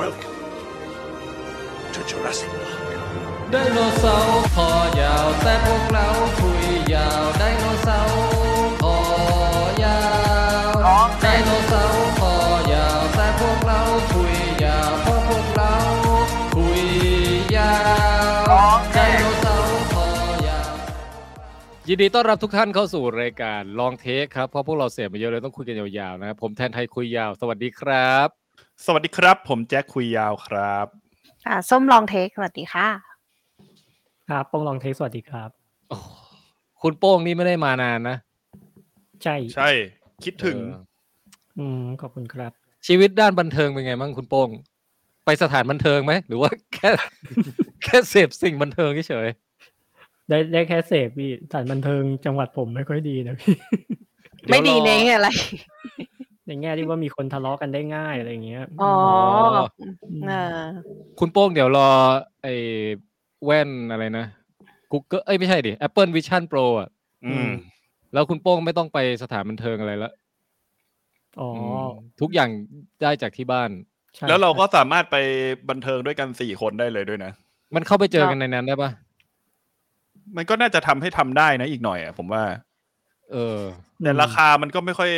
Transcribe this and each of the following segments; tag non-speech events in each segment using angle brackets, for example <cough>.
Welcome to Jurassic Park. ไดโนเสาร์คอยาวแต่พวกเราคุยยาวไดโนเสาร์คอยาวไดโนเสาร์คอยาวแต่พวกเราคุยยาวเพราะพวกเราคุยยาวไดโนเสาร์คอยาวยินดีต้อนรับทุกท่านเข้าสู่รายการลองเทคครับเพราะพวกเราเสียมาเยอะเลยต้องคุยกันยาวๆนะครับผมแทนไทยคุยยาวสวัสดีครับ สวัสดีครับ ผมแจ็คคุยยาวครับ อ่าส้มลองเทคสวัสดีค่ะ ครับโป้งลองเทคสวัสดีครับ โอ้คุณโป้งนี่ไม่ได้มานานนะ ใช่ ใช่คิดถึง อืมขอบคุณครับ ชีวิตด้านบันเทิงเป็นไงบ้างคุณโป้ง ไปสถานบันเทิงไหม หรือว่าแค่ <laughs> แค่เสพสิ่งบันเทิงเฉย ได้ได้แค่เสพพี่สถานบันเทิงจังหวัดผมไม่ค่อยดีนะพี่ <laughs> ๆ ไม่ดีในเยวรอ อะไร ในแง่ที่ว่ามีคนทะเลาะกันได้ง่ายอะไรอย่างเงี้ย อ๋อ ม เออ คุณโป้งเดี๋ยวรอไอ้แว่นอะไรนะ Google เอ้ยไม่ใช่ดิ Apple Vision Pro อ่ะ อืม แล้วคุณโป้งไม่ต้องไปสถานบันเทิงอะไรละ อ๋อ มทุกอย่างได้จากที่บ้าน ใช่ แล้วเราก็สามารถไปบันเทิงด้วยกันสี่คนได้เลยด้วยนะ มันเข้าไปเจอกันในนั้นได้ปะ มันก็น่าจะทำให้ทำได้นะอีกหน่อยอะผมว่า เออ แต่ราคามันก็ไม่ค่อย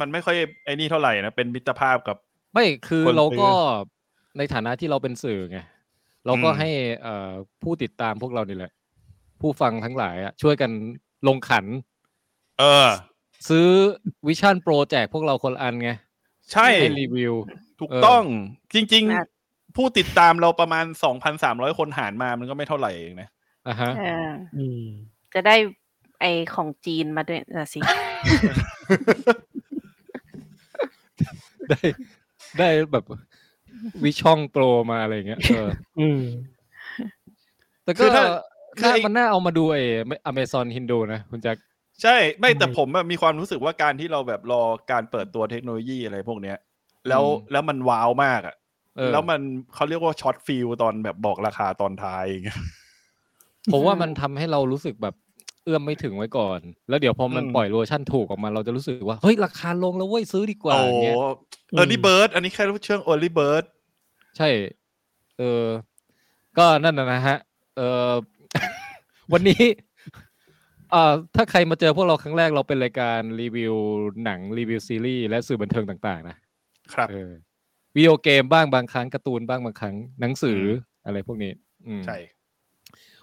มันไม่ค่อยไอ้นี่เท่าไหร่นะเป็นมิตรภาพกับ ไม่คือ คน เราก็ ซื้ ในฐานะที่เราเป็นสื่อไงเราก็ อืม ให้เอ่อผู้ติดตามพวกเรานี่แหละ ผู้ฟังทั้งหลายอะช่วยกันลงขัน เออ ซื้อวิชั่นโปรแจกพวกเราคนละอันไง ใช่ ให้รีวิว ถูก เออ ต้องจริง ๆ ผู้ติดตามเราประมาณสองพันสามร้อยคนหารมามันก็ไม่เท่าไหร่เองนะ อ่ะฮะ เออ อืม จะได้ไอของจีนมาด้วยนะสิ ได้ได้แบบวิช่องโปรมาอะไรเงี้ยเออ อืม แต่ คื ก็ อถ้าคือ น่า ไอ้ มันน่าเอามาดูไอ้อเมซอนฮินดูนะคุณแจ็ค ใช่ ไม่แต่ผมอะมีความรู้สึกว่าการที่เราแบบรอการเปิดตัวเทคโนโลยีอะไรพวกเนี้ย แล้วแล้วมันว้าวมากอะ เออ แล้วมันเขาเรียกว่าช็อตฟิลตอนแบบบอกราคาตอนท้ายอย่างเงี้ย ผมว่ามันทำให้เรารู้สึกแบบเอื้อมไม่ถึงไว้ก่อน แล้วเดี๋ยวพอมัน อืม ปล่อยเวอร์ชั่นถูกออกมาเราจะรู้สึกว่าเฮ้ยราคาลงแล้วเว้ยซื้อดีกว่า โอ้ อย่างเงี้ย เออร์ลี่เบิร์ดอันนี้แค่เชื่องเออร์ลี่เบิร์ด ใช่ เออ ก็นั่นนะนะฮะ เออ <laughs> วันนี้ เอ่อ ถ้าใครมาเจอพวกเราครั้งแรกเราเป็นรายการรีวิวหนังรีวิวซีรีส์และสื่อบันเทิงต่างๆ นะครับ เออวิดีโอเกมบ้างบางครั้งการ์ตูนบ้างบางครั้งหนังสือออะไรพวกนี้ อืม ใช่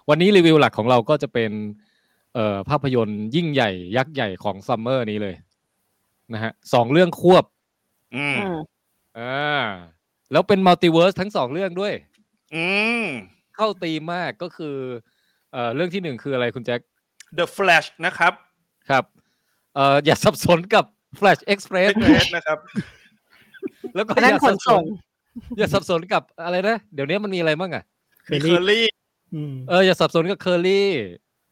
วันนี้รีวิวหลักของเราก็จะเป็น เอ่อ ภาพยนตร์ยิ่งใหญ่ ยักษ์ใหญ่ของซัมเมอร์นี้เลยนะฮะสองเรื่องควบ อืม อืม อ่า แล้วเป็นมัลติเวิร์สทั้งสองเรื่องด้วย อืม เข้าตีมมากก็คือเอ่อเรื่องที่หนึ่งคืออะไรคุณแจ็ค The Flash นะครับ ครับเอ่ออย่าสับสนกับ Flash Express นะ Flash นะครับ แล้วก็ อัน อ นั้น ย่า ข สั น บส ส่ น ง อย่าสับสนกับอะไรนะ เดี๋ยวนี้มันมีอะไรบ้างอ่ะ เค มี ยรีบ Curly อืม เอออย่าสับสนกับเคอรี่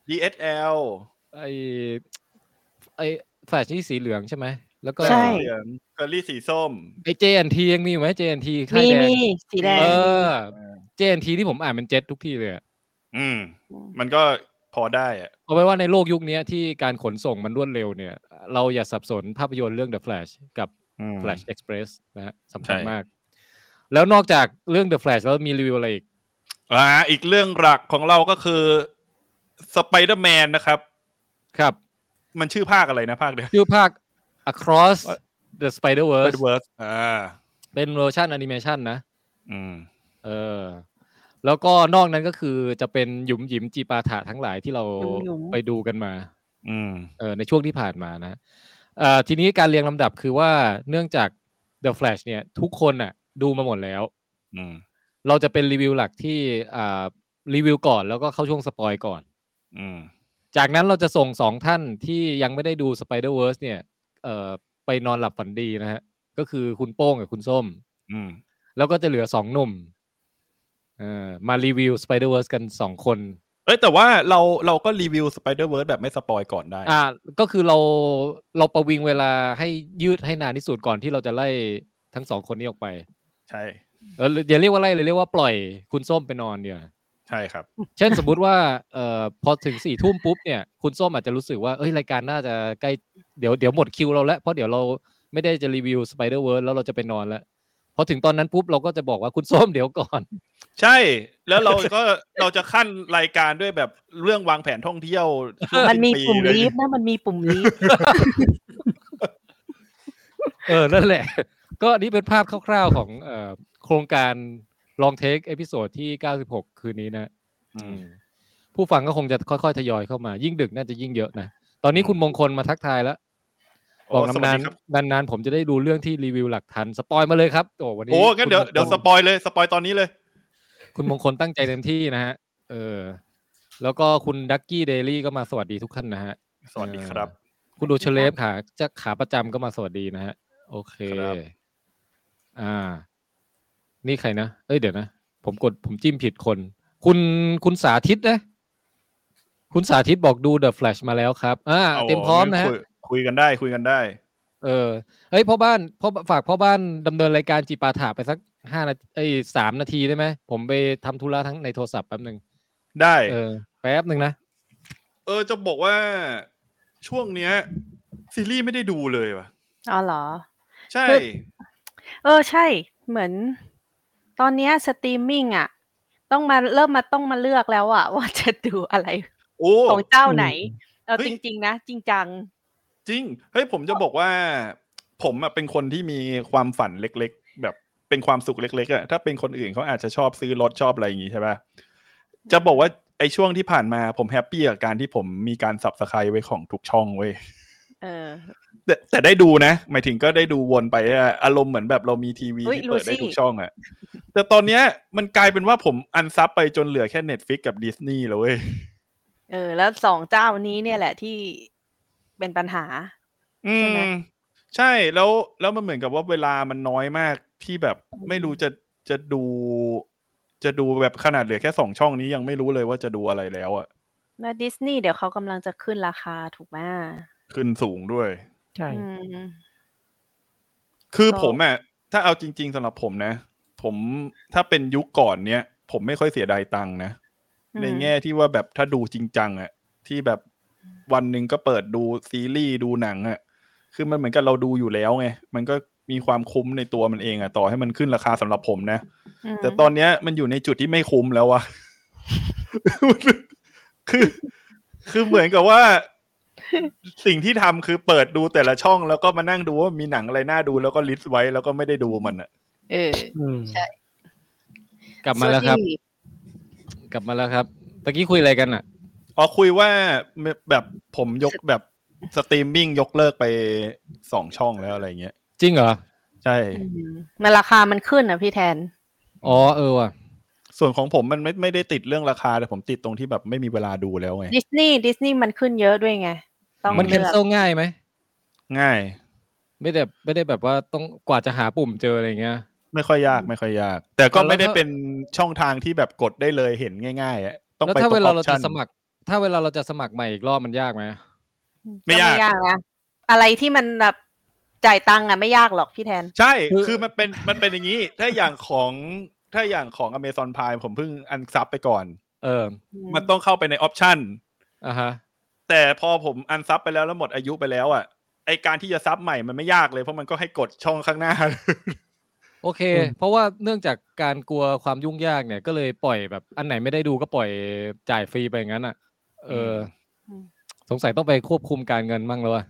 DSL ไอไอแฟลชนี่สีเหลืองใช่ไหม แล้วก็ ใช่ เหลือง Curly สีส้ม ไอเจนทียังมีอยู่ไหมเจนทีค่าย มี แดง มีสีแดง เออเจนทีที่ผมอ่านเป็นเจ็ตทุกที่เลยอะ อืม มันก็พอได้อะ เอาไว้ว่าในโลกยุคนี้ที่การขนส่งมันรวดเร็วเนี่ย เราอย่าสับสนภาพยนตร์เรื่อง The Flash กับ อืม Flash Express นะฮะสำคัญ ใช่ มาก แล้วนอกจากเรื่อง The Flash แล้วมีรีวิวอะไรอีก อ่าอีกเรื่องหลักของเราก็คือ Spider-Man นะครับ ครับ มันชื่อภาคอะไรนะภาคเดียว ชื่อภาค Across the Spider Verse Spider-Verse อ่า เป็นเวอร์ชันแอนิเมชันนะ อืม เออแล้วก็นอกนั้นก็คือจะเป็นหยุมหยิมจีปาถะทั้งหลายที่เรา หยุมๆ ไปดูกันมา อืม เออในช่วงที่ผ่านมานะเอ่อทีนี้การเรียงลำดับคือว่าเนื่องจาก The Flash เนี่ย ทุกคนอ่ะ ดูมาหมดแล้ว อืม เราจะเป็นรีวิวหลักที่อ่ารีวิวก่อนแล้วก็เข้าช่วงสปอยก่อน อืม จากนั้นเราจะส่งสองท่านที่ยังไม่ได้ดู Spider-Verse เนี่ยเอ่อไปนอนหลับฝันดีนะฮะ ก็คือคุณโป้งกับคุณส้ม อืม แล้วก็จะเหลือสองหนุ่มเอ่อมารีวิว Spider-Verse กันสองคน เอ้ยแต่ว่าเราเราก็รีวิว Spider-Verse แบบไม่สปอยก่อนได้ อ่าก็คือเราเราประวิงเวลาให้ยืดให้นานที่สุดก่อนที่เราจะไล่ทั้งสองคนนี้ออกไป ใช่ เอออย่าเรียกว่าไล่เลยเรียกว่าปล่อยคุณส้มไปนอนเนี่ย ใช่ครับ เช่นสมมุติว่าเอ่อพอถึงสี่ทุ่มปุ๊บเนี่ยคุณส้มอาจจะรู้สึกว่าเอ้ยรายการน่าจะใกล้เดี๋ยวเดี๋ยวหมดคิวเราแล้วเพราะเดี๋ยวเราไม่ได้จะรีวิว Spider Verse แล้วเราจะไปนอนแล้ว พอถึงตอนนั้นปุ๊บเราก็จะบอกว่าคุณส้มเดี๋ยวก่อน ใช่ แล้วเราก็ <laughs> เราจะขั้นรายการด้วยแบบเรื่องวางแผนท่องเที่ยวช่วง มันมี สิ้ ปุ่ม เลย ลีฟนะมันมีปุ่มลีฟ เออ นั่นแหละ ก็อันนี้เป็นภาพคร่าวๆของเอ่อโครงการลองเทคเอพิโซดที่ 96 คืนนี้นะ อืม ผู้ฟังก็คงจะค่อยๆ ทยอยเข้ามา ยิ่งดึกน่าจะยิ่งเยอะนะ ตอนนี้คุณมงคลมาทักทายแล้ว โอ้ บอก สวัส นาน ดีครับ ๆนานๆ ผมจะได้ดูเรื่องที่รีวิวหลักทัน สปอยมาเลยครับ โอ้วันนี้ โอ้งั้นเดี๋ยว คุณมงคล เดี๋ยวสปอยเลยสปอยตอนนี้เลย คุณมงคลตั้งใจเต็มที่นะฮะ เออ แล้วก็คุณดักกี้เดลี่ก็มาสวัสดีทุกท่านนะฮะ สวัสดีครับ เออคุณดูเชลฟขาจะขาประจำก็มาสวัสดีนะฮะ โอเค ครับ อ่า นี่ใครนะ เอ้ยเดี๋ยวนะ ผมกดผมจิ้มผิดคน คุณคุณสาธิตนะ คุณสาธิตบอกดู The Flash มาแล้วครับ อ่า อา เต็มพร้อมนะฮะ คุยคุยกันได้คุยกันได้ เออ เฮ้ยพ่อบ้านพ่อฝากพ่อบ้านดำเนินรายการจีปาถาไปสักห้านาทีเอ้ยสามนาทีได้ไหม ผมไปทำธุระทั้งในโทรศัพท์แป๊บหนึ่ง ได้ เออ แป๊บหนึ่งนะ เออจะบอกว่าช่วงเนี้ย ซีรีส์ไม่ได้ดูเลยว่ะ อ๋อเหรอ ใช่ เฮ้ย เออใช่ เหมือน ตอนเนี้ยสตรีมมิ่งอ่ะ ต้องมาเริ่มมาต้องมาเลือกแล้วอ่ะ ว่าจะดูอะไร โอ้ ของเจ้าไหน เออ เฮ้ย จริง ๆ นะ จริงจัง จริง เฮ้ยผมจะบอกว่า ผมอะเป็นคนที่มีความฝันเล็ก ๆ แบบเป็นความสุขเล็กๆอะถ้าเป็นคนอื่นเขาอาจจะชอบซื้อรถชอบอะไรอย่างงี้ใช่ปะจะบอกว่าไอ้ช่วงที่ผ่านมาผมแฮปปี้กับการที่ผมมีการสับสไครไว้ของทุกช่องเว้ย เออ แต่แต่ได้ดูนะ หมายถึงก็ได้ดูวนไปอะอารมณ์เหมือนแบบเรามีทีวี เฮ้ย ที่เปิดได้ ลูซี่ ทุกช่องอะแต่ตอนเนี้ยมันกลายเป็นว่าผมอันซับไปจนเหลือแค่เน็ตฟิกกับดิสนีย์แล้วเว้ย เออ แล้วสองเจ้านี้เนี่ยแหละที่เป็นปัญหา อื ใช่ไหม มใช่แล้วแล้วมันเหมือนกับว่าเวลามันน้อยมากที่แบบไม่รู้จะจะดู จะดูแบบขนาดเหลือแค่สองช่องนี้ยังไม่รู้เลยว่าจะดูอะไรแล้วอ่ะ แล้วดิสนีย์เดี๋ยวเขากำลังจะขึ้นราคาถูกไหม ขึ้นสูงด้วย ใช่ อืม คือ ก็ ผมอ่ะถ้าเอาจริง ๆสำหรับผมนะ ผมถ้าเป็นยุคก่อนเนี้ยผมไม่ค่อยเสียดายตังค์นะ ในแง่ที่ว่าแบบถ้าดูจริงจังอะที่แบบวันหนึ่งก็เปิดดูซีรีส์ดูหนังอะคือมันเหมือนกับเราดูอยู่แล้วไงมันก็มีความคุ้มในตัวมันเองอะต่อให้มันขึ้นราคาสำหรับผมนะ อืม แต่ตอนเนี้ยมันอยู่ในจุดที่ไม่คุ้มแล้วอะ <laughs> คือ คือเหมือนกับว่า สิ่งที่ทำคือเปิดดูแต่ละช่อง แล้วก็มานั่งดูว่ามีหนังอะไรน่าดูแล้วก็ลิสต์ไว้แล้วก็ไม่ได้ดูมันอะ เออ อืม กลับมาแล้วครับ ส่นที่ กลับมาแล้วครับตะกี้คุยอะไรกันอ่ะ อ๋อคุยว่าแบบผม <laughs> ยกแบบสตรีมมิ่งยกเลิกไปสองช่องแล้วอะไรเงี้ย จริงเหรอ ใช่ อืมมันราคามันขึ้นนะพี่แทน อ๋อเออว่ะ ส่วนของผมมันไม่ไม่ได้ติดเรื่องราคา แต่ผมติดตรงที่แบบไม่มีเวลาดูแล้วไง ดิสนีย์ดิสนีย์มันขึ้นเยอะด้วยไง ต้อง มันแคน เลือก เซิลง่ายไหม ง่าย ไม่ได้ไม่ได้แบบว่าต้องกว่าจะหาปุ่มเจออะไรเงี้ย ไม่ค่อยยากไม่ค่อยยาก แต่ก็ แล้ว ไม่ได้ ถ้า เป็นช่องทางที่แบบกดได้เลยเห็นง่ายๆอะต้อง แล้ว ไป ถ้า ตร เว งอ ลา อ เรา ปชั่ จะ น สมัคร ถ้าเวลาเราจะสมัครใหม่อีกรอบมันยากไหม ไม่ยาก ก็นะอะไรที่มันแบบจ่ายตังค์อ่ะไม่ยากหรอกพี่แทน ใช่ คือมันเป็นมันเป็นอย่างนี้ ถ้าอย่างของถ้าอย่างของ Amazon Prime ผมเพิ่งอันซับไปก่อน เออ มันต้องเข้าไปในออปชั่น อ่ะฮะ แต่พอผมอันซับไปแล้วแล้วหมดอายุไปแล้วอ่ะไอการที่จะซับใหม่มันไม่ยากเลยเพราะมันก็ให้กดช่องข้างห <laughs> น้า โอเค อืม เพราะว่าเนื่องจากการกลัวความยุ่งยากเนี่ย ก็เลยปล่อยแบบอันไหนไม่ได้ดูก็ปล่อยจ่ายฟรีไปอย่างนั้นอ่ะ เอออ ม สงสัยต้องไปควบคุมการเงินมั่งแล้วอ่ะ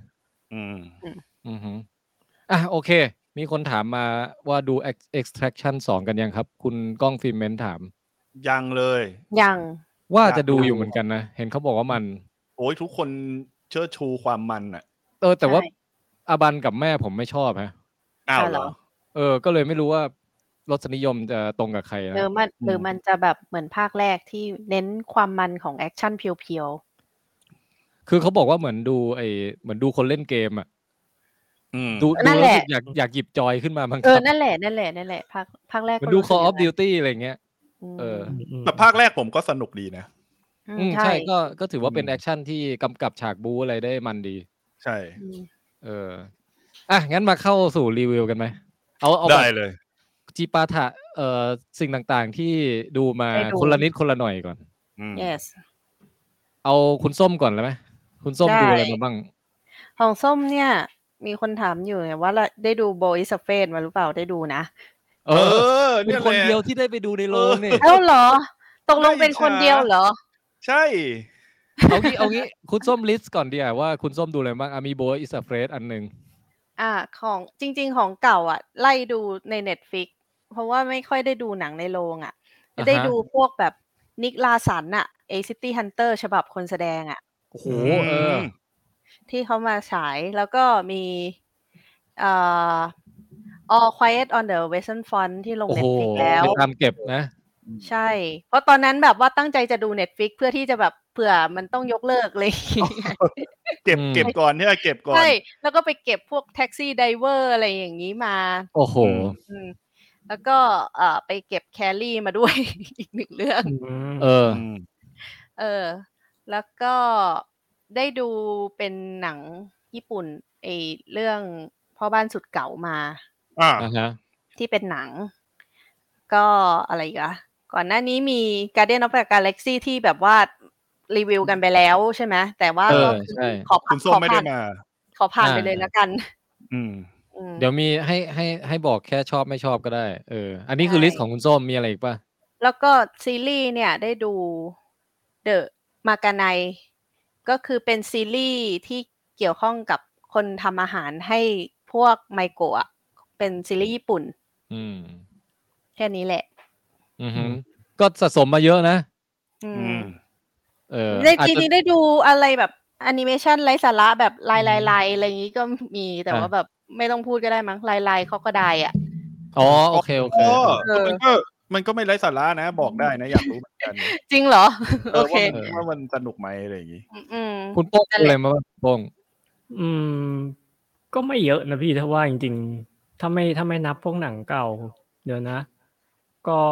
อืม อือหืออ่ะโอเค มีคนถามมาว่าดู Ex- extraction สองกันยังครับ คุณก้องฟิล์มเมนถาม ยังเลย ยัง ว่า อยาก จะดู ดู อยู่เหมือนกันนะ เห็นเขาบอกว่ามัน โอ้ยทุกคนเชิดชูความมันอ่ะ เออ แต่ ใช่ ว่าอาบันกับแม่ผมไม่ชอบฮะ อ้าว อ้าว เห เห ร ร อ อ เออ ก็เลยไม่รู้ว่ารสนิยมจะตรงกับใครนะ หรือมันหรือมันจะแบบเหมือนภาคแรกที่เน้นความมันของแอคชั่นเพียว คือเขาบอกว่าเหมือนดูไอเหมือนดูคนเล่นเกมอ่ะ อืม ดู ๆ ดู นั่น รู้ แหละ สึกอยากอยากหยิบจอยขึ้นมาบาง เอ ค อ รั้ง นั่นแหละนั่นแหละนั่นแหละภาคภาคแรก เหมันดู รู้สึก Call of ย่างนั้น Duty อะไรเงี้ย เออ อืมอืม แต่ภาคแรกผมก็สนุกดีนะ อืม อืม ใช่ ใช่ก็ก็ถือว่าเป็น อืม แอคชั่นที่กำกับฉากบู๊อะไรได้มันดี ใช่ อืม เออ อ่ะ งั้นมาเข้าสู่รีวิวกันไหม เอาเอา ได้ แบบ เลย จีปาถะเอ่อสิ่งต่างๆที่ดูมาคนละนิดคนละหน่อยก่อน อืม อืม yes เอาคุณส้มก่อนเลยไหมคุณส้มดูอะไร ได้ มาบ้าง ของส้มเนี่ย มีคนถามอยู่ไงว่าละได้ดูโบอิสเฟนมาหรือเปล่าได้ดูนะ เออ อ เป็ เนี่ น ยแห คน ละ เดียวที่ได้ไปดูในโรงเนี่ย เอ้าเหรอ ตกลงเป็นคนเดียวเหรอ ใช่ เอางี้เอางี้คุณส้มลิสต์ก่อนดีกว่าว่าคุณส้มดูอะไรบ้างอามีโบอิสเฟรสอันหนึ่ง อ่าของจริง ๆ ของเก่าอ่ะ ไล่ดูในเน็ตฟิกเพราะว่าไม่ค่อยได้ดูหนังในโรงอ่ะ อ่าฮะ ได้ดูพวกแบบนิกลาสันอ่ะเอซิตี้ฮันเตอร์ฉบับคนแสดงอ่ะ โอ้โหเอออ ม ที่เขามาฉายแล้วก็มีเอ่อ All Quiet on the Western Front ที่ลง โอ้ เน็ โห ตฟิกแล้ว ไปตามเก็บนะ ใช่ เพราะตอนนั้นแบบว่าตั้งใจจะดูเน็ตฟิกเพื่อที่จะแบบเผื่อมันต้องยกเลิกเลย เก็บ อืม เก็บก่อนเนี่ยเก็บ <laughs> ก่อน ใช่ แล้วก็ไปเก็บพวกแท็กซี่ไดเวอร์อะไรอย่างนี้มา โอ้โห อืมแล้วก็เอ่อไปเก็บแคลรี่มาด้วย <laughs> อีกหนึ่งเรื่อง เออ เออ แล้วก็ได้ดูเป็นหนังญี่ปุ่นไอเรื่องพ่อบ้านสุดเก๋ามา อ่า อ่ะฮะ ที่เป็นหนัง ก็อะไรอีกอะก่อนหน้านี้มี Guardian of the Galaxy ที่แบบว่ารีวิวกันไปแล้วใช่ไหมแต่ว่า เออ ก็ ใช่ ขอคุผ่าณ น ส้ม ขอ ไม่ ผ่า ได้ น มา ขอผ่านไปเลยแล้วกัน อืม อืม เดี๋ยวมีให้ให้ให้บอกแค่ชอบไม่ชอบก็ได้ เออ อันนี้คือ ใช่ ลิสต์ของคุณส้มมีอะไรอีกป่ะ แล้วก็ซีรีส์เนี่ยได้ดูเดอะมากาไนก็คือเป็นซีรีส์ที่เกี่ยวข้องกับคนทำอาหารให้พวกไมโกะอะเป็นซีรีส์ญี่ปุ่น อืม แค่นี้แหละ อือฮึก็สะสมมาเยอะนะ อื อื ม ม เออ ได้ อาจ จ จะ ริงๆได้ดูอะไรแบบแอนิเมชันไร้สาระแบบลายลายลายอะไรอย่างนี้ก็มีแต่ว่า อ่ะ แบบไม่ต้องพูดก็ได้มั้งลายลายเขาก็ได้อ่ะ อ๋อโอเคโอเค อ๋อ เออ มันก็มันก็ไม่ไร้สาระนะ บอกได้นะ อยากรู้เหมือนกัน จริงเหรอ โอเค ว่ามันว่ามันสนุกไหมอะไรอย่างงี้ อืม คุณโป้ง นั่น ดู แหละ อะไรมาบ้างโป้ง อืม ก็ไม่เยอะนะพี่ถ้าว่าจริงๆ ถ้าไม่ถ้าไม่นับพวกหนังเก่า เดี๋ยวนะ ก็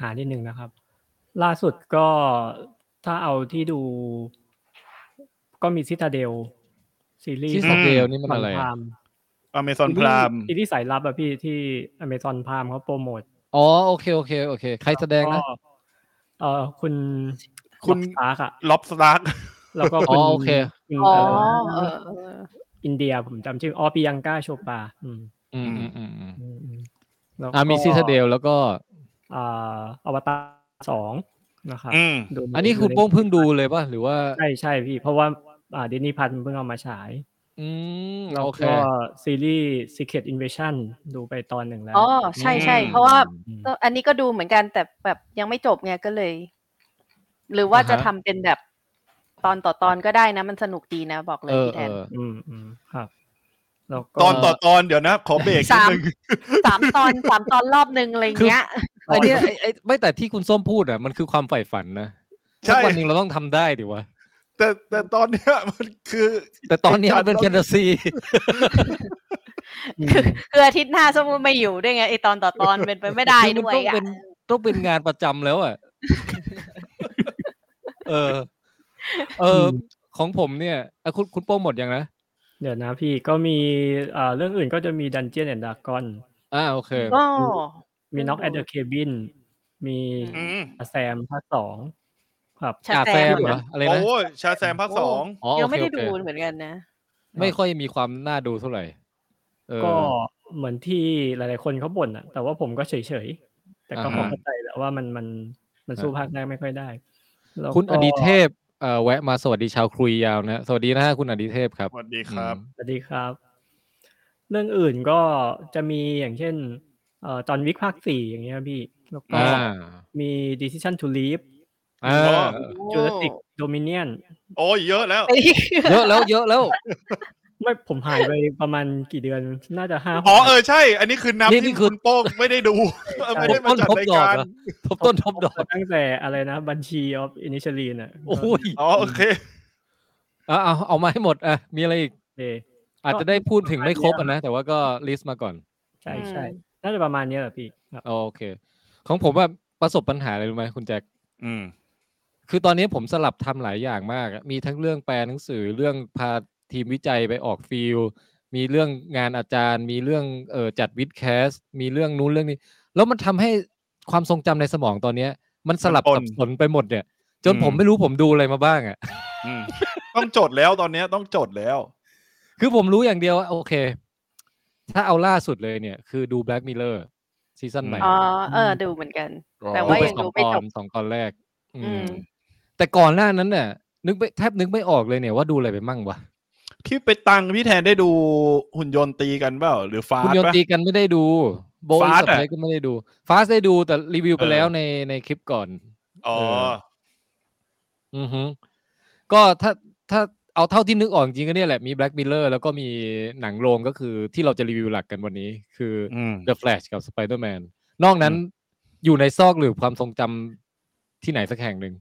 หานิดนึงนะครับ ล่าสุดก็ถ้าเอาที่ดู ก็มีซิตาเดลซีรีส์ ที่สอง อืม เดลนี่มันอะไร พา อะ ม อเมซอนพราม ที่ที่สายลับอะพี่ที่อเมซอนพามเขาโปรโมท อ๋อโอเคโอเคโอเค ใครแสดงนะ ก็เออคุณ คุณ สตาร์กอะ ล็อบสตาร์ก แล้วก็ อ๋อโอเค คุณ อ๋อ เ เออเออ อินเดียผมจำชื่ออ๋อปิยังกาโชปาอืม อืมอืมอืมอืม อืมอืมแล้วก็ อ่ามีซีทาเดลแล้วก็ อ่าอวตารสองนะครับ อืม ดูใ อันนี้คุณโป้งเพิ่งดูเลยป่ะหรือว่า ใช่ใช่พี่ เพราะว่าอ่าดินีพันเพิ่งเอามาฉาย อืม แล้ว โอเค ก็ซีรีส์ Secret Invasion ดูไปตอนหนึ่งแล้ว อ๋อใช่ใช่ อืม เพราะว่า อืม ก็อันนี้ก็ดูเหมือนกันแต่แบบยังไม่จบไงก็เลย หรือว่า อ่าฮะ จะทำเป็นแบบตอนต่อตอนก็ได้นะ มันสนุกดีนะ บอกเล เอย อ พี่แท เอน อ อืมอืมครับ แล้วก็ ตอนต่อตอนเดี๋ยวนะ ขอเบรกนิดนึง สามตอนสามตอนรอบนึงอะไร คือ เงี้ย ไอเนี้ยไอ้ไอ้ไม่แต่ที่คุณส้มพูดอ่ะมันคือความใฝ่ฝันนะ ใช่ สักวันหนึ่งเราต้องทำได้ดิวะ แต่แต่ตอนเนี้ยมันคือ แต่ตอนเนี้ยมันเป็นแฟนตาซี อืม คืออาทิตย์หน้าสมมติไม่อยู่ด้วยไงไอตอนต่อตอนเป็นไปไม่ได้ คือมัน ด้วย ต้อง อ่ะ เป็นต้องเป็นงานประจำแล้ว <laughs> อ่ะ เออ เออ ของผมเนี่ยอ่ะคุณคุณโป้งหมดยังนะ เดี๋ยวนะพี่ก็มีอ่าเรื่องอื่นก็จะมี Dungeon and Dragon อ่าโอเค ก็ มี Knock at the Cabin มี อืม แซมภาคสองครับ ชา จ่าแซแซม มเหรออะไร โอ้ นะ ยชาแซมภาคสอง อ๋อ ยั โอง เค ไม่ได้ โอเค ดูเหมือนกันนะ ไม่ค่อยมีความน่าดูเท่าไหร่ เออ ก็เหมือนที่หลาย ๆ คนเขาบ่นอ่ะ แต่ว่าผมก็เฉย ๆ แต่ก็ อ่า พ ฮะ อเข้าใจแหละว่ามันมันมันสู้ภาคแรกไม่ค่อยได้แล้ว คุณ ก็ อดีเทพเอ่อแวะมาสวัสดีชาวครุยยาวนะ สวัสดีนะฮะคุณอดีเทพครับ สวัสดีครับ สวัสดีครับ เรื่องอื่นก็จะมีอย่างเช่นเอ่อจอห์นวิกภาคสี่อย่างเงี้ยพี่ แล้ว อืม ก็ อ่า มี Decision to Leave อ่า อ๋อ จูเลติกโดมิเนียน โอ้ยเยอะแล้ว <laughs> เยอะแล้วเยอะแล้ว ไม่ผมหายไปประมาณกี่เดือนน่าจะห้า อ๋อเออใช่ อันนี้คือนับ นี่นี่ ที่ คือ คุณโป้งไม่ได้ดูเออไม่ได้มาจัดรายการ ทบต้นทบดอก ตั้งแต่อะไรนะบัญชี of initially น่ะ โอ้ย อ๋อโอเค เอาเอาเอามาให้หมดอ่ะมีอะไรอีก โอเค อาจจะได้พูดถึงไม่ครบอะนะ แต่ว่าก็ลิสต์มาก่อน ใช่ อืม ใช่น่าจะประมาณเนี้ยแหละพี่ครับ โอเค ของผมว่าประสบปัญหาอะไรรู้ไหมคุณแจ็ค อืม คือตอนนี้ผมสลับทำหลายอย่างมากอะมีทั้งเรื่องแปลหนังสือ เรื่องพาทีมวิจัยไปออกฟิลด์มีเรื่องงานอาจารย์ มีเรื่องเออจัดวิดแคสต์มีเรื่องนู้นเรื่องนี้ แล้วมันทำให้ความทรงจำในสมองตอนเนี้ย มันสลับ มันป สั น บสนไปหมดเนี่ย จน อืม ผมไม่รู้ผมดูอะไรมาบ้างอ่ะ อื <laughs> มต้องจดแล้วตอนเนี้ยต้องจดแล้ว คือผมรู้อย่างเดียวว่าโอเค ถ้าเอาล่าสุดเลยเนี่ย คือดู Black Mirror ซีซั่นใหม่ อ๋อเออดูเหมือนกัน แต่ ดู ว่า ไป ยัง สอ ดู ง ไม่ ตอ จ น บ สองตอนแรก อืม อืม แต่ก่อนหน้านั้นเนี่ยนึกไม่แทบนึกไม่ออกเลยเนี่ยว่าดูอะไรไปมั่งวะ ที่ไปตังพี่แทนได้ดูหุ่นยนต์ตีกันเปล่าหรือฟาส คุณ ต์ โยน ปะ ตีกันไม่ได้ดู โบว์ Fast สับเลยก็ไม่ได้ดูฟาสได้ดูแต่รีวิวไป เออ แล้วในในคลิปก่อน อ๋อ อือฮึก็ถ้าถ้าเอาเท่าที่นึกออกจริงก็เนี่ยแหละมี Black Mirror แล้วก็มีหนังโรงก็คือที่เราจะรีวิวหลักกันวันนี้คือ อืม The Flash กับ Spider-Man นอกนั้นอยู่ในซอกหรือความทรงจำที่ไหนสักแห่งหนึ่ง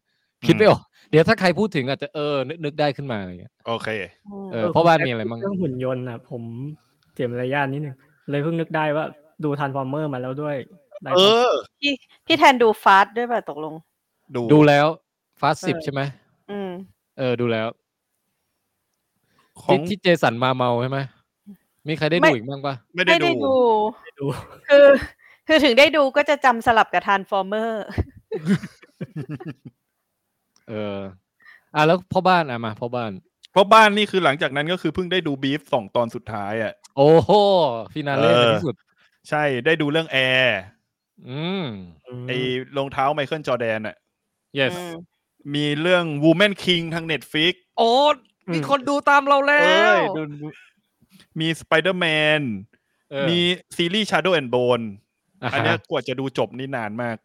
คิดไม่ออก เดี๋ยวถ้าใครพูดถึงอาจจะเออ นึกนึกได้ขึ้นมาอะไรเงี้ย โอเค เออเพราะว่ามีอะไรบ้าง เรื่องหุ่นยนต์อ่ะ ผมเจ็บระยะนิดนึงเลยเพิ่งนึกได้ว่าดูทานฟอร์เมอร์มาแล้วด้วยได้ เออ พี่แทนดูฟาสด้วยป่ะตกลง ดู ดูแล้วฟาสสิบ เออ ใช่ไหม อืม เออดูแล้ว ขอ ที่ ง ที่เจสันมาเมาใช่ไหมมีใครได้ ไม่ ดูอีกบ้างปะ ไม่ได้ ไม่ได้ ดู ดู ดู <laughs> คือ คือถึงได้ดูก็จะจำสลับกับทานฟอร์เมอร์ เออ อ่ะแล้วพ่อบ้านอ่ะมาพ่อบ้าน เพราะบ้านนี่คือหลังจากนั้นก็คือเพิ่งได้ดูบีฟสองตอนสุดท้ายอ่ะ โอ้โหฟินาเล่ เออ ในที่สุด ใช่ได้ดูเรื่องแอร์ อืม ไอ้รองเท้าไมเคิลจอร์แดนอ่ะ yes มีเรื่อง Woman King ทาง Netflix โอ้มีคนดูตามเราแล้ เอ้ วย ดูดูมี Spider-Man เออ มีซีรีส์ Shadow and Bone าฮะ อันเนี้ยกว่าจะดูจบนี่นานมาก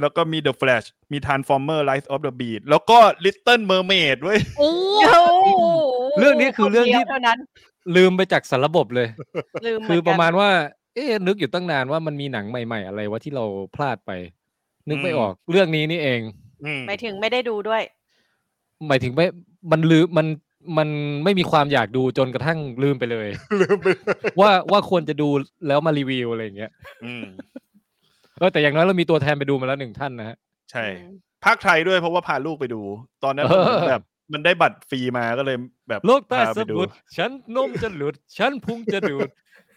แล้วก็มี The Flash มี Transformer Rise of the Beast แล้วก็ Little Mermaid เว้ย โอ้ เรื่องนี้คือเรื่องที่ เดียวเท่านั้น ลืมไปจากสารระบบเลย ลืมเหนกัน คือประมาณว่า เอ๊ะนึกอยู่ตั้งนานว่ามันมีหนังใหม่ๆ อะไรวะที่เราพลาดไป นึกไม่ อืม ออก เรื่องนี้นี่เอง อืม หมายถึงไม่ได้ดูด้วย หมายถึงไม่มันลืมมันมันไม่มีความอยากดูจนกระทั่งลืมไปเลย <laughs> ลืมไปเลย ว่าว่าควรจะดูแล้วมารีวิวอะไรอย่างเงี้ย อืม เออแต่อย่างน้อยเรามีตัวแทนไปดูมาแล้วหนึ่งท่านนะฮะ ใช่ ภาคไทยด้วยเพราะว่าพาลูกไปดู ตอนนั้นมันเหมือนแบบ มันได้บัตรฟรีมาก็เลยแบบ โลกใต้ พา ส ไปดู มุทรฉันนมจะหลุด ฉันพุงจะดูด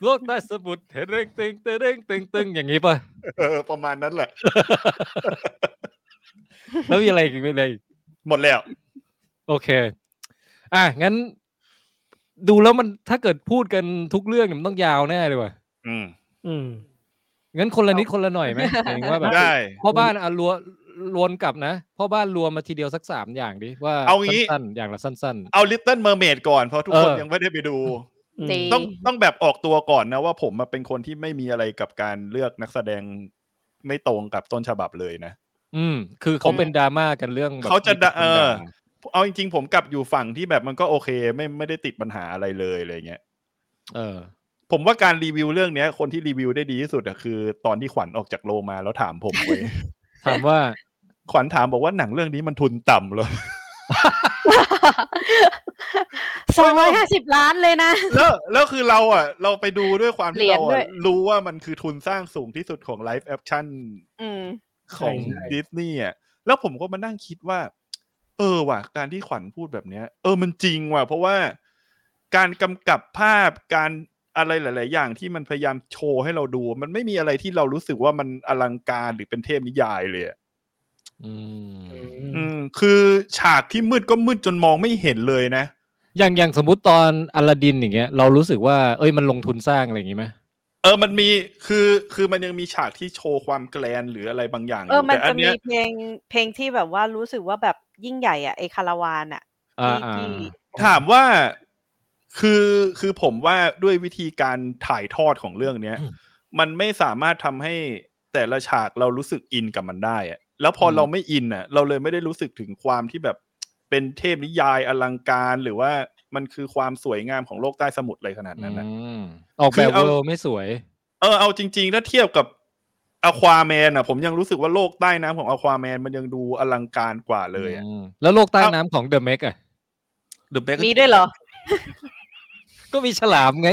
โลกใต้สมุทรเทเร่งตึงเทเร่งตึงตึงอย่างนี้ป่ะ เออประมาณนั้นแหละ แล้วมีอะไรอีกมีอะไรอีก หมดแล้ว โอเค อ่ะ งั้น ดูแล้วมันถ้าเกิดพูดกันทุกเรื่องเนี่ยมันต้องยาวแน่เลยว่ะ อืม อืม งั้นคนละนิดคนละหน่อยไหมหมายถึงว่าแบบ ได้ พ่อบ้านอ่ะรัวรวนกลับนะพ่อบ้านรวมมาทีเดียวสักสามอย่างดิว่า เอางี้ สั้นๆอย่างละสั้น เอา Little Mermaid ก่อนเพราะทุกคน เออ ยังไม่ได้ไปดู อืม จริ ต้องต้องแบบออกตัวก่อนนะว่าผมมาเป็นคนที่ไม่มีอะไรกับการเลือกนักแสดงไม่ตรงกับต้นฉบับเลยนะ ๆ อืม คือเขาเป็นดราม่ากันเรื่องแบบ เขาจะด่า มีแต่คนด่า เออ เอาจริงๆ ผมกลับอยู่ฝั่งที่แบบมันก็โอเค ไม่ไม่ได้ติดปัญหาอะไรเลยอะไรเงี้ย เออ ผมว่าการรีวิวเรื่องเนี้ย คนที่รีวิวได้ดีที่สุดอะคือ ตอนที่ขวัญออกจากโรงมาแล้วถามผมเว้ย <laughs> ถามว่า ขวัญถามบอกว่าหนังเรื่องนี้มันทุนต่ำเหรอ <laughs> สองร้อยห้าสิบล้านเลยนะ แล้วแล้วคือเราอ่ะ เราไปดูด้วยความที่ เรียน เรา ด้วอะย รู้ว่ามันคือทุนสร้างสูงที่สุดของไลฟ์แอ t ชั่น อืม ของ ใช่ใช่ ดิสนีย์อ่ะแล้วผมก็มานั่งคิดว่า เออว่ะ การที่ขวัญพูดแบบเนี้ย เออมันจริงว่ะ เพราะว่าการกำกับภาพการอะไรหลาย ๆ อย่างที่มันพยายามโชว์ให้เราดู มันไม่มีอะไรที่เรารู้สึกว่ามันอลังการหรือเป็นเทพนิยายเลยอะ อืม อืม คือฉากที่มืดก็มืดจนมองไม่เห็นเลยนะ อย่างอย่างสมมติตอนอลาดินอย่างเงี้ยเรารู้สึกว่าเอ้ยมันลงทุนสร้างอะไรอย่างงี้ไหม เออ มันมี คือ คือมันยังมีฉากที่โชว์ความแกลนหรืออะไรบางอย่าง เออ ยู่ มัน แต่อั จะมี เย เพลงเพลงที่แบบว่ารู้สึกว่าแบบยิ่งใหญ่อ่ะไอคาราวานอ่ะ อ่า ที่ อ่า ที่ ถามว่า คือ คือผมว่าด้วยวิธีการถ่ายทอดของเรื่องเนี้ย มันไม่สามารถทำให้แต่ละฉากเรารู้สึกอินกับมันได้อะแล้วพอเราไม่อินอ่ะ เราเลยไม่ได้รู้สึกถึงความที่แบบเป็นเทพนิยายอลังการหรือว่ามันคือความสวยงามของโลกใต้สมุทรอะไรขนาดนั้นนะ อืมออกแบบ คือเอา เวลไม่สวย เออเอาจริง ๆ ถ้าเทียบกับอควาแมนอ่ะ ผมยังรู้สึกว่าโลกใต้น้ำของอควาแมนมันยังดูอลังการกว่าเลยอะ อืมแล้วโลกใต้น้ำของเดอะเมกอ่ะ มีด้วยเหรอ ก็มีฉลาม <laughs> ไง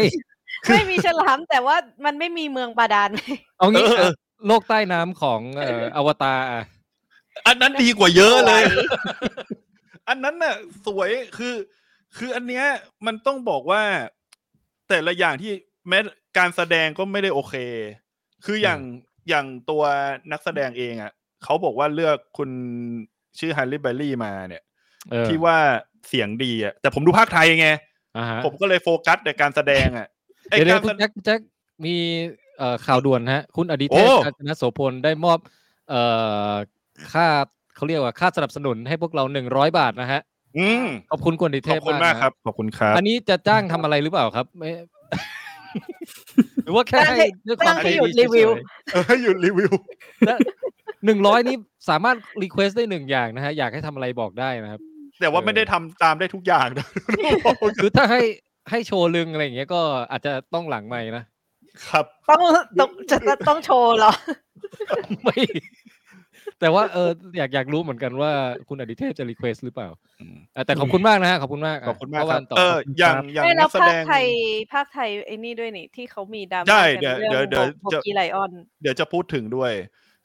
ไม่มีฉลามแต่ว่ามันไม่มีเมืองบาดาล เอางี้อ่ะโลกใต้น้ำของเอ่อ <laughs> อวตารอ่ะ อันนั้นดีกว่าเยอะเลย อันนั้นน่ะสวยคือคืออันเนี้ยมันต้องบอกว่าแต่ละอย่างที่แม้การแสดงก็ไม่ได้โอเค คืออย่างอย่างตัวนักแสดงเองอ่ะเขาบอกว่าเลือกคุณชื่อฮันรี่เบลลี่มาเนี่ย เออ ที่ว่าเสียงดีอ่ะแต่ผมดูภาคไทยไง อ่าฮะ ผมก็เลยโฟกัสแต่การแสดงอ่ะ ไอ้ เดี๋ยว กาๆรคุ แส ณ ด แจ็ ง คคุณแจ็คมีเอ่อข่าวด่วนฮะ คุณอดิเทพ โอ้ กาญจนโสพลได้มอบ เอ่อค่าเขาเรียกว่าค่าสนับสนุนให้พวกเราหนึ่งร้อยบาทนะฮะ อืม ขอบคุณคุณอดิ ข เท อบ พ คุณมาก นะฮะ ครับ ขอบคุณครับ อันนี้จะจ้างทำอะไรหรือเปล่าครับไม่ <laughs> หรือว่าแค่ให้ด้วยความ จ้าง ใจ ให้หยุด ดีรีเฉวิว ย เออหยุดรีวิว ๆหนึ่งร้อยนี่สามารถรีเควสได้หนึ่งอย่างนะฮะ อยากให้ทำอะไรบอกได้นะครับ แต่ว่าไม่ได้ทำตามได้ทุกอย่างนะ <laughs> คือถ้าให้ให้โชว์ลึงอะไรอย่างเงี้ยก็อาจจะต้องหลังใหม่นะครับ <laughs> ต้องต้อง <laughs> จะต้องโชว์เหรอ ไม่ แต่ว่าเอออยากอยากรู้เหมือนกันว่าคุณอดิเทพจะรีเควสหรือเปล่า อืม อ่ะแต่ขอบคุณมากนะฮะขอบคุณมากะ ขอบคุณมาก เะ ค วั รับ นต่อ เอออย่างอย่าง ไม่ นั แล้ ก ว แส ภา ด ค ง ไทยภาคไทยไอ้นี่ด้วยนี่ที่เขามีดราม่า ใช่ กัน เดี๋ยวเดี๋ยรื่วอง เดี๋ยวจะ โบกีไลออน เดี๋ยวจะพูดถึงด้วย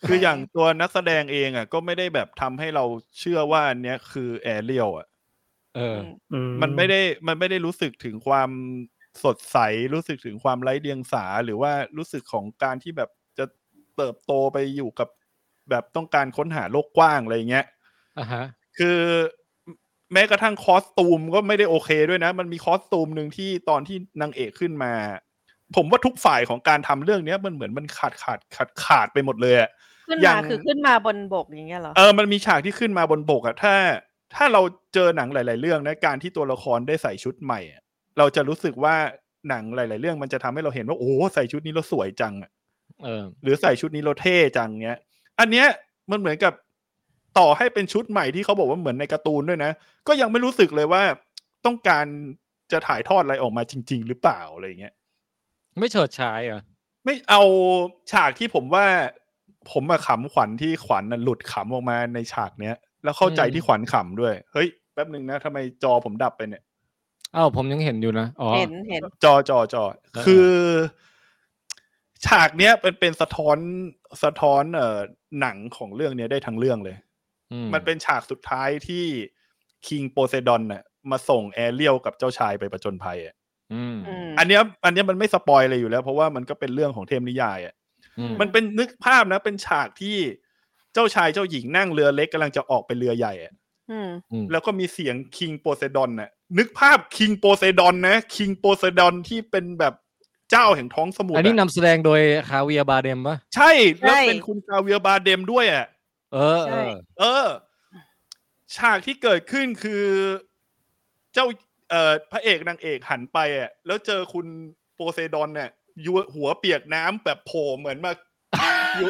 คืออย่างตัวนักแสดงเองอ่ะ ก็ไม่ได้แบบทำให้เราเชื่อว่าอันเนี้ยคือแอเรียลอ่ะ เออ อื มันไม่ได้มันไม่ได้รู้สึกถึงความสดใส รู้สึกถึงความไร้เดียงสา หรือว่ารู้สึกของการที่แบบจะเติบโตไปอยู่กับแบบต้องการค้นหาโลกกว้างอะไรอย่างเงี้ย อ่าฮะ คือแม้กระทั่งคอสตูมก็ไม่ได้โอเคด้วยนะ มันมีคอสตูมหนึ่งที่ตอนที่นางเอกขึ้นมา ผมว่าทุกฝ่ายของการทำเรื่องเนี้ยมันเหมือนมันขาดขาดขาดขาดไปหมดเลยอะ ขึ้น อย่าม าง คือขึ้นมาบนบกอย่างเงี้ยเหรอ เออมันมีฉากที่ขึ้นมาบนบกอะถ้า ถ้าเราเจอหนังหลาย ๆ เรื่องนะการที่ตัวละครได้ใส่ชุดใหม่อะเราจะรู้สึกว่าหนังหลาย ๆ เรื่องมันจะทำให้เราเห็นว่าโอ้ใส่ชุดนี้เราสวยจังอะ เออ หรือใส่ชุดนี้เราเท่จังเงี้ย อันเนี้ยมันเหมือนกับต่อให้เป็นชุดใหม่ที่เขาบอกว่าเหมือนในการ์ตูนด้วยนะ ก็ยังไม่รู้สึกเลยว่าต้องการจะถ่ายทอดอะไรออกมาจริง ๆ หรือเปล่าอะไรเงี้ย ไม่เฉิดฉายเหรอ ไม่เอาฉากที่ผมว่าผมมาขำขวัญที่ขวัญน่ะหลุดขำออกมาในฉากเนี้ย แล้วเข้าใจที่ขวัญขำด้วย เฮ้ยแป๊บหนึ่งนะทำไมจอผมดับไปเนี่ย อ้าวผมยังเห็นอยู่นะอ๋อ เห็นเห็น จอจอจอ เออ คือ ฉากเนี้ยเป็นเป็นสะท้อนสะท้อนเอ่อหนังของเรื่องเนี้ยได้ทั้งเรื่องเลย อื มันเป็นฉากสุดท้ายที่คิงโปเซดอนน่ะมาส่งแอเรียลกับเจ้าชายไปประจนภัยอ่ะ อืม อืม อันเนี้ยอันเนี้ยมันไม่สปอยเลยอยู่แล้ว เพราะว่ามันก็เป็นเรื่องของเทพนิยายอ่ะ อืม มันเป็นนึกภาพนะ เป็นฉากที่เจ้าชายเจ้าหญิงนั่งเรือเล็กกำลังจะออกไปเรือใหญ่อ่ะ อืม อืม แล้วก็มีเสียงคิงโปเซดอนน่ะนึกภาพคิงโปเซดอนนะคิงโปเซดอนที่เป็นแบบเจ้าแห่งท้องสมุทร อันนี้นำ อะ แสดงโดยคาเวียบาเดมปะ ใช่แล้ว ใช่ เป็นคุณคาเวียร์บาเดมด้วยอ่ะ เออเอ ใช่ อ เออ ฉากที่เกิดขึ้นคือเจ้า เอ่อพระเอกนางเอกหันไปอ่ะแล้วเจอคุณโปเซดอนเนี่ยยัวหัวเปียกน้ำแบบโผล่เหมือนมา <laughs> อยู่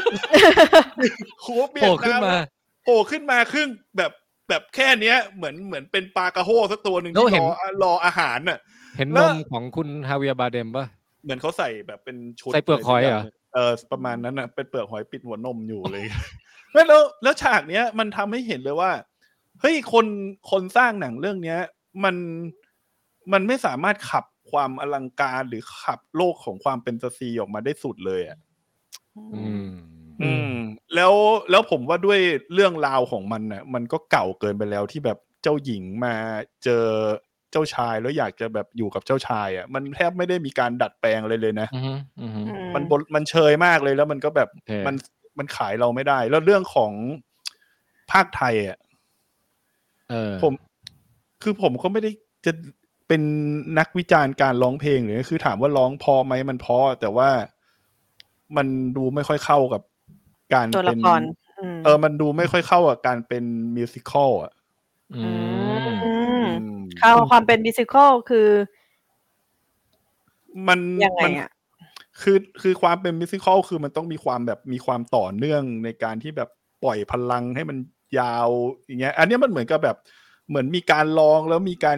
หัวเปีย โผล่ ก ขึ้นมา น้ำโผล่ขึ้นมาครึ่งแบบแบบแค่เนี้ย เหมือนเหมือนเป็นปลากระโห้สักตัวหนึ่ง แล้ว ที่ เห็ ร น อรออาหารน่ะ เห็น แล้ น ว มของคุณฮาเวียบาเดมปะ เหมือนเขาใส่แบบเป็นชุด ใส่เปลือกหอยเหรอ เออประมาณนั้นนะเป็นเปลือกหอยปิดหัวนมอยู่เลย <laughs> แล้วแล้วแล้วฉากเนี้ย มันทำให้เห็นเลยว่าเฮ้ยคนคนสร้างหนังเรื่องเนี้ย มันมันไม่สามารถขับความอลังการหรือขับโลกของความเป็นซซีออกมาได้สุดเลยอ่ะ อืม อืม แล้วแล้วผมว่าด้วยเรื่องราวของมันน่ะ มันก็เก่าเกินไปแล้วที่แบบเจ้าหญิงมาเจอเจ้าชายแล้วอยากจะแบบอยู่กับเจ้าชายอ่ะมันแทบไม่ได้มีการดัดแปลงเลยเลยนะ อืมอืมอืม มันบนมันเชยมากเลยแล้วมันก็แบบ โอเค มันมันขายเราไม่ได้ แล้วเรื่องของภาคไทยอ่ะ เออ ผม คือผมก็ไม่ได้จะเป็นนักวิจารณ์การร้องเพลงหรือคือถามว่าร้องเพอไหมมันเพอแต่ว่ามันดูไม่ค่อยเข้ากับการ ตัวละ เป็น ครอืม เออ มันดูไม่ค่อยเข้ากับการเป็นมิวสิคอลอ่ะ อืม อืม อืม เข้าความเป็นมิวสิควลคือ มัน ยังไง มัน อ่ะ คือคือความเป็นมิวสิควลคือมันต้องมีความแบบมีความต่อเนื่องในการที่แบบปล่อยพลังให้มันยาวอย่างเงี้ย อันเนี้ยมันเหมือนกับแบบเหมือนมีการร้องแล้วมีการ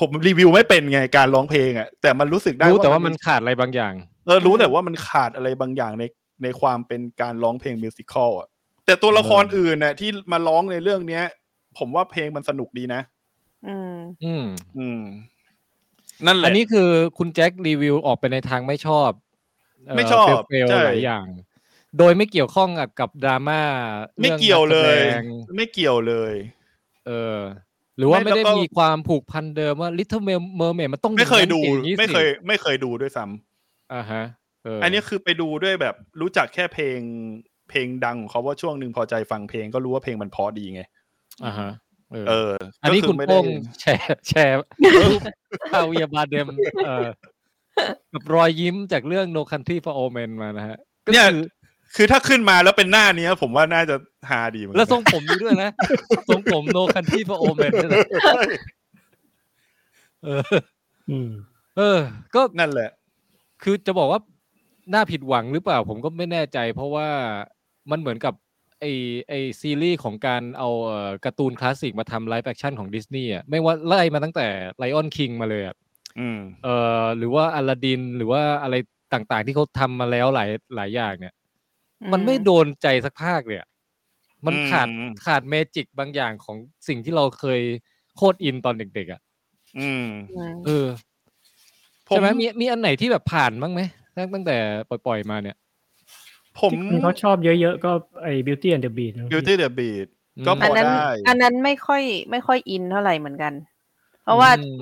ผมรีวิวไม่เป็นไงการร้องเพลงอะแต่มันรู้สึกได้ รู้แต่ว่ามันขาดอะไรบางอย่าง เออรู้แต่ว่ามันขาดอะไรบางอย่างในในความเป็นการร้องเพลงมิวสิควลอะแต่ตัวละครอื่นน่ะที่มาร้องในเรื่องเนี้ย ผมว่าเพลงมันสนุกดีนะ อืม อืม อืม นั่นแหละ อันนี้คือคุณแจ็ครีวิวออกไปในทางไม่ชอบเ ไม่ชอบ เฟลๆ ใช่ หลายอย่าง โดยไม่เกี่ยวข้องกับกับดราม่า ไม่ รื่อง เกี่ยวเล นัแสยดง ไม่เกี่ยวเลย เออ หรือว่า ไม่ ไม่ แล้ว ได้ ก็ มีความผูกพันเดิมว่า Little Mermaid มันต้องอาง ไม่ นั้น เคยดู สิอางนี้สิ ไม่เคย ไม่เคยดูด้วยซ้ำ อ่าฮะเ อันนี้คือไปดูด้วยแบบรู้จักแค่เพลงเพลงดังของเขาว่าช่วงหนึ่งพอใจฟังเพลงก็รู้ว่าเพลงมันเพอดีไง อ่าฮะเออ เออ อันนี้ ก็ คุณ <laughs> ไม่ได้ <laughs> โป้งแชร์แชร์รูปคาเวียบาเดมเออ กับรอยยิ้มจากเรื่อง No Country for Old Men มานะฮะก็ เนี่ย คือ คือถ้าขึ้นมาแล้วเป็นหน้านี้ผมว่าน่าจะฮาดีเหมือนกัน แล้วทรงผมนี้ <laughs> ด้วยนะ ทรงผม No Country for Old Men นี่แหละเออ อืม เออ ก็ นั่นแหละ คือจะบอกว่าน่าผิดหวังหรือเปล่า ผมก็ไม่แน่ใจ เพราะว่ามันเหมือนกับไอไอซีรีส์ของการเอาเอ่อการ์ตูนคลาสสิกมาทำไลฟ์แอคชั่นของดิสนีย์อ่ะไม่ว่าไล่มาตั้งแต่ไลออนคิงมาเลยอ่ะ อืม เอ่อหรือว่าอลาดินหรือว่าอะไรต่างๆ ที่เขาทำมาแล้วหลายหลายอย่างเนี่ย มันไม่โดนใจสักภาคเลยอะมัน อืม ขาดขาดเมจิกบางอย่างของสิ่งที่เราเคยโคตรอินตอนเด็กๆอ่ะ อืม อืม เออ ผม ใช่ไหมมีมีอันไหนที่แบบผ่านบ้างไหมตั้งตั้งแต่ปล่อยๆมาเนี่ย ผม ที่คนเขาชอบเยอะๆ ก็ไอ้ Beauty and the Beast นะ บิวตี้เดอะบีด ก็พ อันนั้น ได้ อันนั้นไม่ค่อยไม่ค่อยอินเท่าไหร่เหมือนกัน เพราะว่า อืม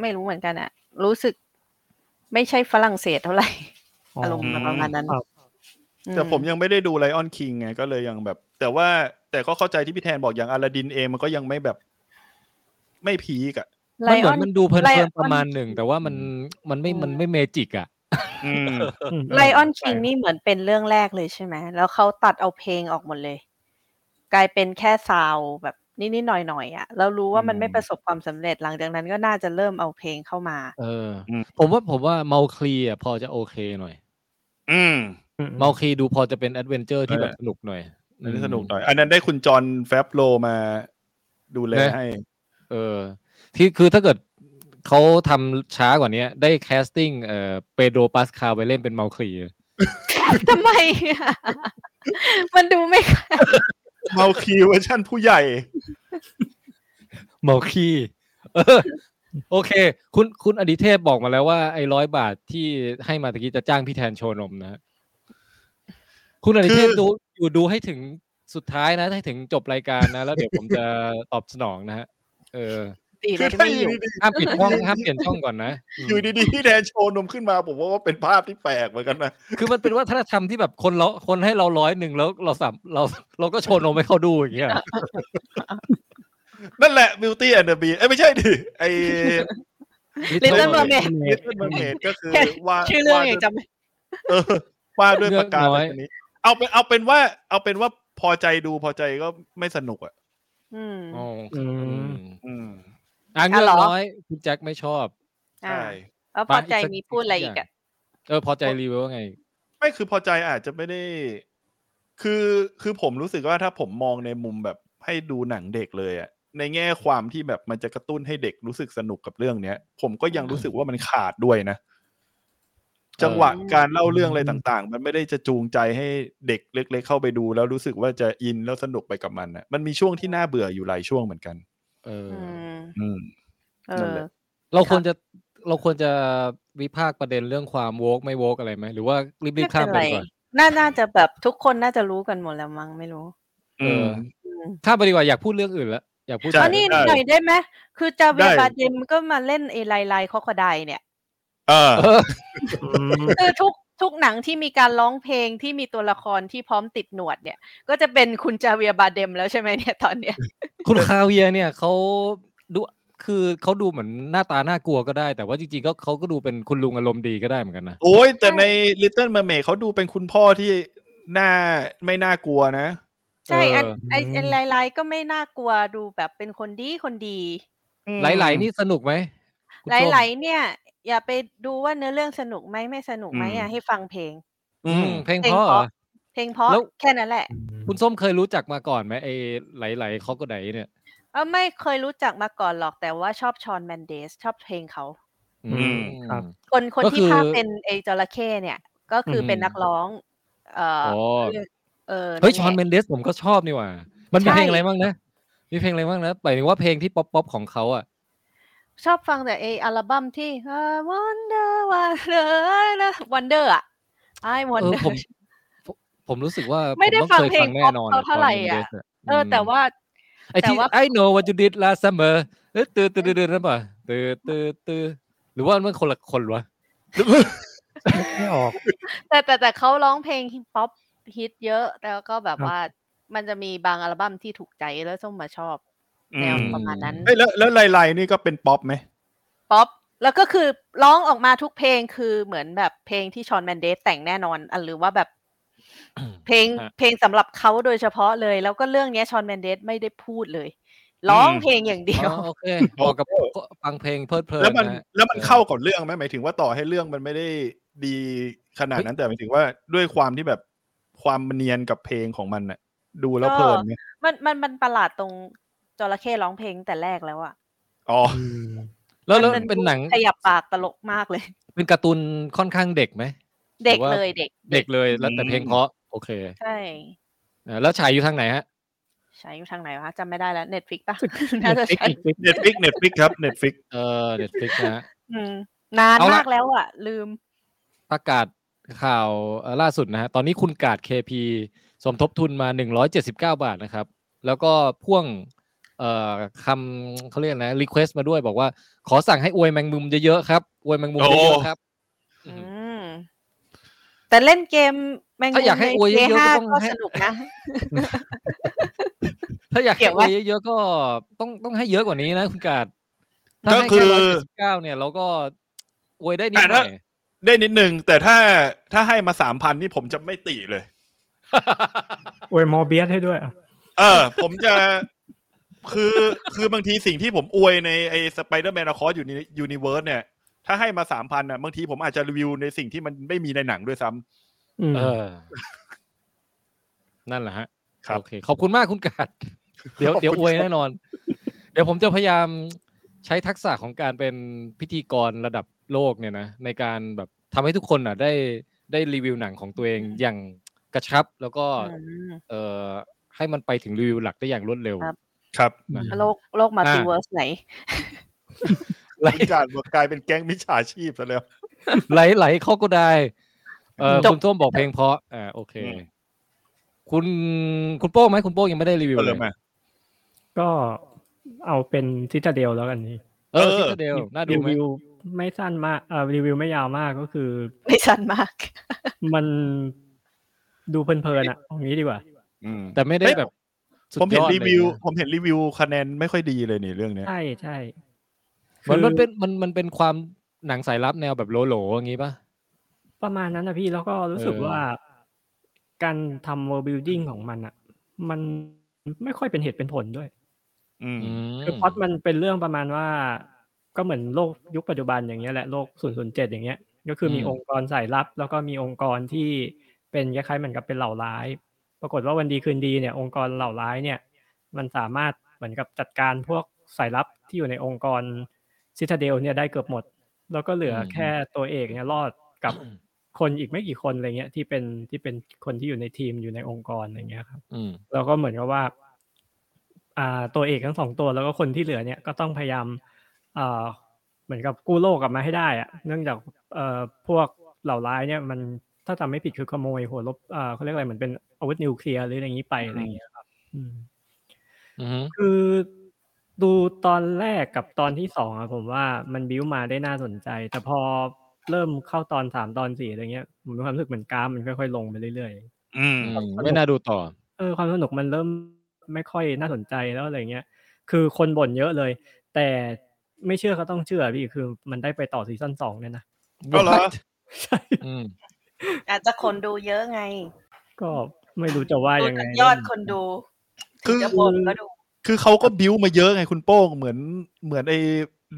ไม่รู้เหมือนกันอะรู้สึกไม่ใช่ฝรั่งเศสเท่าไหร่ อารมณ์ อืม ประมาณนั้น ครับ แต่ผม อื ยังไม่ได้ดูไลออนคิงไงก็เลยยังแบบ แต่ว่าแต่ก็เข้าใจที่พี่แทนบอกอย่างอลาดินเองมันก็ยังไม่แบบ ไม่พีกอะ มันเหมือน ไล มันดูเพ ไล ลิ ออน น ๆประมาณหนึ่ง แต่ว่ามันมันไม่ อืม มันไม่เมจิกอ่ะ อื <laughs> ม อืม ไลออนคิงนี่เหมือนเป็นเรื่องแรกเลยใช่ไหม แล้วเขาตัดเอาเพลงออกหมดเลย กลายเป็นแค่ซาวด์แบบนิดๆหน่อยๆอ่ะ แล้วรู้ว่ามันไม่ อืม ประสบความสำเร็จหลังจากนั้นก็น่าจะเริ่มเอาเพลงเข้ามา <laughs> เอออ ม ผมว่าผมว่าเมาคลีอ่ะพอจะโอเคหน่อย อืม อืม เมาคลีดูพอจะเป็นแอดเวนเจอร์ที่แบบสนุกหน่อย อันอืนี้ม สนุกหน่อย อันนั้นได้คุณจอห์นแฟบโลมาดูแล นะ ให้ เออ ที่คือถ้าเกิดเขาทำช้ากว่านี้ได้แคสติ้งเอ่อเปโดรปาสคาไปเล่นเป็นเมาคลี ทำไมอะ <laughs> มันดูไม่เข้า เมาคีเวอร์ชั่นผู้ใหญ่ เมาคลีเออ โอเค คุณคุณอดิเทพบอกมาแล้วว่าไอ้ร้อยบาทที่ให้มาตะกี้จะจ้างพี่แทนโชว์นมนะฮะคุณอดิเทพ คือ ดูอยู่ดูให้ถึงสุดท้ายนะ ให้ถึงจบรายการนะ แล้วเดี๋ยวผมจะตอบสนองนะฮะเออ ตี <laughs> เลคือย ถ้า ไม่ อ อยู่ ยู่ ดี ห้ามปิดช่องห้ามเปลี่ยนช่องก่อนนะอืม ๆอยู่ดีๆพี่แทนโชว์นมขึ้นมา ผมว่าเป็นภาพที่แปลกเหมือนกันนะ คือมันเป็นวัฒนธรรมที่แบบคนเราคนให้เราร้อยหนึ่งแล้วเราสามเราเราก็โชว์นมให้เขาดูอย่างเงี้ยเหรอ นั่นแหละ Beauty and the Beast เอ้ยไม่ใช่ดิไอ้ Little เ Mermaid เมด Little Mermaid ก็คือว่า <laughs> ชื่อเรื่อง ว่าด้ ยั วย งจำไม่ เออว่าด้วย เลื ป อก ระการ น้อย แบบนี้ เอาเป็นเอาเป็นว่า เอาเป็นว่าพอใจดูพอใจก็ไม่สนุกอ่ะ อืม อ๋ออ ม อืม อ่ะเงือกน้อยคุณแจ็คไม่ชอบ อ่า ใช่ แล้วพอใจมีพูดอะไรอีกอ่ะ เออพอใจรีวิวว่าไง ไม่คือพอใจอาจจะไม่ได้ คือคือผมรู้สึกว่าถ้าผมมองในมุมแบบให้ดูหนังเด็กเลยอ่ะ ในแง่ความที่แบบมันจะกระตุ้นให้เด็กรู้สึกสนุกกับเรื่องเนี้ย ผมก็ยังรู้สึกว่ามันขาดด้วยนะ จังหวะการเล่าเรื่องอะไรต่างๆ มันไม่ได้จะจูงใจให้เด็กเล็ก ๆ เข้าไปดู แล้วรู้สึกว่าจะอินแล้วสนุกไปกับมันอ่ะ มันมีช่วงที่น่าเบื่ออยู่หลายช่วงเหมือนกัน เออ อื อ ม อืม เอ นั่น อ แหละ เราควรจะเราควรจะวิพากษ์ประเด็นเรื่องความโวกไม่โวกอะไรไหมหรือว่ารีบรีบๆข้ามไปดีกว่า น่าน่าจะแบบทุกคนน่าจะรู้กันหมดแล้วมั้งไม่รู้ เออ อืม ข้ามไปดีกว่าอยากพูดเรื่องอื่นละอยากพูด ใช่ อ๋อ เรื่ นี่ อง หน่อยได้ไหมคือจาเว ได้ บาเดมก็มาเล่นเอไลไลคอคไดเนี่ย เออ เออ คือทุกทุกหนังที่มีการร้องเพลงที่มีตัวละครที่พร้อมติดหนวดเนี่ย ก็จะเป็นคุณจาเวียบาเดมแล้วใช่ไหมเนี่ยตอนเนี้ย คุณคาเวียร์เนี่ยเขาดูคือเขาดูเหมือนหน้าตาน่ากลัวก็ได้ แต่ว่าจริงๆก็เขาก็ดูเป็นคุณลุงอารมณ์ดีก็ได้เหมือนกันนะ โอ้ยแต่ใน Little Mermaid เขาดูเป็นคุณพ่อที่น่าไม่น่ากลัวนะ ใช่อัน เออ ไอเอไลไลก็ไม่น่ากลัวดูแบบเป็นคนดีคนดี ไหลๆนี่สนุกไหมคุณ ไล ส้ม ไลเนี่ย อย่าไปดูว่าเนื้อเรื่องสนุกไหมไม่สนุกไหม อื อ่ะ ม ให้ฟังเพลง อืมเพลง เพลง เพราะเหรอ พราะ เพลงเพราะ แล้ว แค่นั้นแหละ คุณส้มเคยรู้จักมาก่อนไหมไอ้ไหลๆเขาก็ไดเนี่ย เออไม่เคยรู้จักมาก่อนหรอกแต่ว่าชอบชอนแมนเดสชอบเพลงเขา อืม ครับ คนคน ก็ ที่ คือ ภาคเป็นไอจระเข้เนี่ย ก็คืออ ม เป็นนักร้อง เอ่อ อ๋อ อเออ เฮ้ยชอน แหละ เมนเดสผมก็ชอบนี่หว่า มันมี ใช่ เพลงอะไรบ้างนะมีเพลงอะไรบ้างนะหมายถึงว่าเพลงที่ป๊อปป๊อปของเขาอ่ะ ชอบฟังแต่ไออัลบั้มที่ I wonder wonder wonder อะ I เออ wonder ผมผมผมรู้สึกว่า ไม่ได้ ผต้อง ฟังเพลง คยแน่นอน ป๊อปเขาเท่าไหร่อะ ตน Mendes เออ แต่ว่า ไอ้ที่ แต่ว่า I know what you did last summer เอ้ยตื่นตื่นตื่นนั่นป่ะตื่นตื่นตื่นหรือว่ามันคนละคนวะ ไม่ออก แต่แต่แต่เขาร้องเพลงป๊อปฮิตเยอะ แล้วก็แบบ ครับ ว่ามันจะมีบางอัลบั้มที่ถูกใจแล้วส้มมาชอบ แนวประมาณนั้น เอ้ยแล้วแล้วลายๆนี่ก็เป็นป๊อปไหม ป๊อป แล้วก็คือร้องออกมาทุกเพลงคือเหมือนแบบเพลงที่ชอนแมนเดสแต่งแน่นอนอ่ะหรือว่าแบบ เพลง ฮะ เพลงสำหรับเขาโดยเฉพาะเลย แล้วก็เรื่องเนี้ยชอนแมนเดสไม่ได้พูดเลย ร้องเพลงอย่างเดียว อ๋อโอเคพอกับฟังเพลงเพลิดเพลิน แล้วมัน นะฮะ แล้วมันเข้ากับเรื่องไหมหมายถึงว่าต่อให้เรื่องมันไม่ได้ดีขนาดนั้นแต่หมายถึงว่าด้วยความที่แบบความเนียนกับเพลงของมันน่ะ ดูแล้วเพลินไหม <laughs> มันมันมันประหลาดตรงจระเข้ร้องเพลงแต่แรกแล้วอะ อ๋อ แล้วแล้ว มั เป็นหนัง ขยับปากตลกมากเลย เป็นการ์ตูนค่อนข้างเด็กไหม เด็ก ว่า เลยเด็ก เด็กเลยแล้วแต่ อืม เพลงเพราะโอเค ใช่ อ่าแล้วฉายอยู่ทางไหนฮะ ใช้อยู่ทางไหนวะจำไม่ได้แล้วเน็ตฟิก <laughs> ปะ น่าจะใช่ เน็ตฟิกเน็ตฟิกครับเน็ตฟิก เออเน็ตฟิกนะฮะ อืมนาน เอาละ มากแล้วอะลืม ประกาศข่าวเอ่อล่าสุดนะฮะ ตอนนี้คุณกาด KP สมทบทุนมา 179 บาทนะครับ แล้วก็พ่วงเอ่อคำเขาเรียกนะรีเควสมาด้วยบอกว่า ขอสั่งให้อวยแมงมุมเยอะๆครับอวยแมงมุมเยอะๆครับ อืม แต่เล่นเกมแมงมุ ถ้าอยากให้อวยเยอะๆ ใน PS5 ก็ต้อง ก็ ให้ สนุกนะ ถ้าอยาก เกี่ยวให้อ ไหม วยเยอะๆก็ต้องต้องให้เยอะกว่านี้นะคุณกาดถ้า ก็ ให้แค่คือ ร้อยเจ็ดสิบเก้าเนี่ยเราก็อวยได้นิด แต่ หน่ ถ้า อย ได้นิดนึงแต่ถ้าถ้าให้มาสามพันนี่ผมจะไม่ติเลย อวยมอเบียสให้ด้วยอ่ะ เออ ผมจะคือคือบางทีสิ่งที่ผมอวยในไอ้สไปเดอร์แมนอคอสอยู่ในยูนิเวิร์สเนี่ย ถ้าให้มาสามพันอ่ะบางทีผมอาจจะรีวิวในสิ่งที่มันไม่มีในหนังด้วยซ้ำ อืม เออ <laughs> นั่นแหละฮะ ครับ โอเค ขอบคุณมากคุณกัด เดี๋ยวเดี๋ยวอวยแน่นอน เดี๋ยวผมจะพยายามใช้ทักษะของการเป็นพิธีกรระดับโลกเนี่ยนะ ในการแบบทำให้ทุกคนอ่ะ ได้ได้รีวิวหนังของตัวเองอย่างกระชับ แล้วก็ อืม เอ่อให้มันไปถึงรีวิวหลักได้อย่างรวดเร็ว ครับ ครับ นะ โลกโลกมัลติเวิร์สไหน รายการบอกกลายเป็นแก๊งมิจฉาชีพซะแล้ว ไหลไหลเข้าก็ได้ เออ จบ คุณส้มบอกเพลงเพราะอ่าโอเค อืม คุณคุณโป้ไหมคุณโป้ยังไม่ได้รีวิว ก็ เล เลย ย มา ก็เอาเป็นซิตาเดลแล้วกันนี่ เออ เออ ซิตาเดลน่าดู รี ไหม วิวไม่สั้นมากเอ่อรีวิวไม่ยาวมากก็คือ <laughs> ไม่สั้นมาก มันดูเพลินๆอ่ะเอางี้ดีกว่า อืม แต่ไม่ได้ เฮ้ย แบบสุด ผมเห็น ยอดล รี ยะ วิว ผมเห็นรีวิวคะแนนไม่ค่อยดีเลยนี่เรื่องเนี้ย ใช่ใช่ เหมือนมัน คือ เป็นมันมันเป็นความหนังสายลับแนวแบบโหลๆอย่างงี้ป่ะ ประมาณนั้นนะพี่แล้วก็รู้สึก เออ ว่า การทำ world building ของมันอ่ะ มันไม่ค่อยเป็นเหตุเป็นผลด้วย อืม คือพล็อดมันเป็นเรื่องประมาณว่า ก็เหมือนโลกยุคปัจจุบันอย่างเงี้ยแหละโลก 007 อย่างเงี้ย ก็คือมี อืม องค์กรสายลับ แล้วก็มีองค์กรที่เป็นคล้ายๆเหมือนกับเป็นเหล่าร้าย ปรากฏว่าวันดีคืนดีเนี่ยองค์กรเหล่าร้ายเนี่ย มันสามารถเหมือนกับจัดการพวกสายลับที่อยู่ในองค์กรซิตาเดลเนี่ยได้เกือบหมด แล้วก็เหลือแค่ตัวเอกเนี่ยรอดกับคนอีกไม่กี่คนอะไรเงี้ยที่เป็นที่เป็นคนที่อยู่ในทีมอยู่ในองค์กรอะไรเงี้ยครับ อืม แล้วก็เหมือนกับว่า อ่า ตัวเอกทั้งสองตัวแล้วก็คนที่เหลือเนี่ยก็ต้องพยายามอ่าเหมือนกับกู้โลกกลับมาให้ได้อะเนื่องจากเอ่อพวกเหล่าร้ายเนี่ยมันถ้าจำไม่ผิดคือขโมยหัวลบอ่าเขาเรียกอะไรเหมือนเป็นอาวุธนิวเคลียร์หรืออะไรอย่างนี้ไปอะไรอย่างเงี้ยครับอืม อือฮึ คือดูตอนแรกกับตอนที่สองอะผมว่ามันบิ้วมาได้น่าสนใจ แต่พอเริ่มเข้าตอนสามตอนสี่อะไรเงี้ยผมมีความรู้สึกเหมือนกราฟมันค่อยๆลงไปเรื่อยๆ อืม อืมไม่น่าดูต่อ เออความสนุกมันเริ่มไม่ค่อยน่าสนใจแล้วอะไรเงี้ย คือคนบ่นเยอะเลย แต่ไม่เชื่อก็ต้องเชื่อพี่คือมันได้ไปต่อซีซั่นสองเนี่ยนะ เอาเหรอ What? ใช่ อืม อาจจะคนดูเยอะไง ก็ไม่รู้จะว่า ดู ยังไง จากยอดคนดู คือ จะบ่นก็ดู คือเขาก็บิ้วมาเยอะไงคุณโป้งเหมือนเหมือนไอ้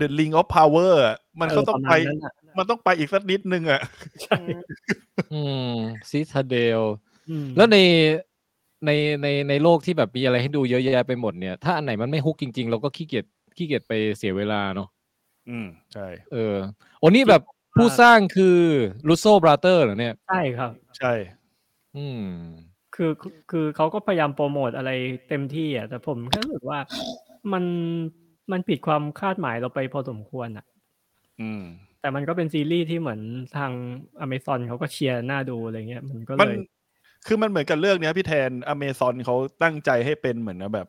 The Ring of Power อะมันก็ต้องไป เระมาณนั้นอะ มันต้องไปอีกสักนิดนึงอ่ะ อืมซิตาเดล อืม แล้วในในในในโลกที่แบบมีอะไรให้ดูเยอะแยะไปหมดเนี่ย ถ้าอันไหนมันไม่ฮุกจริง ๆ เราก็ขี้เกียจขี้เกียจไปเสียเวลาเนาะ อืม ใช่ เออโอ้นี่แบบผู้สร้างคือลูโซบราเตอร์เหรอเนี่ย ใช่ครับ ใช่ อืม คือคือเขาก็พยายามโปรโมทอะไรเต็มที่อ่ะแต่ผมแค่รู้สึกว่ามันมันผิดความคาดหมายเราไปพอสมควรอ่ะ อืม แต่มันก็เป็นซีรีส์ที่เหมือนทางอเมซอนเขาก็เชียร์หน้าดูอะไรเงี้ยมันก็ มัน เลย คือมันเหมือนกับเรื่องเนี้ยพี่แทนอเมซอนเขาตั้งใจให้เป็นเหมือนนะแบบ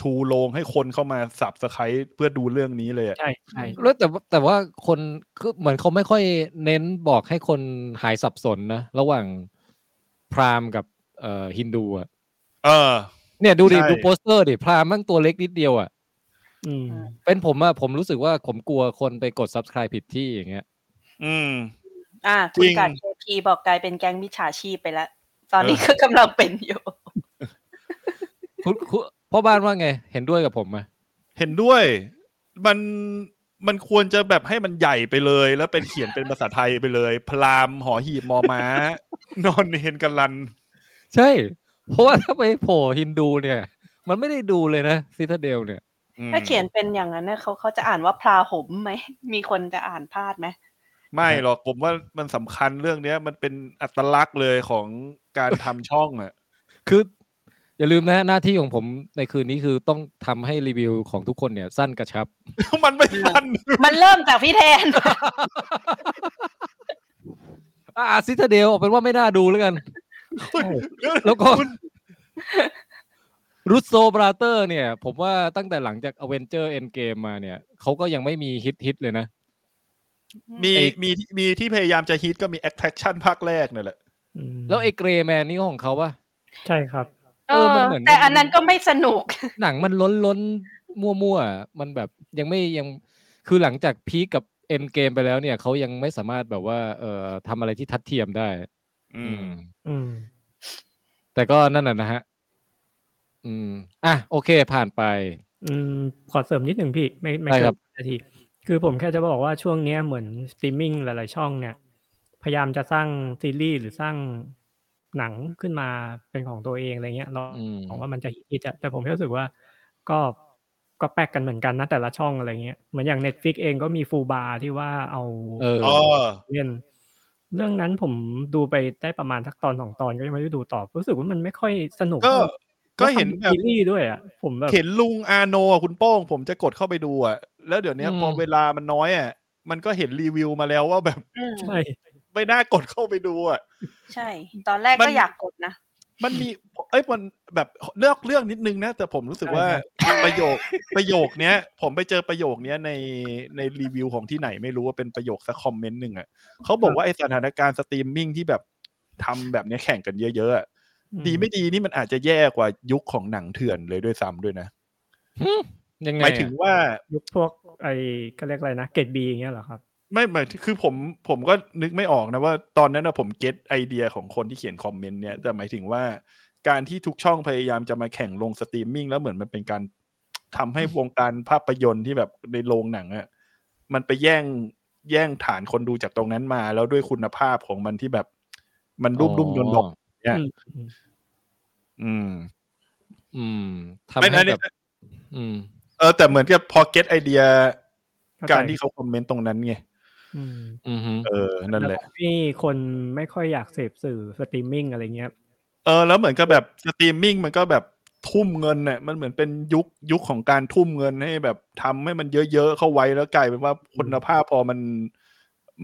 ชูโรงให้คนเข้ามาสับสไครเพื่อดูเรื่องนี้เลยอะ ใช่ใช่ แล้วแต่ว่าแต่ว่าคนคือเหมือนเขาไม่ค่อยเน้นบอกให้คนหายสับสนนะ ระหว่างพราหมณ์กับเอ่อฮินดูอะ เออ เนี่ยดูดิ ใช่ ดูโปสเตอร์ดิพราหมณ์แมั่งตัวเล็กนิดเดียวอะ อืม เป็นผมอะผมรู้สึกว่าผมกลัวคนไปกด subscribe ผิดที่อย่างเงี้ย อืม อ่าคุ จ ณ ริง กัดเคพีบอกกลายเป็นแก๊งมิจฉาชีพไปแล้ว ตอนนี้ก็กำลังเป็นอยู่ คุณคุณพ่อบ้านว่าไง เห็นด้วยกับผมไหม เห็นด้วย มันมันควรจะแบบให้มันใหญ่ไปเลย แล้วเป็นเขียนเป็นภาษาไทยไปเลย พรามหอหีบมอม้า <laughs> นอนเฮนกันลัน ใช่ เพราะว่าถ้าไปโผล่ฮินดูเนี่ย มันไม่ได้ดูเลยนะซิทาเดลเนี่ย อืม ถ้าเขียนเป็นอย่างนั้นเนี่ยเขาเขาจะอ่านว่าพลาหมไหม มีคนจะอ่านพลาดไหม ไม่หรอกผมว่ามันสำคัญเรื่องเนี้ย มันเป็นอัตลักษณ์เลยของการทำช่องอ่ะ <laughs> คืออย่าลืมนะหน้าที่ของผมในคืนนี้คือต้องทำให้รีวิวของทุกคนเนี่ย สั้นกระชับ มันไม่ทัน มันเริ่มจากพี่แทน อ่าซิทาเดลเอาเป็นว่าไม่น่าดูแล้วกัน แล้วก็ รุสโซบราเตอร์เนี่ย ผมว่าตั้งแต่หลังจากอเวนเจอร์เอ็นเกมมาเนี่ย เขาก็ยังไม่มีฮิตฮิตเลยนะ มี ไอ้ มีมีที่พยายามจะฮิตก็มี attraction ภาคแรกเนี่ยแหละ อืม แล้วไอ้เกรย์แมนนี่ก็ของเขาปะ ใช่ครับ เออมันเหมือน แต่อันนั้นก็ไม่สนุก หนังมันล้นล้นมั่วมั่วๆ มันแบบยังไม่ยังคือหลังจากพีคกับเอ็นเกมไปแล้วเนี่ยเขายังไม่สามารถแบบว่า เอ่อทำอะไรที่ทัดเทียมได้ อืม อืม แต่ก็นั่นน่ะนะฮะ อืม อ่ะ โอเคผ่านไป อืมขอเสริมนิดหนึ่งพี่ ไม่ไม่ ได้ค เกิ รั น บ นาทีคือผมแค่จะบอกว่าช่วงเนี้ยเหมือนสตรีมมิ่งหลาย ๆ ช่องเนี่ย พยายามจะสร้างซีรีส์หรือสร้างหนังขึ้นมาเป็นของตัวเองอะไรเงี้ยเรา อืม หวังว่ามันจะฮิตๆอะแต่ผมแค่รู้สึกว่าก็ก็แปลกกันเหมือนกันนะแต่ละช่องอะไรเงี้ยเหมือนอย่าง Netflix เองก็มีฟูลบาร์ที่ว่าเอา เออ อ๋อ เล่นเรื่องนั้นผมดูไปได้ประมาณสักตอนสองตอนก็ยังไม่ได้ดูต่อรู้สึกว่ามันไม่ค่อยสนุก ก็ เท่าไหร่ ก็เห็น แล้แบวบทำซีรีส์ด้วยอ่ะผมแบบ เห็นลุงอาโนอ่ะคุณโป้ง ผมจะกดเข้าไปดูอ่ะ แล้วเดี๋ยวเนี้ย อืม พอเวลามันน้อยอ่ะ มันก็เห็นรีวิวมาแล้วว่าแบบ อืม ใช่ ไม่น่ากดเข้าไปดูอ่ะ ใช่ ตอนแรก มั ก็ น อยากกดนะ มันมี เอ้ยมันแบบเลือกเรื่องนิดนึงนะ แต่ผมรู้สึกว่าประโยคประโยคเนี้ย ผมไปเจอประโยคเนี้ยในในรีวิวของที่ไหนไม่รู้ว่าเป็นประโยคสักคอมเมนต์หนึ่งอ่ะเขาบอกว่าไอสถานการณ์สตรีมมิ่งที่แบบทำแบบเนี้ยแข่งกันเยอะๆอะดีไม่ดีนี่มันอาจจะแย่กว่ายุคของหนังเถื่อนเลยด้วยซ้ำด้วยนะ หึยังไง ห อะ มายถึงว่า ยุคพวกไอ้เขาเรียกอะไรนะเกรดบีอย่างเงี้ยเหรอครับ ไม่หมายถึงคือผมผมก็นึกไม่ออกนะว่าตอนนั้นนะผมเก็ตไอเดียของคนที่เขียนคอมเมนต์เนี่ยแต่หมายถึงว่าการที่ทุกช่องพยายามจะมาแข่งลงสตรีมมิ่งแล้วเหมือนมันเป็นการทำให้วงการภาพยนตร์ที่แบบในโรงหนังอะมันไปแย่งแย่งฐานคนดูจากตรงนั้นมา แล้วด้วยคุณภาพของมันที่แบบมันรุ่มรุ่มยนดอก เนี่ย อืม อืมทำ ไม่ ให้ นะ แบ เนี่ย บอืม เออแต่เหมือนกับพอเก็ตไอเดีย เข้ใจ การที่เขาคอมเมนต์ตรงนั้นไง อืม อืมฮึ เออนั่นแหละ ทำให้คนไม่ค่อยอยากเสพสื่อสตรีมมิ่งอะไรเงี้ย เออแล้วเหมือนกับแบบสตรีมมิ่งมันก็แบบทุ่มเงินเนี่ยมันเหมือนเป็นยุคยุคของการทุ่มเงินให้แบบทำให้มันเยอะๆเข้าไว้แล้วกลายเป็นว่าคุณภาพพอมัน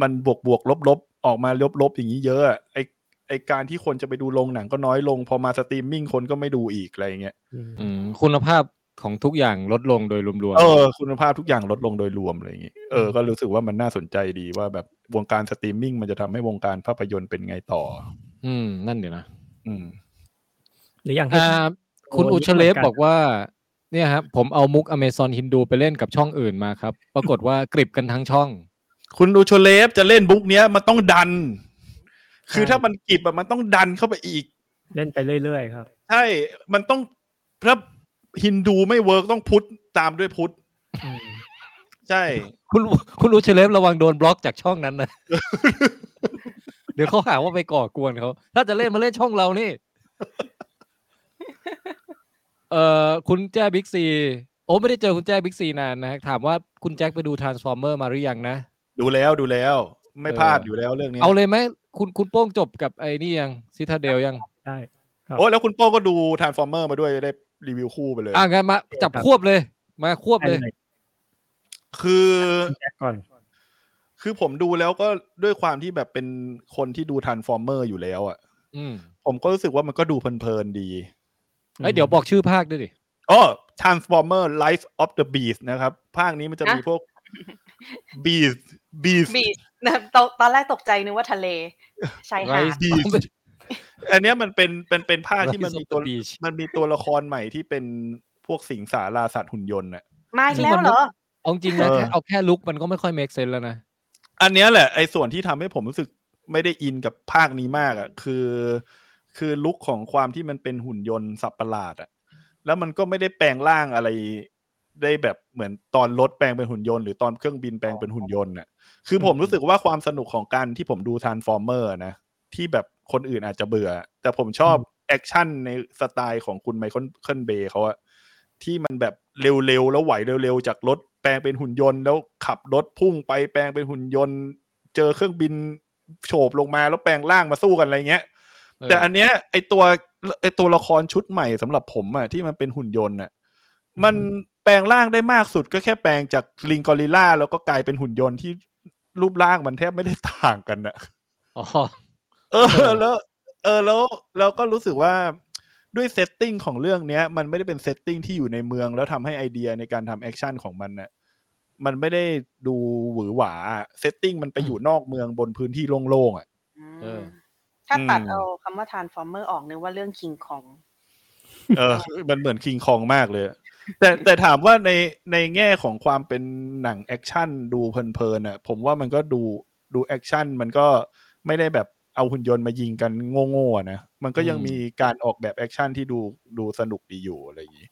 มันบวกบวกลบลบๆออกมาลบลบๆอย่างนี้เยอะอะไอไอการที่คนจะไปดูโรงหนังก็น้อยลง พอมาสตรีมมิ่งคนก็ไม่ดูอีกอะไรอย่างเงี้ย อืม อืมคุณภาพของทุกอย่างลดลงโดยรวม เออคุณภาพทุกอย่างลดลงโดยรวมอะไรอย่างเงี้ยเออก็รู้สึกว่ามันน่าสนใจดีว่าแบบวงการสตรีมมิ่งมันจะทำให้วงการภาพยนตร์เป็นไงต่อ ๆอืม นั่นเดี๋ยวนะ อืม หรืออย่างที่ อ่าคุณ โอ้ อุ ย ชเลฟ เหมือนกัน บอกว่า เนี่ยครับผมเอามุกอเมซอนฮินดูไปเล่นกับช่องอื่นมาครับ ปรากฏว่ากริบกันทั้งช่อง คุณดูโชเลฟจะเล่นบุ๊กเนี้ยมันต้องดัน คือถ้ามันกิบอะมันต้องดันเข้าไปอีก เล่นไปเรื่อยๆครับ ใช่ มันต้องพระฮินดูไม่เวิร์กต้องพุทธตามด้วยพุทธ อืม ใช่ คุณคุณอุชเลฟระวังโดนบล็อกจากช่องนั้น <laughs> นะ เดี๋ยวเขาหาว่าไปก่อกวนเขาถ้าจะเล่นมาเล่นช่องเรานี่ เอ่อคุณแจ้บิ๊กซี โอ้ไม่ได้เจอคุณแจ้บิ๊กซีนานนะฮะถามว่าคุณแจ็คไปดู Transformer มาหรือยังนะ ดูแล้วดูแล้ว ไม่ เออ พลาดอยู่แล้วเรื่องนี้ เอาเลยไหมคุณคุณโป้งจบกับไอ้นี่ยังซิทาเดลยัง ได้ โอ้แล้วคุณโป้ก็ดูทา a ฟอร์เมอร์มาด้วยจะได้รีวิวคู่ไปเลย อ่ะงั้นมาจับ ครับ ควบเลย มาควบ ได้ เลย เลย คือ แจ็คก่อน คือผมดูแล้วก็ด้วยความที่แบบเป็นคนที่ดูทา a ฟอร์เมอร์อยู่แล้วอ่ะ อืม ผมก็รู้สึกว่ามันก็ดูเพลินๆดี เอ้ยเดี๋ยวบอกชื่อภาคด้วยดิ อ๋อ Transformer Life of the Beast นะครับ ภาคนี้มันจะมี นะ พวก Beast Beast บีชนะตอนตอนแรกตกใจนึกว่าทะเลชายหาด Rise Beast อันเนี้ยมันเป็นเป็น <laughs> เป็นภาคที่มัน Rise of the มีตัว <laughs> Beach มันมีตัวละครใหม่ที่เป็นพวกสิงสาราสัตว์หุ่นยนต์น่ะ มาอีกแล้วเหรอ เอาจริงนะ เออ แค่เอาแค่ลุกมันก็ไม่ค่อย make sense แล้วนะ อันเนี้ยแหละไอ้ส่วนที่ทำให้ผมรู้สึกไม่ได้อินกับภาคนี้มากอะ่ะ คือ คือลุคของความที่มันเป็นหุ่นยนต์สับประหลาดอะ่ะ แล้วมันก็ไม่ได้แปลงร่างอะไร ได้แบบเหมือนตอนรถแปลงเป็นหุ่นยนต์หรือตอนเครื่องบินแปลงเป็นหุ่นยนต์น่ะคือผมรู้สึกว่าความสนุกของการที่ผมดูทานฟอร์เมอร์นะที่แบบคนอื่นอาจจะเบื่อ แต่ผมชอบแอคชั่นในสไตล์ของคุณไมเคิลเคิลเบย์เขาอะที่มันแบบเร็วๆแล้วไหวเร็วๆจากรถแปลงเป็นหุ่นยนต์ แล้วขับรถพุ่งไปแปลงเป็นหุ่นยนต์ เจอเครื่องบินโฉบลงมาแล้วแปลงร่างมาสู้กันอะไรเงี้ย เออ แต่อันเนี้ยไอตัวไอตัวละครชุดใหม่สำหรับผมอะที่มันเป็นหุ่นยนต์อะมันแปลงร่างได้มากสุดก็แค่แปลงจากลิงกอริลล่าแล้วก็กลายเป็นหุ่นยนต์ที่รูปร่างมันแทบไม่ได้ต่างกันอะ อ๋อ เอ เอ อ อ แล้วเออแล้วเราก็รู้สึกว่าด้วยเซตติ้งของเรื่องเนี้ย มันไม่ได้เป็นเซตติ้งที่อยู่ในเมืองแล้วทำให้ไอเดียในการทำแอคชั่นของมันน่ะมันไม่ได้ดูหวือหวาเซตติ้งมันไปอยู่นอกเมืองบนพื้นที่โล่งๆอ่ะ เออ ถ้าตัด อืม เอาคำว่า transformer ออกนึกว่าเรื่องคิงของ เออ มันเหมือนคิงคองมากเลย แต่แต่ถามว่าในในแง่ของความเป็นหนังแอคชั่นดูเพลินๆอ่ะ ผมว่ามันก็ดูดูแอคชั่นมันก็ไม่ได้แบบเอาหุ่นยนต์มายิงกันโง่ๆอะนะมันก็ยัง อืม มีการออกแบบแอคชั่นที่ดูดูสนุกดีอยู่อะไรอย่างนี้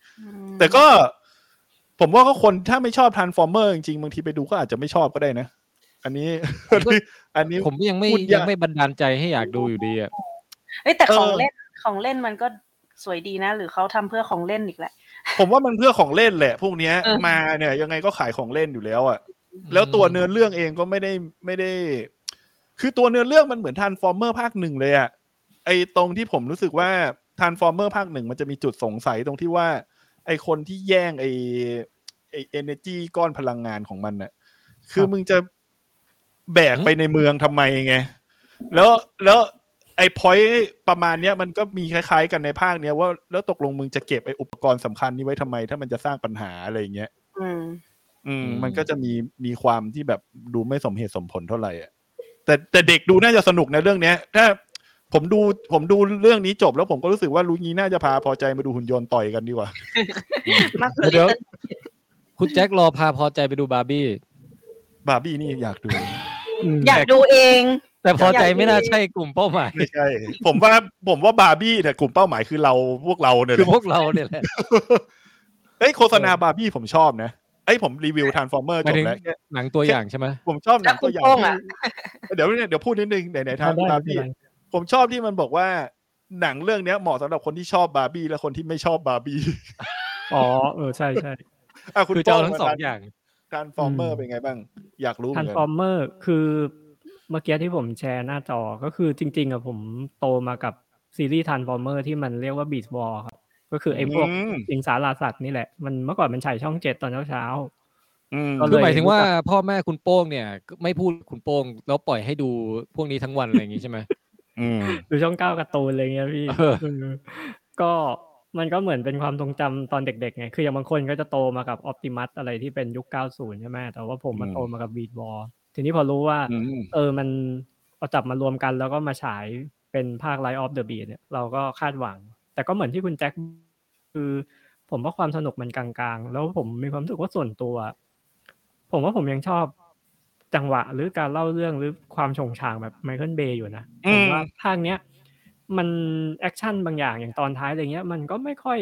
แต่ก็ผมว่าก็คนถ้าไม่ชอบท r a น s f อร์เมอร์จริงๆบางทีไปดูก็อาจจะไม่ชอบก็ได้นะ อันนี้ อันนี้อันนี้ ผมยังไม่ พูดยาก ยังไม่บันดาลใจให้อยากดูอยู่ดีอ่ะ เอ้ยแต่ เออ ของเล่นของเล่นมันก็สวยดีนะ หรือเขาทำเพื่อของเล่นอีกแหละ ผมว่ามันเพื่อของเล่นแหละ พวกเนี้ย เออ มาเนี่ย ยังไงก็ขายของเล่นอยู่แล้วอะ่ะ แล้วตัวเนื้อเรื่องเองก็ไม่ได้ไม่ได้ คือตัวเนื้อเรื่องมันเหมือนท r a น s f อร์เมอร์ภาคหนึ่งเลยอะ่ะไอตรงที่ผมรู้สึกว่าท r a น s f อร์เมอร์ภาคหนึ่งมันจะมีจุดสงสัยตรงที่ว่า ไอคนที่แย่งไอไอเอเนจีก้อนพลังงานของมันน่ะ คือมึงจะแบกไปในเมืองทำไมไง แล้วแล้วไอ้พอยต์ประมาณเนี้ยมันก็มีคล้ายๆกันในภาคเนี้ยว่าแล้วตกลงมึงจะเก็บไอ้อุปกรณ์สำคัญนี้ไว้ทำไม ถ้ามันจะสร้างปัญหาอะไรอย่างเงี้ย อืม อืม อืม มันก็จะมีมีความที่แบบดูไม่สมเหตุสมผลเท่าไหร่อะแต่แต่เด็กดูน่าจะสนุกในะเรื่องเนี้ย ถ้าผมดูผมดูเรื่องนี้จบแล้วผมก็รู้สึกว่ารู้งี้น่าจะพาพอใจมาดูหุ่นยนต์ต่อยกันดีกว่า มากกว่า เดี๋ยว นี้ คุณแจ็ครอพาพอใจไปดูบาร์บี้ บาร์บี้นี่อยากดู อยากดูเอง แต่พอใจ อยากดู ไม่น่าใช่กลุ่มเป้าหมาย ไม่ใช่ ผมว่าผมว่าบาร์บี้แต่ยกลุ่มเป้าหมายคือเราพวกเราเนี่ยแห คือ ละ พวกเราเนี่ยแหละ เอ้ยโฆษเออบณาาร์บี้ผมชอบนะเอ้ยผมรีวิวทาร์ฟอร์เมอร์ ห จ มาย บ ถึง แล้วเนี่ย หนังตัวอย่างใช่ไหม ผมชอบหนั ถ้าง คุ ตัวอณย่าง โป้งอ่ะ ที่เดี๋ยวเนี่ยเดี๋ยวพูดนิดนึงไหนๆทาง ได้ บาร์ ไม่ บี้ เป็นไร ผมชอบที่มันบอกว่าหนังเรื่องเนี้ยเหมาะสำหรับคนที่ชอบบาร์บี้และคนที่ไม่ชอบบาร์บี้ <laughs> อ๋อเออใช่ใช่ อ่ะคุณ คือจะ โป้ เอา ง ทั้งสองอย่าง ทาร์ฟอร์เมอ อื ร์ ม เป็นไงบ้าง อยากรู้เหมื ทั อน นกั ฟอร์เมอร์คือเมื่อกี้ที่ผมแชร์หน้าจอก็คือจริงๆอะผมโตมากับซีรีส์ทันฟอร์เมอร์ที่มันเรียกว่าบีทบอลครับก็คือไอ้พวก อืม สิงสาราสัตว์นี่แหละ มันเมื่อก่อนมันฉายช่องเจ็ดตอนเช้าๆ อืม ก็เล คือหมายถึงว่าพ่อแม่คุณโป้งเนี่ยไม่พูดคุณโป้งแล้วปล่อยให้ดูพวกนี้ทั้งวันอะไรอย่างงี้ใช่ไหม อืม ดูช่องเก้าการ์ตูนอะไรเงี้ยพี่ เออ เออก็มันก็เหมือนเป็นความทรงจำตอนเด็กๆไง คืออย่างบางคนก็จะโตมากับออ t ติมัสอะไรที่เป็นยุค 90 ใช่ไหม แต่ว่าผมมา อืม โตมากับบีดบอลทีนี้พอรู้ว่า อืม เออ มันเอาจับมารวมกันแล้วก็มาฉายเป็นภาค Light of the Beat เนี่ย เราก็คาดหวัง แต่ก็เหมือนที่คุณแจ็คคือผมว่าความสนุกมันกลางๆ แล้วผมมีความรู้สึกว่าส่วนตัว ผมว่าผมยังชอบจังหวะหรือการเล่าเรื่องหรือความชงชางแบบไมเคิลเบย์อยู่นะ อืม ผมว่าภาคเนี้ย มันแอคชั่นบางอย่างอย่างตอนท้ายอะไรเงี้ย มันก็ไม่ค่อย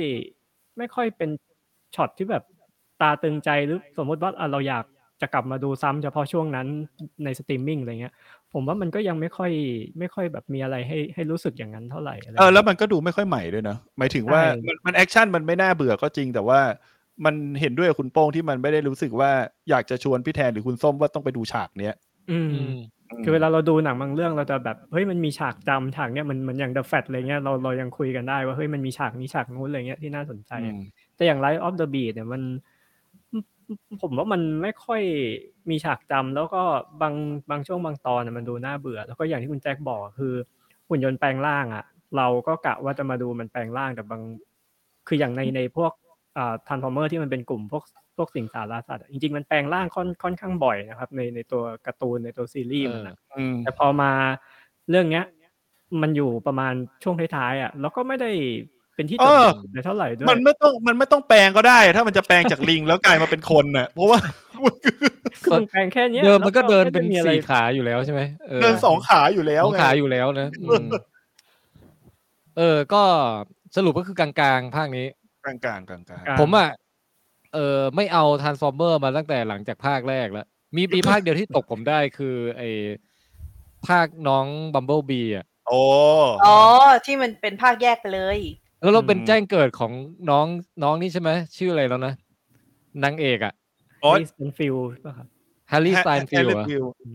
ไม่ค่อยเป็นช็อตที่แบบตาตึงใจหรือสมมติว่าอ่ะเราอยากจะกลับมาดูซ้ำเฉพาะช่วงนั้นในสตรีมมิ่งอะไรเงี้ย ผมว่ามันก็ยังไม่ค่อย ไม่ค่อยแบบมีอะไรให้ให้รู้สึกอย่างนั้นเท่าไหร่อะไร เออแล้ เงี้ย วมันก็ดูไม่ค่อยใหม่ด้วยนะหมายถึงว่า ใช่ มันมันแอคชั่นมันไม่น่าเบื่อก็จริง แต่ว่ามันเห็นด้วยกับคุณโป้งที่มันไม่ได้รู้สึกว่าอยากจะชวนพี่แทนหรือคุณส้มว่าต้องไปดูฉากเนี้ย อืม คือเวลาเราดูหนังบางเรื่องเราจะแบบเฮ้ยมันมีฉากจำฉากเนี้ยมันมันอย่างเดอะแฟตอะไรเงี้ยเราเรายังคุยกันได้ว่าเฮ้ยมันมีฉากนี้ฉากนู้นอะไรเงี้ยที่น่าสนใจ แต่อย่าง Light of the Beat เนี่ยมันผมว่ามันไม่ค่อยมีฉากจำแล้วก็บางบางช่วงบางตอนน่ะมันดูน่าเบื่อ แล้วก็อย่างที่คุณแจ็คบอกคือหุ่นยนต์แปลงร่างอ่ะ เราก็กะว่าจะมาดูมันแปลงร่างแต่บาง คืออย่างในในพวกอ่าทันฟอร์เมอร์ที่มันเป็นกลุ่มพวกพวกสิ่งสารสัตว์อะจริงๆ มันแปลงร่างค่อนค่อนข้างบ่อยนะครับ ในในตัวการ์ตูนในตัวซีรีส์มันอะ อืม แต่พอมาเรื่องเนี้ย มันอยู่ประมาณช่วงท้ายๆอ่ะแล้วก็ไม่ได้ เป็นที่ เอ จด อ จำเลยเท่าไหร่ด้ว มัน ย ไม่ต้องมันไม่ต้องแปลงก็ได้ ถ้ามันจะแปลงจากลิงแล้วกลายมาเป็นคนน่ะ เพราะว่า คือมันแปลงแค่นี้ย เดิมมันก็ แล้ว เดินเป็น ไได้มีอะไร สี่ขาอยู่แล้วใช่ไหมออ เดินสองขาอยู่แล้ว สอง ไง ขาอยู่แล้วนะอืมเออ ก็สรุปก็คือกลางๆ ภาคนี้ กลางกลางกลางกลาง า ผมอ่ะ เออไม่เอา transformer มาตั้งแต่หลังจากภาคแรกแล้ว มี <coughs> มีภาคเดียวที่ตกผมได้คือไอภาคน้อง Bumblebee อ่ะ โอ้ อ๋อ ที่มันเป็นภาคแยกไปเลย แล้วเราเป็น อืม แจ้งเกิดของน้องน้องนี่ใช่ไหม ชื่ออะไรแล้วนะนางเอกอ่ะ อ๋อ นี่เป็นฟิลป่ะครับ ฮาร์รี่สไตน์ฟิล Harry Styles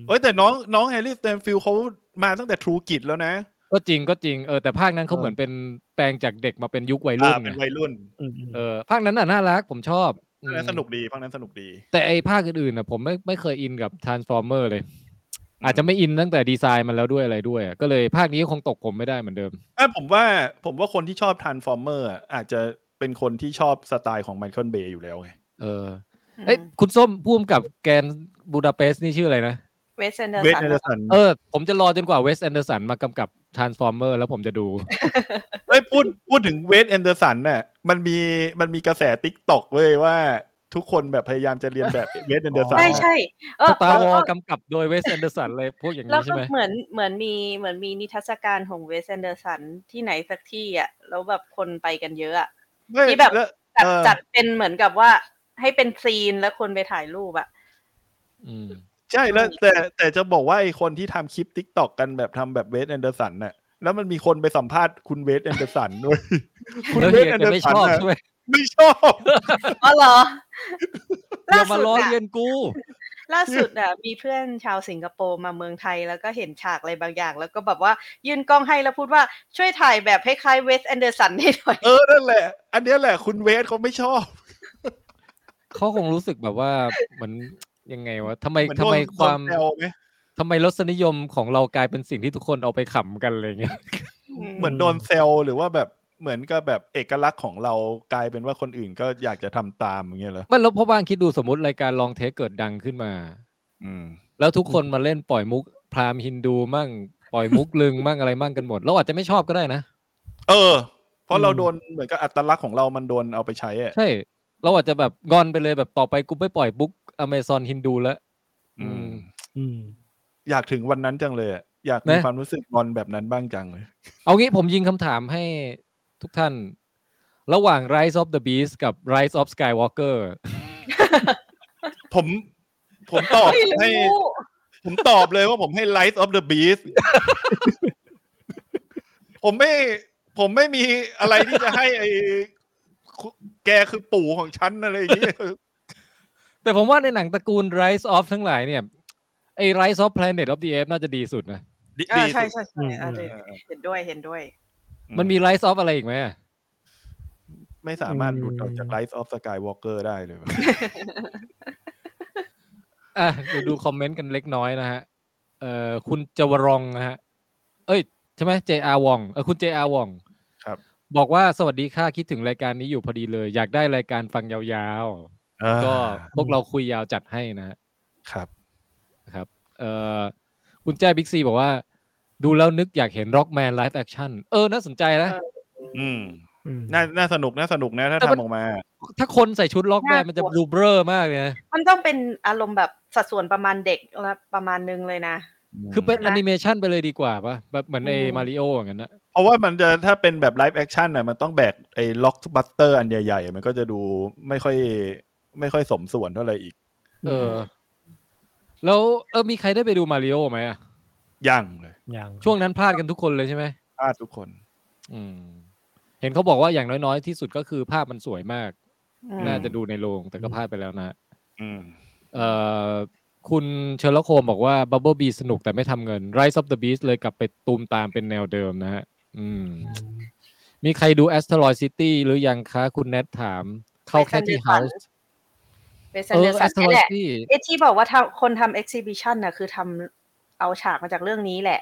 เอ้ยแต่น้องน้องแฮร์รี่สแตนฟิลด์เขามาตั้งแต่ทรูกิจแล้วนะ ก็จริงก็จริงเออแต่ภาคนั้นเขาเหมือนเป็นแปลงจากเด็กมาเป็นยุควัยรุ่น อ่าเป็น ไง วัยรุ่น อืม เออภาคนั้นน่ะน่ารักผมชอบอืม นั้นสนุกดีภาคนั้นสนุกดี แต่ไอภาคอื่นๆน่ะผมไม่ไม่เคยอินกับ Transformer เลย อาจจะไม่อินตั้งแต่ดีไซน์มันแล้วด้วยอะไรด้วยอะก็เลยภาคนี้คงตกผมไม่ได้เหมือนเดิม อ่ะผมว่าผมว่าคนที่ชอบ Transformer อ่ะอาจจะเป็นคนที่ชอบสไตล์ของไมเคิลเบย์อยู่แล้วไง เออเอ้ยคุณส้มพูมกับแกรนบูดาเปสต์นี่ชื่ออะไรนะ เวสแอนเดอร์ เวท สัน เนอร์สัน เออ ผมจะรอจนกว่าเวสแอนเดอร์สันมากำกับ Transformer แล้วผมจะดู เอ้ยพูดพูดถึงเวทเอนเดอร์สันน่ะมันมีมันมีกระแสติ๊กตอกเว้ยว่าทุกคนแบบพยายามจะเรียนแบบเวทเอนเดอร์สัน ใช่ใช่เออ สตาร์วอ แล้ลวก็ กำกับโดยเวสแอนเดอร์สันเลยพวกอย่าง แล้ นี้ วก็ ใช่ไหม เหมือนเหมือนมีเหมือนมีนิทรรศการของเวสแอนเดอร์สันที่ไหนสักที่อ่ะ แล้วแบบคนไปกันเยอะอะ ที่แบบ ล้ว จัด เออ จัดเป็นเหมือนกับว่าให้เป็นซีนแล้วคนไปถ่ายรูปอ่ะ อืม ใช่แล้วแต่แต่จะบอกว่าไอคนที่ทำคลิปติ๊กตอกกันแบบทำแบบเวทเอนเดอร์สันน่ะแล้วมันมีคนไปสัมภาษณ์คุณเวทเอนเดอร์สันด้วยคุณ แล้ว เวท เฮีย เอน จะ เดอ ไม่ ร์สั ช น อบ น่ะ ใช่ไหม ไม่ชอบ อ๋อเหรอ อ ล่า ย่ามา สุด ล้อ อะ เลียนกู ล่าสุดอะมีเพื่อนชาวสิงคโปร์มาเมืองไทยแล้วก็เห็นฉากอะไรบางอย่าง แล้วก็แบบว่ายื่นกล้องให้แล้วพูดว่าช่วยถ่ายแบบให้คล้ายเวสแอนเดอร์สันให้หน่อย เออนั่นแหละ อันเนี้ยแหละคุณเวทเขาไม่ชอบ เขาคงรู้สึกแบบว่าเหมือนยังไงวะทำไม เหมือน ทำไม โดน ความ โดนแซวไหม ทำไมรสนิยมของเรากลายเป็นสิ่งที่ทุกคนเอาไปขำกันอะไรเงี้ย <laughs> เหมือนโดนเซลหรือว่าแบบเหมือนกับแบบเอกลักษณ์ของเรากลายเป็นว่าคนอื่นก็อยากจะทำตามอย่างเงี้ยเหรอ ไม่แล้วเพราะบางคิดดูสมมติรายการลองเทคเกิดดังขึ้นมา อืม แล้วทุกคนมาเล่นปล่อยมุกพราหมณ์ฮินดูมั่งปล่อยมุกลึงมั่งอะไรมั่งกันหมด เราอาจจะไม่ชอบก็ได้นะ เออ เพราะเรา อืม โดนเหมือนกับอัตลักษณ์ของเรามันโดนเอาไปใช้อะ ใช่ เราอาจจะแบบงอนไปเลยแบบต่อไปกูไม่ปล่อยมุกอเมซอนฮินดูแล้ว อืม อืม อยากถึงวันนั้นจังเลยอะอยากมี นะ ความรู้สึกนอนแบบนั้นบ้างจังเลย เอางี้ผมยิงคำถามให้ทุกท่าน ระหว่าง Rise of the Beast กับ Rise of Skywalker ผม ผมตอบ ไม่รู้ ให้ ผมตอบเลยว่าผมให้ Light of the Beast <laughs> ผมไม่ ผมไม่มีอะไรที่จะให้ไอ้คุแกคือปู่ของฉันอะไรอย่างเงี้ย แต่ผมว่าในหนังตระกูล Rise of ทั้งหลายเนี่ยไอ้ Rise of Planet of the Apes น่าจะดีสุดนะ ดี อ่า ดี ใช่ สุด ใช่ใช่อ่าเห็นด้วยเห็นด้วย มันมีไลฟ์ซอฟอะไรอีกไหมอะ ไม่สามารถหลุดออกจาก Rise of Skywalker ได้เลยว่ะ อ่ะเดี๋ยวดูคอมเมนต์กันเล็กน้อยนะฮะ เอ่อคุณจวรองนะฮะ เอ้ย ใช่ไหม JR วองเออคุณ JR วอง ครับ บอกว่าสวัสดีค่ะคิดถึงรายการนี้อยู่พอดีเลย อยากได้รายการฟังยาวๆ ก็ อ่า พวกเราคุยยาวจัดให้นะฮะ ครับ เอ่อคุณแจ้บิ๊กซีบอกว่า ดูแล้วนึกอยากเห็นร็อกแมนไลฟ์แอคชั่นเออ น่าสนใจนะ อืม อืม น่าน่าสนุกน่าสนุกนะ ถ้า แต่มัน ทำออกมา ถ้าคนใส่ชุดร็อกแมนมันจะดูเบลอมากเลยนะ มันต้องเป็นอารมณ์แบบสัดส่วนประมาณเด็กและประมาณนึงเลยนะ คือเป็น ใช่ แอ ไหม นิเมชันไปเลยดีกว่าปะแบบเหมือนในมาริโออย่างนั้นนะ เพราะว่ามันจะถ้าเป็นแบบไลฟ์แอคชั่นน่ะมันต้องแบกไอ้ล็อกบัสเตอร์อันใหญ่ๆ มันก็จะดูไม่ค่อย ไม่ค่อยสมส่วนเท่าไหร่อีก เออ แล้วเออมีใครได้ไปดูมาริโอไหมอะ ยังเลย อย่าง ช่วงนั้นพลาดกันทุกคนเลยใช่ไหม พลาดทุกคน อืม เห็นเขาบอกว่าอย่างน้อยๆที่สุดก็คือภาพมันสวยมาก อืม น่าจะดูในโรงแต่ก็พลาดไปแล้วนะ อืม เอ่อคุณเชอร์ลอกโคมบอกว่าบับเบิลบีสนุกแต่ไม่ทำเงิน Rise of the Beast เลยกลับไปตูมตามเป็นแนวเดิมนะฮะ อืม มีใครดู Asteroid City หรือยังคะคุณแนทถาม เข้าแค่ที่ House เวสแอ เอน เด อ อร์สันนี่ Asteroid แหละ City ไอ้ที่บอกว่าทำคนทำเอ็กซิบิชันน่ะคือทำเอาฉากมาจากเรื่องนี้แหละ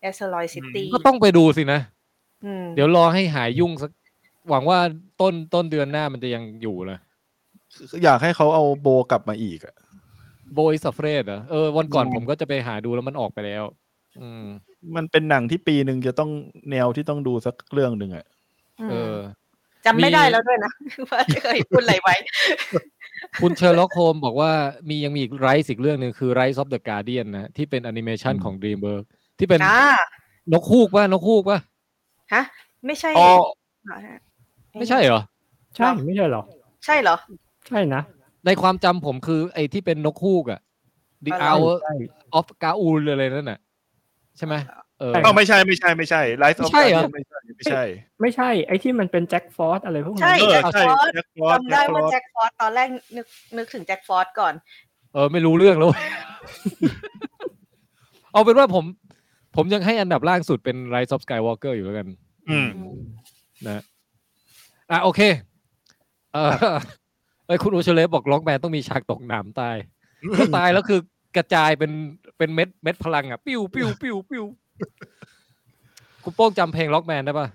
แอสโลยซิตี้ ก็ต้องไปดูสินะ อืม เดี๋ยวรอให้หายยุ่งสัก หวังว่าต้นต้นเดือนหน้ามันจะยังอยู่นะ คืออยากให้เขาเอาโบกลับมาอีกอะ โบยสัฟเฟรดเหรอเออวันก่อนผมก็จะไปหาดูแล้วมันออกไปแล้ว อืม มันเป็นหนังที่ปีหนึ่งจะต้องแนวที่ต้องดูสักเรื่องหนึ่งอะ เออ จำไม่ได้ มี แล้วด้วยนะ <laughs> ว่าเคยพูดอะไรไว้ คุณเชอร์ล็อกโฮมบอกว่ามียังมีอีกไรส์อีกเรื่องหนึ่งคือไรส์ e อ f เดอะการเดียนนะที่เป็นแอนิเมชัน อืม ของ DreamWorks ที่เป็น อ่าน กคูกป่ะนกคูกป่ะ ฮะ ไม่ใช่ อ๋อ ไม่ใช่เหรอ ใช่ไม่ใช่เหรอ ใช่เหรอ ใช่นะ ในความจำผมคือไอ้ที่เป็นนกคูกอะ The อะไร Hour ใช่ of g a u l อะไรนั่นน่ะ ใช่ไหมเออ ใช่ เอ้าไม่ใช่ไม่ใช่ไม่ใช่ไลฟ์ ไม่ใช่เหรอ ไม่ใช่ไม่ใช่ ไม่ใช่ ไอ้ที่มันเป็นแจ็คฟอสอะไรพวก ใช่ นั้น เออใช่แจ็คฟอส จำได้ว่าแจ็คฟอสตอนแรกนึกนึกถึงแจ็คฟอสก่อน เออไม่รู้เรื่องแล้ว <laughs> เอาเป็นว่าผม ผมยังให้อันดับล่างสุดเป็น Rise of Skywalker อยู่แล้วกัน อืม นะอ่ะโอเค เออ <laughs> เอ้ยคุณอูเชเลฟบอกล็อกแมนต้องมีฉากตกน้ำตาย ถ้าตายแล้วคือกระจายเป็นเป็นเม็ดเม็ดพลังอ่ะ ปิ้วปิ้วปิ้วปิ้วคุณโป้งจำเพลงล็อกแมนได้ปะ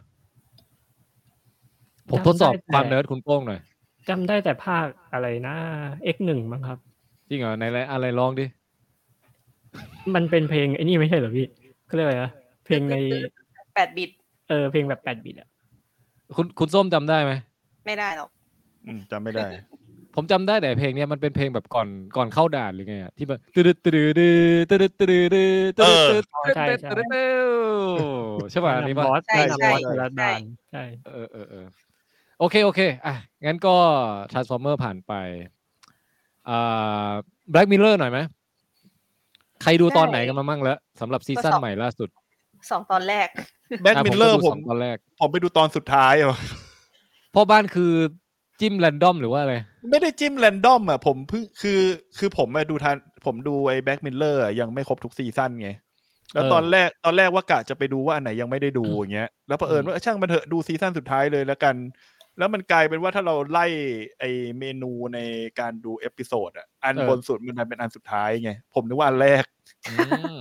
ผมทดสอบ จำได้คแต่วามเนิร์ดคุณโป้งหน่อย จำได้แต่ภาคอะไรนะ X1 มั้งครับ จริงเหรอในอะไรอะไรร้องดิ มันเป็นเพลงไอ้นี่ไม่ใช่เหรอพี่เขาเรียกอะไรนะเพลงใน แปดบิต เออเพลงแบบแปดบิตอะ คุณคุณส้มจำได้ไหม ไม่ได้หรอก อืมจำไม่ได้ ผมจำได้แต่เพลงเนี้ยมันเป็นเพลงแบบก่อนก่อนเข้าด่านหรือไงอะที่แบบตืดตืดตืดตืดตืดตืดตืดตืด อ๋อใช่ใช่ ตืดตืดใช่ป่ะอันนี้ นำ ป่ะ บอส ใช่ใช่ นำใช่บอสเวลาดานใช่ เออเออเออโอเค โอเค อ่ะ งั้นก็ Transformer ผ่านไปอ่า Black Mirror หน่อยไหมใครดูตอนไหนกันมามั่งแล้วสำหรับซีซั่น ก็สอง ใหม่ล่าสุด สองตอนแรก แบ็ก อ่ะ มิลเลอร์ ก็ ผ ดูสมงตอนแรก ผมไปดูตอนสุดท้ายอ่ะ พ่อบ้านคือจิ้ม r รนดอมหรือว่าอะไร ไม่ได้จิ้มแรนดอมอ่ะผมเพิ่งคือคือผมมาดูทันผมดูไอ้แบ็กมิลเลอร์ยังไม่ครบทุกซีซั่นไง แล้ว เออ ตอนแรกตอนแรกว่ากะจะไปดูว่าอันไหนยังไม่ได้ดูอย่างเงี้ยแล้วเผอิญ อืม ว่าเออช่างมันเถอะดูซีซั่นสุดท้ายเลยแล้วกัน แล้วมันกลายเป็นว่าถ้าเราไล่ไอเมนูในการดูเอพิโซดอ่ะอันบนสุดมันดันเป็นอันสุดท้ายไงผมนึกว่าอันแรก อืม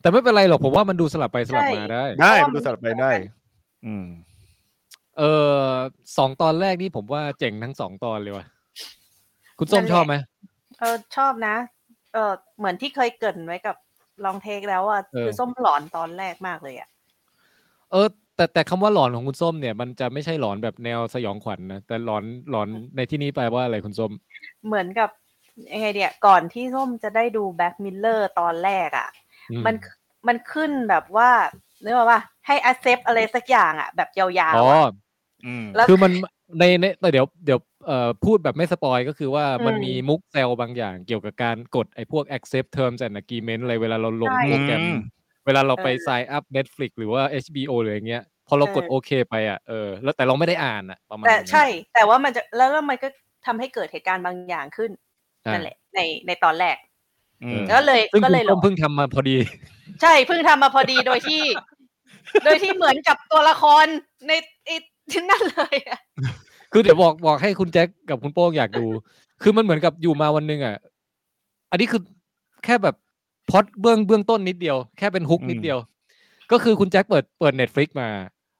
แต่ไม่เป็นไรหรอกผมว่ามันดูสลับไปสลับมา ใช่ ได้ ได้ เพ มั ราะว่ามัน น ดูสลับไปได้ อืม เออสองตอนแรกนี่ผมว่าเจ๋งทั้งสองตอนเลยว่ะ คุณส้ม นั่นชแหละอบไหม เออชอบนะ เออเหมือนที่เคยเกรินไว้กับลองเทคแล้วอ่ะ เออ คือส้มหลอนตอนแรกมากเลยอ่ะ เออแต่แต่คำว่าหลอนของคุณส้มเนี่ย มันจะไม่ใช่หลอนแบบแนวสยองขวัญนะแต่หลอนหลอนในที่นี้แปลว่าอะไรคุณส้ม เหมือนกับยังไงเดียก่อนที่ส้มจะได้ดูแบ็กมิลเลอร์ตอนแรกอ่ะ อื มันมันขึ้นแบบว่าเรียกว่าว่าให้ accept อะไรสักอย่างอ่ะ แบบยาว อ๋อ ๆอะ อืม แล้ว คือมันในในแต่เดี๋ยวเดี๋ยวเอ่อพูดแบบไม่สปอยก็คือว่า อืม มันมีมุกแซวบางอย่างเกี่ยวกับการกดไอ้พวก accept terms and agreement อะไรเวลาเราลง ใช่ โปรแกรม อืม เวลาเราไป sign up Netflix หรือว่า HBO หรืออย่างเงี้ยพอเรากดโอเคไปอ่ะเออแล้วแต่เราไม่ได้อ่านอ่ะประมาณ แต่ นั้น ใช่ แต่ว่ามันจะแล้วแล้วมันก็ทำให้เกิดเหตุการณ์บางอย่างขึ้น อ่ะ นั่นแหละในในตอนแรก อืม เออ ก็เลย ซึ่ง ก็ คุณ เลยหล ส้ ง มเพิ่งทำมาพอดี <laughs> ใช่เพิ่งทำมาพอดีโดยที่ โดยที่เหมือนกับตัวละครในไอ้นั่นเลยอะ คือเดี๋ยวบอกบอกให้คุณแจ็คกับคุณโป้งอยากดู คือมันเหมือนกับอยู่มาวันหนึงอ่ะ อันนี้คือแค่แบบพล็อดเบื้องเบื้องต้นนิดเดียว แค่เป็นฮุก อืม นิดเดียว ก็คือคุณแจ็คเปิดเปิดเน็ตฟลิกมา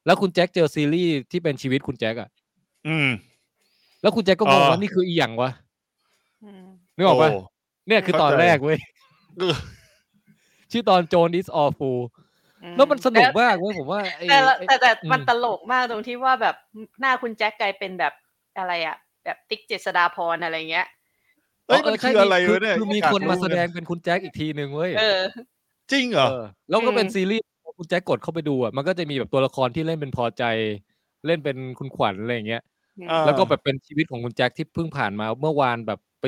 แล้วคุณแจ็คเจอซีรีส์ที่เป็นชีวิตคุณแจ็คอ่ะ อืม แล้วคุณแจ็คก็งง อ๋อ ว่านี่คืออีหยังวะ อืม นึกออกปะ โ เนี่ยคือตอน เข้าใจ แรกเว้ย เออ ชื่อตอนโจน is awful แล้วมันสนุกมากเว้ยผมว่าไอ้ แต่ละ ไอ้ แต่แต่ อืม มันตลกมากตรงที่ว่าแบบหน้าคุณแจ็คกลายเป็นแบบอะไรอะแบบติ๊กเจษดาพรอะไรเงี้ย เอ้ยมัน ใช่ คืออะไร คื วะเนี่ย คือมีคนมาแสดงเป็นคุณแจ็คอีกทีหนึ่งเว้ย เออ จริงเหรอ เออแล้วก็เป็น อืม ซีรีส์คุณแจ็คกดเข้าไปดูอ่ะมันก็จะมีแบบตัวละครที่เล่นเป็นพอใจ เล่นเป็นคุณขวัญอะไรอย่างเงี้ย เออ แล้วก็แบบเป็นชีวิตของคุณแจ็คที่เพิ่งผ่านมา เมื่อวานแบบไป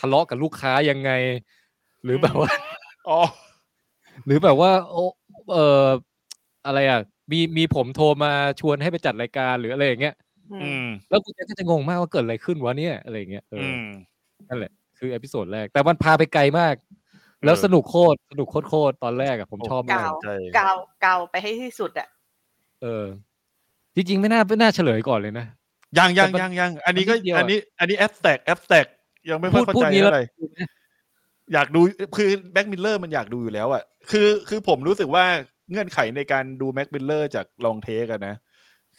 ทะเลาะกับลูกค้ายังไง หรือแบบว่า อ๋อ หรือแบบว่าโอเอออะไรอ่ะมีมีผมโทรมาชวนให้ไปจัดรายการหรืออะไรอย่างเงี้ย อื อืมมแล้วคุณแจ็คก็จะงงมากว่าเกิดอะไรขึ้นวะเนี่ยอะไรอย่างเงี้ยเออ อื อ ม นั่นแหละคือเอพิโซดแรกแต่มันพาไปไกลมาก แล้ว เออ สนุกโคตรสนุกโคตรๆตอนแรกอ่ะผมชอบมาก าว ใช่ กาวกาวไปให้ที่สุดอะ เออ จริงๆ ไม่น่าไม่น่าเฉลยก่อนเลยนะ <laughs> ยังยัง แต่มัน ยังยังอันนี้ก็ มันนิดเดียวอะ อันนี้ อันนี้แอปแตกแอปแตกยังไม่ค่อย พูด เข้า พูด ใจ งี้แล้ว อะไรอยากดูคือแบ็กมิลเลอร์มันอยากดูอยู่แล้วอ่ะคือคือผมรู้สึกว่าเงื่อนไขในการดูแบ็กมิลเลอร์จากลองเทคอะนะ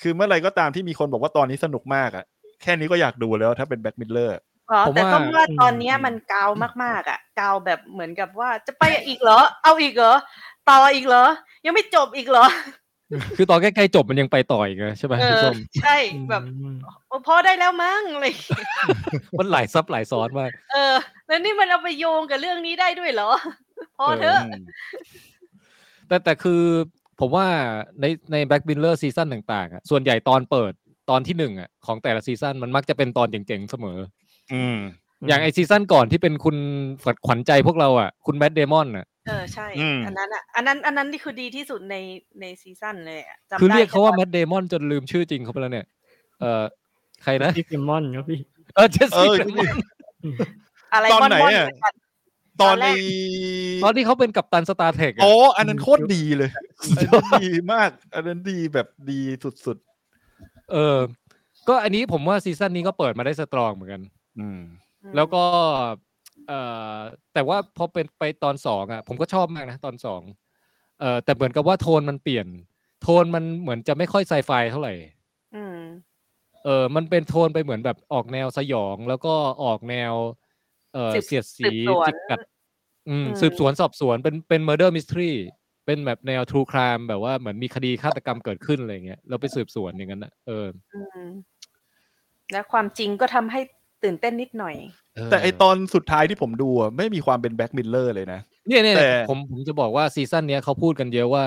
คือเมื่อไหรก็ตามที่มีคนบอกว่าตอนนี้สนุกมากอ่ะ แค่นี้ก็อยากดูแล้วถ้าเป็นแบ็กมิลเลอร์ อ๋อ ผม แต่ ว่า ต้องว่าตอนเนี้ยมันกาวมากๆอะกาวแบบเหมือนกับว่าจะไปอีกเหรอ เอาอีกเหรอ ต่ออีกเหรอ ยังไม่จบอีกเหรอ คือตอนใกล้ๆจบมันยังไปต่ออีกนะใช่ไหม เอ พี่ อ ส้ม ใช่แบบ อืม โอ้พอได้แล้วมั้งอะไรอย่างเลย มันหลายซับหลายซ้อนมาก เออ แล้วนี่มันเอาไปโยงกับเรื่องนี้ได้ด้วยเหรอ <laughs> พอเถอะ อืม แต่แต่คือผมว่าในในแบ็กบินเลอร์ซีซั่นต่างๆอะส่วนใหญ่ตอนเปิดตอนที่หนึ่งอะของแต่ละซีซั่นมันมักจะเป็นตอนเจ๋งๆเสมอ อืม อย่างไอซีซั่นก่อนที่เป็นคุณขวัญใจพวกเราอ่ะคุณแมดเดมอนอ่ะ เออ ใช่ อืม อันนั้นอ่ะ อันนั้น อันนั้นนี่คือดีที่สุดในในซีซั่นเลยอะจำได้ คือเรียกเขาว่า ต แม อน ดเดมอนจนลืมชื่อจริงเขาไปแล้วเนี่ย เออใครนะ พี่พิมมอนครับพี่ เออเจส เอ <laughs> ซี่ อ อะไร ตอน ม่อน ไหน ม่อน อะ เหมือนกัน ตอน ตอนแร ใน ก ตอนที่เขาเป็นกัปตันสตาร์เทค โอ้อันนั้นโคตรดีเลยอันนั้นดีมาก อันนั้นดีแบบดีสุด เออ ก็อันนี้ผมว่าซีซั่นนี้ก็เปิดมาได้สตรองเหมือนกัน ๆ อืม อืม แล้วก็เอ่อแต่ว่าพอเป็นไปตอนสองอ่ะ ผมก็ชอบมากนะ ตอนสองเอ่อแต่เหมือนกับว่าโทนมันเปลี่ยน โทนมันเหมือนจะไม่ค่อยไซไฟเท่าไหร่ อืม เออมันเป็นโทนไปเหมือนแบบออกแนวสยอง แล้วก็ออกแนว เออ สืบ เสียดสี สืบสวน จิกกัด อืม อืม สืบสวนสอบสวนเป็นเป็น murder mystery เป็นแบบแนว true crime แบบว่าเหมือนมีคดีฆาตกรรมเกิดขึ้นอะไรเงี้ยเราไปสืบสวนอย่างนั้นนะเออ อืม และความจริงก็ทำให้ตื่นเต้นนิดหน่อย เ แต่ไอตอนสุดท้ายที่ผมดูอะไม่มีความเป็นแบ็กมิลเลอร์เลยนะ เนี่ยเนี่ย แต่ ผมผมจะบอกว่าซีซั่นเนี้ยเขาพูดกันเยอะว่า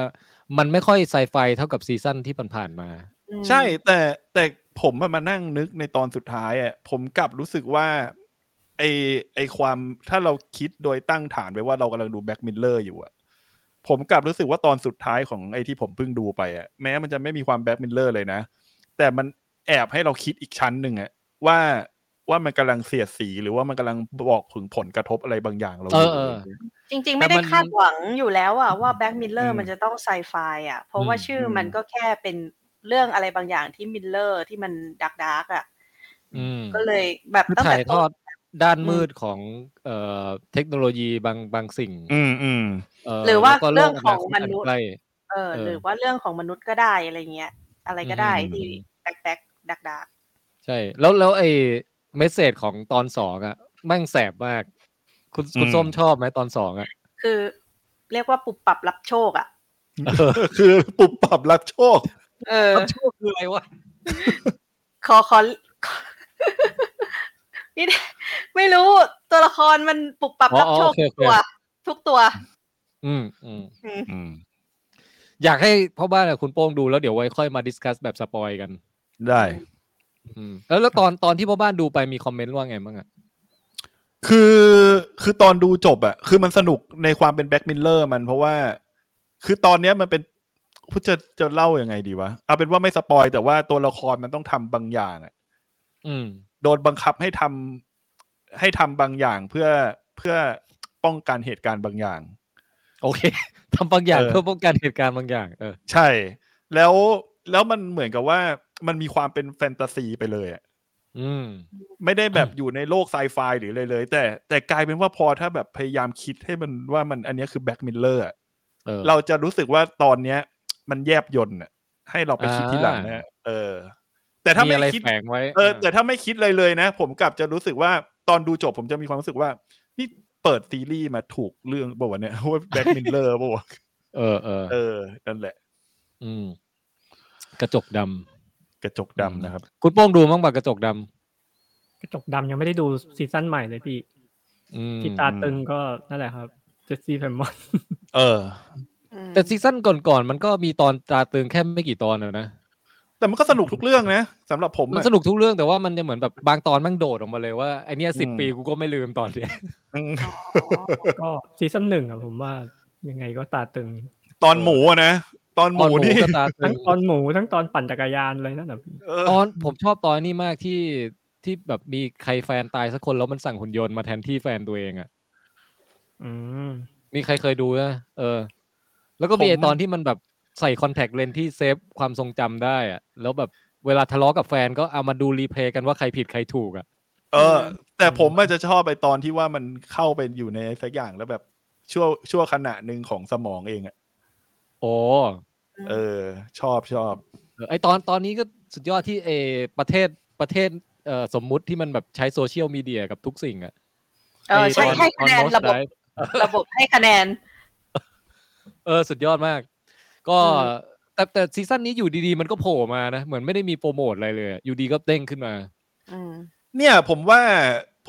มันไม่ค่อยไซไฟเท่ากับซีซั่นที่ผ่านๆมา อืม ใช่แต่แต่ผมอะมานั่งนึกในตอนสุดท้ายอ่ะผมกลับรู้สึกว่า ไอไอความถ้าเราคิดโดยตั้งฐานไว้ว่าเรากำลังดูแบ็กมิลเลอร์อยู่อ่ะผมกลับรู้สึกว่าตอนสุดท้ายของไอที่ผมเพิ่งดูไปอ่ะแม้มันจะไม่มีความแบ็กมิลเลอร์เลยนะ แต่มันแอบให้เราคิดอีกชั้นหนึ่งอ่ะว่าว่ามันกำลังเสียดสีหรือว่ามันกำลังบอกถึงผลกระทบอะไรบางอย่างเราอยู่ เออเออ จริง ๆ แต่ ไม่ได้ มัน คาดหวังอยู่แล้วอะว่าแบ็กมิลเลอ อื ร์ ม มันจะต้องไซไฟอ่ะ เพราะว่า อืม ชื่อมันก็แค่เป็นเรื่องอะไรบางอย่างที่มิลเลอร์ที่มันดักดาร์กๆอ่ะ อืม ก็เลยแบบ คือ ตั้ง ถ่า แต่ ยท ต้ อน ดด้าน อืม มืดของเอ่อเทคโนโลยีบางบางสิ่ง อืมอืม เห รือว่า แล้ก็โลก เรื่องของ าคต มนุษย์ ใกล้ เออ เออ หรือว่าเรื่องของมนุษย์ก็ได้อะไรเงี้ย อะไรก็ได้ อืม ที่แบ็กแบ็กดักดัก ใช่ แล้วแล้วไอ้เมสเซจของตอนสองอ่ะแม่งแสบมาก คุณคุณ อืม ส้มชอบไหมตอนสองอ่ะ คือ เรียกว่าปุบปรับรับโชคอ่ะ <laughs> คือปุบปรับรับโชค เออ รับโชคคืออะไรวะ ขอขอขอนี่ไม่รู้ตัวละครมันปุบปรับ อ๋อ รับโชค โอเคโอกทุเค ตัว ทุกตัว อืมอืม อืม อยากให้พ่อบ้านกับคุณโป้งดูแล้วเดี๋ยวไว้ค่อยมาดิสคัสแบบสปอยกัน ได้ อืมแล้วแล้วตอนตอนที่พ่อบ้านดูไปมีคอมเมนต์ว่าไงบ้างอ่ะ คือคือตอนดูจบอะคือมันสนุกในความเป็นแบ็กมิลเลอร์มันเพราะว่า คือตอนเนี้ยมันเป็นพูดจะจะเล่ายัางไงดีวะ เอาเป็นว่าไม่สปอยแต่ว่าตัวละครมันต้องทำบางอย่างอะ อืม โดนบังคับให้ทำให้ทำบางอย่างเพื่อเพื่อป้องกันเหตุการณ์บางอย่าง โอเค <laughs> ทำบางอย่าง เออ เพื่อป้องกันเหตุการณ์บางอย่าง เออ ใช่ แล้วแล้วมันเหมือนกับว่ามันมีความเป็นแฟนตาซีไปเลยอะ อืม ไม่ได้แบบอยู่ในโลกไซไฟหรือเลยเลย แต่แต่กลายเป็นว่าพอถ้าแบบพยายามคิดให้มันว่ามันอันเนี้ยคือแบ็กมิลเลอร์ เออ เราจะรู้สึกว่าตอนเนี้ย มันแยบยนต์อะให้เราไปคิดทีหลัง อ่า นะเออ แต่ถ้าไม่ อะไร คิด แฝงไว้ เออ แต่ถ้าไม่คิดเลยเลยนะ ผมกลับจะรู้สึกว่าตอนดูจบผมจะมีความรู้สึกว่า นี่เปิดซีรีส์มาถูกเรื่องบ่าวะเนี่ย <laughs> ว่าแบ็กมิลเลอร์ <laughs> บ่าวะ เออเออ เออนั่นแหละ อืม กระจกดำ กระจกดำนะครับ คุณโป้งดูบ้างปะกระจกดำ กระจกดำยังไม่ได้ดูซีซั่นใหม่เลยพี่ อืม ที่ตาตึงก็นั่นแหละครับเจสซี่แพมมอน เออ อืม แต่ซีซั่นก่อนๆมันก็มีตอนตราตรึงแค่ไม่กี่ตอนอะนะ แต่มันก็สนุกทุกเรื่องนะสำหรับผม มัน อะ สนุกทุกเรื่องแต่ว่ามันจะเหมือนแบบบางตอนแมันโดดออกมาเลยว่าไอเนี้ยสิบปีกูก็ไม่ลืมตอนเนี้ย อืม ก็ซีซั่นหนึ่งอะผมว่ายังไงก็ตาตึง ตอนหมูอะนะตอนห ตอ มู น <laughs> หมู นี่ ก็ตาตึ ทั้ง ง ตอนหมูทั้งตอนปั่นจักรยานเลยนั่นแหละพี่ เออ ตอนผมชอบตอนนี้มากที่ที่แบบมีใครแฟนตายสักคนแล้วมันสั่งหุ่นยนต์มาแทนที่แฟนตัวเองอ่ะ อืม มีใครเคยดูนะเออ แล้วก็มีไอ ผม ตอนที่มันแบบใส่คอนแทคเลนส์ที่เซฟความทรงจำได้อ่ะแล้วแบบเวลาทะเลาะกับแฟนก็เอามาดูรีเพลย์กันว่าใครผิดใครถูกอ่ะ เออ แต่ผมอาจจะชอบไปตอนที่ว่ามันเข้าไปอยู่ในสักอย่างแล้วแบบชั่วชั่วขณะหนึ่งของสมองเองอะ โอ้ เออ ชอบชอบ เออไอตอนตอนนี้ก็สุดยอดที่เออประเทศประเทศเอ่อสมมุติที่มันแบบใช้โซเชียลมีเดียกับทุกสิ่งอะ เออ ไ ใช่ ตอน ให้คะแนน ตอ Most ระบบ Drive ระบบให้คะแนน เออสุดยอดมาก ก็ อืม แต่ แต่แต่ซีซั่นนี้อยู่ดีๆ มันก็โผล่มานะ เหมือนไม่ได้มีโปรโมทอะไรเลยอะอยู่ดีก็เด้งขึ้นมา อืม เนี่ยผมว่า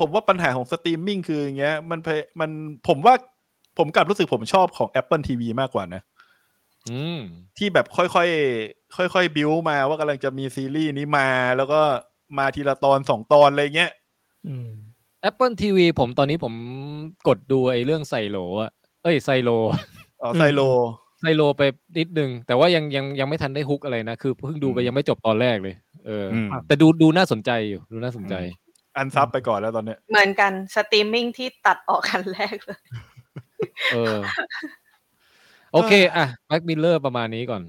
ผมว่าปัญหาของสตรีมมิ่งคืออย่างเงี้ยมันพยมันผมว่าผมกลับรู้สึกผมชอบของ Apple TV มากกว่านะ อืม ที่แบบค่อยๆ ค่อยๆ บิวมาว่ากำลังจะมีซีรีส์นี้มา แล้วก็มาทีละตอนสองตอนอะไรเงี้ย อืม Apple TV ผมตอนนี้ผมกดดูไอ้เรื่องไซโลอะเอ้ยไซโล <laughs> อ๋อไซโล ไซโลไปนิดนึง แต่ว่ายังยังยังไม่ทันได้ฮุกอะไรนะ คือเพิ่งดูไป อืม ยังไม่จบตอนแรกเลย เอออ อืม ครับ แต่ดูดูน่าสนใจอยู่ ดูน่าสนใจ อันซับไปก่อนแล้วตอนเนี้ย เหมือนกันสตรีมมิ่งที่ตัดออกกันแรกเลย เออ โอเค อ่ะแบ็กมิลเลอร์ประมาณนี้ก่อน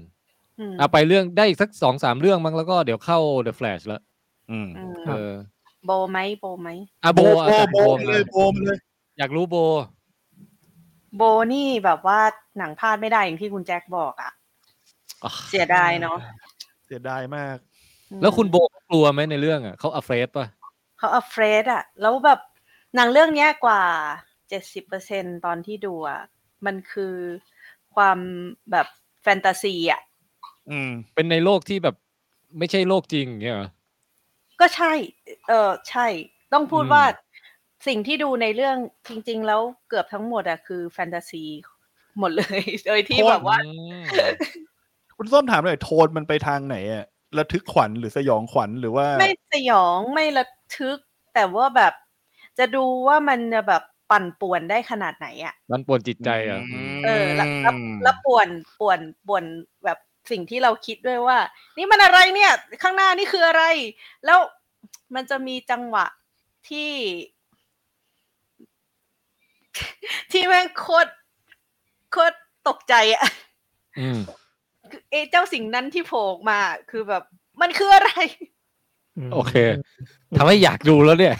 อืม อ่ะไปเรื่องได้อีกสักสองสามเรื่องมั้งแล้วก็เดี๋ยวเข้า The Flash ละ อืม อืม เออ โบไหมโบไหม อ่ะโบอ่ะจัดโบ มา มา เลยโบมาเลย อยากรู้โบ โบนี่แบบว่าหนังพลาดไม่ได้อย่างที่คุณแจ็คบอกอะ อ่ะ เสียดายเนาะ เสียดายมาก อืม แล้วคุณโบกลัวไหมในเรื่องอ่ะเขาอ r เฟรป่ะ เขาอัฟเฟรดอะแล้วแบบหนังเรื่องเนี้ยกว่าเจ็ดสิบเปอร์เซ็นตอนที่ดูอะมันคือความแบบแฟนตาซีอะ อืม เป็นในโลกที่แบบไม่ใช่โลกจริงอย่างเงี้ยเหรอ ก็ใช่ เออใช่ ต้องพูด อืม ว่าสิ่งที่ดูในเรื่องจริง ๆ แล้วเกือบทั้งหมดอะคือแฟนตาซีหมดเลย <laughs> โดยที่ โคตร แบบว่า อืม คุณส้มถามหน่อยโทนมันไปทางไหนอะระทึกขวัญหรือสยองขวัญหรือว่า ไม่สยองไม่ระทึก แต่ว่าแบบจะดูว่ามันจะแบบปั่นป่วนได้ขนาดไหนอะ่ะ มันปวนจิตใจอ่ะอืม เออแล้วแล้วแล้วป่วนป่วนป่วนแบบสิ่งที่เราคิดด้วยว่า นี่มันอะไรเนี่ย ข้างหน้านี่คืออะไร แล้วมันจะมีจังหวะที่ ที่แม่งโคตรโคตรตกใจอะ อืม เอเจ้าสิ่งนั้นที่โผล่ออกมาคือแบบ มันคืออะไร ม โอเค ทำให้อยากดูแล้วเนี่ย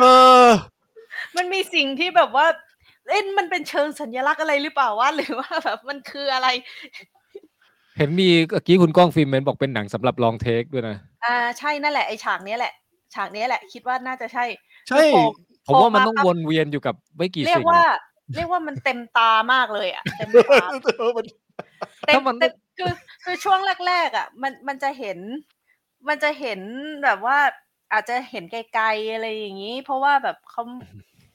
เออ มันมีสิ่งที่แบบว่า เอ็นมันเป็นเชิงสัญลักษณ์อะไรหรือเปล่าวะหรือว่าแบบมันคืออะไร เห็นมีเมื่อกี้คุณก้องฟิล์มเมนบอกเป็นหนังสำหรับลองเทคด้วยนะ อ่าใช่นั่นแหละไอฉากเนี้ยแหละ ฉากเนี้ยแหละ คิดว่าน่าจะใช่ ใช่ โอ้โห ผมว่ามัน โผล่มา ต้องวนเวียนอยู่กับไม่กี่ เรีย สิ่ ก ง ว่า อะ เรียกว่ามันเต็มตามากเลยอ่ะเต็มตา เต็ม ถ้ามันไม่ เต็มคือคือช่วงแรก ๆ อ่ะ มันมันจะเห็น มันจะเห็นแบบว่า อาจจะเห็นไกลๆอะไรอย่างนี้ เพราะว่าแบบเขา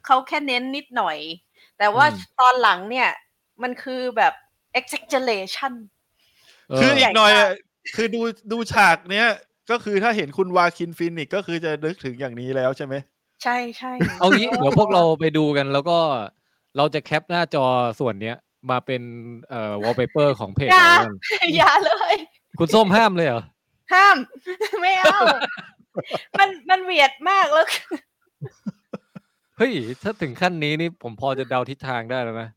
เขาแค่เน้นนิดหน่อย แต่ว่า อืม ตอนหลังเนี่ย มันคือแบบ exaggeration เ คือ ให อี ญ่ กหน่อยอะคือดูดูฉากเนี้ย ก็คือถ้าเห็นคุณวาคินฟินิกส์ก็คือจะนึกถึงอย่างนี้แล้วใช่ไหม ใช่ใช่ เอางี้ เดี๋ยวพวกเราไปดูกันแล้วก็เราจะแคปหน้าจอส่วนเนี้ย มาเป็นเอ่อวอลเปเปอร์ของเพจ อย่า เราแล้วกัน <laughs> อย่าเลย คุณส้มห้ามเลยเหรอ ห้าม <laughs> ไม่เอา มันมันเหวียดมากแล้วคือ เฮ้ย ถ้าถึงขั้นนี้นี่ผมพอจะเดาทิศทางได้แล้วนะ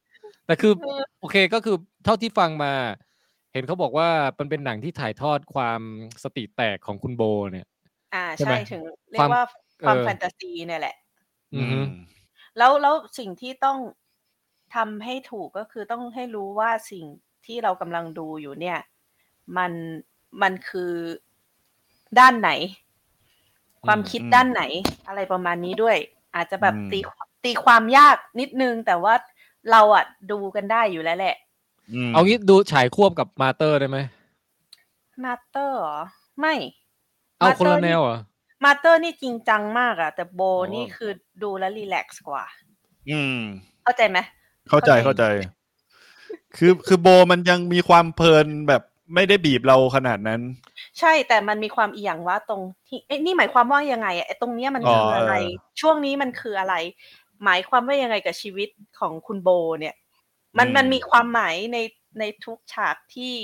แต่คือ โอเคก็คือเท่าที่ฟังมา เห็นเขาบอกว่ามันเป็นหนังที่ถ่ายทอดความสติแตกของคุณโบเนี่ย อ่า ใช่ไหม ใช่ถึง เรียวคาก ม ว่าความ เอ่อ แฟนตาซีเนี่ยแหละ อือฮึ แล้วแล้วสิ่งที่ต้องทำให้ถูกก็คือต้องให้รู้ว่าสิ่งที่เรากำลังดูอยู่เนี่ย มันมันคือด้านไหน ความคิดด้านไหน อะไรประมาณนี้ด้วย อาจจะแบบ อืม ตีตีความยากนิดนึง แต่ว่าเราอ่ะดูกันได้อยู่แล้วแหละ ม เอางี้ดูฉายควบกับมาเตอร์ได้ไหม มาเตอร์เหรอ ไม่ เอา Master คนละแนวเหรอ มาเตอร์นี่จริงจังมากอะแต่โบ โอ้ นี่คือดูแล้วรีแลกซ์กว่า อืม เข้าใจไหม เข้าใจ เข้า เข้า ใจ ใจ <laughs> คือคือโบมันยังมีความเพลินแบบไม่ได้บีบเราขนาดนั้น ใช่แต่มันมีความอีหยังว่าตรงที่เอ้ยนี่หมายความว่ายังไงอะไอ้ตรงเนี้ยมัน อ๋อ คืออะไร เออ ช่วงนี้มันคืออะไร หมายความว่ายังไงกับชีวิตของคุณโบเนี่ย มันมันมีความหมายในในทุกฉากที่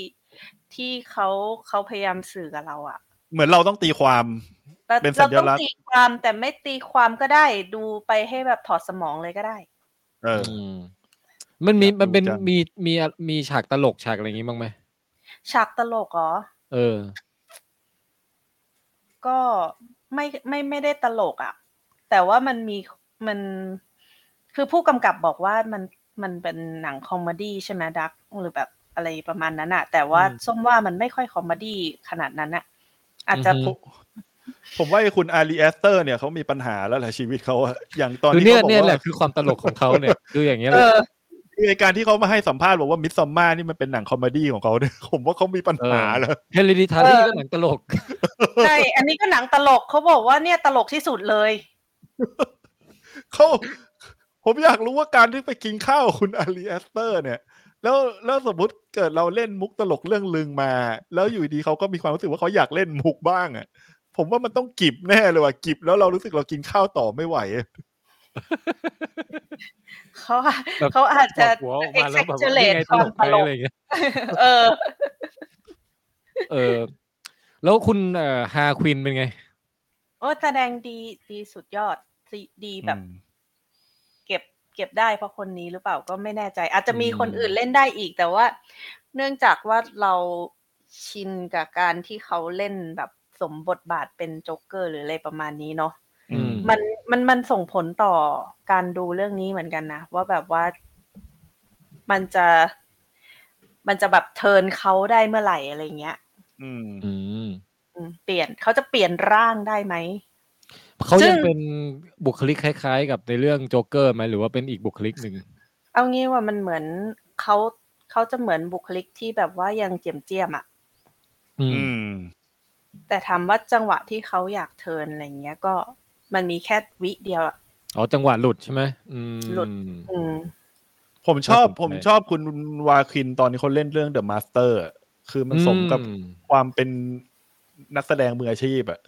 ที่เขาเขาพยายามสื่อกับเราอะ เหมือนเราต้องตีความ แต่ เป็นสั เรา ญ ต้อง ลักษณ์ ตีความแต่ไม่ตีความก็ได้ดูไปให้แบบถอดสมองเลยก็ได้ เออ มมันมี อยากดู มันเป็น จัง มีมีมีฉากตลกฉากอะไรอย่างงี้บ้างไหม ฉากตลกเหรอ เออ ก็ไม่ไม่ไม่ได้ตลกอะ่ะ แต่ว่ามันมีมันคือผู้กำกับบอกว่ามันมันเป็นหนังคอมเมดี้ใช่ไหมดักหรือแบบอะไรประมาณนั้นอะ่ะ แต่ว่า อืม ส้มว่ามันไม่ค่อยคอมเมดี้ขนาดนั้นอะ่ะ อาจจะ อือฮึ ผมว่าไอ้คุณอารีแอสเตอร์เนี่ยเขามีปัญหาแล้วแหละชีวิตเขาอะอย่างตอน คือ นี้ เนี่ย เขาบอก เนี่ยแหละ ว่า คือความตลกของเขาเนี่ย คืออย่างเงี้ย เอ แหละ อ คือไอ้การที่เขามาให้สัมภาษณ์บอกว่ามิสซัมมานี่มันเป็นหนังคอมเมดี้ของเขาเนี่ย <laughs> ผมว่าเขามีปัญหาแล้ว เฮลิดิทารีก็หนังตลก ใช่อันนี้ก็หนังตลกเขาบอกว่าเนี่ยตลกที่สุดเลย เขาผมอยากรู้ว่าการที่ไปกินข้าวคุณอารีแอสเตอร์ เนี่ย แล้วแล้วสมมติเกิดเราเล่นมุกตลกเรื่องลึงมา แล้วอยู่ดีเขาก็มีความรู้สึกว่าเขาอยากเล่นมุกบ้างอ่ะ ผมว่ามันต้องกิบแน่เลยว่ะกิบแล้วเรารู้สึกเรากินข้าวต่อไม่ไหวอะ เขาอาเขาอาจจะ หัวออกมาแล้วแบบ exaggerate นี่ไง ความ ไป ตลก อะไรอย่างเงี้ย เออ เออ แล้วคุณเอ่อฮาควินเป็นไง โอ้แสดงดีดีสุดยอดดีดีแบบ อืม เก็บเก็บได้เพราะคนนี้หรือเปล่าก็ไม่แน่ใจ อาจจะมี อืม คนอื่นเล่นได้อีกแต่ว่า เนื่องจากว่าเราชินกับการที่เขาเล่นแบบสมบทบาทเป็นโจ๊กเกอร์หรืออะไรประมาณนี้เนาะ อืม มันมันมันส่งผลต่อการดูเรื่องนี้เหมือนกันนะ ว่าแบบว่ามันจะ มันจะแบบเทิร์นเขาได้เมื่อไหร่อะไรเงี้ย อืม อืม อืมเปลี่ยนเขาจะเปลี่ยนร่างได้ไหม เขา ซึ่ ยัง งเป็นบุคลิกคล้าย ๆ กับในเรื่องโจ๊กเกอร์ไหมหรือว่าเป็นอีกบุคลิกหนึ่ง เอางี้ว่ามันเหมือนเขาเขาจะเหมือนบุคลิกที่แบบว่ายังเจียมเจียมๆอะ อื อื ม ม แต่ถามว่าจังหวะที่เขาอยากเทิร์นอะไรเงี้ยก็มันมีแค่วิเดียวอะ อ๋อจังหวะหลุดใช่ไหมอืม หลุด อืม ผมชอบ น่าสนใจ ผมชอบคุณวาคินตอนที่เขาเล่นเรื่องเดอะมาสเตอร์คือมันสมกับ อืม ความเป็นนักแสดงมืออาชีพอะ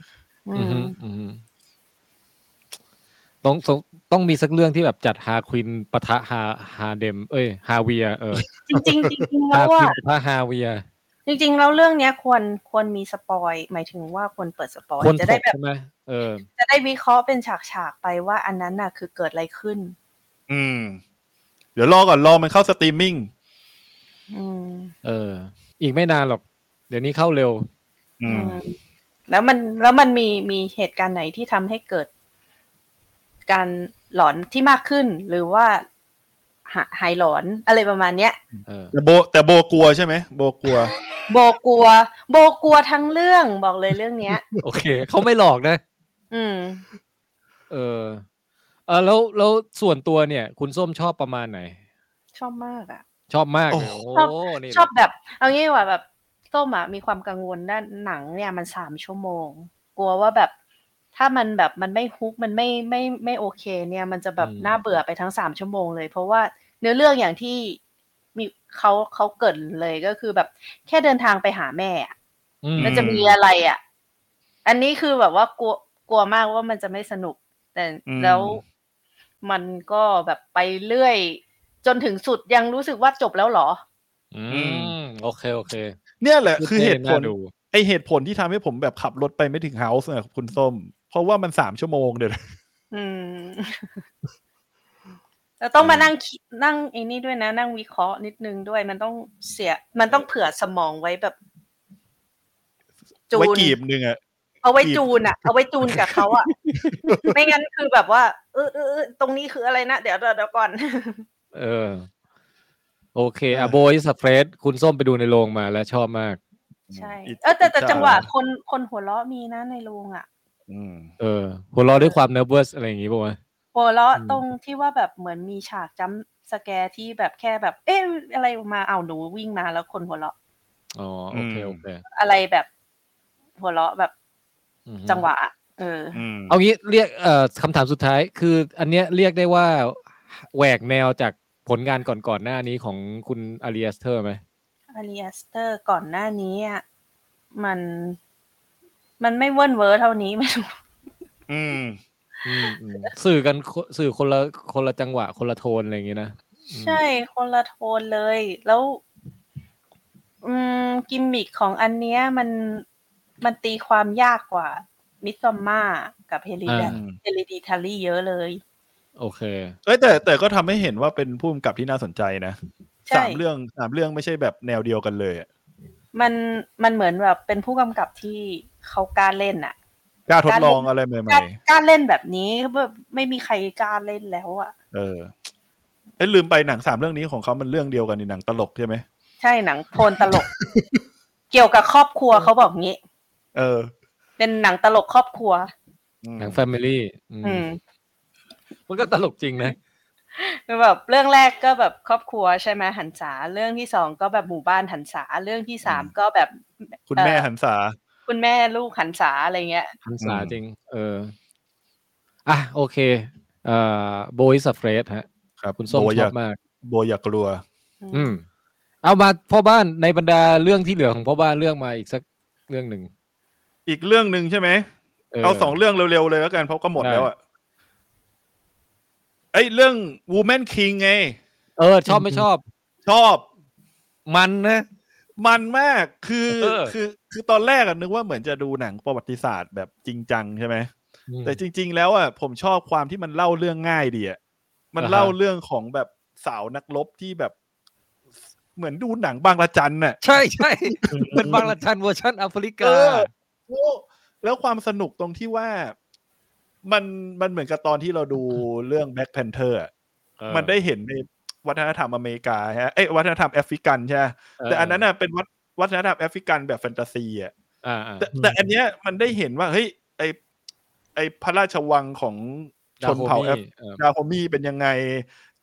อื อืม ม อืมต้องต้องต้องมีสักเรื่องที่แบบจัดฮาควินปะทะฮาฮาเดม เอ้ยฮาเวีย เออ จริงจริงๆจ <laughs> ริงๆ ฮา แล้ว ควิ ว่าน ปะทะฮาเวีย จริง ๆ แล้วเรื่องเนี้ยควรควรมีสปอยหมายถึงว่าควรเปิดสปอย คน จะ ต ได้ ก แบบ ใช่ไหมเออ จะได้วิเคราะห์เป็นฉากๆไปว่าอันนั้นน่ะคือเกิดอะไรขึ้น อืม เดี๋ยวรอก่อนรอมันเข้าสตรีมมิ่ง อืม เออ อีกไม่นานหรอก เดี๋ยวนี้เข้าเร็ว อืม อืมแล้วมันแล้วมันมีมีเหตุการณ์ไหนที่ทำให้เกิด การหลอนที่มากขึ้น หรือว่าหาหายหลอนอะไรประมาณเนี้ย เออ แต่โบแต่โบกลัวใช่ไหมโบกลัว โบกลัว โบกลัวทั้งเรื่องบอกเลยเรื่องเนี้ย โอเค เขาไม่หลอกนะ อืม เออ เออแล้วแล้วส่วนตัวเนี่ย คุณส้มชอบประมาณไหน ชอบมากอ่ะ ชอบมาก โอ้ เลยโอ้โหนี่ ชอบแบบ เอางี้ดีกว่าแบบส้มอ่ะมีความกังวลด้านหนังเนี่ยมันสามชั่วโมง กลัวว่าแบบ ถ้ามันแบบมันไม่ฮุกมันไม่ไม่ไม่โอเค เนี่ย มันจะแบบน่าเบื่อไปทั้งสามชั่วโมงเลย เพราะว่าเนื้อเรื่องอย่างที่มีเขาเขาเกริดเลยก็คือแบบแค่เดินทางไปหาแม่อะ อืม แล้วจะมีอะไรอ่ะ อันนี้คือแบบว่ากลัวกลัวมากว่ามันจะไม่สนุก แต่ อืม แล้วมันก็แบบไปเรื่อย จนถึงสุดยังรู้สึกว่าจบแล้วเหรอ อืมโอเคโอเค <laughs> เนี่ยแหละ คือเหตุผล น่าดู ไอเหตุผลที่ทำให้ผมแบบขับรถไปไม่ถึงเฮาส์เนี่ยคุณส้ม เพราะว่ามันสามชั่วโมงเดี๋ยวนะ อืม <laughs> แล้วต้องมานั่งคิดนั่งไอ้นี่ด้วยนะ นั่งวิเคราะห์นิดนึงด้วย มันต้องเสีย มันต้องเผื่อสมองไว้แบบ จู ไว้ น กีบหนึ่งอะ เอาไว้ จีบ จูนอะเอาไว้จูนกับเขาอะ ไม่งั้นคือแบบว่าเออเออเออตรงนี้คืออะไรนะเดี๋ยวเดี๋ยวเดี๋ยวก่อน เออ โอเคอะโบยสเฟรดคุณส้มไปดูในโรงมาแล้วชอบมาก ใช่ อิจ เออแต่แต่ อิจฉา จังหวะคนคนหัวเราะมีนะในโรงอ่ะ อืม เออ หัวเราะด้วยความเน r ร์ u เ s อะไรอย่างงี้ป่าวะ หัวเราะ อืม ตรงที่ว่าแบบเหมือนมีฉากจัมป์สแกร์ที่แบบแค่แบบ เอ๊ะอะไรมาเอาวหนูวิ่งมาแล้วคนหัวเราะ อ๋อโอเค อืม โอเค อะไรแบบ หัวเราะแบบ อืม จังหวะอะเอออ อืม เอางี้เรียกเอ่อคำถามสุดท้าย คือ อันเนี้ยเรียกได้ว่าแหวกแนวจากผลงานก่อนๆหน้านี้ของคุณอาริอสเตอร์ไหม อาริอสเตอร์ก่อนหน้านี้อะมัน มันไม่เวิร์นเวอร์เท่านี้ <laughs> ไม่รู้ อืม อืมอืมสื่อกันคสื่อคนละคนละจังหวะคนละโทนอะไรอย่างงี้นะ ใช่คนละโทนเลย แล้ว อืมกิมมิคของอันเนี้ย มันมันตีความยากกว่ามิซอมมากับเฮลิ อ่า เดเฮลิดิทารี่เยอะเลย โอเค เอ้ยแต่แต่ก็ทำให้เห็นว่าเป็นผู้กำกับที่น่าสนใจนะ ใช่ สามเรื่องสามเรื่องไม่ใช่แบบแนวเดียวกันเลยอะ มันมันเหมือนแบบเป็นผู้กำกับที่เขากล้าเล่นอะ กล้าทด การ ล เล่น องอะไรให กล้า ม่ กล้าเล่นแบบนี้แบบไม่มีใครกล้าเล่นแล้วอะ ๆเออเอ้ยลืมไปหนังสามเรื่องนี้ของเขามันเรื่องเดียวกันในหนังตลกใช่ไหม ใช่หนังโทนตล <laughs> ก เกี่ยวกับครอบครัวเขาบอกงี้ เออ เป็นหนังตลกครอบครัว อืม หนังแฟมิลี่ อืม มันก็ตลกจริงนะ แบบเรื่องแรกก็แบบครอบครัวใช่ไหมหันษาเรื่องที่สองก็แบบหมู่บ้านหันษาเรื่องที่สามก็แบบ คุณแม่หันษา คุณแม่ลูกหันษาอะไรเงี้ย ทันษา อืม จริง เออ อ่ะ โอเค เอ่อ boy s f r e d ฮะ ครับ คุณส้ม โบ ชอยอา บ ก มาก โบอยากกลัว อืม เอามาพ่อบ้านในบรรดาเรื่องที่เหลือของพ่อบ้านเรื่องมาอีกสักเรื่องหนึ่ง อีกเรื่องหนึ่งใช่ไหม เอาสองเรื่องเร็วๆเลยแล้วกันเพราะก็หมดแล้วอ่ะไอ้ยเรื่อง Woman King ไง เออ ชอบไม่ชอบ ชอบ มันนะ มันมากคือ เออ คือคือตอนแรกอะนึกว่าเหมือนจะดูหนังประวัติศาสตร์แบบจริงจังใช่ไหม แต่จริง ๆ แล้วอ่ะผมชอบความที่มันเล่าเรื่องง่ายดีอ่ะมัน อ่าฮะ เล่าเรื่องของแบบสาวนักรบที่แบบ เหมือนดูหนังบางระจันน่ะ ใช่ใช่เป็นบางละทันเวอร์ชันแอฟริกา เออ แล้วความสนุกตรงที่ว่ามันมันเหมือนกับตอนที่เราดูเรื่องแบ็คแพนเทอร์มันได้เห็นในวัฒนธรรมอเมริกาฮะเอ้ยวัฒนธรรมแอฟริกันใช่ไหมแต่อันนั้นน่ะเป็นวัฒวัฒนธรรมแอฟริกันแบบแฟนตาซีอ่ะ อ่าๆ แต่ อืม แต่อันเนี้ยมันได้เห็นว่าเฮ้ยไอไอพระราชวังของชนเผ่าแอฟ เออ ดาโฮมี่เป็นยังไง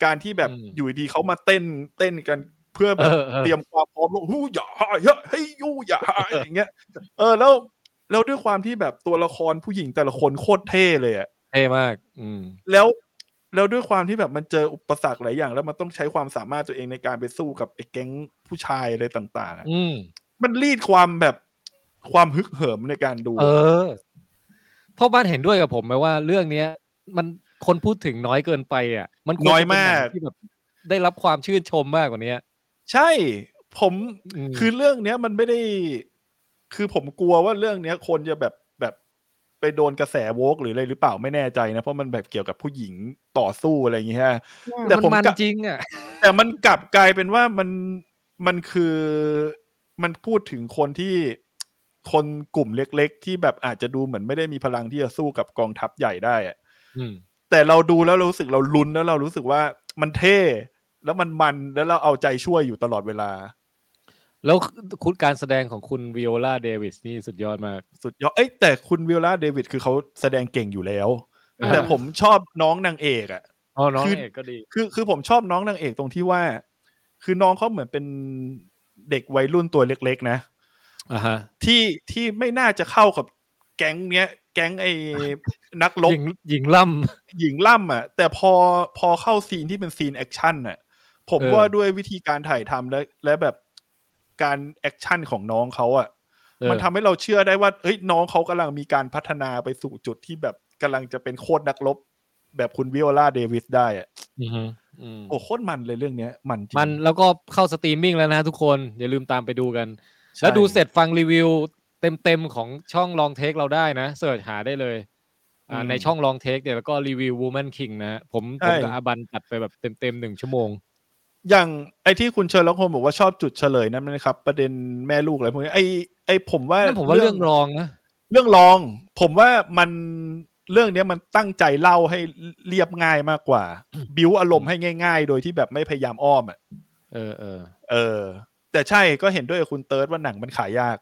การที่แบบ อืม อยู่ดีเขามาเต้นเต้นกันเพื่อแบบ เออเออ เตรียมความพร้อมลงหู้อย่าหายเฮ้ยยูอย่าหายอย่างเงี้ย เออแล้วแล้วด้วยความที่แบบตัวละครผู้หญิงแต่ละคนโคตรเท่เลยอะ เท่มาก อืม แล้วแล้วด้วยความที่แบบมันเจออุปสรรคหลายอย่าง แล้วมันต้องใช้ความสามารถตัวเองในการไปสู้กับไอ้แก๊งผู้ชายอะไรต่างๆอะ อืม มันรีดความแบบความฮึกเหิมในการดู เออพ่อบ้านเห็นด้วยกับผมไหมว่าเรื่องเนี้ย มันคนพูดถึงน้อยเกินไปอ่ะ มันควรจะเป็หงที่แบบได้รับความชื่นชมมากกว่านี้ ใช่ ผม ม คือเรื่องเนี้ยมันไม่ได้ คือผมกลัวว่าเรื่องเนี้ยคนจะแบบแบบไปโดนกระแสโวกหรืออะไรหรือเปล่าไม่แน่ใจนะ เพราะมันแบบเกี่ยวกับผู้หญิงต่อสู้อะไรอย่างเงี้ยฮะ แต่ผม มัน กะ จริงอ่ะ แต่มันกลับกลายเป็นว่ามันมันคือมันพูดถึงคนที่คนกลุ่มเล็ก ๆ ที่แบบอาจจะดูเหมือนไม่ได้มีพลังที่จะสู้กับกองทัพใหญ่ได้อะ อืม แต่เราดูแล้วเรารู้สึกเราลุ้นแล้วเรารู้สึกว่ามันเท่แล้วมันมันแล้วเราเอาใจช่วยอยู่ตลอดเวลา แล้วคุณการแสดงของคุณวิโอลาเดวิสนี่สุดยอดมาก สุดยอด เอ้ยแต่คุณวิลล่าเดวิดคือเขาแสดงเก่งอยู่แล้ว อ่า แต่ผมชอบน้องนางเอกอะ อ๋อน้อง คือ เอกก็ดี คือคือผมชอบน้องนางเอกตรงที่ว่า คือน้องเขาเหมือนเป็นเด็กวัยรุ่นตัวเล็กๆนะ อ่าฮะ ที่ที่ไม่น่าจะเข้ากับแก๊งเนี้ย แก๊ง <laughs> ไอ้นักลบ หญิงหญิงล่ำ หญิงล่ำอะแต่พอพอเข้าซีนที่เป็นซีนแอคชั่นน่ะ ผม เออ ว่าด้วยวิธีการถ่ายทำและและแบบการแอคชั่นของน้องเขาอะ เออ มันทำให้เราเชื่อได้ว่าเฮ้ยน้องเขากำลังมีการพัฒนาไปสู่จุดที่แบบกำลังจะเป็นโคตรนักรบ แบบคุณวิโอลาเดวิสได้อะ อือฮึอืม โอ้โคตรมันเลยเรื่องเนี้ย มันจริง มันแล้วก็เข้าสตรีมมิ่งแล้วนะทุกคน อย่าลืมตามไปดูกัน ใช่ แล้วดูเสร็จฟังรีวิวเต็มๆของช่องลองเทคเราได้นะเสิร์ชหาได้เลยอ่าในช่องลองเทคเนี่ยแล้วก็รีวิว Woman King นะฮะผมผมกับอาบันจัดไปแบบเต็มๆหนึ่งชั่วโมง อย่างไอ้ที่คุณเชอร์ล็อกโฮมบอกว่าชอบจุดเฉลยนั่นนะครับ ประเด็นแม่ลูกอะไรพวกนี้ไอ้ไอ้ผมว่า นั่นผมว่าเรื่องรองนะ เรื่องรอง ผมว่ามันเรื่องเนี้ยมันตั้งใจเล่าให้เรียบง่ายมากกว่า บิวอารมณ์ให้ง่าย ๆ โดยที่แบบไม่พยายามอ้อมอะ เออเออ เออ แต่ใช่ก็เห็นด้วยกับคุณเติร์ดว่าหนังมันขายยาก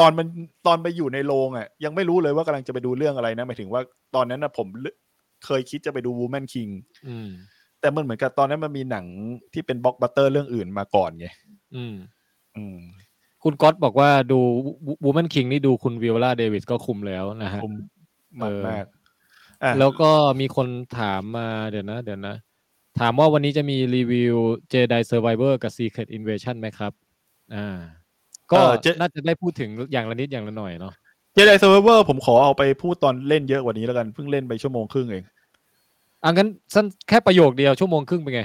ตอนมันตอนไปอยู่ในโรงอ่ะ ยังไม่รู้เลยว่ากำลังจะไปดูเรื่องอะไรนะหมายถึงว่าตอนนั้นนะผมเลือกเคยคิดจะไปดู Woman King อืม แต่มันเหมือนกับตอนนั้นมันมีหนังที่เป็นบล็อกบัตเตอร์เรื่องอื่นมาก่อนไง อืม อืม คุณก๊อตบอกว่าดู Woman King นี่ดูคุณวิโอลาเดวิสก็คุมแล้วนะฮะ ผมเอมากอ มากอ่ะ แล้วก็มีคนถามมาเดี๋ยวนะ เดี๋ยวนะ ถามว่าวันนี้จะมีรีวิว Jedi Survivor กับ Secret Invasion ไหมครับ อ่า ก็น่าจะได้พูดถึงอย่างละนิดอย่างละหน่อยเนาะ เจไดเซอร์เวอร์ผมขอเอาไปพูดตอนเล่นเยอะกว่านี้แล้วกันเพิ่งเล่นไปชั่วโมงครึ่งเอง อ่ะงั้นสั้นแค่ประโยคเดียวชั่วโมงครึ่งเป็นไง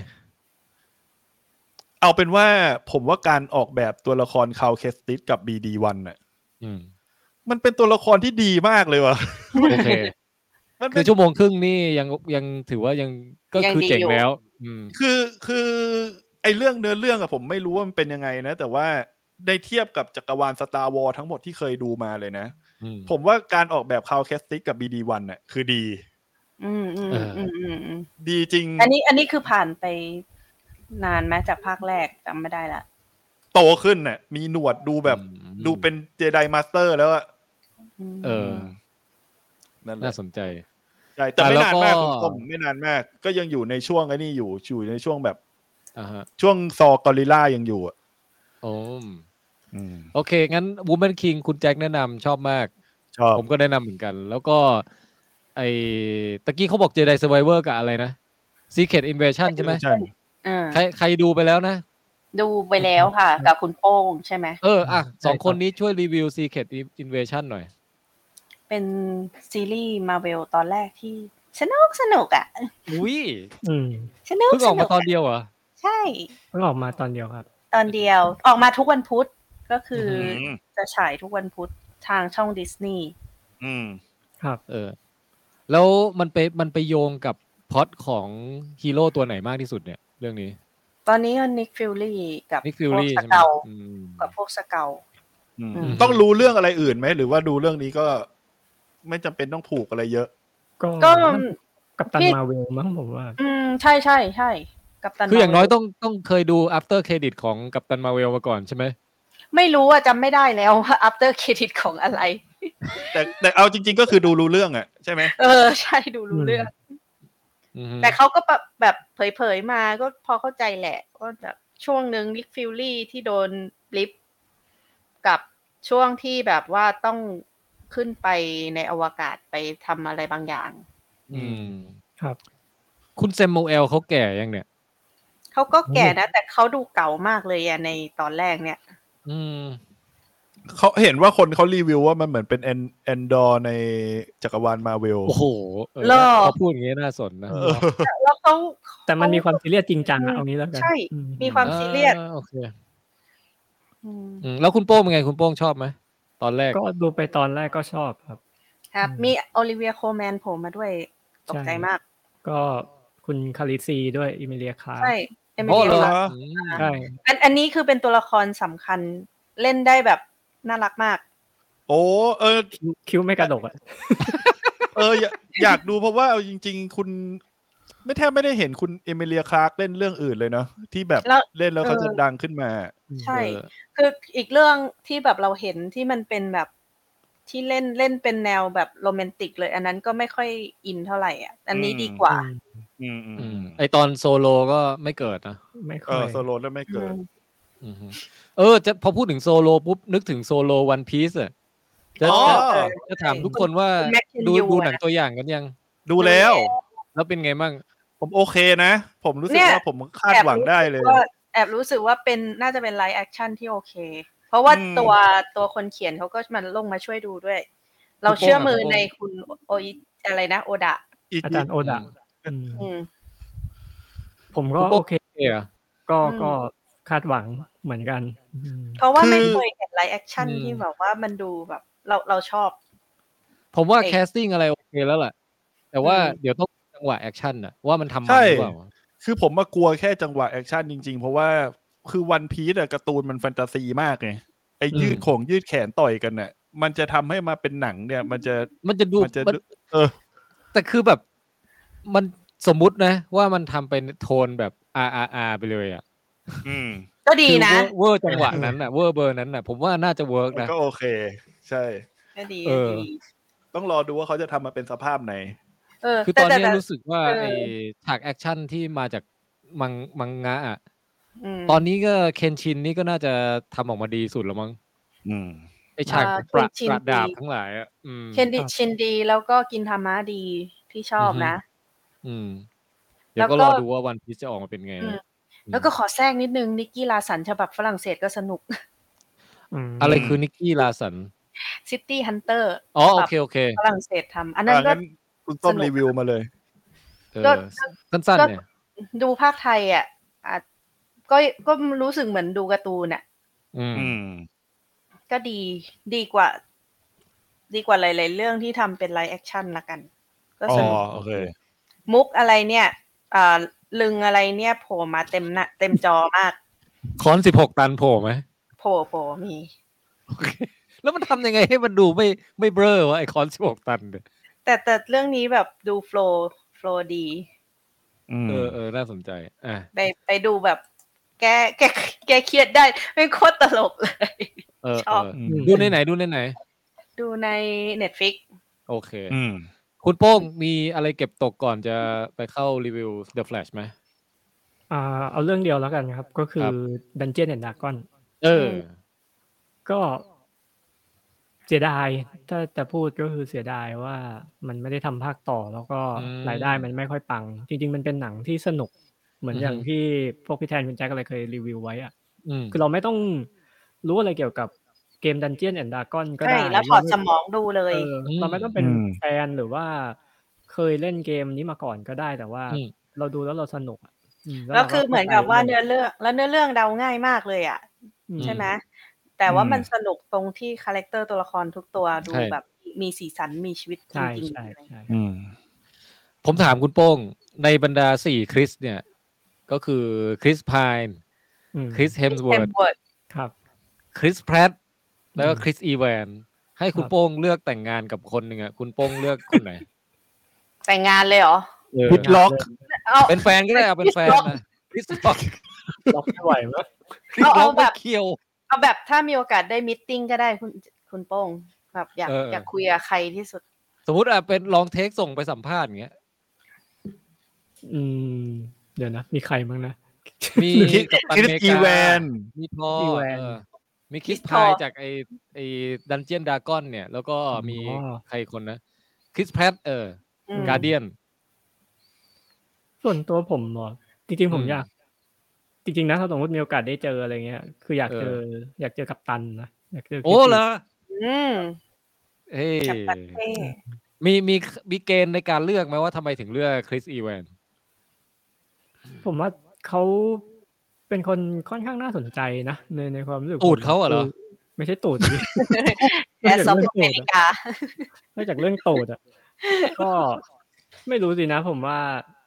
เอาเป็นว่าผมว่าการออกแบบตัวละครคาวเคสติสกับ BD1 น่ะ อืม มันเป็นตัวละครที่ดีมากเลยว่ะ โอ <laughs> เค มันคืเป็น อชั่วโมงครึ่งนี่ยังยังถือว่ายังก็คือเจ๋งแล้ว อืม คือคือไอเรื่องเนื้อเรื่องอะผมไม่รู้ว่ามันเป็นยังไงนะ แต่ว่าได้เทียบกับจักรวาลสตาร์วอทั้งหมดที่เคยดูมาเลยนะ อืม ผมว่าการออกแบบคาวแคสติกกับ BD1 น่ะคือดี อืมอืม เอออื อืมอืมอืม ดีจริง อันนี้อันนี้คือผ่านไปนานไหมจากภาคแรกจำไม่ได้ละ โตขึ้นน่ะมีหนวดดูแบบ อืม ดูเป็นเจไดมาสเตอร์แล้วอะ เออ นั่นแห น่า ละ สนใจ ใช่แต่ไม่ อ่ะแล้ว นานมาก ก็ คุณผู้ชมไม่นานมาก ก็ยังอยู่ในช่วงไอ้นี่อยู่อยู่ในช่วงแบบ อ่าฮะ ช่วงซอกอริลล่ายังอยู่อ่ะ โอ้ม อืม โอเค งั้น Woman King คุณแจ็คแนะนำชอบมาก ชอบ ผมก็แนะนำเหมือนกัน แล้วก็ไอตะกี้เขาบอก Jedi Survivor กับอะไรนะ Secret Invasion ใช่ไหม ใช่ อืม ใครใครดูไปแล้วนะ ดูไปแล้วค่ะ กับคุณโป้งใช่ไหม เออ อ่ะสอง ใช่ครับ คนนี้ช่วยรีวิว Secret Invasion หน่อย เป็นซีรีส์มาเวลตอนแรกที่สนุกสนุกอ่ะ อุ้ย อืม สนุก เพิ่งออก ส มาตอนเดียวเหรอ ใช่ เพิ่งออกมาตอนเดียวครับ ตอนเดียวออกมาทุกวันพุธก็คืออ ม จะฉายทุกวันพุธทางช่องดิสนีย์ อืม ครับ เออ แล้วมันไปมันไปโยงกับพล็อตของฮีโร่ตัวไหนมากที่สุดเนี่ยเรื่องนี้ ตอนนี้นิกฟิลลี่กับ นี่ฟิล พวก ลี่ ส ใช่ไหม เกา อืม กับพวกสเกา อืม อืม ต้องรู้เรื่องอะไรอื่นไหม หรือว่าดูเรื่องนี้ก็ ไม่จำเป็นต้องผูกอะไรเยอะ ก็ ก็ กับตัน พี่ มาเวลมั้งผมว่า อืมใช่ใช่ใช่กับตัน คืออย่างน้อย มเวล ต้องต้องเคยดู after credit ของกัปตันมาเวลมาก่อนใช่ไหม ไม่รู้อ่ะจำไม่ได้แล้ว <laughs> ว่า after credit ของอะไร แต่แต่เอาจริง ๆ ก็คือดูรู้เรื่องอ่ะใช่ไหม เออ ใช่ดูรู้เรื่อง อือฮึ แต่เขาก็แบบแบบเผยๆมาก็พอเข้าใจแหละก็แบบช่วงหนึ่งนิกฟิลลี่ที่โดนบลิป กับช่วงที่แบบว่าต้องขึ้นไปในอวกาศไปทำอะไรบางอย่าง อืม ครับ คุณเซมโมเอลเขาแก่ยังเนี่ย เขาก็แก่นะ แต่เขาดูเก่ามากเลยอะในตอนแรกเนี่ย อืม เขาเห็นว่าคนเขารีวิวว่ามันเหมือนเป็นแอนแอนดอร์ในจักรวาลมาเวล โอ้โหเออ หรอ เขาพูดอย่างนี้น่าสนนะ แล้วเขา แต่มันมีความซีเรียสจริงจังอะเอางี้แล้วกัน ใช่ อื มีความ อ่ ซีเรียส โอเค อืม อืมแล้วคุณโป้งเป็นไง คุณโป้งชอบไหม ตอนแรก ก็ดูไปตอนแรกก็ชอบครับ ครับ อืม มีโอลิเวียโคแมนโผล่มาด้วยตกใจ ใช่ มาก ก็คุณคาริซีด้วยอิมิเลียคลาร์ ใช่เอมิ โอ้ เลี เหร ย อ ค่ะ อืม ใช่ อันอันนี้คือเป็นตัวละครสำคัญเล่นได้แบบน่ารักมาก โอ้เออ คิ้วไม่กระดกอะ เอ <laughs> ออยากอยากดูเพราะว่าเอาจริง ๆ คุณ ไม่แทบไม่ได้เห็นคุณเอมิเลียคลาร์กเล่นเรื่องอื่นเลยเนาะที่แบบ แล้ว เล่นแล้วเขาจะดังขึ้นมา ใช่ เออ คืออีกเรื่องที่แบบเราเห็นที่มันเป็นแบบที่เล่นเล่นเป็นแนวแบบโรแมนติกเลย อันนั้นก็ไม่ค่อยอินเท่าไหร่อ่ะ อันนี้ อืม ดีกว่า อืมอืม อืมไอตอนโซโลก็ไม่เกิดนะ ไม่ เอ ค่อ อย โซโลแล้วไม่เกิด อือฮึเออ จะพอพูดถึงโซโลปุ๊บ นึกถึงโซโลวันพีซอ่ะจะ อ๋อ จะจะถามทุกคนว่า คุณแมคเคน ดู ยู ดู อะ หนังตัวอย่างกันยัง ดูแล้ว แล้วเป็นไงบ้าง ผมโอเคนะ ผมรู้สึ เนี่ ก ย ว่าผมคาดหวังได้เลย ก็แอบรู้สึกว่าเป็นน่าจะเป็นไลฟ์แอคชั่นที่โอเค เพราะว่า อืม ตัวตัวคนเขียนเขาก็มันลงมาช่วยดูด้วย เรา คุณโป้งอะ เชื่อมือใน คุณโป้ง คุณโออิอะไรนะ โอดะ อีก อาจารย์โอดะอืม อืม ผมก็ คุณโป้ง โอเค เอ๋อะ ก็ อืม ก็คาดหวังเหมือนกันอืม เพราะว่าไม่เคยเห็นไลฟ์แอคชั่น อืม ที่แบบว่ามันดูแบบ เราเราชอบ ผมว่า เอก แคสติ้งอะไรโอเคแล้วแหละแต่ว่า อืม เดี๋ยวต้องจังหวะแอคชั่นอะว่ามันทำมัน ใช่ หรือเปล่า คือผมมากลัวแค่จังหวะแอคชั่นจริง ๆ เพราะว่าคือวันพีซอะการ์ตูนมันแฟนตาซีมากไงไอ้ อืม ยืดของยืดแขนต่อยกันเนี่ยมันจะทำให้มาเป็นหนังเนี่ย มันจะ มันจะดู มันจะ มัน ดูเออ แต่คือแบบมันสมมุตินะ ว่ามันทำเป็นโทนแบบ R R R ไปเลยอะ อืม ก็ดี คือ นะ เวอร์เวอร์จังหวะนั้นอะเวอร์เบอร์นั้นอะผมว่าน่าจะเวิร์ก มัน นะ ก็โอเค ใช่ ก็ดี เอ ก็ อ ดี ต้องรอดูว่าเขาจะทำมาเป็นสภาพไหน เออ คือต แต่ อน แต่ เนี้ย แต่ รู้สึกว่า เออ ไอ้ฉากแอคชั่นที่มาจากมังมังงะอะ ม ตอนนี้ก็เคนชินนี่ก็น่าจะทำออกมาดีสุดแล้วมั้ง อืม ไอฉาก อ่า ประ เคนชิน ประดาบ ดี ทั้งหลายอะอืม เคนดิชินดีแล้วก็กินธรรมะดีที่ชอบนะ อืมเดี๋ยวก็รแล้อ วก็ ดูว่าวันพีจะออกมาเป็นไงนะ อืม แล้วก็ขอแทรกนิดนึงนิกกี้ลาสันฉบับฝรั่งเศสก็สนุก <laughs> ม อะไรคือนิกกี้ลาสัน City Hunter อ๋อโอเคโอเค ฝรั่งเศสทำอันนั้นก็ อ่ะคุณส้ม สนุก รีวิวมาเลย เออ ก็ สั้นๆเนี่ย ดูภาคไทยอ่ะอ่ะก็ก็รู้สึกเหมือนดูการ์ตูนอ่ะ อืม อืม ก็ดีดีกว่า ดีกว่าหลายๆเรื่องที่ทำเป็นไลฟ์แอคชั่นละกัน ก็ อ๋อ สนุก โอเค มุกอะไรเนี่ยอ่าลึงอะไรเนี่ยโผล่มาเต็มหน้าเต็มจอมาก คอนสิบหกตันโผล่ไหม โผล่โผล่มี โอเคแล้วมันทำยังไงให้มันดูไม่ไม่เบลอวะไอคอนสิบหกตันเนี่ย แต่แต่เรื่องนี้แบบดูโฟล์โฟล์ดี อืม เออเออน่าสนใจอ่ะ ไปไปดูแบบแก้แก้แก้เครียดได้ไม่โคตรตลกเลย เออ ช เอ อบ อ อืม ดูในไหนดูในไหน ดูใน Netflix โอเค อืม คุณโป้งมีอะไรเก็บตกก่อนจะไปเข้ารีวิว The Flash ไหม อ่าเอาเรื่องเดียวแล้วกันครับ ก็คื ค อ รับ Dungeon and Dragon เออ ก็เสียดาย ถ้าจะพูดก็คือเสียดายว่ามันไม่ได้ทำภาคต่อ แล้วก็ อืม รายได้มันไม่ค่อยปัง จริง ๆ มันเป็นหนังที่สนุก เหมือน อือฮึอย่างที่พวกพี่แทนคุณแจ็คอะไรเคยรีวิวไว้อะ อืม คือเราไม่ต้องรู้อะไรเกี่ยวกับเกม Dungeon and Dragon ก็ ใช่ ได้ แล้วถอดสมองดูเล เอย อเราไม่ต้องเป็น อืม แฟนหรือว่าเคยเล่นเกมนี้มาก่อนก็ได้แต่ว่า อืม เราดูแล้วเราสนุกอะม แล้ ราว คือเหมือนกับว่าเนื้อเรื่องแล้วเนื้อเรื่องเดาง่ายมากเลยอ่ะ อืม ใช่ไหมแต่ว่า อืม มันสนุกตรงที่คาแรคเตอร์ตัวละครทุกตัวดู ใช่ แบบมีสีสันมีชีวิตจ ใช่ ริง ใช่ ๆ ใช่ อืม ผมถามคุณโป้ง ในบรรดาสี่คริสเนี่ย ก็คือคริสพายน์ อืม คริสเฮมส์เวิร์ด Hemsworth ครับ คริสแพรตแล้วก็ อืม คริสอีแวน ให้คุณ ครับ โป้งเลือกแต่งงานกับคนหนึ่งอ่ะ คุณโป้งเลือกคนไหน แต่งงานเลยเหรอ เออ พิดล็อก เอา เป็นแฟนก็ได้เอาเป็นแฟนนะคริสล็อก รับไม่ไหวมั้ย คริสล็ <laughs> เอา อก แบ ไม่ บ เคียว เอาแบบถ้ามีโอกาสได้มิทติ้งก็ได้คุณคุณโป้งแบบอยาก เอออ อยากคุยกับใครที่สุด สมมติอ่ะเป็นลองเทคส่งไปสัมภาษณ์อย่างเงี้ย อืม เดี๋ยวนะ มีใครบ้างนะ มี คิด กัปตัน คิด เมกา อีแวน มีทอ อีแวน เออมีคริส Chris พาย Paul จากไอไอดันเจียนดากอนเนี่ย แล้วก็มี อ๋อ ใครคนนะคริสแพรตเออ อืม การเดียน ส่วนตัวผมเหรอจริงๆ ผม อืม อยาก จริงๆ นะ ถ้าสมมติมีโอกาสได้เจออะไรเงี้ย คืออยากเจอ อยากเจอกัปตันนะอยากเจอ โอ้เหรอ อืม เฮ้ย จับปัดเท่ มีมีมีเกณฑ์ในการเลือกไหมว่าทำไมถึงเลือกคริสอีแวน ผมว่าเขาเป็นคนค่อนข้างน่าสนใจนะ ในในความรู้สึก ตูดเขาอะเหรอ คืไม่ใช่ตูดดิ <laughs> แอสซอฟอเมริกา นอกจากเรื่องตูดอะก็ไม่รู้สินะ ผมว่า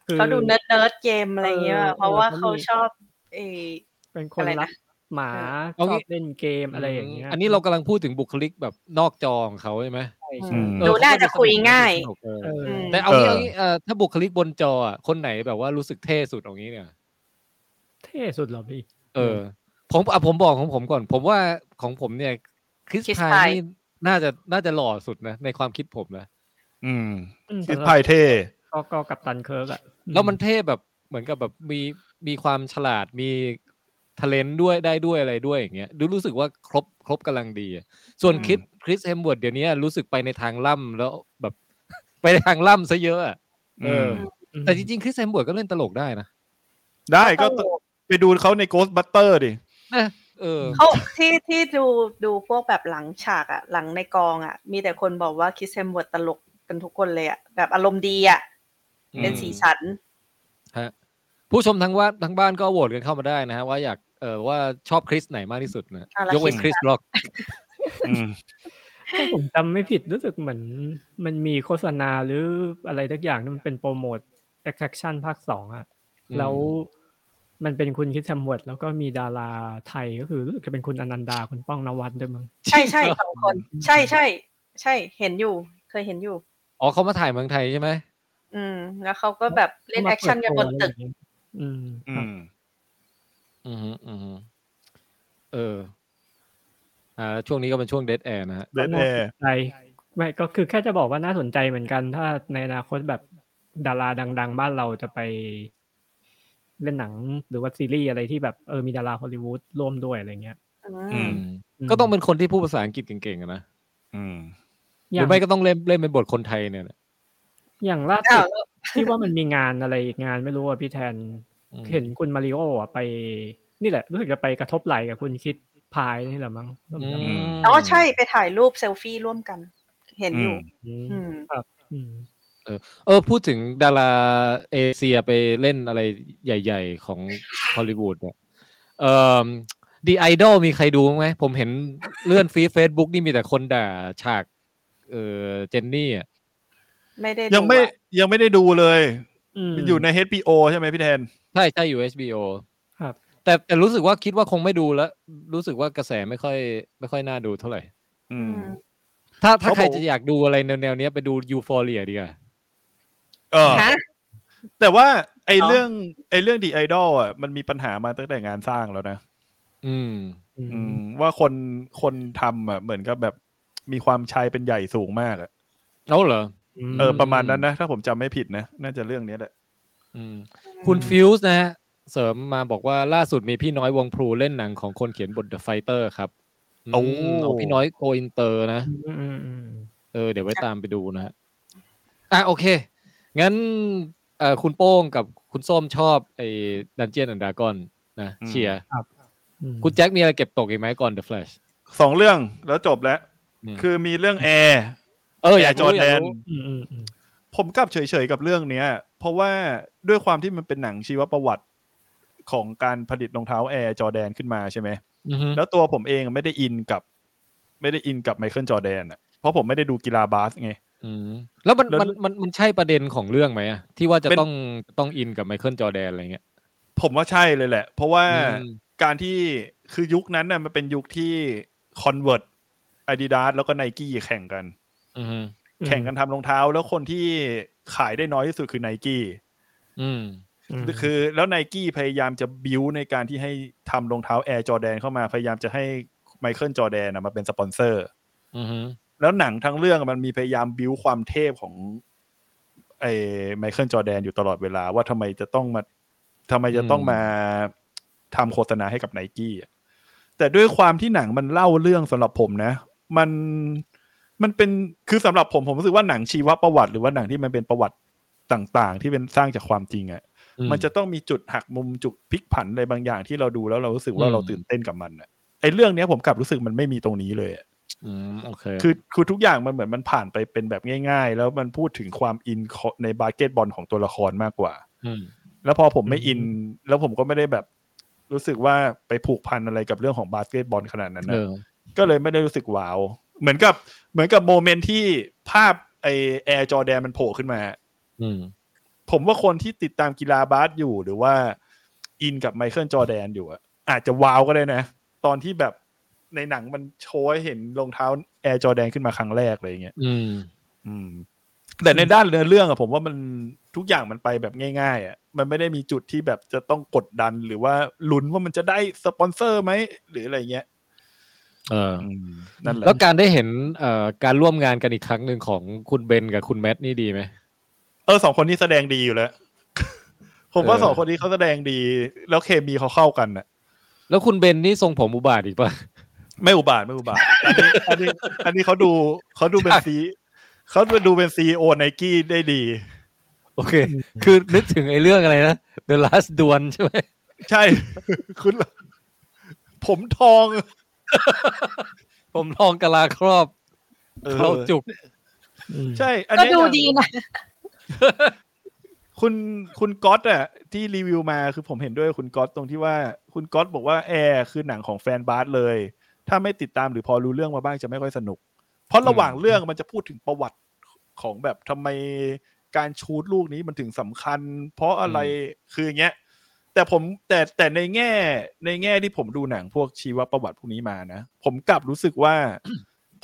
คือ เขาดูเนิร์ดเนิร์ดๆเกมอะไรอย่างเงี้ยว่ะเพเออราะว่า เออ เขา เขามี ชอบเออ เป็นคน อะไรนะ รักหมา เอา ช งี้ อบเล่นเกมอะไรอย่างเงี้ย อันนี้เรากำลังพูดถึงบุคลิกแบบนอกจอของเขาใช่ไหม อืม เออ ดูน่าจะคุยง่าย สนุกเออ เออ อืม แต่เอางี้ เออ เอางี้เออถ้าบุคลิกบนจออะคนไหนแบบว่ารู้สึกเท่สุดเอางี้เนี่ย เท่สุดเหรอพี่ เออผมอ่ะผมบอกของผมก่อน ผมว่าของผมเนี่ยคริส Chris พาย Pine นี่น่าจะน่าจะหล่อสุดนะ ในความคิดผมนะ อืม อืม คิด สำหรับ ไพ่เท่ ก็ก็กับตันเคิร์กอะ แล้วมันเท่แบบเหมือนกับแบบมีมีความฉลาดมีทเลนด้วยได้ด้วยอะไรด้วยอย่างเงี้ยดูรู้สึกว่าครบครบกำลังดีอะส่วน อืม คริสคริสเฮมเวิร์ดเดี๋ยวนี้รู้สึกไปในทางล่ำแล้วแบบ <laughs> ไปในทางล่ำซะเยอะอะเอออ อืม แต่จริงๆคริสเฮมเวิร์ดก็เล่นตลกได้นะ ได้ก็ไปดูเขาใน Ghost Buster ดิ นะเออ เขาที่ที่ดูดูพวกแบบหลังฉากอะหลังในกองอะมีแต่คนบอกว่าคิสเซมเวิร์ดตลกกันทุกคนเลยอะแบบอารมณ์ดีอะเป็นสีสัน ฮะผู้ชมทั้งว่าทั้งบ้านก็โหวตกันเข้ามาได้นะฮะว่าอยากเออว่าชอบคริสไหนมากที่สุดนะ อ่ะแล้ว ยกเว้นคริสล็อก อืม ถ้าผมจำไม่ผิดรู้สึกเหมือน มันมีโฆษณาหรืออะไรทักอย่างที่มันเป็นโปรโมท attraction ภาคสองอะแล้วมันเป็นคุณคิดแซมเวิร์ดแล้วก็มีดาราไทยก็คือรู้สึกจะเป็นคุณอนันดาคุณป้องนวัดด้วยมั้ง ใช่ใช่สองคน ใช่ใช่ใช่เห็นอยู่ เคยเห็นอยู่ อ๋อเขามาถ่ายเมืองไทยใช่ไหม อืม แล้วเขาก็แบบเล่นแอคชั่นกันบนตึก อืม อื ครับ ม อือฮึอือฮึเออ อ่าแล้วช่วงนี้ก็เป็นช่วงเด a แอร์นะฮะ Dead Air ใช่ไม่ก็คือแค่จะบอกว่าน่าสนใจเหมือนกัน ถ้าในอนาคตแบบดาราดัง ๆ บ้านเราจะไป เล่นหนังหรือว่าซีรีส์อะไรที่แบบเออมีดาราฮอลลีวูดร่วมด้วยอะไรเงี้ย อืม ม ก็ต้องเป็นคนที่พูดภาษาอังกฤษเก่งๆอะนะ อืม ห อ รือย่างไม่ก็ต้องเล่นเล่นเป็นบทคนไทยเนี่ยแหละ อย่างล่าสุ อ้าว ด แล้ว ที่ว่ามันมีงานอะไรอีกงานไม่รู้อ่ะพี่แทน อืม เห็นคุณมาริโออ่ะไป นี่แหละ รู้สึกจะไปกระทบไหลกับคุณคิดพายนี่แหละมั้ง อืม อ๋อใช่ไปถ่ายรูปเซลฟี่ร่วมกัน เห็นอยู่ อืม อืม อืม เออ พูดถึงดาราเอเชียไปเล่นอะไรใหญ่ ๆ ของฮอลลีวูดเนี่ยเอ่อ The Idol มีใครดูบ้างไหม ผมเห็นเลื่อนฟีดเฟซบุ๊กนี่มีแต่คนด่าฉาก เออเจนนี่อ่ะ ไม่ได้ ยังไม่ ดูอะ ยังไม่ได้ดูเลย ม อยู่ใน HBO ใช่ไหมพี่แทน ใช่ใช่ อยู่ HBO ครับ แต่แต่รู้สึกว่าคิดว่าคงไม่ดูแล้ว รู้สึกว่ากระแสไม่ค่อย ไม่ค่อยน่าดูเท่าไหร่ อืมอืม ถ้าถ้า เขาบอก ใครจะอยากดูอะไรแนวๆเนี้ยไปดูยูฟอ r เรียดีกว่า เออ ฮะ แต่ว่าไอ เนอะ เรื่องไอเรื่องดีไอดอลอ่ะมันมีปัญหามาตั้งแต่งานสร้างแล้วนะ อืม อื อื ม มว่าคนคนทำอ่ะเหมือนกับแบบมีความชายเป็นใหญ่สูงมากอ่ะ แล้วเหรอ ม เออประมาณนั้นนะ ถ้าผมจำไม่ผิดนะ น่าจะเรื่องเนี้ยแหละ อืมคุณฟิวส์นะฮะ เสริมมาบอกว่าล่าสุดมีพี่น้อยวงพลูเล่นหนังของคนเขียนบท The Fighter ครับม โอ้ เอาพี่น้อยโกอินเตอร์นะ อืมอืมอืม เออเดี๋ยวไว้ตามไปดูนะฮะ อ่ะโอเค งั้นเอ่อคุณโป้งกับคุณส้มชอบไอ้ดันเจียนอันดากอนนะ อืม เชียร์ อืม คุณแจ็คมีอะไรเก็บตกอีกไหมก่อน The Flash สองเรื่องแล้วจบแล้ว อืม คือมีเรื่องแอ <laughs> ร์ เอออยาก จอ รู้ ร์ อ แด ยาก น รู้ อืมอืมอืม ผมกลับเฉยๆกับเรื่องเนี้ย เพราะว่าด้วยความที่มันเป็นหนังชีวประวัติของการผลิตรองเท้าแอร์จอร์แดนขึ้นมาใช่ไหม อือฮึ แล้วตัวผมเองไม่ได้อินกับ ไม่ได้อินกับไมเคิลจอร์แดนอ่ะเพราะผมไม่ได้ดูกีฬาบาสไง อืมแล้วมัน แล้ว มันมันมันใช่ประเด็นของเรื่องไหมอะที่ว่าจะ เป็น ต้องต้องอินกับไมเคิลจอร์แดนอะไรเงี้ย ผมว่าใช่เลยแหละ เพราะว่า อืม การที่คือยุคนั้นน่ะมันเป็นยุคที่คอนเวิร์ตอาดิดาสแล้วก็ไนกี้แข่งกัน อือฮึ แข่งกันทำรองเท้า แล้วคนที่ขายได้น้อยที่สุดคือไนกี้ อืม ม คือแล้วไนกี้พยายามจะบิวในการที่ให้ทำรองเท้าแอร์จอแดนเข้ามาพยายามจะให้ไมเคิลจอแดนมาเป็นสปอนเซอร์ อือฮึ แล้วหนังทั้งเรื่องอะมันมีพยายามบิวความเทพของไอ้ไมเคิลจอแดนอยู่ตลอดเวลา ว่าทำไมจะต้องมาทำไมจะต้องมาทำโฆษณาให้กับไนกี้อะแต่ด้วยความที่หนังมันเล่าเรื่องสำหรับผมนะ มันมันเป็นคือสำหรับผมผมรู้สึกว่าหนังชีวประวัติ หรือว่าหนังที่มันเป็นประวัติต่างๆ ที่เป็นสร้างจากความจริงอะ่ะ อื มันจะต้องมีจุดหักมุมจุดพลิกผันอะไรบางอย่างที่เราดูแล้วเรารู้สึกว่า อืม เราตื่นเต้นกับมันอะไอ้เรื่องเนี้ยผมกลับรู้สึกมันไม่มีตรงนี้เลยอะ อืมโอเค คือคือทุกอย่างมันเหมือนมันผ่านไปเป็นแบบง่าย ๆ แล้วมันพูดถึงความอินของในบาสเกตบอลของตัวละครมากกว่า ม แล้วพอผมไม่อิน แล้วผมก็ไม่ได้แบบ รู้สึกว่าไปผูกพันอะไรกับเรื่องของบาสเกตบอลขนาดนั้น เอ นะ อ ก็เลยไม่ได้รู้สึกว้าว เหมือนกับเหมือนกับโมเมนต์ที่ภาพไอแอร์จอแดนมันโผล่ขึ้นมา อืม ผมว่าคนที่ติดตามกีฬาบาสอยู่หรือว่าอินกับไมเคิลจอแดนอยู่อะอาจจะว้าวก็ได้นะ ตอนที่แบบในหนังมันโชว์ให้เห็นรองเท้าแอร์จอแดนขึ้นมาครั้งแรกอะไรอย่างเงี้ย อืม อืมแต่ในด้านเนื้อเรื่องอะผมว่ามันทุกอย่างมันไปแบบง่ายๆอะมันไม่ได้มีจุดที่แบบจะต้องกดดันหรือว่าลุ้นว่ามันจะได้สปอนเซอร์ไหมหรืออะไรเงี้ย เออ นั่นแหละ แล้วการได้เห็นเอ่อการร่วมงานกันอีกครั้งหนึ่งของคุณเบนกับคุณแมทนี่ดีไหม เออสองคนนี้แสดงดีอยู่แล้ว <laughs> ผมว่า เออ สองคนนี้เขาแสดงดี แล้วเคมีเขาเข้ากันอะ แล้วคุณเบนนี่ทรงผมอุบาทอีกปะ <laughs> ไม่อุบาทไม่อุบาทอันนี้ <laughs> อันนี้อันนี้เขาดูเขาดูเป็นซีเขาดูเป็นซีโอไนกี้ได้ดี โอเค คือนึกถึงไอ้เรื่องอะไรนะ The Last Duel ใช่ไหม ใช่ <laughs> คุณล่ะผมทอง ผมลองกะลาครอบ ออ เข้าจุก อืม ใช่ อัน ก็ เนี้ย ดู อย่าง ดีนะ คุณคุณก๊อตอะที่รีวิวมาคือผมเห็นด้วยกับคุณก๊อตตรงที่ว่าคุณก๊อตบอกว่าแอร์คือหนังของแฟนบาสเลย ถ้าไม่ติดตามหรือพอรู้เรื่องมาบ้างจะไม่ค่อยสนุก เพราะระหว่างเรื่องมันจะพูดถึงประวัติของแบบทำไมการชูดลูกนี้มันถึงสำคัญ เพราะอะไรคืออย่างเงี้ย แต่ผมแต่แต่ในแง่ในแง่ที่ผมดูหนังพวกชีวประวัติพวกนี้มานะ ผมกลับรู้สึกว่า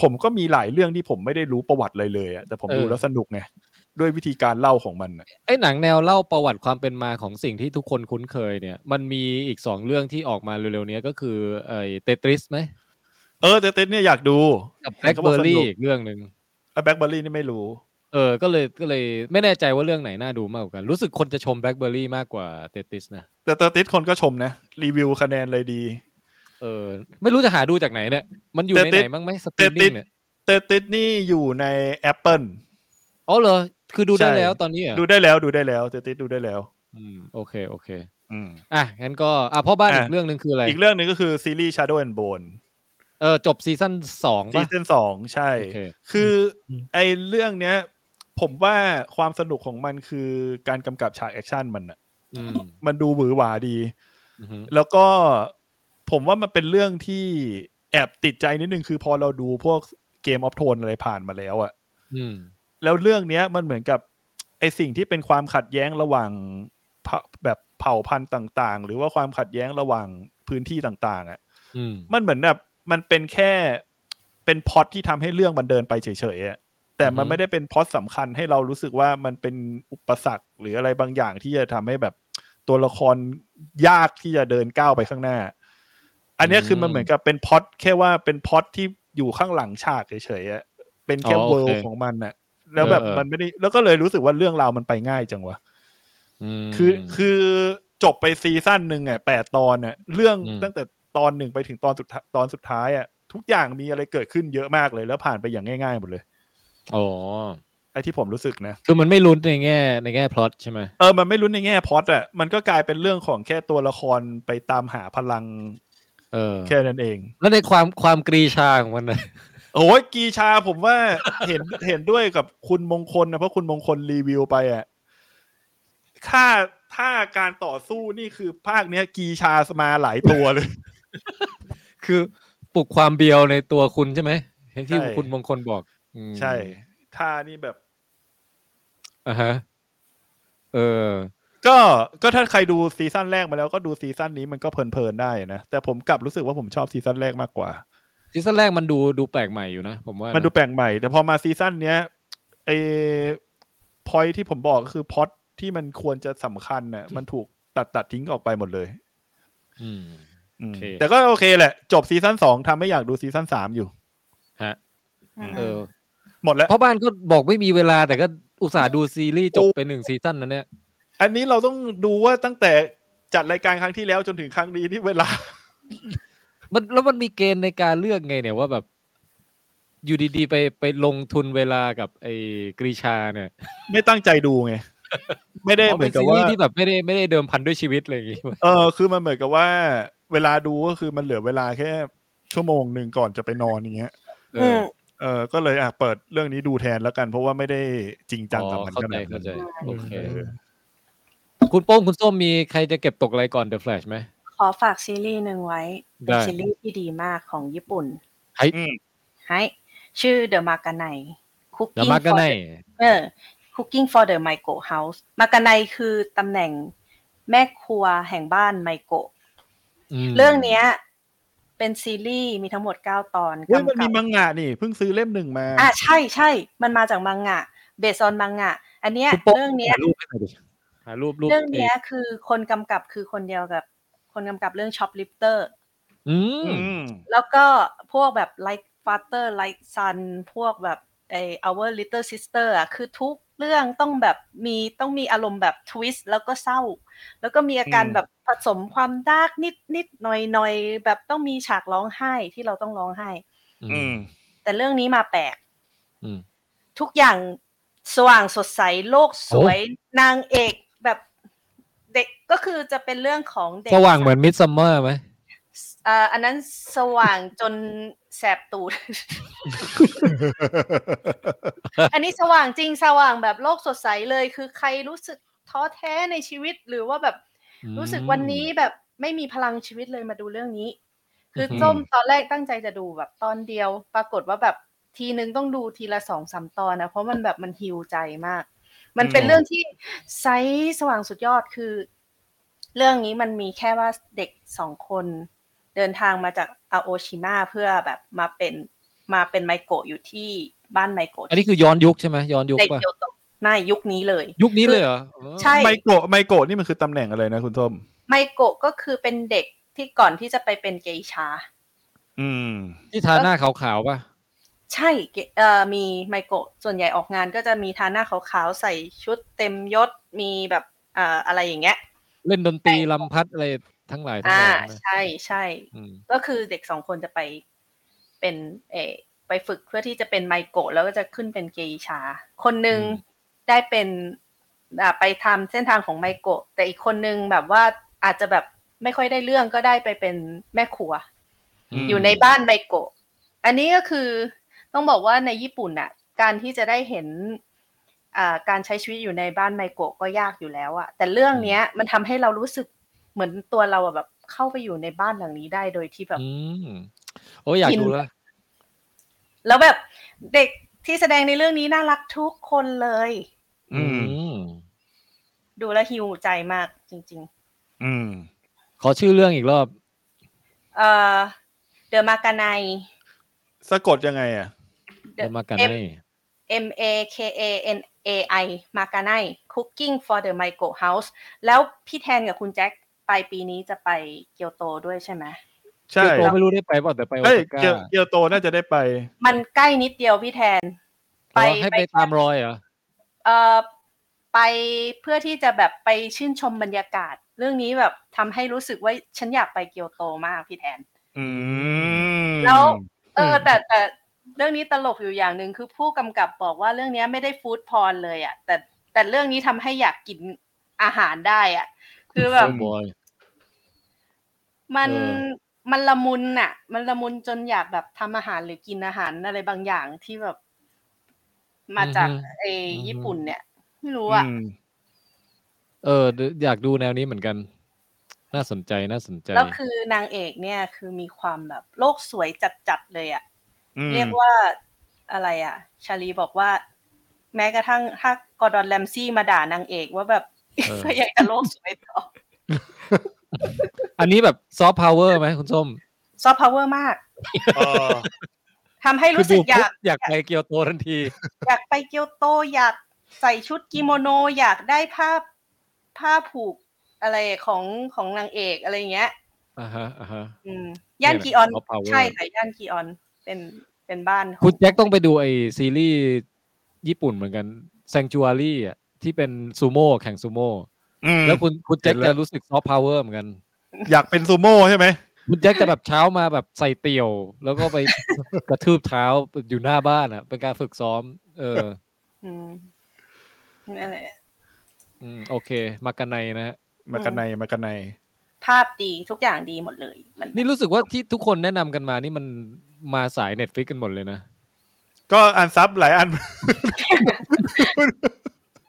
ผมก็มีหลายเรื่องที่ผมไม่ได้รู้ประวัติเลยเลยอะแต่ผมดู เออ แล้วสนุกไง ด้วยวิธีการเล่าของมันน่ะ ไอ้หนังแนวเล่าประวัติความเป็นมาของสิ่งที่ทุกคนคุ้นเคยเนี่ย มันมีอีกสองเรื่องที่ออกมาเร็วๆเนี้ยก็คือไอ้เตตริสไหม เออแต่เต้นเนี่ยอยากดู กับแบล็กเบอร์รี่อีกเรื่องหนึ่ง แบ็กเบอร์รี่นี่ไม่รู้ เออ ก็เลยก็เลยไม่แน่ใจว่าเรื่องไหนน่าดูมากกว่ากัน รู้สึกคนจะชมแบล็ k เบอร์รี่มากกว่าเตติสนะ แต่เตอร์ติสคนก็ชมนะ รีวิวคะแนนเลยดี เออ ไม่รู้จะหาดูจากไหนเนี่ย มันอยู่ในไหน Tetris บ้างไหมสต เต รี อ ม ร์ติ มิ่ ส งเนี่ย เตอร์ติสนี่อยู่ใน Apple อ๋อเหรอ คือดูได้ ใช่ แล้วตอนนี้เหรอ่ะ ดูได้แล้วดูได้แล้วเตอร์ติสดูได้แล้ว อืมโอเค โอเค อืม อ่ะ งั้นก็ อ่ะพ่อบ้าน อ่ะ อีกเรื่องหนึ่งคืออะไร อีกเรื่องหนึ่งก็คือซีรีส์ Shadow and Bone เออ จบซีซั่นสอง ซี ป่ะ ซั่นสองใช่ โอเค คืออไอเรื่องเนี้ย ผมว่าความสนุกของมันคือการกำกับฉากแอคชั่นมันอะ อืม มันดูหวือหวาดี อือฮึ แล้วก็ผมว่ามันเป็นเรื่องที่แอบติดใจนิดนึงคือพอเราดูพวกเกมออฟโทนอะไรผ่านมาแล้วอะ อืม แล้วเรื่องเนี้ยมันเหมือนกับไอสิ่งที่เป็นความขัดแย้งระหว่างเผ่าแบบเผ่าพันธุ์ต่างๆ หรือว่าความขัดแย้งระหว่างพื้นที่ต่างๆอะ อืม มันเหมือนแบบมันเป็นแค่เป็นพล็อตที่ทำให้เรื่องมันเดินไปเฉยๆอะแต่มัอืนอฮึ ไม่ได้เป็นพล็อตสำคัญให้เรารู้สึกว่ามันเป็นอุปสรรคหรืออะไรบางอย่างที่จะทำให้แบบตัวละครยากที่จะเดินก้าวไปข้างหน้า อันเนี้ยคือมันเหมือนกับเป็นพล็อตแค่ว่าเป็นพล็อตที่อยู่ข้างหลังฉากเฉยๆอะเป็นแค่ อ๋อโอ เวิ เค ลของมันน่ะ แล้วแบบ เออเออ มันไม่ได้แล้วก็เลยรู้สึกว่าเรื่องราวมันไปง่ายจังวะ ม คือคือจบไปซีซั่นหนึ่งอ่ะแปดตอนอ่ะเรื่อง อืม ตั้งแต่ตอนหนึ่งไปถึงตอนสุดท้ายตอนสุดท้ายอ่ะทุกอย่างมีอะไรเกิดขึ้นเยอะมากเลย แล้วผ่านไปอย่างง่ายๆหมดเลย อ๋อ ไอ้ที่ผมรู้สึกนะ คือมันไม่ลุ้นในแง่ในแง่พล็อตใช่ไหม เออมันไม่รู้ในแง่พล็อตอ่ะมันก็กลายเป็นเรื่องของแค่ตัวละครไปตามหาพลัง เออ แค่นั้นเอง แล้วในความความกรีชาของมันนะ <laughs> โอ้ยกีชาผมว่า <laughs> เห็นเห็นด้วยกับคุณมงคลนะเพราะคุณมงคลรีวิวไปอ่ะค่าถ้าการต่อสู้นี่คือภาคเนี้ย กีชามาหลายตัวเลย คือปลุกความเบียวในตัวคุณใช่ไหมที่ ใช่ คุณมงคลบอกอืม ใช่ท่านี่แบบ อ่าฮะ เออ ก็ก็ถ้าใครดูซีซั่นแรกมาแล้วก็ดูซีซั่นนี้มันก็เพลินๆได้นะ แต่ผมกลับรู้สึกว่าผมชอบซีซั่นแรกมากกว่า ซีซั่นแรกมันดูดูแปลกใหม่อยู่นะ ผมว่า มั มัน ดูแปลกใหม่ แต่พอมาซีซั่นเนี้ยไอ้พอยที่ผมบอกก็คือพอดที่มันควรจะสำคัญน่ะมันถูกตัดตัดทิ้งออกไปหมดเลย อืม อืม โอเค แต่ก็โอเคแหละ จบซีซั่นสองทำให้อยากดูซีซั่นสามอยู่ ฮะ เออ หมดแล้ว เพราะบ้านก็บอกไม่มีเวลาแต่ก็อุตส่าห์ดูซีรีส์จบไปหนึ่งซีซั่นนั้นเนี่ย อันนี้เราต้องดูว่าตั้งแต่จัดรายการครั้งที่แล้วจนถึงครั้งนี้ที่เวลา <laughs> มันแล้วมันมีเกณฑ์ในการเลือกไงเนี่ยว่าแบบ อยู่ดีๆ ไปไปลงทุนเวลากับไอ้กรีชาเนี่ย ไม่ตั้งใจดูไงไม่ได้เหมือนกับ ซี ว่า รีส์ที่แบบไม่ได้ไม่ได้เดิมพันด้วยชีวิตอะไรอย่างงี้ เออคือมันเหมือนกับว่า เวลาดูก็คือมันเหลือเวลาแค่ ชั่วโมงหนึ่งก่อนจะไปนอนอย่างเงี้ย เอ อื อ ม เออก็เลยอ่ะเปิดเรื่องนี้ดูแทนแล้วกัน เพราะว่าไม่ได้จริงจัง อ๋อ กับมัน เข้า ข ใจ นาดนั้ เข้าน ใจโอเค เออ คุณโป้งคุณส้มมีใครจะเก็บตกอะไรก่อน The Flash ไหม ขอฝากซีรีส์หนึ่งไว้ เป็ ได้ นซีรีส์ที่ดีมากของญี่ปุ่น อืม ให้ชื่อ The m a k a n a i เดี๋ยวมากันใน เออ Cooking for the Maiko House มากาไนคือตำแหน่งแม่ครัวแห่งบ้านไมโกะเรื่องเนี้ย เป็นซีรีส์มีทั้งหมด 9 ตอน เฮ้ยมัน กำกั มี บ มังงะนี่เพิ่งซื้อเล่มหนึ่งมา อ่ะใช่ใช่มันมาจากมังงะ เบสอนมังงะ อันเนี้ย คุณโป๊ะ เรื่องเนี้ย หารูปให้หน่อยดิหารูปรูป เรื่องเนี้ยคือคนกำกับคือคนเดียวกับ คนกำกับเรื่องช็อปลิฟเตอร์ อืม อืม แล้วก็พวกแบบ like father like son พวกแบบไอ our little sister อ่ะคือทุกเรื่องต้องแบบมีต้องมีอารมณ์แบบทวิสต์แล้วก็เศร้า แล้วก็มีอาการแบบผสมความดาร์กนิดนิดหน่อยหน่อยแบบต้องมีฉากร้องไห้ที่เราต้องร้องไห้ อื อื ม ม แต่เรื่องนี้มาแปลก อืม ทุกอย่างสว่างสดใสโลกสวยนางเอกแบบเด็กก็คือจะเป็นเรื่องของเด็ก สว่างเหมือนมิดซัมเมอร์ไหม เอ่ออันนั้นสว่างจนแสบตูด อันนี้สว่างจริงสว่างแบบโลกสดใสเลย คือใครรู้สึกท้อแท้ในชีวิตหรือว่าแบบรู้สึกวันนี้แบบไม่มีพลังชีวิตเลยมาดูเรื่องนี้ คืออ อหือ ส้มตอนแรกตั้งใจจะดูแบบตอนเดียว ปรากฏว่าแบบทีนึงต้องดูทีละสองสามตอนนะเพราะมันแบบมันฮิวใจมาก มันเป็น อืม เรื่องที่ไซส์สว่างสุดยอดคือ เรื่องนี้มันมีแค่ว่าเด็กสองคน เดินทางมาจากอาโอชิมาเพื่อแบบมาเป็นมาเป็นไมโกะอยู่ที่บ้านไมโกะ อันนี้คือย้อนยุคใช่ไหมย้อนยุค ใน ป่ะ เกียวโตไม่ยุคนี้เลย ยุคนี้เลยเหรอเออ ใช่ ไมโกะไมโกะนี่มันคือตำแหน่งอะไรนะคุณส้ม ไมโกะก็คือเป็นเด็กที่ก่อนที่จะไปเป็นเกอิชา อืม ที่ทาหน้าขาวๆป่ะ ใช่เกเอ่อมีไมโกะส่วนใหญ่ออกงานก็จะมีทาหน้าขาวๆใส่ชุดเต็มยศมีแบบเอ่ออะไรอย่างเงี้ย เล่นดนตรีลำพัดอะไรทั้งหลายทั้ง อ่า หลายนะ ใช่ใช่ อืม ก็คือเด็กสองคนจะไปเป็นเออไปฝึกเพื่อที่จะเป็นไมโกะแล้วก็จะขึ้นเป็นเกอิชา คนหนึ่งได้เป็นอ่าไปทำเส้นทางของไมโกะแต่อีกคนนึงแบบว่าอาจจะแบบไม่ค่อยได้เรื่องก็ได้ไปเป็นแม่ครัว อืม อยู่ในบ้านไมโกะอันนี้ก็คือต้องบอกว่าในญี่ปุ่นน่ะ การที่จะได้เห็นอ่าการใช้ชีวิตอยู่ในบ้านไมโกะก็ยากอยู่แล้วอะแต่เรื่องเนี้ยมันทำให้เรารู้สึกเหมือนตัวเราอะแบบเข้าไปอยู่ในบ้านหลังนี้ได้โดยที่แบบ อืมโอ้ยอยากดูแล้ว แล้วแบบเด็กที่แสดงในเรื่องนี้น่ารักทุกคนเลย อืม อืม ดูแล้วหิวใจมากจริง อืม ขอชื่อเรื่องอีกรอบ ๆ เอ่อเดอะมากาไน สะกดยังไงอ่ะ เดี๋ยวมากัน M ให้ M A K A N A I มากาไน Cooking for the Michael House แล้วพี่แทนกับคุณแจ็คไปลายปีนี้จะไปเกียวโตด้วยใช่ไหม ใช่ เกียวโตไม่รู้ได้ไปเปล่าแต่ไปโอ เอ้ย ซาก้า เกียวเกียวโตน่าจะได้ไป มันใกล้นิดเดียวพี่แทน ไป อ๋อให้ไป ไป ตามรอยเหรอ เอ่อไปเพื่อที่จะแบบไปชื่นชมบรรยากาศ เรื่องนี้แบบทำให้รู้สึกว่าฉันอยากไปเกียวโตมากพี่แทน อืม แล้ว เออ อืม แต่แต่เรื่องนี้ตลกอยู่อย่างหนึ่งคือผู้กำกับบอกว่าเรื่องนี้ไม่ได้ฟู้ดพอร์นเลยอะ่ะแต่แต่เรื่องนี้ทำให้อยากกินอาหารได้อะ่ะ คือแบบ โอ้บอย มัน เออ มันละมุนน่ะ มันละมุนจนอยากแบบทำอาหารหรือกินอาหารอะไรบางอย่างที่แบบ มาจากไอ้ญี่ปุ่นเนี่ยไม่รู้อ่ะ เออเดี๋ยวอยากดูแนวนี้เหมือนกัน น่าสนใจน่าสนใจ แล้วคือนางเอกเนี่ยคือมีความแบบโลกสวยจัดๆเลยอะ่ะ อืม เรียกว่าอะไรอะ่ะ ชาลีบอกว่า แม้กระทั่งถ้ากอร์ดอนแรมซี่มาด่านางเอกว่าแบบ เออ <laughs> ก็ยังจะโลกสวยต่อ อันนี้แบบซอฟต์พาวเวอร์ไหมคุณส้ม ซอฟต์พาวเวอร์มากทำให้รู้สึก คือ อ ดูปุ๊ ยา บ ก อยากไปเกียวโตทันที อยากไปเกียวโต อยากใส่ชุดกิโมโน อยากได้ผ้าผ้าผูกอะไรของของนางเอกอะไรอย่างเงี้ย อ่าฮะอ่าฮะ อืมย่าน เนี่ย กีออน soft power ใช่ค่ะย่านกีออนเป็นเป็นบ้านของ คุณแจ็คต้องไปดูไอซีรีส์ญี่ปุ่นเหมือนกันแซงจูอารี่อ่ะที่เป็นซูโม่แข่งซูโม่แล้วคุณคุณแจ็ค เห็นแล้ จะ ว รู้สึกซอฟต์พาวเวอร์เหมือนกัน อยากเป็นซูโม่ใช่ไหม คุณแจ็คจะแบบเช้ามาแบบใส่เตี่ยว แล้วก็ไป กระทืบเท้าอยู่หน้าบ้านอ่ะ เป็นการฝึกซ้อม เออ อืมนั่นแหละ อืมโอเค มากันในนะฮะ มากันในมากันใน ภาพดีทุกอย่างดีหมดเลยมัน นี่รู้สึกว่าที่ทุกคนแนะนำกันมานี่มันมาสายเน็ตฟิกกันหมดเลยนะ ก็อันซับหลายอัน <laughs>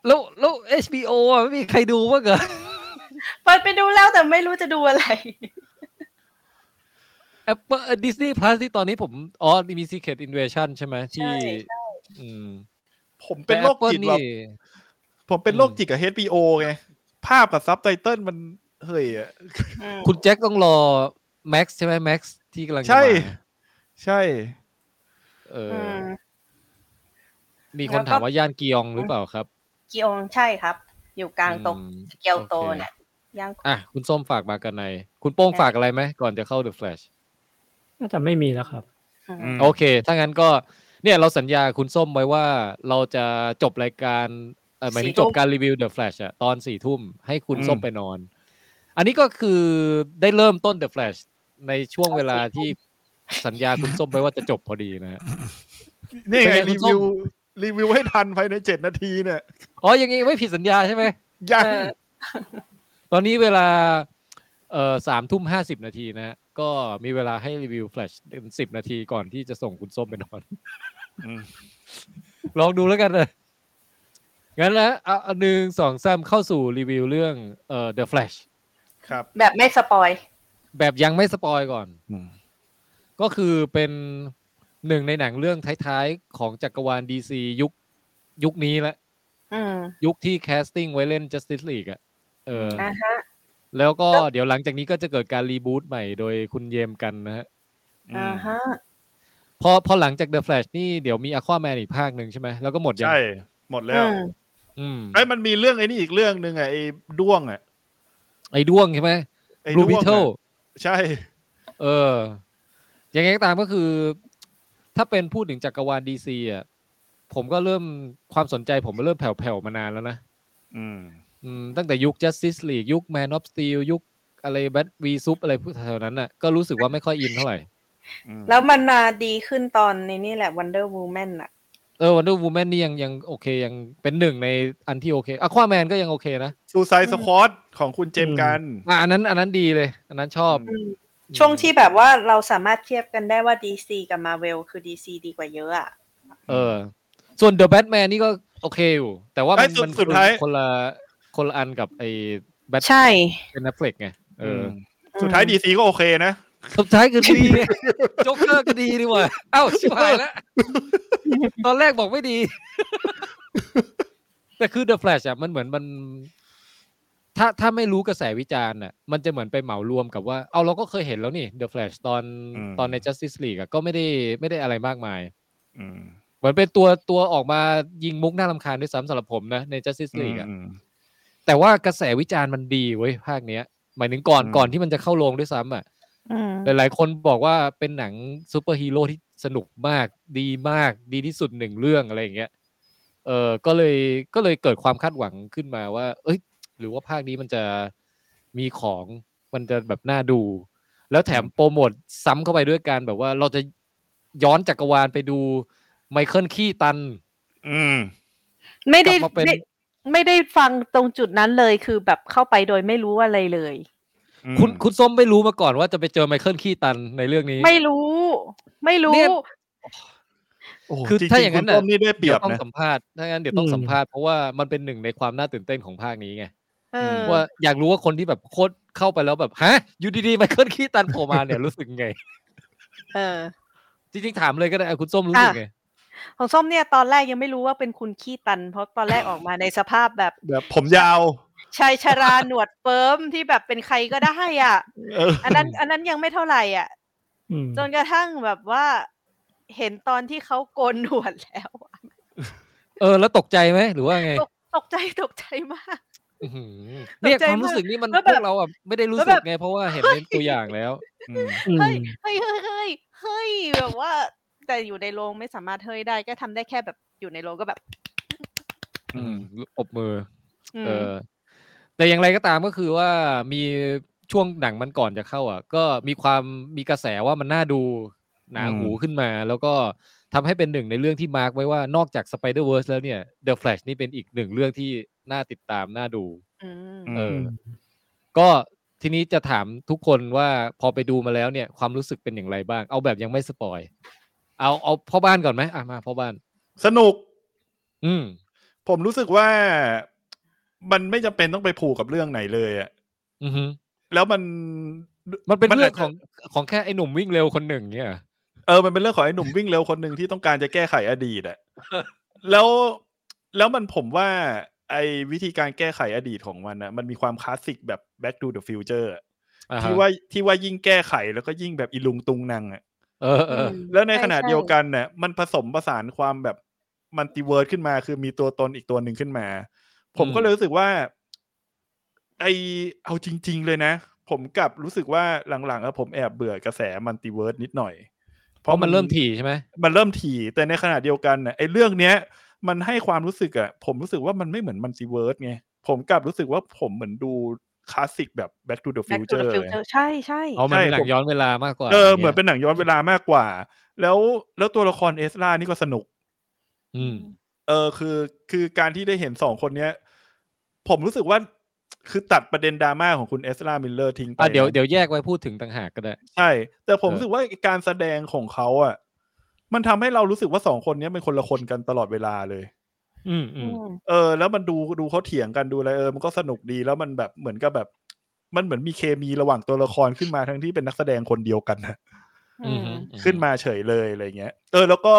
แล้วแล้ว HBO อ่ะไม่มีใครดูบ้างเหรอ เปิดไปดูแล้วแต่ไม่รู้จะดูอะไร แอปเปิลดิสนีย์พลัสที่ตอนนี้ผมอ๋อมี Secret Invasion ใช่ไหมที่ ใช่ใช่ อืม ผมเป็นโรคจิต แต่ ว่ะ Apple นี่ ผมเป็น อืม โรคจิตกับ HBO ไง ภาพกับซับไตเติลมันเฮ้ยอะ อืม คุณแจ็คต้องรอ Max ใช่ไหม Max ที่กำลังจะ ใช่ มา ใช่ เออ อืม อมีคนถามว่าย่านกียองหรือเปล่าครับ กิองใช่ครับ อยู่กลางตรง อืม เกียวโต โอเค เนี่ยย่าง อ่ะ คุณส้มฝากมากันใน คุณโป้งฝากอะไรไหม ก่อนจะเข้า The Flash น่าจะไม่มีแล้วครับ อืม โอเค ถ้างั้นก็เนี่ยเราสัญญาคุณส้มไว้ว่าเราจะจบรายการเอ่อหมายถึง 4 จบการรีวิว The Flash อะตอนสี่ทุ่มให้คุณ อืม ส้มไปนอน อันนี้ก็คือได้เริ่มต้น The Flash ในช่วงเวลาที่สัญญาคุณส้มไว้ว่าจะจบพอดีนะฮะ นี่ไง เป็นไงคุณ รี ส้ วิ ม ว รีวิวให้ทันภายในเจ็ดนาทีเนี่ย อ๋ออย่างงี้ไม่ผิดสัญญาใช่ไหม ยัง เออ ตอนนี้เวลาเอ่อสามทุ่มห้าสิบนาทีนะฮะก็มีเวลาให้รีวิวแฟลชสิบนาทีก่อนที่จะส่งคุณส้มไปนอน อืม ลองดูแล้วกันนะงั้นนะเอาเอาหนึ่งสองสามเข้าสู่รีวิวเรื่องเอ่อ The Flash ครับ แบบไม่สปอย แบบยังไม่สปอยก่อน อืม ก็คือเป็นหนึ่งในหนังเรื่องท้ายๆ ของจักรวาล DC ยุคยุคนี้ละ อืม ยุคที่แคสติ้งไว้เล่น Justice League อะเอออ นะฮะ แล้วก็เดี๋ยวหลังจากนี้ก็จะเกิดการรีบูตใหม่โดยคุณเยมกันนะฮะ อ่าฮะ พอพอหลังจาก The Flash นี่เดี๋ยวมี Aquaman อีกภาคหนึ่งใช่ไหมแล้วก็หมดยัง ใช่ หมดแล้ อื ว ม อืม ไอ้ยมันมีเรื่องไอ้นี่อีกเรื่องหนึ่งอะไอ้ด้วงอะ ไอ้ด้วงใช่ไหม ไอ้ Blue ด้วง Beetle อะใช่ เออ ยังไงก็ตามก็คือ ถ้าเป็นพูดถึงจักรวาล DC อ่ะ ผมก็เริ่มความสนใจผมมันเริ่มแผ่วๆมานานแล้วนะ อืม อืมตั้งแต่ยุค Justice League ยุค Man of Steel ยุคอะไร Bat V Sup อะไรพวกแถวๆนั้นน่ะ ก็รู้สึกว่าไม่ค่อยอินเท่าไหร่ แล้วมันมาดีขึ้นตอนในนี่แหละ Wonder Woman อ่ะ เออ Wonder Woman นี่ยังยังโอเค ยังเป็นหนึ่งในอันที่โอเค Aquaman ก็ยังโอเคนะ ซูไซสควอตของคุณเจมส์กัน อ่ะอันนั้นอันนั้นดีเลย อันนั้นชอบ อืม ช่วงที่แบบว่าเราสามารถเทียบกันได้ว่า DC กับ Marvel คือ DC ดีกว่าเยอะอ่ะ เออ ส่วน The Batman นี่ก็โอเคอยู่ แต่ว่า ไอ้ มันมันสุดสุดท้าย คนละคนละอันกับไอ้แบท ใช่ เป็นแอฟเฟลกไงเอออ สุดท้ายดีซีก็โอเคนะ สุดท้ายคือดี <laughs> โจ๊กเกอร์ก็ดีดีกว่าเอ้าชิบหาย <laughs> แล้ว ตอนแรกบอกไม่ดี <laughs> แต่คือ The Flash อ่ะมันเหมือนมัน ถ้าถ้าไม่รู้กระแสวิจารณ์อ่ะมันจะเหมือนไปเหมารวมกับว่า เอาเราก็เคยเห็นแล้วนี่ The Flash ตอน อืม ตอนใน Justice League อะก็ไม่ได้ไม่ได้อะไรมากมาย อืม เหมือนเป็นตัวตัวออกมายิงมุกน่าลำคาญด้วยซ้ำสำหรับผมนะใน Justice League อะ อืม แต่ว่ากระแสวิจารณ์มันดีเว้ยภาคเนี้ย หมายถึงก่อน อืม ก่อนที่มันจะเข้าโรงด้วยซ้ำอ่ะ อืม หลายๆคนบอกว่าเป็นหนังซูเปอร์ฮีโร่ที่ส สนุกมากดีมากดีที่สุดหนึ่งเรื่องอะไรอย่างเงี้ยเออก็เลยก็เลยเกิดความคาดหวังขึ้นมาว่า เอ้ย หรือว่าภาคนี้มันจะมีของมันจะแบบน่าดู แล้วแถมโปรโมทซ้ำเข้าไปด้วยการแบบว่าเราจะย้อนจักรวาลไปดูไมเคิลขี้ตัน อืม ไม่ได้ กลับมาเป็น ไม่ไม่ได้ฟังตรงจุดนั้นเลยคือแบบเข้าไปโดยไม่รู้อะไรเลย คุณคุณส้มไม่รู้มาก่อนว่าจะไปเจอไมเคิลขี้ตันในเรื่องนี้ ไม่รู้ ไม่รู้ เนี่ย โโห คือ จริๆ ถ้าอย่างนั้น คุณ น่ะ ต้มนี่ได้เปรี เดี๋ย ยว บ ต้อง นะ สัมภาษณ์ถ้างั้นเดี๋ยวต้อง อืม สัมภาษณ์เพราะว่ามันเป็นหนึ่งในความน่าตื่นเต้นของภาคนี้ไง เออ ว่าอยากรู้ว่าคนที่แบบโคตรเข้าไปแล้วแบบฮะอยู่ดีๆไมเคิลขี้ตันโผล่มาเนี่ยรู้ <laughs> สึกไง เออ จริงๆถามเลยก็ได้อ่ะคุณส้มรู้สึกไง ของส้มเนี่ยตอนแรกยังไม่รู้ว่าเป็นคุณขี้ตัน เพราะตอนแรกออกมาในสภาพแบบ แบบผมยาว ชายชราหนวดเฟิร์มที่แบบเป็นใครก็ได้อ่ะ เออ อันนั้นอันนั้นยังไม่เท่าไหร่อ่ะ อืม จนกระทั่งแบบว่า เห็นตอนที่เขาโกนหนวดแล้วอะ เออแล้วตกใจไหมหรือว่าไง ตกตกใจตกใจมาก อื้อหือเนี่ย ตกใจ ความรู้สึกนี่มัน แล้ว พ แบบ วกเราอ่ะไม่ได้รู้ แล้ว สึ แบ ก บ ไงเพราะว่าเห็นในตัวอย่างแล้ว อืม อืม เฮ้ยเฮ้ยเฮ้ยเฮ้ยเฮ้ยแบบว่า แต่อยู่ในโรงไม่สามารถเฮ้ยได้ก็ทำได้แค่แบบอยู่ในโรงก็แบบ อืม อบมือ อืม เออแต่อย่างไรก็ตามก็คือว่ามีช่วงหนังมันก่อนจะเข้าอ่ะ ก็มีความมีกระแสว่ามันน่าดูหนาหูขึ้นมา แล้วก็ทำให้เป็นหนึ่งในเรื่องที่มาร์กไว้ว่านอกจาก Spider-Verse แล้วเนี่ย The Flash นี่เป็นอีกหนึ่งเรื่องที่น่าติดตามน่าดู อืม อืม เออ ก็ทีนี้จะถามทุกคนว่าพอไปดูมาแล้วเนี่ย ความรู้สึกเป็นอย่างไรบ้าง เอาแบบยังไม่สปอยเอาเอาพ่อบ้านก่อนไหมอ่ะมาพ่อบ้าน สนุก อืม ผมรู้สึกว่ามันไม่จำเป็นต้องไปผูกกับเรื่องไหนเลยอะ อือฮึ แล้วมัน มันเป็นเรื่อง าจจะ ของของแค่ไอ้หนุ่มวิ่งเร็วคนหนึ่งเนี่ยเหรอ เออมันเป็นเรื่องของไอ้หนุ่มวิ่งเร็วคนหนึ่งที่ต้องการจะแก้ไขอดีตอะแล้วแล้วมันผมว่า ไอ้วิธีการแก้ไขอดีตของมันนะมันมีความคลาสสิกแบบ back to the future อะ อ่ฮะ ที่ว่าที่ว่ายิ่งแก้ไขแล้วก็ยิ่งแบบอิลุงตุงนังอะ เออเออ ม แล้วในขณะ ช่ช่ เดียวกันเนี่ยมันผสมผสานความแบบมันติเวิร์ดขึ้นมา คือมีตัวตนอีกตัวหนึ่งขึ้นมา ผม อืม ก็เลยรู้สึกว่า ไอเอาจริง ๆ เลยนะ ผมกลับรู้สึกว่าหลังๆอะผมแอบเบื่อกระแสมันติเวิร์ดนิดหน่อย เพราะมันเริ่มถี่ใช่ไหม มันเริ่มถี่แต่ในขณะเดียวกันน่ะไอ้เรื่องเนี้ย มันให้ความรู้สึกอะผมรู้สึกว่ามันไม่เหมือนมันติเวิร์ดไงผมกลับรู้สึกว่าผมเหมือนดูคลาสสิกแบบ Back to the แบ็กทู Future เดอะฟิว ไง เจอร์ใช่ใช่ อ๋อมันเป็นหนั ผ ง ม ย้อนเวลามากกว่า เออ ย่างงี้ย เหมือนเป็นหนังย้อนเวลามากกว่า แล้วแล้วตัวละครเอสลานี่ก็สนุก อืม เออคือคือการที่ได้เห็นสองคนเนี้ย ผมรู้สึกว่า คือตัดประเด็นดราม่าของคุณเอสลามิลเลอร์ทิ้งไป อ่ะเดี๋ยว นะ เดี๋ยวแยกไว้พูดถึงต่างหากก็ได้ ใช่ แต่ผม เออ รู้สึกว่าการแสดงของเขาอ่ะ มันทำให้เรารู้สึกว่าสองคนเนี้ยเป็นคนละคนกันตลอดเวลาเลย อืมอืม เออ แล้วมันดูดูเขาเถียงกันดูอะไรเออมันก็สนุกดีแล้วมันแบบเหมือนกับแบบ มันเหมือนมีเคมีระหว่างตัวละครขึ้นมาทั้งที่เป็นนักแสดงคนเดียวกันนะ อืมอืม ขึ้นมาเฉยเลยอะไรเงี้ย เออแล้วก็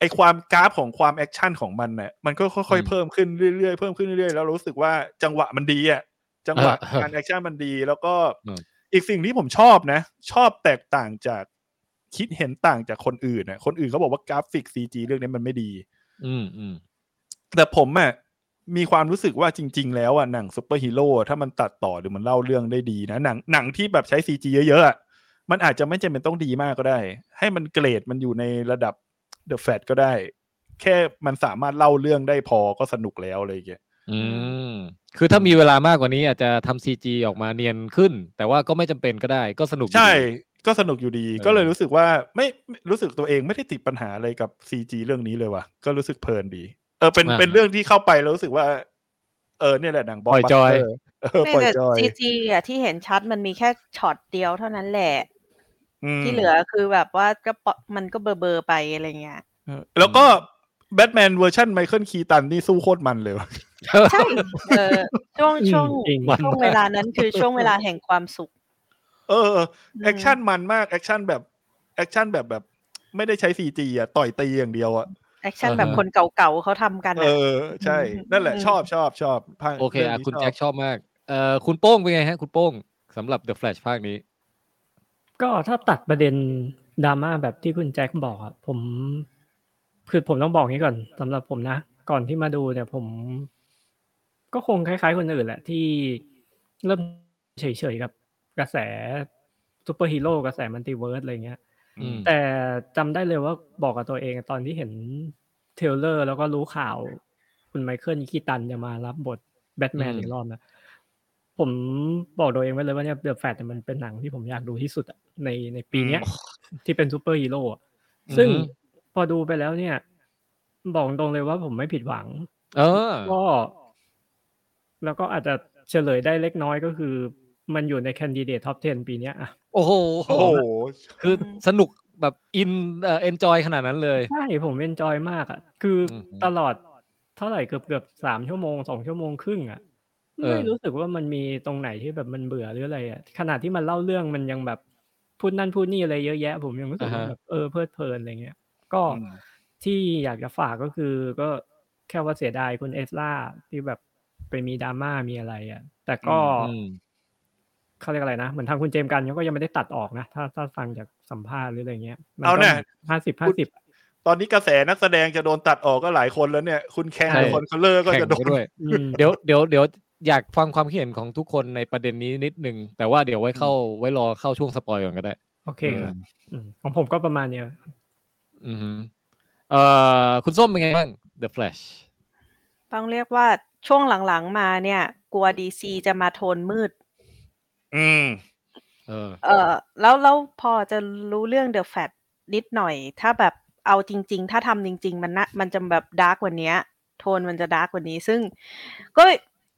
ไอความกราฟของความแอคชั่นของมันเนี่ยมันก็ค่อยๆเพิ่มขึ้นเรื่อยๆเพิ่มขึ้นเรื่อยๆแล้วรู้สึกว่าจังหวะมันดีอ่ะจังหวะการแอคชั่นมันดี แล้วก็อีกสิ่งที่ผมชอบนะ ชอบแตกต่างจากคิดเห็นต่างจากคนอื่นนะคนอื่นเขาบอกว่ากราฟิกซีจีเรื่องนี้มันไม่ดี อืมอืม แต่ผมอ่ะมีความรู้สึกว่าจริง ๆ แล้วอ่ะหนังซูเปอร์ฮีโร่ถ้ามันตัดต่อหรือมันเล่าเรื่องได้ดีนะหนังหนังที่แบบใช้ซีจีเยอะๆอะมันอาจจะไม่จำเป็นต้องดีมากก็ได้ ให้มันเกรดมันอยู่ในระดับเดอะแฟตก็ได้ แค่มันสามารถเล่าเรื่องได้พอก็สนุกแล้วอะไรอย่างเงี้ย อืมคือถ้ามีเวลามากกว่านี้อาจจะทำซีจีออกมาเนียนขึ้น แต่ว่าก็ไม่จำเป็นก็ได้ก็สนุกอยู่ ใช่ ดี ก็สนุกอยู่ดี เออ ก็เลยรู้สึกว่าไม่ไม่รู้สึกตัวเองไม่ได้ติดปัญหาอะไรกับซีจีเรื่องนี้เลยว่ะก็รู้สึกเพลินดี เออเป็นเป็นเรื่องที่เข้าไปแล้วรู้สึกว่า เออเนี่ยแหละหนังบ ป อ ล่อยจอย เออ ไม่ ปล่อย แต่ จอย ซีจีอ่ะที่เห็นชัดมันมีแค่ช็อตเดียวเท่านั้นแหละ อืม ที่เหลือคือแบบว่าก็ปะมันก็เบอร์เบอร์ๆไปอะไรเงี้ย เออแล้วก็แบทแมนเวอร์ชันไมเคิลคีตันนี่สู้โคตรมันเลยวะ ใช่เออช่วงช่วง จริง มัน ช่วงเวลานั้นคือช่วงเวลาแห่งความสุข เออ <laughs> แอคชั่นมันมากแอคชั่นแบบแอคชั่นแบบแบบ ไม่ได้ใช้ซีจีอ่ะ ต่อยตีอย่างเดียวอ่ะ แอคชั่น อ่าฮะ แบบคนเก่าๆเขาทำกัน เอออะใช่ อืม นั่นแหละ อืม ชอบชอบชอบภา โอเค รื่ง อ่ะ นี้ คุณ ชบ แจ็คชอบมากเอ่อคุณโป้งเป็นไงฮะ คุณโป้งสำหรับ The Flash ภาคนี้ ก็ถ้าตัดประเด็นดราม่าแบบที่คุณแจ็คบอกอะผม คือผมต้องบอกนี้ก่อนสำหรับผมนะ ก่อนที่มาดูเนี่ยผม ก็คงคล้ายๆคนอื่นแหละ ที่เริ่มเฉยๆกับกระแสซูเปอร์ฮีโร่กระแสมันติเวิร์สอะไรเงี้ย อืม แต่จำได้เลยว่าบอกกับตัวเองตอนที่เห็นเทรลเลอร์แล้วก็รู้ข่าว คุณไมเคิลคีตันจะมารับบทแบทแมน อืม อีกรอบนะ ผมบอกตัวเองไว้เลยว่าเนี่ยเดอะแฟตมันเป็นหนังที่ผมอยากดูที่สุดอะในในปีเนี้ย ที่เป็นซูเปอร์ฮีโร่อะซึ่งพอดูไปแล้วเนี่ย บอกตรงเลยว่าผมไม่ผิดหวัง เออ ก็แล้วก็อาจจะเฉลยได้เล็กน้อยก็คือ มันอยู่ในแคนดิเดตท็อป 10 ปีเนี้ยอะ โอ้โห โอ้โห คือสนุกแบบอินเอ่อ็นจอยขนาดนั้นเลย ใช่ผมเอนจอยมากอ่ะ คืออ ม ตลอดเท่าไหร่เกือบเกือบสามชั่วโมงสองชั่วโมงครึ่งอ่ะ เออ ไม่รู้สึกว่ามันมีตรงไหนที่แบบมันเบื่อหรืออะไรอ่ะขนาดที่มันเล่าเรื่องมันยังแบบพูดนั่นพูดนี่อะไรเยอะแยะ ผมยังรู้สึกว่าแบบเออเพลิดเพลินอะไรเงี้ย ก็ อืม ที่อยากจะฝากก็คือ ก็แค่ว่าเสียดายคุณเอสล่าที่แบบไปมีดราม่ามีอะไรอ่ะ แต่ก็ อืม เขาเรียกอะไรนะ เหมือนทางคุณเจมส์กันเขาก็ยังไม่ได้ตัดออกนะ ถ้าถ้าฟังจากสัมภาษณ์หรืออะไรเงี้ยมั เอา ก็ น่ะ ห้าสิบห้าสิบ ตอนนี้กระแสนักแสดงจะโดนตัดออกก็หลายคนแล้วเนี่ย คุณแคนกับคนเคลเลอร์ก็ แข่ง จะโด ไป น ด้วย อืม เดี๋ยวเดี๋ยวเดี๋ยวอยากฟังความคิดเห็นของทุกคนในประเด็นนี้นิดนึง แต่ว่าเดี๋ยวไว้เข้าไว้รอเข้าช่วงสปอยก่อนก็ได้ โอเค เออ ครับอืมของผมก็ประมาณเนี้ย อือหือเอ่อคุณส้มเป็นไงบ้าง The Flash ต้องเรียกว่าช่วงหลังๆมาเนี่ย กลัวดีซีจะมาโทนมืด อืม เออ เออแล้วแล้วพอจะรู้เรื่องเดอะแฟตนิดหน่อย ถ้าแบบเอาจริง ๆ ถ้าทำจริง ๆ มันนะมันจะแบบดาร์กกว่านี้โทนมันจะดาร์กกว่านี้ ซึ่ง ก็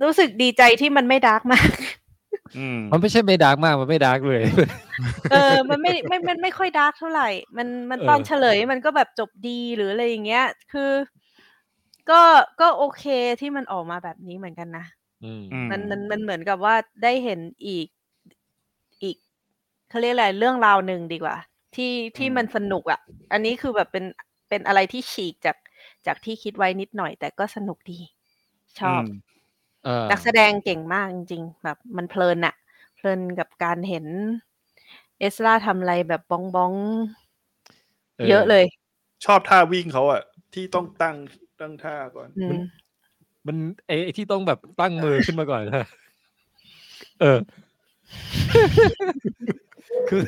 รู้สึกดีใจที่มันไม่ดาร์กมาก <laughs> อืม มันไม่ใช่ไม่ดาร์กมาก มันไม่ดาร์กเลย เออ มันไม่ไม่มันไม่ค่อยดาร์กเท่าไหร่ มันมัน เออ ตอนเฉลยมันก็แบบจบดีหรืออะไรอย่างเงี้ย คือ ก็ก็โอเคที่มันออกมาแบบนี้เหมือนกันนะ <laughs> อืม อืม มันมันมันเหมือนกับว่าได้เห็นอีกอีกเขาเรียกอะไรเรื่องราวหนึ่งดีกว่า ที่ที่ อืม มันสนุกอะ่ะ อันนี้คือแบบเป็นเป็นอะไรที่ฉีกจากจากที่คิดไว้นิดหน่อย แต่ก็สนุกดี ชอบ อืม เออ นักแสดงเก่งมากจริงๆแบบมันเพลินอะเพลินกับการเห็นเอสลาทำอะไรแบบบ้องบ้องๆเยอะเลย ชอบท่าวิ่งเขาอะที่ต้องตั้งตั้งท่าก่อน อืม มันไอไอ้ที่ต้องแบบตั้ง <laughs> มือขึ้นมาก่อนนะเออ <laughs> คือ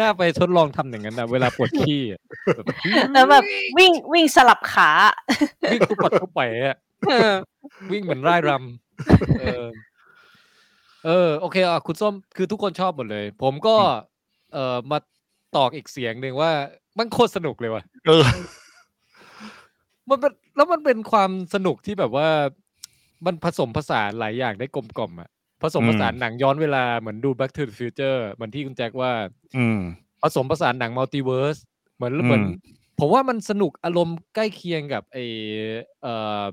น่าไปทดลองทำอย่างนั้นนะเวลาปวดขี้อะแบบ <laughs> แล้วแบบวิ่งวิ่งสลับขา วิ่งทุบปัดทุบไปอ่ะวิ่งเหมือนร่ายรำเออ เออ โอเคอ่ะคุณส้มคือทุกคนชอบหมดเลย ผมก็ เออมาตอกอีกเสียงหนึ่งว่า มันโคตรสนุกเลยว่ะ เออ มันเป็นแล้วมันเป็นความสนุกที่แบบว่า มันผสมผสานหลายอย่างได้กลมกล่อมอะผสมผสานหนังย้อนเวลาเหมือนดู Back to the Future เหมือนที่คุณแจ็คว่า อืม ผสมผสานหนังมัลติเวิร์สเหมือน อืม เหมือน ผมว่ามันสนุกอารมณ์ใกล้เคียงกับไอเอ่อ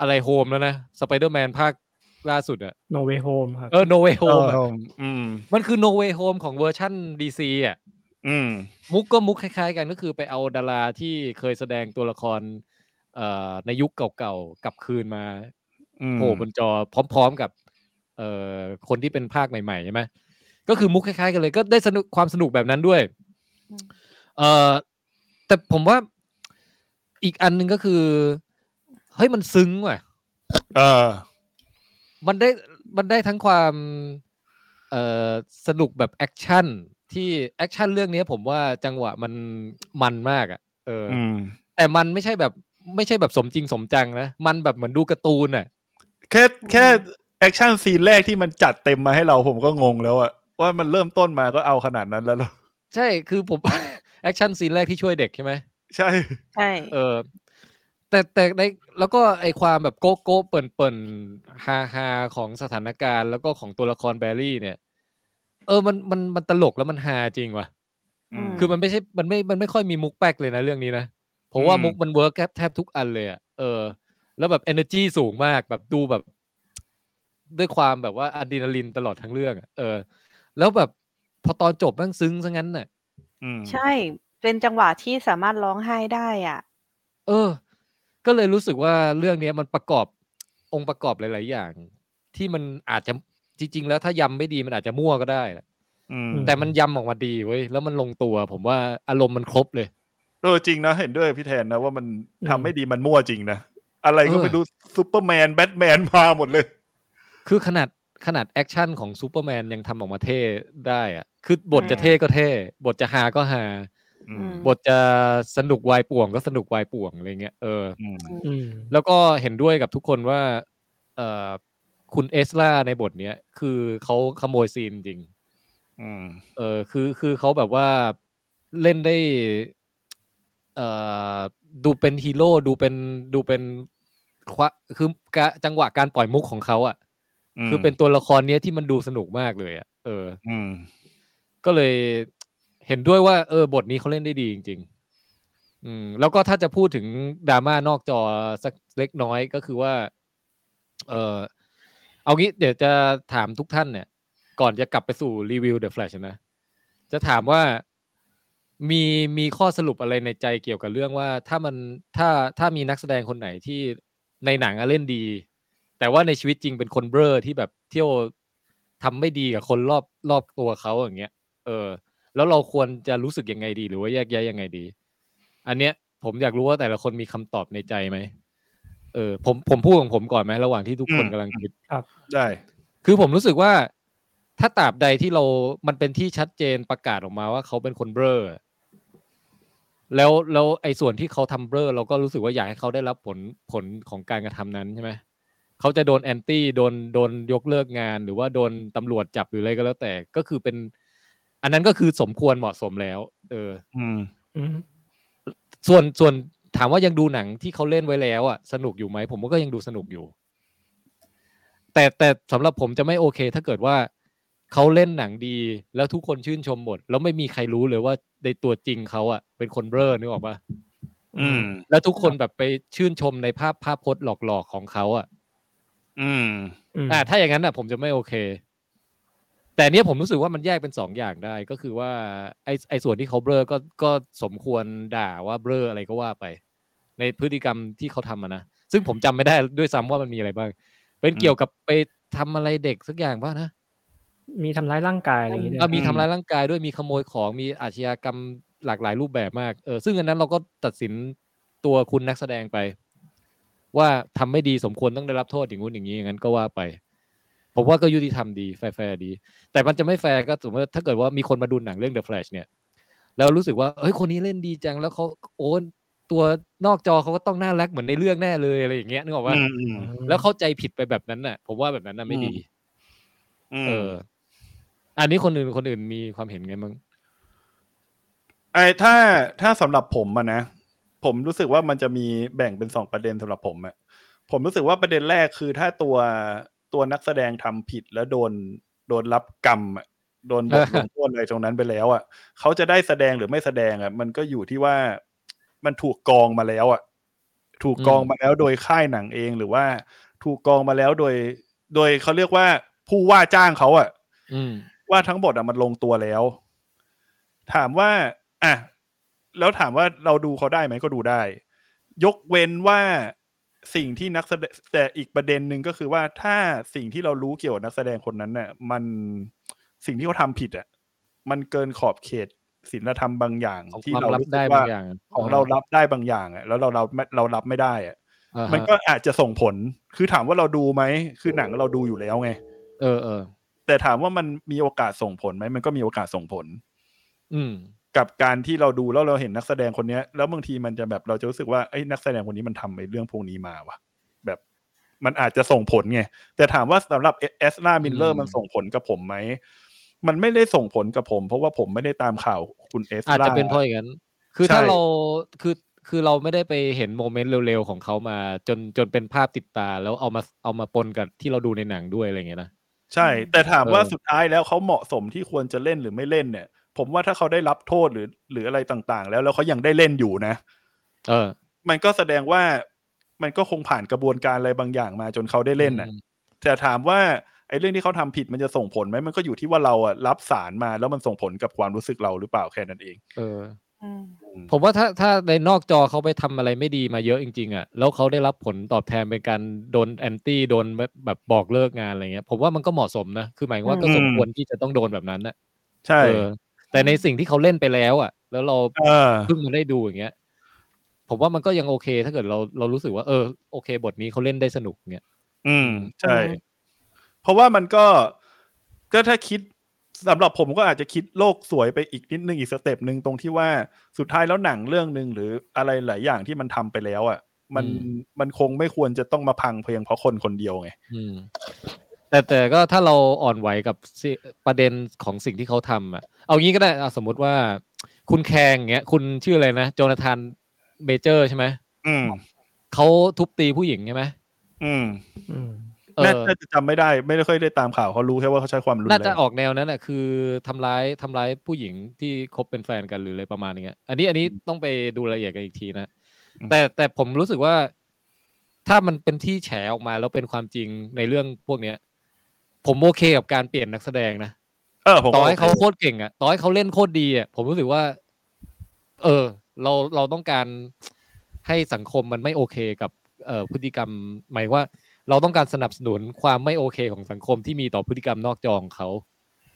อะไรโฮมแล้วนะสไปเดอร์แมนภาคล่าสุดอะ No Way Home ครับ เออโนเวโฮม อืม มันคือโนเวโฮมของเวอร์ชั่นดีซีอะ อืม มุกก็มุกคล้ายๆกันก็คือไปเอาดาราที่เคยแสดงตัวละครเอ่อในยุคเก่าๆกลับคืนมา อืม โผล่บนจอพร้อมๆกับเอ่อคนที่เป็นภาคใหม่ๆใช่ไหมก็คือมุกคล้ายๆกันเลย ก็ได้สนุกความสนุกแบบนั้นด้วย อืม เอ่อแต่ผมว่าอีกอันหนึ่งก็คือเฮ้ยมันซึ้งว่ะ เออ มันได้มันได้ทั้งความเอ่อสนุกแบบแอคชั่นที่แอคชั่นเรื่องนี้ผมว่าจังหวะมันมันมากอะ่ะเอออ อืม แต่มันไม่ใช่แบบไม่ใช่แบบสมจริงสมจังนะ มันแบบเหมือนดูการ์ตูนอ่ะ แค่แค่แอคชั่นซีนแรกที่มันจัดเต็มมาให้เราผมก็งงแล้วอะว่ามันเริ่มต้นมาก็เอาขนาดนั้นแล้วเหรอ ใช่คือผม <laughs> แอคชั่นซีนแรกที่ช่วยเด็กใช่ไหม ใช่ ใช่ เออ แต่แต่ในแล้วก็ไอความแบบโก้โก้เปิ่นเปิ่นฮาฮาของสถานการณ์แล้วก็ของตัวละครแบรี่เนี่ย เออมันมันมันตลกแล้วมันฮาจริงว่ะ อืม คือมันไม่ใช่ มันไม่ มันไม่ค่อยมีมุกแป๊กเลยนะเรื่องนี้นะ ผมว่า อืม มุกมันเวิร์กแทบทุกอันเลยอะเออ แล้วแบบ energy สูงมาก แบบดูแบบ ด้วยความแบบว่าอะดรีนาลินตลอดทั้งเรื่องอะเออ แล้วแบบพอตอนจบแม่งซึ้งซะงั้นน่ะ อืม ใช่ เป็นจังหวะที่สามารถร้องไห้ได้อ่ะ เออ ก็เลยรู้สึกว่าเรื่องเนี้ยมันประกอบองค์ประกอบหลาย ๆ อย่าง ที่มันอาจจะจริง ๆ แล้วถ้ายำไม่ดีมันอาจจะมั่วก็ได้แหละ อืม ม แต่มันยำออกมาดีเว้ย แล้วมันลงตัว ผมว่าอารมณ์มันครบเลย เออจริงนะเห็นด้วยพี่แทนนะว่ามัน อืม ทำไม่ดีมันมั่วจริงนะ อะไรก็ เออ ไม่รู้ซูเปอร์แมนแบทแมนมาหมดเลย คือขนาด ขนาดแอคชั่นของซูเปอร์แมนยังทำออกมาเท่ได้อะคือบทจะเท่ก็เท่ บทจะฮาก็ฮา อืม บทจะสนุกวายป่วงก็สนุกวายป่วงอะไรเงี้ยเออ อืม อืม แล้วก็เห็นด้วยกับทุกคนว่า เออคุณเอสล่าในบทเนี้ยคือเขาขโมยซีนจริง อืม เออคือคือเขาแบบว่าเล่นได้ เอ่อดูเป็นฮีโร่ดูเป็นดูเป็นควะคือกะจังหวะการปล่อยมุกของเขาอะ่ะ คือเป็นตัวละครเนี้ยที่มันดูสนุกมากเลยอะ่ะเออ อืม ก็เลยเห็นด้วยว่า เออบทนี้เขาเล่นได้ดีจริง ๆ อืม แล้วก็ถ้าจะพูดถึงดราม่านอกจอสักเล็กน้อยก็คือว่า เออเอางี้เดี๋ยวจะถามทุกท่านเนี่ย ก่อนจะกลับไปสู่รีวิว The Flash นะ จะถามว่ามีมีข้อสรุปอะไรในใจเกี่ยวกับเรื่องว่าถ้ามันถ้าถ้ามีนักแสดงคนไหนที่ในหนังอะเล่นดี แต่ว่าในชีวิตจริงเป็นคนเบ้อที่แบบเที่ยวทำไม่ดีกับคนรอบรอบตัวเขาอย่างเงี้ย เออ แล้วเราควรจะรู้สึกยังไงดี หรือว่าแยกแยะยังไงดี อันเนี้ย ผมอยากรู้ว่าแต่ละคนมีคำตอบในใจไหมเออ ผมผมพูดของผมก่อนไหมระหว่างที่ทุกคน อืม กำลังคิด ได้ คือผมรู้สึกว่าถ้าตราบใดที่เรา มันเป็นที่ชัดเจนประกาศออกมาว่าเขาเป็นคนเบลอแล้วแล้วไอ้ส่วนที่เขาทำเบลอเราก็รู้สึกว่าอยากให้เขาได้รับผลผลของการกระทำนั้นใช่ไหมเขาจะโดนแอนตี้โดนโดนยกเลิกงาน หรือว่าโดนตำรวจจับหรืออะไรก็แล้วแต่ก็คือเป็น อันนั้นก็คือสมควรเหมาะสมแล้ว เออ อืม อืม ส่วนส่วนถามว่ายังดูหนังที่เขาเล่นไว้แล้วอ่ะสนุกอยู่ไหมผมว่าก็ยังดูสนุกอยู่ แต่แต่สำหรับผมจะไม่โอเค ถ้าเกิดว่าเขาเล่นหนังดี แล้วทุกคนชื่นชมหมด แล้วไม่มีใครรู้เลยว่าในตัวจริงเขาอ่ะเป็นคนเบ้อนึกออกปะ อืม แล้วทุกคนแบบไปชื่นชมในภาพภาพพจน์หลอกๆของเขาอ่ะ อืม อ่าถ้าอย่างนั้นอ่ะผมจะไม่โอเค แต่เนี้ยผมรู้สึกว่ามันแยกเป็นสองอย่างได้ ก็คือว่าไอ้ไอ้ส่วนที่เขาเบลอก็ก็สมควรด่าว่าเบลออะไรก็ว่าไป ในพฤติกรรมที่เขาทำอะนะซึ่งผมจำไม่ได้ด้วยซ้ำว่ามันมีอะไรบ้าง เป็นเกี่ยวกับไปทำอะไรเด็กสักอย่างป่ะนะ มีทำร้ายร่างกายอะไรอย่างเงี้ย เออมีทำร้ายร่างกายด้วยมีขโมยของมีอาชญากรรมหลากหลายรูปแบบมากเออซึ่งอันนั้นเราก็ตัดสินตัวคุณนักแสดงไป ว่าทำไม่ดีสมควรต้องได้รับโทษอย่างงู้นอย่างนี้อย่างนั้นก็ว่าไป ผมว่าก็ยุติธรรมดีแฟร์ๆดี แต่มันจะไม่แฟร์ก็สมมติว่าถ้าเกิดว่ามีคนมาดูหนังเรื่อง The Flash เนี่ย แล้วรู้สึกว่าเฮ้ยคนนี้เล่นดีจังแล้วเขาโอนตัวนอกจอเขาก็ต้องน่ารักเหมือนในเรื่องแน่เลยอะไรอย่างเงี้ยนึกออกว่า อืม อืม แล้วเข้าใจผิดไปแบบนั้นน่ะ ผมว่าแบบนั้นน่ะไม่ดี อื เอ ม อ อันนี้คนอื่นคนอื่นมีความเห็นไงมั้ง ไอ้ถ้าถ้าสำหรับผมอะนะผมรู้สึกว่ามันจะมีแบ่งเป็นสองประเด็นสำหรับผมอะผมรู้สึกว่าประเด็นแรกคือถ้าตัวตัวนักแสดงทำผิดแล้วโดนโดนรับกรรมอะโด <laughs> นบทลงโทษอะไรตรงนั้นไปแล้วอะเขาจะได้แสดงหรือไม่แสดงอะมันก็อยู่ที่ว่ามันถูกกองมาแล้วอะถูกกองมาแล้วโดยค่ายหนังเองหรือว่าถูกกองมาแล้วโดย โดยเขาเรียกว่าผู้ว่าจ้างเขาอะ อืม ว่าทั้งหมดอ่ะมันลงตัวแล้ว ถามว่า อ่ะ แล้วถามว่าเราดูเขาได้ไหมก็ดูได้ ยกเว้นว่าสิ่งที่นักแสดงแต่อีกประเด็นหนึ่งก็คือว่าถ้าสิ่งที่เรารู้เกี่ยวกับนักแสดงคนนั้นเนี่ยมันสิ่งที่เขาทำผิดอ่ะมันเกินขอบเขตศีลธรรมบางอย่าง ของ ที่ ความ เรา รับ รู้สึ ได้ ก บา ว่าง อย่าง ของเรารับได้บางอย่างอ่ะแล้วเราเราเรารับไม่ได้อ่ะ อ่าฮะ มันก็อาจจะส่งผลคือถามว่าเราดูไหมคือหนังเราดูอยู่แล้วไง เออเออ แต่ถามว่ามันมีโอกาสส่งผลไหมมันก็มีโอกาสส่งผล อืม กับการที่เราดูแล้วเราเห็นนักแสดงคนเนี้ย แล้วบางทีมันจะแบบเราจะรู้สึกว่าไอ้ยนักแสดงคนนี้มันทำไอ้เรื่องพวกนี้มาวะแบบมันอาจจะส่งผลไงแต่ถามว่าสำหรับเอสนามิลเลอ อื ร์ ม มันส่งผลกับผมไหมมันไม่ได้ส่งผลกับผม เพราะว่าผมไม่ได้ตามข่าวคุณเอส อาจจะเป็นเพราะอย่างนั้น คือถ้า ใช่ เรา คือ คือเราไม่ได้ไปเห็นโมเมนต์เร็วๆของเขามา จน จนเป็นภาพติดตา แล้วเอามา เอามาปนกับที่เราดูในหนังด้วยอะไรอย่างเงี้ยนะ ใช่ แต่ถามว่า เออ สุดท้ายแล้วเขาเหมาะสมที่ควรจะเล่นหรือไม่เล่นเนี่ย ผมว่าถ้าเขาได้รับโทษหรือหรืออะไรต่างๆ แล้วแล้วเขายังได้เล่นอยู่นะ เออ มันก็แสดงว่ามันก็คงผ่านกระบวนการอะไรบางอย่างมาจนเขาได้เล่นน่ะ แต่ถามว่าไอ้เรื่องที่เขาทำผิดมันจะส่งผลไหมมันก็อยู่ที่ว่าเราอะรับสารมาแล้วมันส่งผลกับความรู้สึกเราหรือเปล่าแค่นั้นเอง เออ อืม ผมว่าถ้า ถ้าในนอกจอเขาไปทำอะไรไม่ดีมาเยอะจริงๆอ่ะ แล้วเขาได้รับผลตอบแทนเป็นการโดนแอนตี้ โดนแบบแบบบอกเลิกงานอะไรเงี้ย ผมว่ามันก็เหมาะสมนะ คือหมายว่าก็ อืม สมควรที่จะต้องโดนแบบนั้นนะ ใช่ เออ แต่ในสิ่งที่เขาเล่นไปแล้วอ่ะ แล้วเรา เออ เพิ่งมาได้ดูอย่างเงี้ย ผมว่ามันก็ยังโอเค ถ้าเกิดเราเรารู้สึกว่าเออโอเค บทนี้เขาเล่นได้สนุกเงี้ย อืม ใช่ เพราะว่ามันก็ก็ถ้าคิดสำหรับผมก็อาจจะคิดโลกสวยไปอีกนิดนึงอีกสเต็ปหนึ่งตรงที่ว่าสุดท้ายแล้วหนังเรื่องหนึ่งหรืออะไรหลายอย่างที่มันทำไปแล้วอ่ะ มัน อืม มันคงไม่ควรจะต้องมาพังเพียงเพราะคนคนเดียวไง อืมแต่แต่ก็ถ้าเราอ่อนไหวกับสิประเด็นของสิ่งที่เขาทำอ่ะ เอางี้ก็ได้อ่ะสมมติว่า คุณแคงอย่างเงี้ย คุณชื่ออะไรนะโจนาธานเมเจอร์ใช่ไหม อืม เขาทุบตีผู้หญิงใช่ไหม อืม อืม เอ น่า อ น่าจะจำไม่ได้ไม่ได้ค่อยได้ตามข่าวเขารู้แค่ว่าเขาใช้ความรุนแร น่าจะ ง ออกแนวนั้นน่ะคือทำร้ายทำร้ายผู้หญิงที่คบเป็นแฟนกันหรืออะไรประมาณอย่างเงี้ย อันนี้อันนี้ต้องไปดูรายละเอียดกันอีกทีนะ แต่แต่ผมรู้สึกว่า ถ้ามันเป็นที่แฉออกมาแล้วเป็นความจริงในเรื่องพวกเนี้ย ผมโอเคกับการเปลี่ยนนักแสดงนะ เออผม ต่อ ก็ ให้ โอค เขาโคตรเก่งอะต่อให้เขาเล่นโคตรดีอะผมรู้สึกว่า เออ เราเราต้องการให้สังคมมันไม่โอเคกับเอ่อพฤติกรรม หมายว่า เราต้องการสนับสนุนความไม่โอเคของสังคมที่มีต่อพฤติกรรมนอกจอของเขา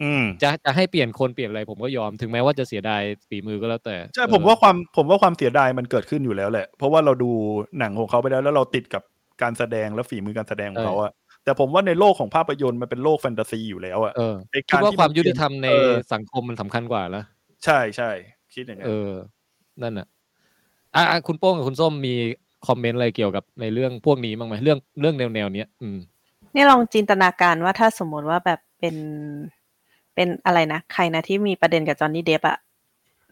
อืม จะจะให้เปลี่ยนคนเปลี่ยนอะไรผมก็ยอมถึงแม้ว่าจะเสียดายฝีมือก็แล้วแต่ ใช่ เออ ผมว่าความผมว่าความเสียดายมันเกิดขึ้นอยู่แล้วแหละ เพราะว่าเราดูหนังของเขาไปแล้วแล้วเราติดกับการแสดงและฝีมือการแสดงของเขาอะแต่ผมว่าในโลกของภาพยนตร์มันเป็นโลกแฟนตาซีอยู่แล้วอะ เออ ไอ้ คิดว่าความยุติธรรมใน เออ สังคมมันสำคัญกว่านะ ใช่ใช่คิดอย่างนี้ เอน อ นั่นน่ะอ่ะอ่ะคุณโป้งกับคุณส้มมีคอมเมนต์อะไรเกี่ยวกับในเรื่องพวกนี้บ้างไหมเรื่องเรื่องแนวแนวๆเนี้ยอืม นี่ลองจินตนาการว่าถ้าสมมติว่าแบบเป็นเป็นอะไรนะ ใครนะที่มีประเด็นกับจอห์นนี่เดฟอะ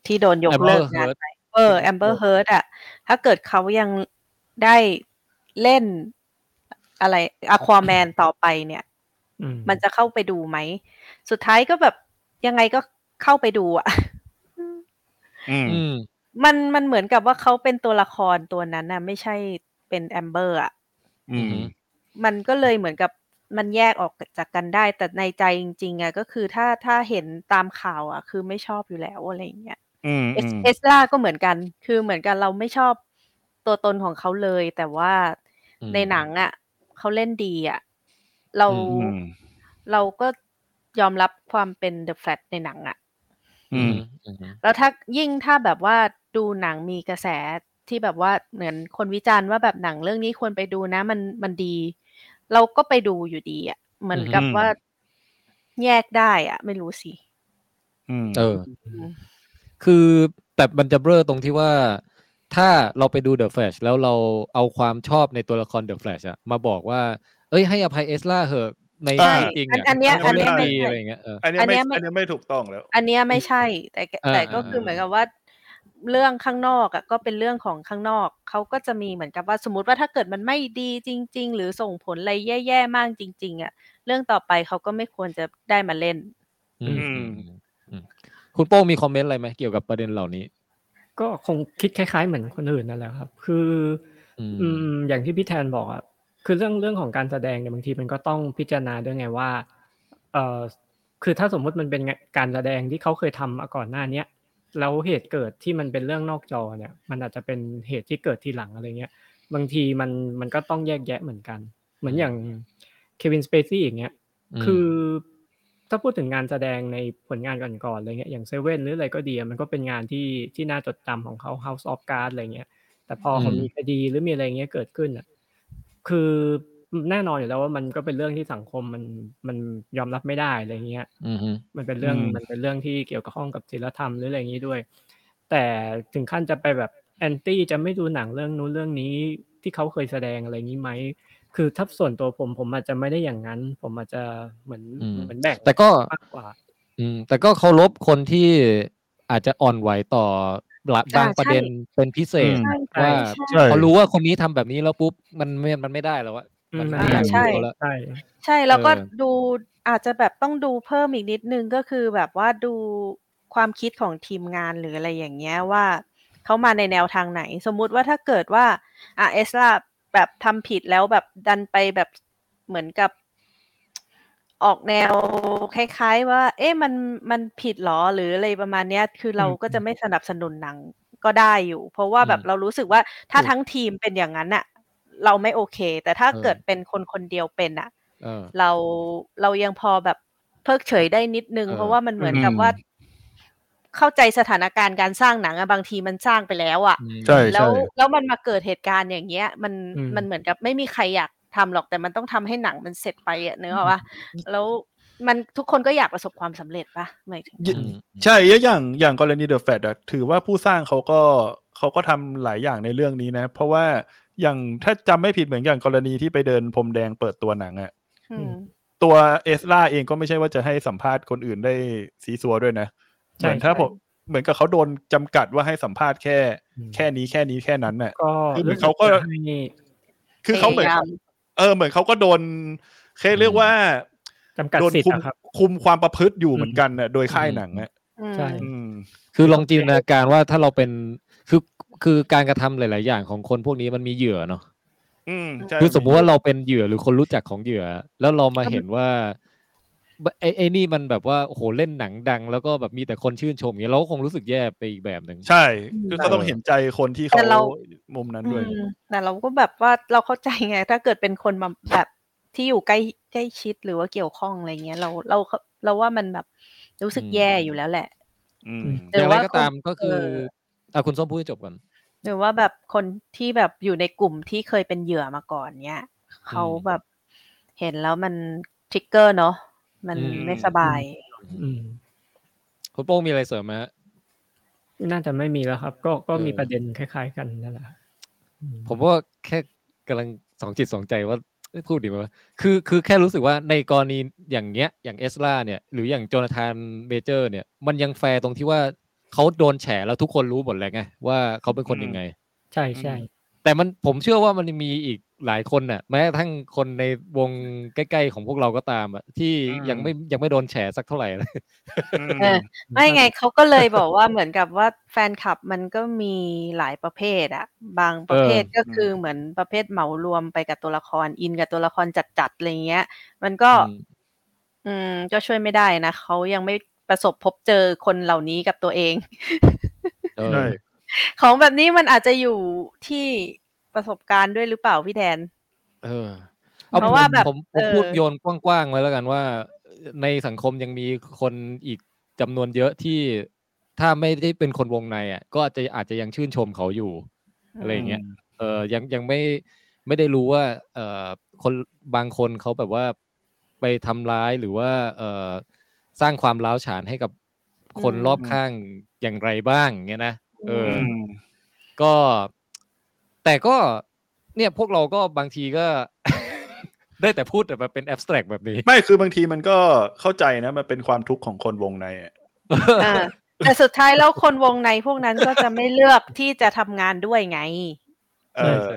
ที่โดนยก Amber เลิกงานไปเออแอมเบอร์เฮิร์ดอะถ้าเกิดเขายังได้เล่นอะไรอควาแมนต่อไปเนี่ย อืม มันจะเข้าไปดูไหม สุดท้ายก็แบบยังไงก็เข้าไปดูอะ <laughs> อืม อืม มันมันเหมือนกับว่าเขาเป็นตัวละครตัวนั้นน่ะ ไม่ใช่เป็นแอมเบอร์อะ อืม มันก็เลยเหมือนกับมันแยกออกจากกันได้ แต่ในใจจริงๆอะก็คือถ้าถ้าเห็นตามข่าวอะคือไม่ชอบอยู่แล้วอะไรอย่างเงี้ย อืม เอสเอสลาก็เหมือนกัน คือเหมือนกันเราไม่ชอบตัวตนของเขาเลย แต่ว่า อืม ในหนังอะเขาเล่นดีอะเรา อืม เราก็ยอมรับความเป็นเดอะแฟลในหนังอะ อืม อืม แล้วถ้ายิ่งถ้าแบบว่าดูหนังมีกระแสที่แบบว่าเหมือนคนวิจารณ์ว่าแบบหนังเรื่องนี้ควรไปดูนะ มันมันดี เราก็ไปดูอยู่ดีอะ่ะเหมือนกับ อืม ว่าแยกได้อะ่ะ ไม่รู้สิ อืม เออ ม คือแต่มันจะเบลอตรงที่ว่า ถ้าเราไปดูเดอะแฟลชแล้วเราเอาความชอบในตัวละครเดอะแฟลชอะมาบอกว่า เอ้ยให้อภัยเอสล่าเหอะใน ใช่ จริง อันอันเนี้ย มัไม่ อันเนี้ย ดี ไม่ใช่ อะไรอย่างเงี้ยเออ อันเนี้ยไม่ อันอันเนี้เนี้ยไม่ยไม่ถูกต้องแล้ว อันเนี้ยไม่ใช่ แต่แก อ่า แต่ก็คือเหมือนกับว่า เรื่องข้างนอกอะก็เป็นเรื่องของข้างนอกเขาก็จะมีเหมือนกับว่าสมมติว่าถ้าเกิดมันไม่ดีจริง ๆ หรือส่งผลอะไรแย่ๆมากจริง ๆอะ่ะ เรื่องต่อไปเขาก็ไม่ควรจะได้มาเล่น อืม อืม อืมคุณโป้งมีคอมเมนต์อะไรไหมเกี่ยวกับประเด็นเหล่านี้ ก็คงคิดคล้ายๆ เหมือนคนอื่นนั่นแหละครับ คือ อืม อืมอย่างที่พี่แทนบอกอะคือเรื่องเรื่องของการแสดงเนี่ยบางทีมันก็ต้องพิจารณาด้วยไงว่าเออคือถ้าสมมุติมันเป็นการแสดงที่เขาเคยทำมาก่อนหน้าเนี้ยแล้วเหตุเกิดที่มันเป็นเรื่องนอกจอเนี่ย มันอาจจะเป็นเหตุที่เกิดทีหลังอะไรเงี้ย บางทีมันมันก็ต้องแยกแยะเหมือนกัน เหมือนอย่างเควินสเปซี่อย่างเงี้ย ม คือถ้าพูดถึงงานแสดงในผลงานก่อนๆอะไรเงี้ยอย่างเซเว่นหรืออะไรก็ดีอะมันก็เป็นงานที่ที่น่าจดจำของเขา House of Cards อะไรเงี้ย แต่พอเขา อืม มีคดีหรือมีอะไรเงี้ยเกิดขึ้นอ่ะคือแน่นอนอยู่แล้วว่ามันก็เป็นเรื่องที่สังคมมันมันยอมรับไม่ได้อะไรเงี้ย อืมฮึ มันเป็นเรื่อง อืม มันเป็นเรื่องที่เกี่ยวกับข้องกับศีลธรรมหรืออะไรอย่างนี้ด้วย แต่ถึงขั้นจะไปแบบแอนตี้จะไม่ดูหนังเรื่องนู้นเรื่องนี้ที่เขาเคยแสดงอะไรอย่างนี้ไหม คือถ้าส่วนตัวผมผมอาจจะไม่ได้อย่างนั้น ผมอาจจะเหมือนเหมือนแบก แต่ก็ มากกว่า อืมแต่ก็เคารพคนที่อาจจะอ่อนไหวต่อละ อ่า บางประเด็น ใช่ เป็นพิเศษ อืม ใช่ ว่า ใช่ ใช่ พอรู้ว่าคนนี้ทำแบบนี้แล้วปุ๊บมันไม่มันไม่ได้แล้วอะมันไม่อยาก ใช่ ดูแล้ว ใช่ ใช่แล้วก็ เออ ดูอาจจะแบบต้องดูเพิ่มอีกนิดนึงก็คือแบบว่าดูความคิดของทีมงานหรืออะไรอย่างเงี้ยว่าเขามาในแนวทางไหน สมมุติว่าถ้าเกิดว่าอ่ะเอสลาแบบทำผิดแล้วแบบดันไปแบบเหมือนกับ ออกแนวคล้าย ๆ ว่า เอ๊ะมันมันผิดเหรอหรืออะไรประมาณเนี้ย คือเรา อืม ก็จะไม่สนับสนุนหนังก็ได้อยู่ เพราะว่าแบบ อืม เรารู้สึกว่าถ้า ถูก ทั้งทีมเป็นอย่างนั้นอะเราไม่โอเค แต่ถ้า เออ เกิดเป็นคนคนเดียวเป็นอะ เออ เราเรายังพอแบบเพิกเฉยได้นิดนึง เออ เพราะว่ามันเหมือนกับ อืม ว่า เข้าใจสถานการณ์การสร้างหนังอะบางทีมันสร้างไปแล้วอะ อืม ใช่ แล้ว ใช่ แล้วมันมาเกิดเหตุการณ์อย่างเงี้ย มัน อืม มันเหมือนกับไม่มีใครอยาก ทำหรอกแต่มันต้องทำให้หนังมันเสร็จไปอะเนื้อว่าแล้วมันทุกคนก็อยากประสบความสำเร็จปะหมายถึง ยใช่แล้วอย่างอย่างกรณีเดอะแฟดถือว่าผู้สร้างเขาก็เขาก็ทำหลายอย่างในเรื่องนี้นะ เพราะว่าอย่างถ้าจำไม่ผิดเหมือนอย่างกรณีที่ไปเดินพรมแดงเปิดตัวหนังอะ อืม ตัวเอสล่าเองก็ไม่ใช่ว่าจะให้สัมภาษณ์คนอื่นได้ซีซัวด้วยนะเห ใช่ มือนถ้า ใช่ ผมเหมือนกับเขาโดนจำกัดว่าให้สัมภาษณ์แค่ แค่นี้แค่นี้แค่นั้นน่ะ ก็ คือเหมือนเขาก็ รู้สึให้ คือเขาเหมือน พยายาม เออเหมือนเขาก็โดนเคยเรียกว่า จำกัด โดน สิท คุ ธิ์ ม อะครับ คุมความประพฤติอยู่เหมือนกันน่ะโดยค่ายหนังอ่ะ อืม ใช่ อืม คือลองจินตนาการว่าถ้าเราเป็นคือคือการกระทำหลาย ๆ อย่างของคนพวกนี้มันมีเหยื่อเนาะ อืมใช่ คือสมมุติว่าเราเป็นเหยื่อหรือคนรู้จักของเหยื่อ แล้วเรามาเห็นว่าไอ้ไอ้นี่มันแบบว่าโอ้โหเล่นหนังดัง แล้วก็แบบมีแต่คนชื่นชมอย่างเงี้ยเราก็คงรู้สึกแย่ไปอีกแบบหนึ่ง ใช่คือก็ต้องเห็นใจคนที่เขา แต่เรา มุมนั้นด้วย อืม แต่เราก็แบบว่าเราเข้าใจไง <laughs> ถ้าเกิดเป็นคนมาแบบที่อยู่ใกล้ใกล้ชิดหรือว่าเกี่ยวข้องอะไรเงี้ยเราเราเราว่ามันแบบรู้สึก อืม แย่อยู่แล้วแหละ อืม ห อ รื ย่าง อ ไร ว่า ก็ตามก็คือ เออ เอาคุณส้มพูดให้จบก่อน หรือว่าแบบคนที่แบบอยู่ในกลุ่มที่เคยเป็นเหยื่อมาก่อนเนี่ยเขาแบบเห็นแล้วมันทริกเกอร์เนาะมัน อืม ไม่สบาย อืม คุณโป้งมีอะไรเสริมไหมฮะ น่าจะไม่มีแล้วครับ ก็ก็มี เออ ประเด็นคล้าย ๆ กันนั่นแหละอืม ผมว่าแค่กำลังสองจิตสองใจว่าเอ้ยพูดดีไหมวะคือคือแค่รู้สึกว่าในกรณีอย่างเงี้ยอย่างเอสลาเนี่ยหรืออย่างโจนาธานเบเจอร์ เนี่ย มันยังแฟร์ตรงที่ว่าเขาโดนแฉแล้วทุกคนรู้หมดแล้วไงว่าเขาเป็นคนยังไง ใช่ใช่ แต่มันผมเชื่อว่ามันมีอีกหลายคนน่ะแม้กระทั้งคนในวงใกล้ๆของพวกเราก็ตามอ่ะที่ อืม ยังไม่ยังไม่โดนแฉสักเท่าไหร่เลย อืม เออ ไม่ไงเขาก็เลยบอกว่าเหมือนกับว่าแฟนคลับมันก็มีหลายประเภทอะบางประเภทก็คือเหมือนประเภทเหมารวมไปกับตัวละครอินกับตัวละครจัดๆอะไรเงี้ย มันก็ อืมก็ช่วยไม่ได้นะเขายังไม่ประสบพบเจอคนเหล่านี้กับตัวเอง <laughs> เออ ใช่ ของแบบนี้มันอาจจะอยู่ที่ประสบการณ์ด้วยหรือเปล่าพี่แดน เออเอา เพราะว่าแบบ ผมผ เอ ม อ พูดโยนกว้างๆไว้แล้วกันว่า ในสังคมยังมีคนอีกจำนวนเยอะที่ถ้าไม่ได้เป็นคนวงในอ่ะก็อาจจะอาจจะยังชื่นชมเขาอยู่ อะไรอย่างเงี้ย เออยังยังไม่ไม่ได้รู้ว่า เออคนบางคนเขาแบบว่าไปทำร้ายหรือว่า เออสร้างความร้าวฉานให้กับคนรอบข้างอย่างไรบ้างเงี้ยนะเออ อื อ ม ก็แต่ก็เนี่ยพวกเราก็บางทีก็ <laughs> ได้แต่พูดแต่แบบเป็นแอบสแตรกแบบนี้ ไม่คือบางทีมันก็เข้าใจนะมันเป็นความทุกข์ของคนวงในอะ อ่าแต่สุดท้ายแล้วคนวงในพวกนั้นก็จะไม่เลือกที่จะทำงานด้วยไง เออ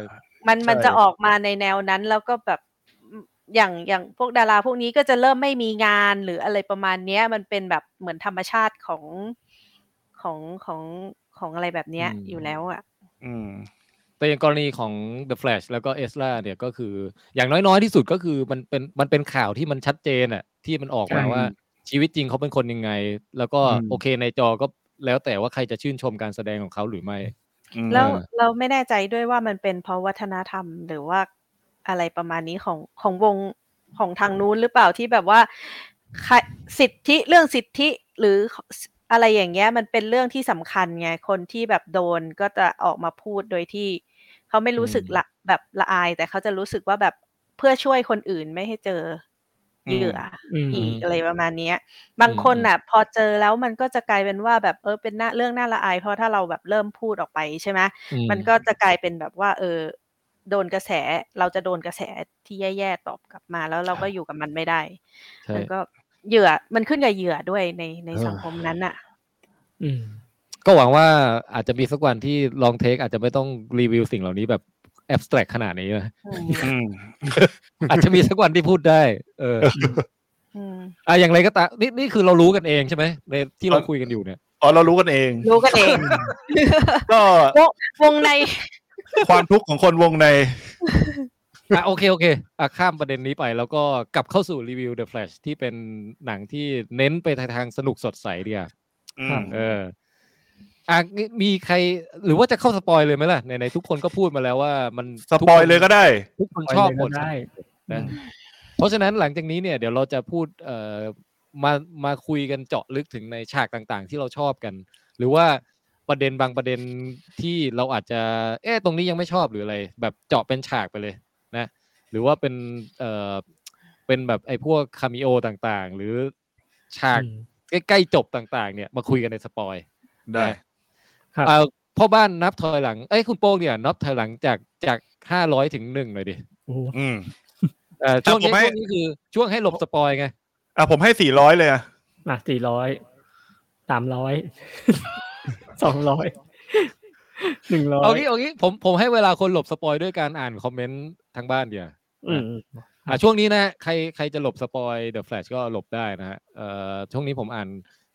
มันมัน ใช่ จะออกมาในแนวนั้นแล้วก็แบบอย่างอย่างพวกดาราพวกนี้ก็จะเริ่มไม่มีงานหรืออะไรประมาณเนี้ย มันเป็นแบบเหมือนธรรมชาติของของของของอะไรแบบเนี้ย อืม อยู่แล้วอ่ะ อืม แต่อย่างกรณีของ The Flash แล้วก็ e s l a เนี่ยก็คือ อย่างน้อยๆที่สุดก็คือมันเป็นมันเป็นข่าวที่มันชัดเจนอะที่มันออกมา ใช่ ว่าชีวิตจริงเขาเป็นคนยังไง แล้วก็ อืม โอเคในจอก็แล้วแต่ว่าใครจะชื่นชมการแสดงของเขาหรือไม่ อืม แล้ว เออ เราไม่แน่ใจด้วยว่ามันเป็นเพราะวัฒนธรรมหรือว่าอะไรประมาณนี้ของของวงของทางนู้นหรือเปล่าที่แบบว่าใครสิทธิเรื่องสิทธิหรืออะไรอย่างเงี้ย มันเป็นเรื่องที่สำคัญไงคนที่แบบโดนก็จะออกมาพูดโดยที่เขาไม่รู้สึกละแบบละอาย แต่เขาจะรู้สึกว่าแบบเพื่อช่วยคนอื่นไม่ให้เจอมอเหยื่อ อืม อีก อืม อะไรประมาณเนี้ย บางคนน่ะ พอเจอแล้วมันก็จะกลายเป็นว่าแบบเออเป็นหน้าเรื่องน่าละอาย เพราะถ้าเราแบบเริ่มพูดออกไปใช่ไหม อืม มันก็จะกลายเป็นแบบว่า เออ โดนกระแสเราจะโดนกระแสที่แย่ๆตอบกลับมาแล้วเราก็อยู่กับมันไม่ได้ ใช่ มันก็เหยื่อมันขึ้นกับเหยื่อด้วยในใน เออ สังคมนั้นน่ะ อืม ก็หวังว่าอาจจะมีสักวันที่ลองเทคอาจจะไม่ต้องรีวิวสิ่งเหล่านี้แบบแอบสแตรกขนาดนี้นะ <laughs> อืม อาจจะมีสักวันที่พูดได้ เอ <laughs> อ อืม อ่ะอย่างไรก็ตามนี่นี่คือเรารู้กันเองใช่ไหมในที่เรา เออ คุยกันอยู่เนี่ย อ๋อเรารู้กันเอง รู้กันเอง ก็ วงใน ความทุกข์ของคนวงใน อ่ะโอเคโอเคอ่ะข้ามประเด็นนี้ไป แล้วก็กลับเข้าสู่รีวิว The Flash ที่เป็นหนังที่เน้นไปทางสนุกสดใสเดีย อื ครั ม บ เอออ่ะงี้มีใคร หรือว่าจะเข้าสปอยเลยไหมล่ะไหนๆทุกคนก็พูดมาแล้วว่ามัน สปอยเลยก็ได้ ทุกคนชอบหมด ได้ นะเพราะฉะนั้นหลังจากนี้เนี่ยเดี๋ยวเราจะพูดเอ่อมามาคุยกันเจาะลึกถึงในฉากต่างๆ ที่เราชอบกัน หรือว่าประเด็นบางประเด็นที่เราอาจจะ เอ๊ะตรงนี้ยังไม่ชอบหรืออะไร แบบเจาะเป็นฉากไปเลยนะ หรือว่าเป็นเอ่อเป็นแบบไอ้พวกคาเมิโอต่างๆ หรือฉาก อืม ใกล้ๆจบต่าง ๆ เนี่ย มาคุยกันในสปอย ได้ ครับ เอ่อพ่อบ้านนับถอยหลัง เอ้ยคุณโป้งเนี่ยนับถอยหลังจากจากห้าร้อยถึงหนึ่งหน่อยดิ โอ้โห อืม เอ่อช่วงนี้ ผมให้ ช่วงนี้คือช่วงให้หลบสปอยไง อ่ะผมให้สี่ร้อยเลยอ่ะ มาสี่ร้อยสามร้อย <laughs> สองร้อยหนึ่งร้อย เอางี้เอางี้ผมผมให้เวลาคนหลบสปอยด้วยการอ่านคอมเมนต์ทางบ้านเดียว อืม อ่ะช่วงนี้นะใครใครจะหลบสปอยเดอะแฟลชก็หลบได้นะฮะเอ่อช่วงนี้ผมอ่าน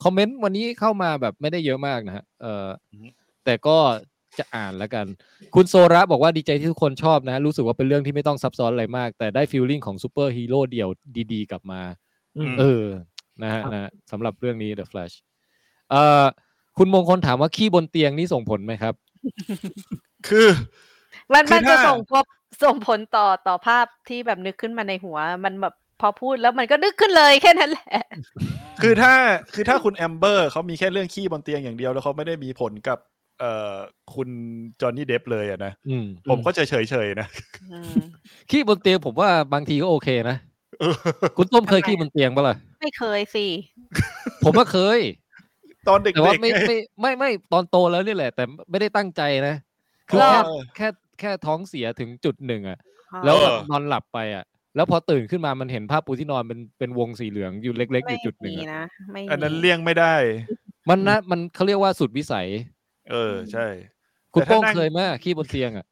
คอมเมนต์วันนี้เข้ามาแบบไม่ได้เยอะมากนะฮะเอ่ออ อฮึ แต่ก็จะอ่านแล้วกัน คุณโซระบอกว่าดีใจที่ทุกคนชอบนะฮะรู้สึกว่าเป็นเรื่องที่ไม่ต้องซับซ้อนอะไรมาก แต่ได้ฟีลลิ่งของซูเปอร์ฮีโร่เดี่ยวดีๆ กลับมา อืม เออ นะฮะ ครับ นะฮะสำหรับเรื่องนี้ The Flash เอ่อคุณมงคลถามว่าขี้บนเตียงนี่ส่งผลไหมครับ คือ มัน คือ มันจะ ถ้า ส่งพบส่งผลต่อต่อภาพที่แบบนึกขึ้นมาในหัว มันแบบพอพูดแล้วมันก็นึกขึ้นเลยแค่นั้นแหละ คือถ้าคือถ้าคุณแอมเบอร์เขามีแค่เรื่องขี้บนเตียงอย่างเดียวแล้วเขาไม่ได้มีผลกับ เอ่อคุณจอห์นนี่เดฟเลยอะนะ อืม ผมก็จะเฉยเฉยๆนะ อืม ขี้บนเตียงผมว่าบางทีก็โอเคนะ คุณต้มเคย ทำไม ขี้บนเตียงปะล่ะ ไม่เคยสิ ผมก็เคย ตอนเด็ก แต่ว่า ๆ ไม่ ไง ไม่ไม่ไม่ตอนโตแล้วนี่แหละ แต่ไม่ได้ตั้งใจนะ คือ เออ แค่แค่แค่ท้องเสียถึงจุดหนึ่งอะแล้ว เออ นอนหลับไปอะแล้วพอตื่นขึ้นมามันเห็นภาพปูที่นอนเป็นเป็นวงสีเหลืองอยู่เล็ก ๆ อยู่จุดหนึ่ง ไม่มี อะ นะไม่ อันนั้น มี เลี่ยงไม่ได้ มันนะมันเขาเรียกว่าสุดวิสัย เออใช่ คุณ แต่ถ้า โป้ง นั่ง เคยไหมขี้บนเตียงอ่ะ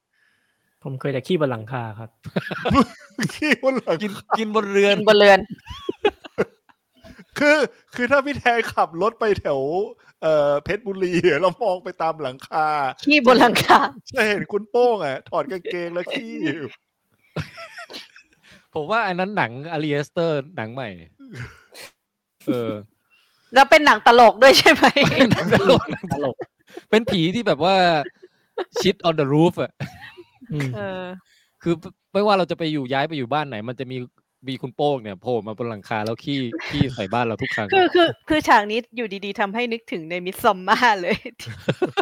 ผมเคยแต่ขี้บนหลังคาครับ ขี้บนหลัง กินกินบนเรือน กินบนเรือน คือ คือถ้าพี่แทนขับรถไปแถวเอ่อเพชรบุรีเรามองไปตามหลังคา ขี้บนหลังคา จะเห็นคุณโป้งอ่ะถอดกางเกงแล้วขี้อยู่ <laughs> ผมว่าอันนั้นหนังอารีเอสเตอร์หนังใหม่ เออ แล้วเป็นหนังตลกด้วยใช่ไหม หนังตลก ตลก เป็นผีที่แบบว่าชิด on the roof อ่ะ อืม เออ คือไม่ว่าเราจะไปอยู่ย้ายไปอยู่บ้านไหน มันจะมีมีคุณโป้งเนี่ยโผล่มาบนหลังคาแล้วขี้ขี้ใส่บ้านเราทุกครั้ง คือคือคือฉากนี้อยู่ดีๆทำให้นึกถึงในมิสซอมมาเลย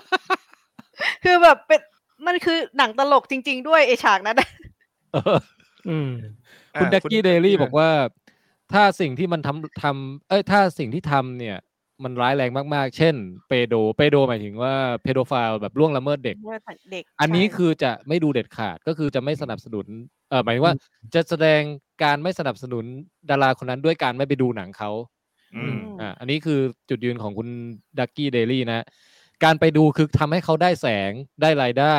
<laughs> คือแบบเป็นมันคือหนังตลกจริง ๆ ด้วยไอฉากนั้นน่ะ เออ อืม <laughs> คุณ อ่ะ ดักกี้เดลี่ ะ บอกว่า ถ้าสิ่งที่มันทำทำเอ้ยถ้าสิ่งที่ทำเนี่ย มันร้ายแรงมากๆ เช่นเปโดเปโดหมายถึงว่าเพโดฟา e แบบล่วงละเมิดเด็ก ว่าเด็ก อันนี้ ใช่ คือจะไม่ดูเด็ดขาดก็คือจะไม่สนับสนุนเออหมายถึงว่าจะแสดงการไม่สนับสนุนดาราคนนั้นด้วยการไม่ไปดูหนังเขา อื อื ม ม อ่าอันนี้คือจุดยืนของคุณดักกี้เดลี่นะ การไปดูคือทำให้เขาได้แสงได้รายได้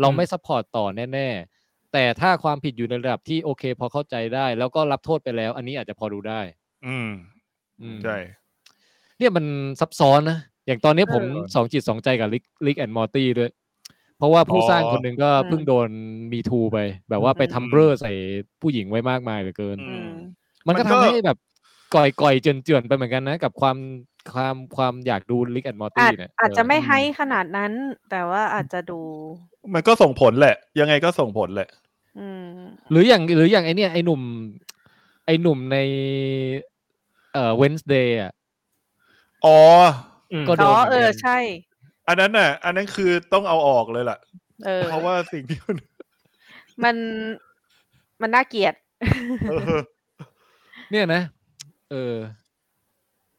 เราไม่ซัพพอร์ตต่อแน่ ๆ แต่ถ้าความผิดอยู่ในระดับที่โอเค พอเข้าใจได้ แล้วก็รับโทษไปแล้ว อันนี้อาจจะพอดูได้ อืม อืม ใช่ เนี่ยมันซับซ้อนนะ อย่างตอนนี้ผม เออ สองจิตสองใจกับลิกลิกแอนมอร์ตี้ด้วย เพราะว่าผู้สร้างคนหนึ่งก็เพิ่งโดนมีทูไป แบบว่าไปทำเบ้อใส่ผู้หญิงไว้มากมายเหลือเกิน อื อืม มันก็ มัน ทำ ก็ ให้แบบก่อยก่อยเจือนเจือนๆไปเหมือนกันนะ กับความความความอยากดูลิกแอนมอร์ตี้ อาจ เนี่ย อาจจะไม่ เ ให้ขนาดนั้น แต่ว่าอาจจะดู มันก็ส่งผลแหละ ยังไงก็ส่งผลแหละ อืม หรืออย่างหรืออย่างไอเนี่ยไอหนุ่ม ไอหนุ่มในเอ่อเวนส์เดย์อ่ะ อ๋อ ม ก็ โดน อ๋อ เหมือน เออ กัน ใช่ อันนั้นน่ะ อันนั้นคือต้องเอาออกเลยล่ะ เออ เพราะว่าสิ่งที่มัน <laughs> มัน มันน่าเกลียด เออ เนี่ยนะ เออ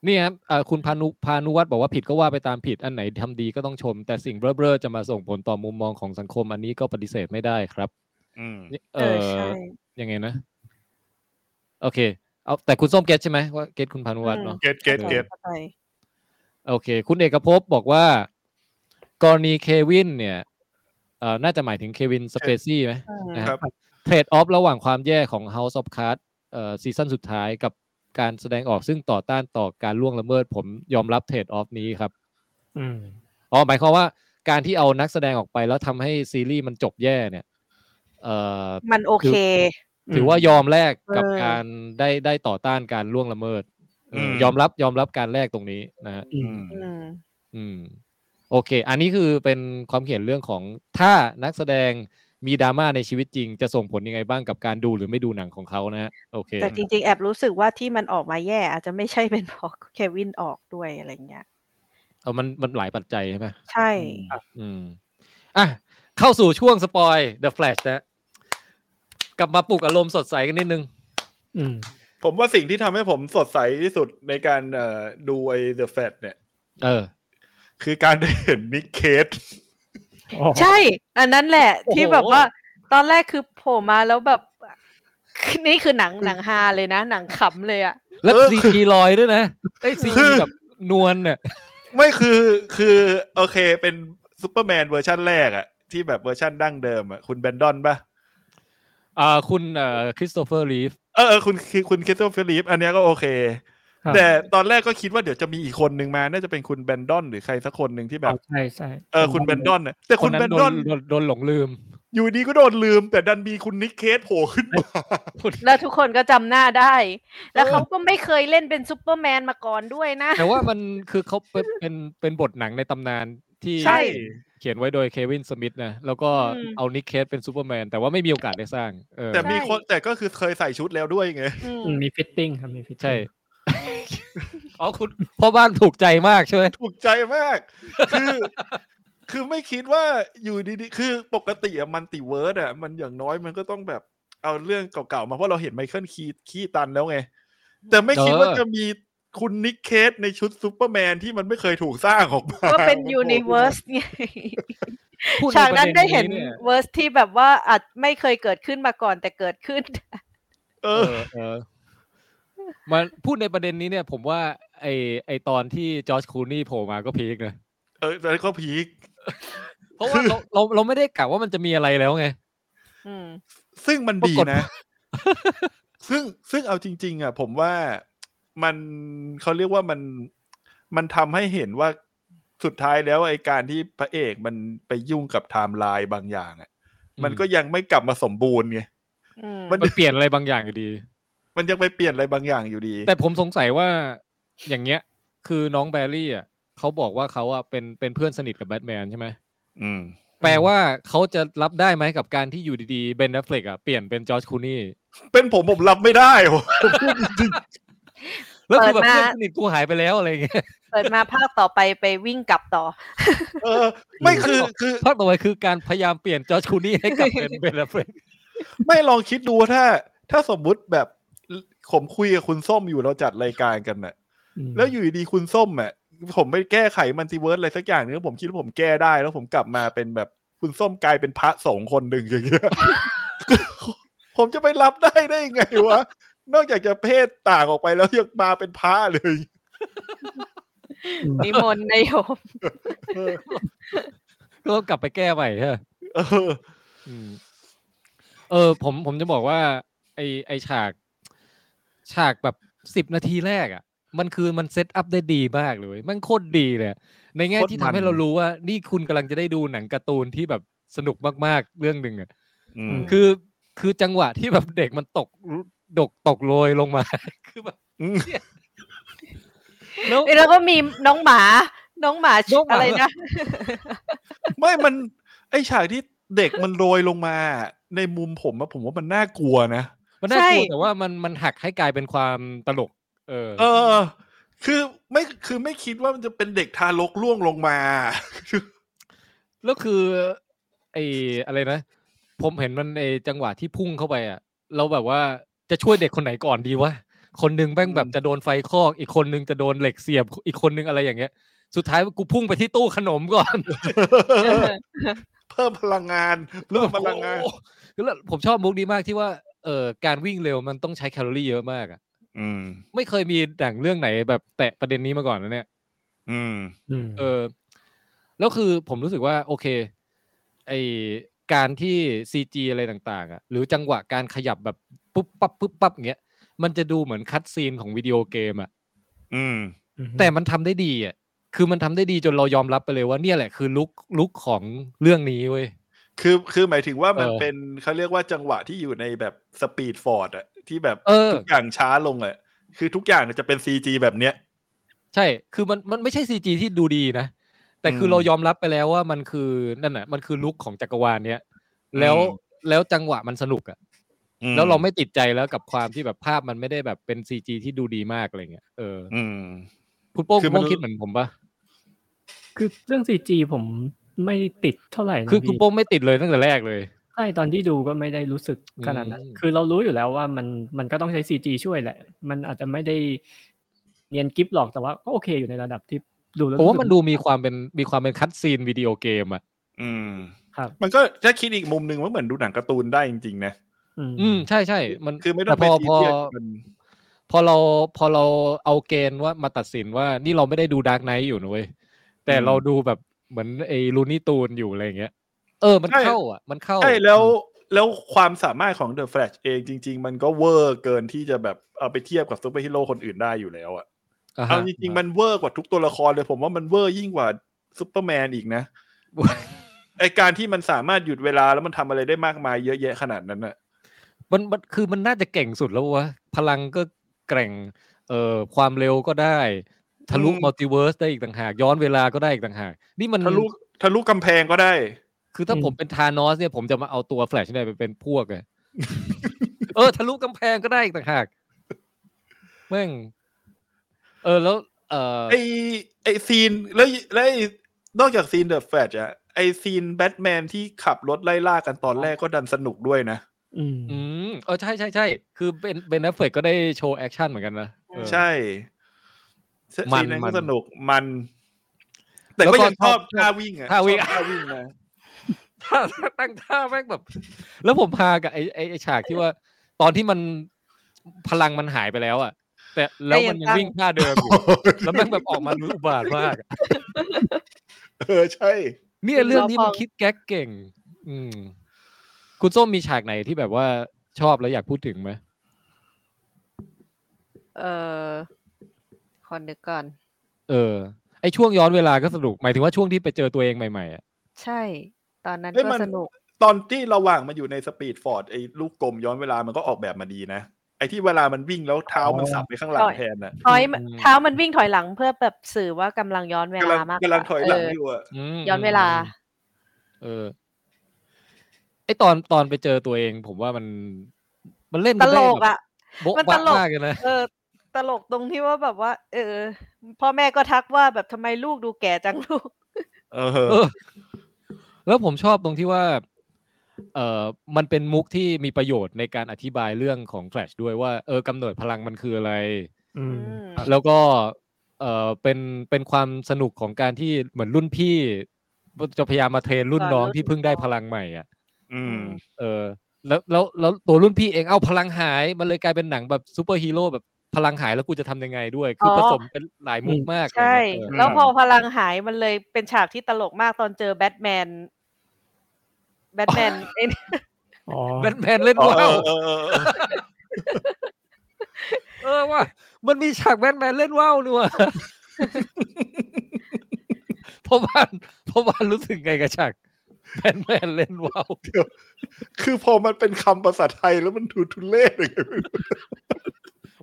เนี่ยครับเอ่อคุณพานุพานุวัตรบอกว่าผิดก็ว่าไปตามผิดอันไหนทำดีก็ต้องชม แต่สิ่งเบ้อๆจะมาส่งผลต่อมุมมองของสังคมอันนี้ก็ปฏิเสธไม่ได้ครับ อืม เอ เออ ใช่ อ ยังไงนะ โอเค เอาแต่คุณส้มเก็ตใช่ไหมว่าเก็ตคุณพานุวัฒน์เนาะ เกตเกตเกต ข้าใจ โอเค คุณเอกภพบอกว่า กรณีเควินเนี่ยเอ่อน่าจะหมายถึงเควินสเปซี่ไหม อืม นะ ค ค รั รับบ เทรดออฟระหว่างความแย่ของ House of Cards เอ่อซีซั่นสุดท้ายกับการแสดงออกซึ่งต่อต้านต่อการล่วงละเมิด ผมยอมรับเทรดออฟนี้ครับ อืม อ๋อหมายความว่าการที่เอานักแสดงออกไปแล้วทำให้ซีรีส์มันจบแย่เนี่ยเอ่อ มันโอเค ถือว่ายอมแลกกับ เออ การได้ได้ต่อต้านการล่วงละเมิดเออ ม ยอมรับยอมรับการแลกตรงนี้นะฮะ อืม อืม อืม โอเค อันนี้คือเป็นความเห็นเรื่องของถ้านักแสดงมีดราม่าในชีวิตจริง จะส่งผลยังไงบ้างกับการดูหรือไม่ดูหนังของเขานะฮะโอเค แต่จริงๆ แอบรู้สึกว่าที่มันออกมาแย่ อาจจะไม่ใช่เป็นเพราะเควินออกด้วยอะไรเงี้ย เอามันมันหลายปัจจัยใช่ไหม ใช่ อืมอ่ะเข้าสู่ช่วงสปอย The Flash นะ กลับมาปลุกอารมณ์สดใสกันนิดนึง อืม ผมว่าสิ่งที่ทำให้ผมสดใสที่สุดในการเอ่อดูไอ้ The Fat เนี่ย เออ คือการได้เห็นนิกเคส โอ้โห ใช่ อันนั้นแหละ โอ้โห ที่แบบว่า ตอนแรกคือโผล่มาแล้วแบบ นี่คือหนังหนังฮาเลยนะ หนังขำเลยอะ แล้ว เออ ซีจีลอยด้วยนะไอ้ซี คื จี อ แบบนวลเนี่ย ไม่คือคือโอเคเป็นซูเปอร์แมนเวอร์ชั่นแรกอะที่แบบเวอร์ชั่นดั้งเดิมอะคุณแบนดอนปะ อ่าคุณเอ่อคริสโตเฟอร์รีฟ เออเออคุณคือคุณคริสโตเฟอร์ลีฟอันเนี้ยก็โอเค ครับ แต่ตอนแรกก็คิดว่าเดี๋ยวจะมีอีกคนหนึ่งมา น่าจะเป็นคุณแบนดอนหรือใครสักคนหนึ่งที่แบบ ใช่ใช่ เออคุณแบนดอนน่ะแต่ ค คุ น ณ นั้ แบ น น โด ดอน น โดนโดนหลงลืม อยู่ดีก็โดนลืม แต่ดันมีคุณนิกเคสโผล่ขึ้นมา แล้วทุกคนก็จำหน้าได้ แล้วเขาก็ไม่เคยเล่นเป็นซูเปอร์แมนมาก่อนด้วยนะ แต่ว่ามันคือเขาเป็นเป็นเป็นบทหนังในตำนานที่ ใช่ เขียนไว้โดยเควินสมิธนะแล้วก็ อืม เอานิกเคสเป็นซูเปอร์แมน แต่ว่าไม่มีโอกาสได้สร้างเออ แต่มีคนแต่ก็คือเคยใส่ชุดแล้วด้วยไง อืม อืมมีฟิตติ้งครับมีฟิตติ้ง ใช่ อ๋อคุณ <laughs> พ่อบ้านถูกใจมากใช่ไหม ถูกใจมาก คือ คือไม่คิดว่าอยู่ดีๆ คือปกติอะมันติเวิร์ดอะมันอย่างน้อยมันก็ต้องแบบเอาเรื่องเก่าๆมาเพราะเราเห็นไมเคิลคีขี้ตันแล้วไง แต่ไม่คิดว่าจะมีคุณนิกเคสในชุดซูเปอร์แมนที่มันไม่เคยถูกสร้างออกมา ก็เป็น โอ้โห ยูนิเวอร์สไง พูด ฉาก ใประ นั้น ด็ ได้เห็น ย เวอร์สที่แบบว่าอาจไม่เคยเกิดขึ้นมาก่อนแต่เกิดขึ้น เอ เอ อ อเออมันพูดในประเด็นนี้เนี่ย ผมว่าไอไอตอนที่จอร์จคูนี่โผล่มาก็พีคนะ เออแล้วก็พีค เพราะ <laughs> ว่าเราเราเราไม่ได้กะว่ามันจะมีอะไรแล้วไง อืม ซึ่งมันดี ปรากฏ นะ <laughs> ซึ่งซึ่งเอาจริง ๆ อ่ะ ผมว่ามันเขาเรียกว่ามันมันทำให้เห็นว่าสุดท้ายแล้วไอ้การที่พระเอกมันไปยุ่งกับไทม์ไลน์บางอย่างอ่ะ มันก็ยังไม่กลับมาสมบูรณ์ไง อืม มัน มันเปลี่ยนอะไรบางอย่างอยู่ดี มันยังไปเปลี่ยนอะไรบางอย่างอยู่ดี แต่ผมสงสัยว่าอย่างเงี้ย คือน้องแบร์รี่อ่ะเขาบอกว่าเขาอ่ะเป็นเป็นเพื่อนสนิทกับแบทแมนใช่ไหม อืม แปลว่าเขาจะรับได้ไหมกับการที่อยู่ดีๆเบนแอฟเฟลกอ่ะเปลี่ยนเป็นจอร์จคูนี่ เป็นผมผมรับไม่ได้วะ แล้วคือแบบ เปิดมา เพื่อนสนิทกูหายไปแล้วอะไรเงี้ย เปิดมาภาคต่อไปไปวิ่งกลับต่อ เออ <laughs> ไม่คือคือ ภาคต่อไปคือการพยายามเปลี่ยนจอร์จคูนี่ให้กลับเป็นเบนแอฟเฟลก ไม่ลองคิดดูว่าถ้า ถ้าสมมุติแบบผมคุยกับคุณส้มอยู่เราจัดรายการกันน่ะ อืม แล้วอยู่ดีๆคุณส้มอ่ะผมไปแก้ไขมันติเวิร์สอะไรสักอย่างหนึงแล้วผมคิดว่าผมแก้ได้แล้วผมกลับมาเป็นแบบคุณส้มกลายเป็นพระสงฆ์คนหนึ่งอย่างเงี้ย <laughs> ผมจะไปรับได้ได้ยังไงวะ นอกจากจะเพศต่างออกไปแล้วยังมาเป็นพระเลย อืม นิมนต์ในโยม เออ ก็ต้องกลับไปแก้ใหม่ฮะ เออ อืมเออ ผมผมจะบอกว่า ไอไอฉาก ฉากแบบสิบนาทีแรกอ่ะ มันคือมันเซตอัพได้ดีมากเลยเว้ยมันโคตรดีเลยอะในแง่ โคตร ที่ทำ มั ให้ น เรารู้ว่า นี่คุณกำลังจะได้ดูหนังการ์ตูนที่แบบสนุกมากๆ เรื่องหนึ่งอ่ะ อืม คือคือจังหวะที่แบบเด็กมันตกดกตกโรยลงมา <laughs> คือแบบ อืม แล้ว แล้วก็มีน้องหมา น้องหมา น้องหมา อะไรนะ ไม่มัน ไอฉากที่เด็กมันโรยลงมา ในมุมผมอะผมว่ามันน่ากลัวนะ มันน่ากลัว ใช่ แต่ว่ามันมันหักให้กลายเป็นความตลก เออ เออ คือไม่คือไม่คิดว่ามันจะเป็นเด็กทารกล่วงลงมา <laughs> แล้วคือไอ้อะไรนะ ผมเห็นมันไอ้จังหวะที่พุ่งเข้าไปอ่ะเราแบบว่าจะช่วยเด็กคนไหนก่อนดีวะคนหนึงแม่งแบบจะโดนไฟคอก อีกคนหนึงจะโดนเหล็กเสียบอีกคนหนึงอะไรอย่างเงี้ย สุดท้ายกูพุ่งไปที่ตู้ข <laughs> นมก่อน เพิ่มพลังงานเพิ่มพลังงาน โอ้โหแล้วผมชอบมุกนี้มากที่ว่าเอ่อการวิ่งเร็วมันต้องใช้แคลอรี่เยอะมากอ่ะ อืม ไม่เคยมีหนังเรื่องไหนแบบแตะประเด็นนี้มาก่อนนะเนี่ย อืม อืม เออแล้วคือผมรู้สึกว่า โอเคไอการที่ซีจีอะไรต่าง ๆ อ่ะ หรือจังหวะการขยับแบบปุ๊บปั๊บปุ๊บปั๊บอย่างเงี้ยมันจะดูเหมือนคัดซีนของวิดีโอเกมอ่ะ อืม แต่มันทำได้ดีอ่ะคือมันทำได้ดีจนเรายอมรับไปเลยว่าเนี่ยแหละคือลุกลุกของเรื่องนี้เว้ย คือคือหมายถึงว่ามัน เออ เป็นเขาเรียกว่าจังหวะที่อยู่ในแบบสปีดฟอร์ดอะที่แบบ เออ ทุกอย่างช้าลงอะคือทุกอย่างจะเป็นซีจีแบบเนี้ย ใช่ คือมันมันไม่ใช่ซีจีที่ดูดีนะ แต่คืออ ม เรายอมรับไปแล้วว่ามันคือนั่นน่ะ มันคือลุกของจักรวาลเนี้ยแล้ว อืม แล้วจังหวะมันสนุกอ่ะ แล้วเราไม่ติดใจแล้วกับความที่แบบภาพมันไม่ได้แบบเป็นซีจีที่ดูดีมากอะไรเงี้ยเออ อืม คุณโป้ง คื คุณ อมัน โป้งคิดเหมือนผมปะ คือเรื่องซีจีผมไม่ติดเท่าไหร่นะ คือคุณ พี่ โป้งไม่ติดเลยตั้งแต่แรกเลย ใ ใช่ตอนที่ดูก็ไม่ได้รู้สึกขนาดนั้น อืม คือเรารู้อยู่แล้วว่ามันมันก็ต้องใช้ซีจีช่วยแหละ มันอาจจะไม่ได้เนียนกิฟหรอกแต่ว่าก็โอเคอยู่ในระดับที่ดูแล้ว ผมว่ามัน รู้สึก ดูมีความเป็นมีความเป็นคัตซีนวิดีโอเกมอ่ะ อืม ครับ มันก็ถ้าคิดอีกมุมหนึ่งมันเหมือนดูหนังการ์ตูนได้จริงๆนะ อืม อืมใช่ใช่มัน คือไม่ต้องไป แพอ ซี พอ เรียสมัน พอเราพอเราเอาเกณฑ์ว่ามาตัดสินว่านี่เราไม่ได้ดูดาร์กไนท์อยู่นะเว้ยแต่ อืม เราดูแบบเหมือนไอ้ลูนี่ตูนอยู่อะไรอย่างเงี้ย เออมัน ใช่ เข้าอ่ะ มันเข้า ใช่แล้วแล้วความสามารถของเดอะแฟลชเองจริง ๆ มันก็เวอร์เกินที่จะแบบเอาไปเทียบกับซูเปอร์ฮีโร่คนอื่นได้อยู่แล้วอะ ะฮะ เอาจริงๆมันเวอร์กว่าทุกตัวละครเลยผมว่ามันเวอร์ยิ่งกว่าซูเปอร์แมนอีก <laughs> นะไอการที่มันสามารถหยุดเวลาแล้วมันทำอะไรได้มากมายเยอะแยะขนาดนั้นอะ มันมันคือมันน่าจะเก่งสุดแล้ววะพลังก็แกร่งเอ่อความเร็วก็ได้ ทะลุ อืม มัลติเวิร์สได้อีกต่างหาก ย้อนเวลาก็ได้อีกต่างหาก นี่มัน ทะลุทะลุกำแพงก็ได้ คือถ้า อืม ผมเป็นธานอสเนี่ยผมจะมาเอาตัวแฟลชเนี่ยไปเป็นพวก <laughs> ไง เออ ทะลุกำแพงก็ได้อีกต่างหากแม่ง เออแล้ว เออ ไอไอซีนแล้วแล้วไอ้นอกจากซีนเดอะแฟลชอะไอซีนแบทแมนที่ขับรถไล่ล่ากันตอนแรกก็ดันสนุกด้วยนะ อืม อืมเออใช่ใช่ใช่คือเป็นเป็นแอฟเฟกก็ได้โชว์แอคชั่นเหมือนกันนะเออ ใช่ มั ซี น นนั้น มั ก็ น สนุกมัน แต่ แล้ว ก็ ก็ ยังชอชอบบ ท่าวิ่งอะ ท่าวิ่ง ชอบท่าวิ่งนะ ท่าตั้งท่าแม่งแบบ แล้วผมพากับไอ้ไอ้ไอ้ฉากที่ว่า ตอนที่มันพลังมันหายไปแล้วอะแต่แล้วมันยังวิ่งท่าเดิมอยู่ แล้วแม่งแบบออกมารู้อุบาทมากอะ เออใช่ เนี่ยเรื่องนี้มันคิดแก๊กเก่ง อืม คุณส้มมีฉากไหนที่แบบว่าชอบแล้วอยากพูดถึงไหม เออขอนึกก่อน เออ ไอช่วงย้อนเวลาก็สนุก หมายถึงว่าช่วงที่ไปเจอตัวเองใหม่ๆอะ ใช่ ตอนนั้น เอ้ย ก็ มัน สนุก ตอนที่ระหว่างมันอยู่ในสปีดฟอร์ดไอ้ลูกกลมย้อนเวลามันก็ออกแบบมาดีนะ ไอ้ที่เวลามันวิ่งแล้วเท้ามันสับไปข้างหลัง อ๋อ แทนน่ะ ถอยเท้ามันวิ่งถอยหลังเพื่อแบบสื่อว่ากำลังย้อนเว กำลั ลาง มาก กำลังถอยหลัง เ อยู่อะ ม ย้อนเวลา เออ ไอตอนตอนไปเจอตัวเอง ผมว่ามัน มันเล่น ต กัน ล ได้ ก แบบ อ่ะ โบ๊ะ มันตบ้าลก มากเลยนะ เออ ตลกตรงที่ว่าแบบว่า เออ พ่อแม่ก็ทักว่าแบบทำไมลูกดูแก่จังลูก เออ เออ แล้วผมชอบตรงที่ว่า เออมันเป็นมุกที่มีประโยชน์ในการอธิบายเรื่องของแฟลชด้วยว่า เออกำเนิดพลังมันคืออะไร อืม อืม แล้วก็เออเป็นเป็นความสนุกของการที่เหมือนรุ่นพี่ จะพยายามมาเทรนรุ่นน้องที่เพิ่งได้พลังใหม่อ่ะ อืม เออแล้วแล้วแล้วตัวรุ่นพี่เองเอ้าพลังหายมันเลยกลายเป็นหนังแบบซูเปอร์ฮีโร่แบบพลังหายแล้วกูจะทำยังไงด้วย คืออ อ ผสมเป็นหลายมุกมาก ใช่ อะไรเงี้ยเออ แล้วพอพลังหายมันเลยเป็นฉากที่ตลกมากตอนเจอแบทแมน แบทแมน <laughs> ไอ้เนี่ย อ๋อ แบทแมนเล่น เออ ว่าว เออเออเออ เออว่า มันมีฉากแบทแมนเล่นว่าวด้วยว่ะ <laughs> เพราะว่าเพราะว่ารู้สึกไงกับฉากแบทแมนเล่นว่าว คือพอมันเป็นคำภาษาไทยแล้วมันดูทุเรศเลย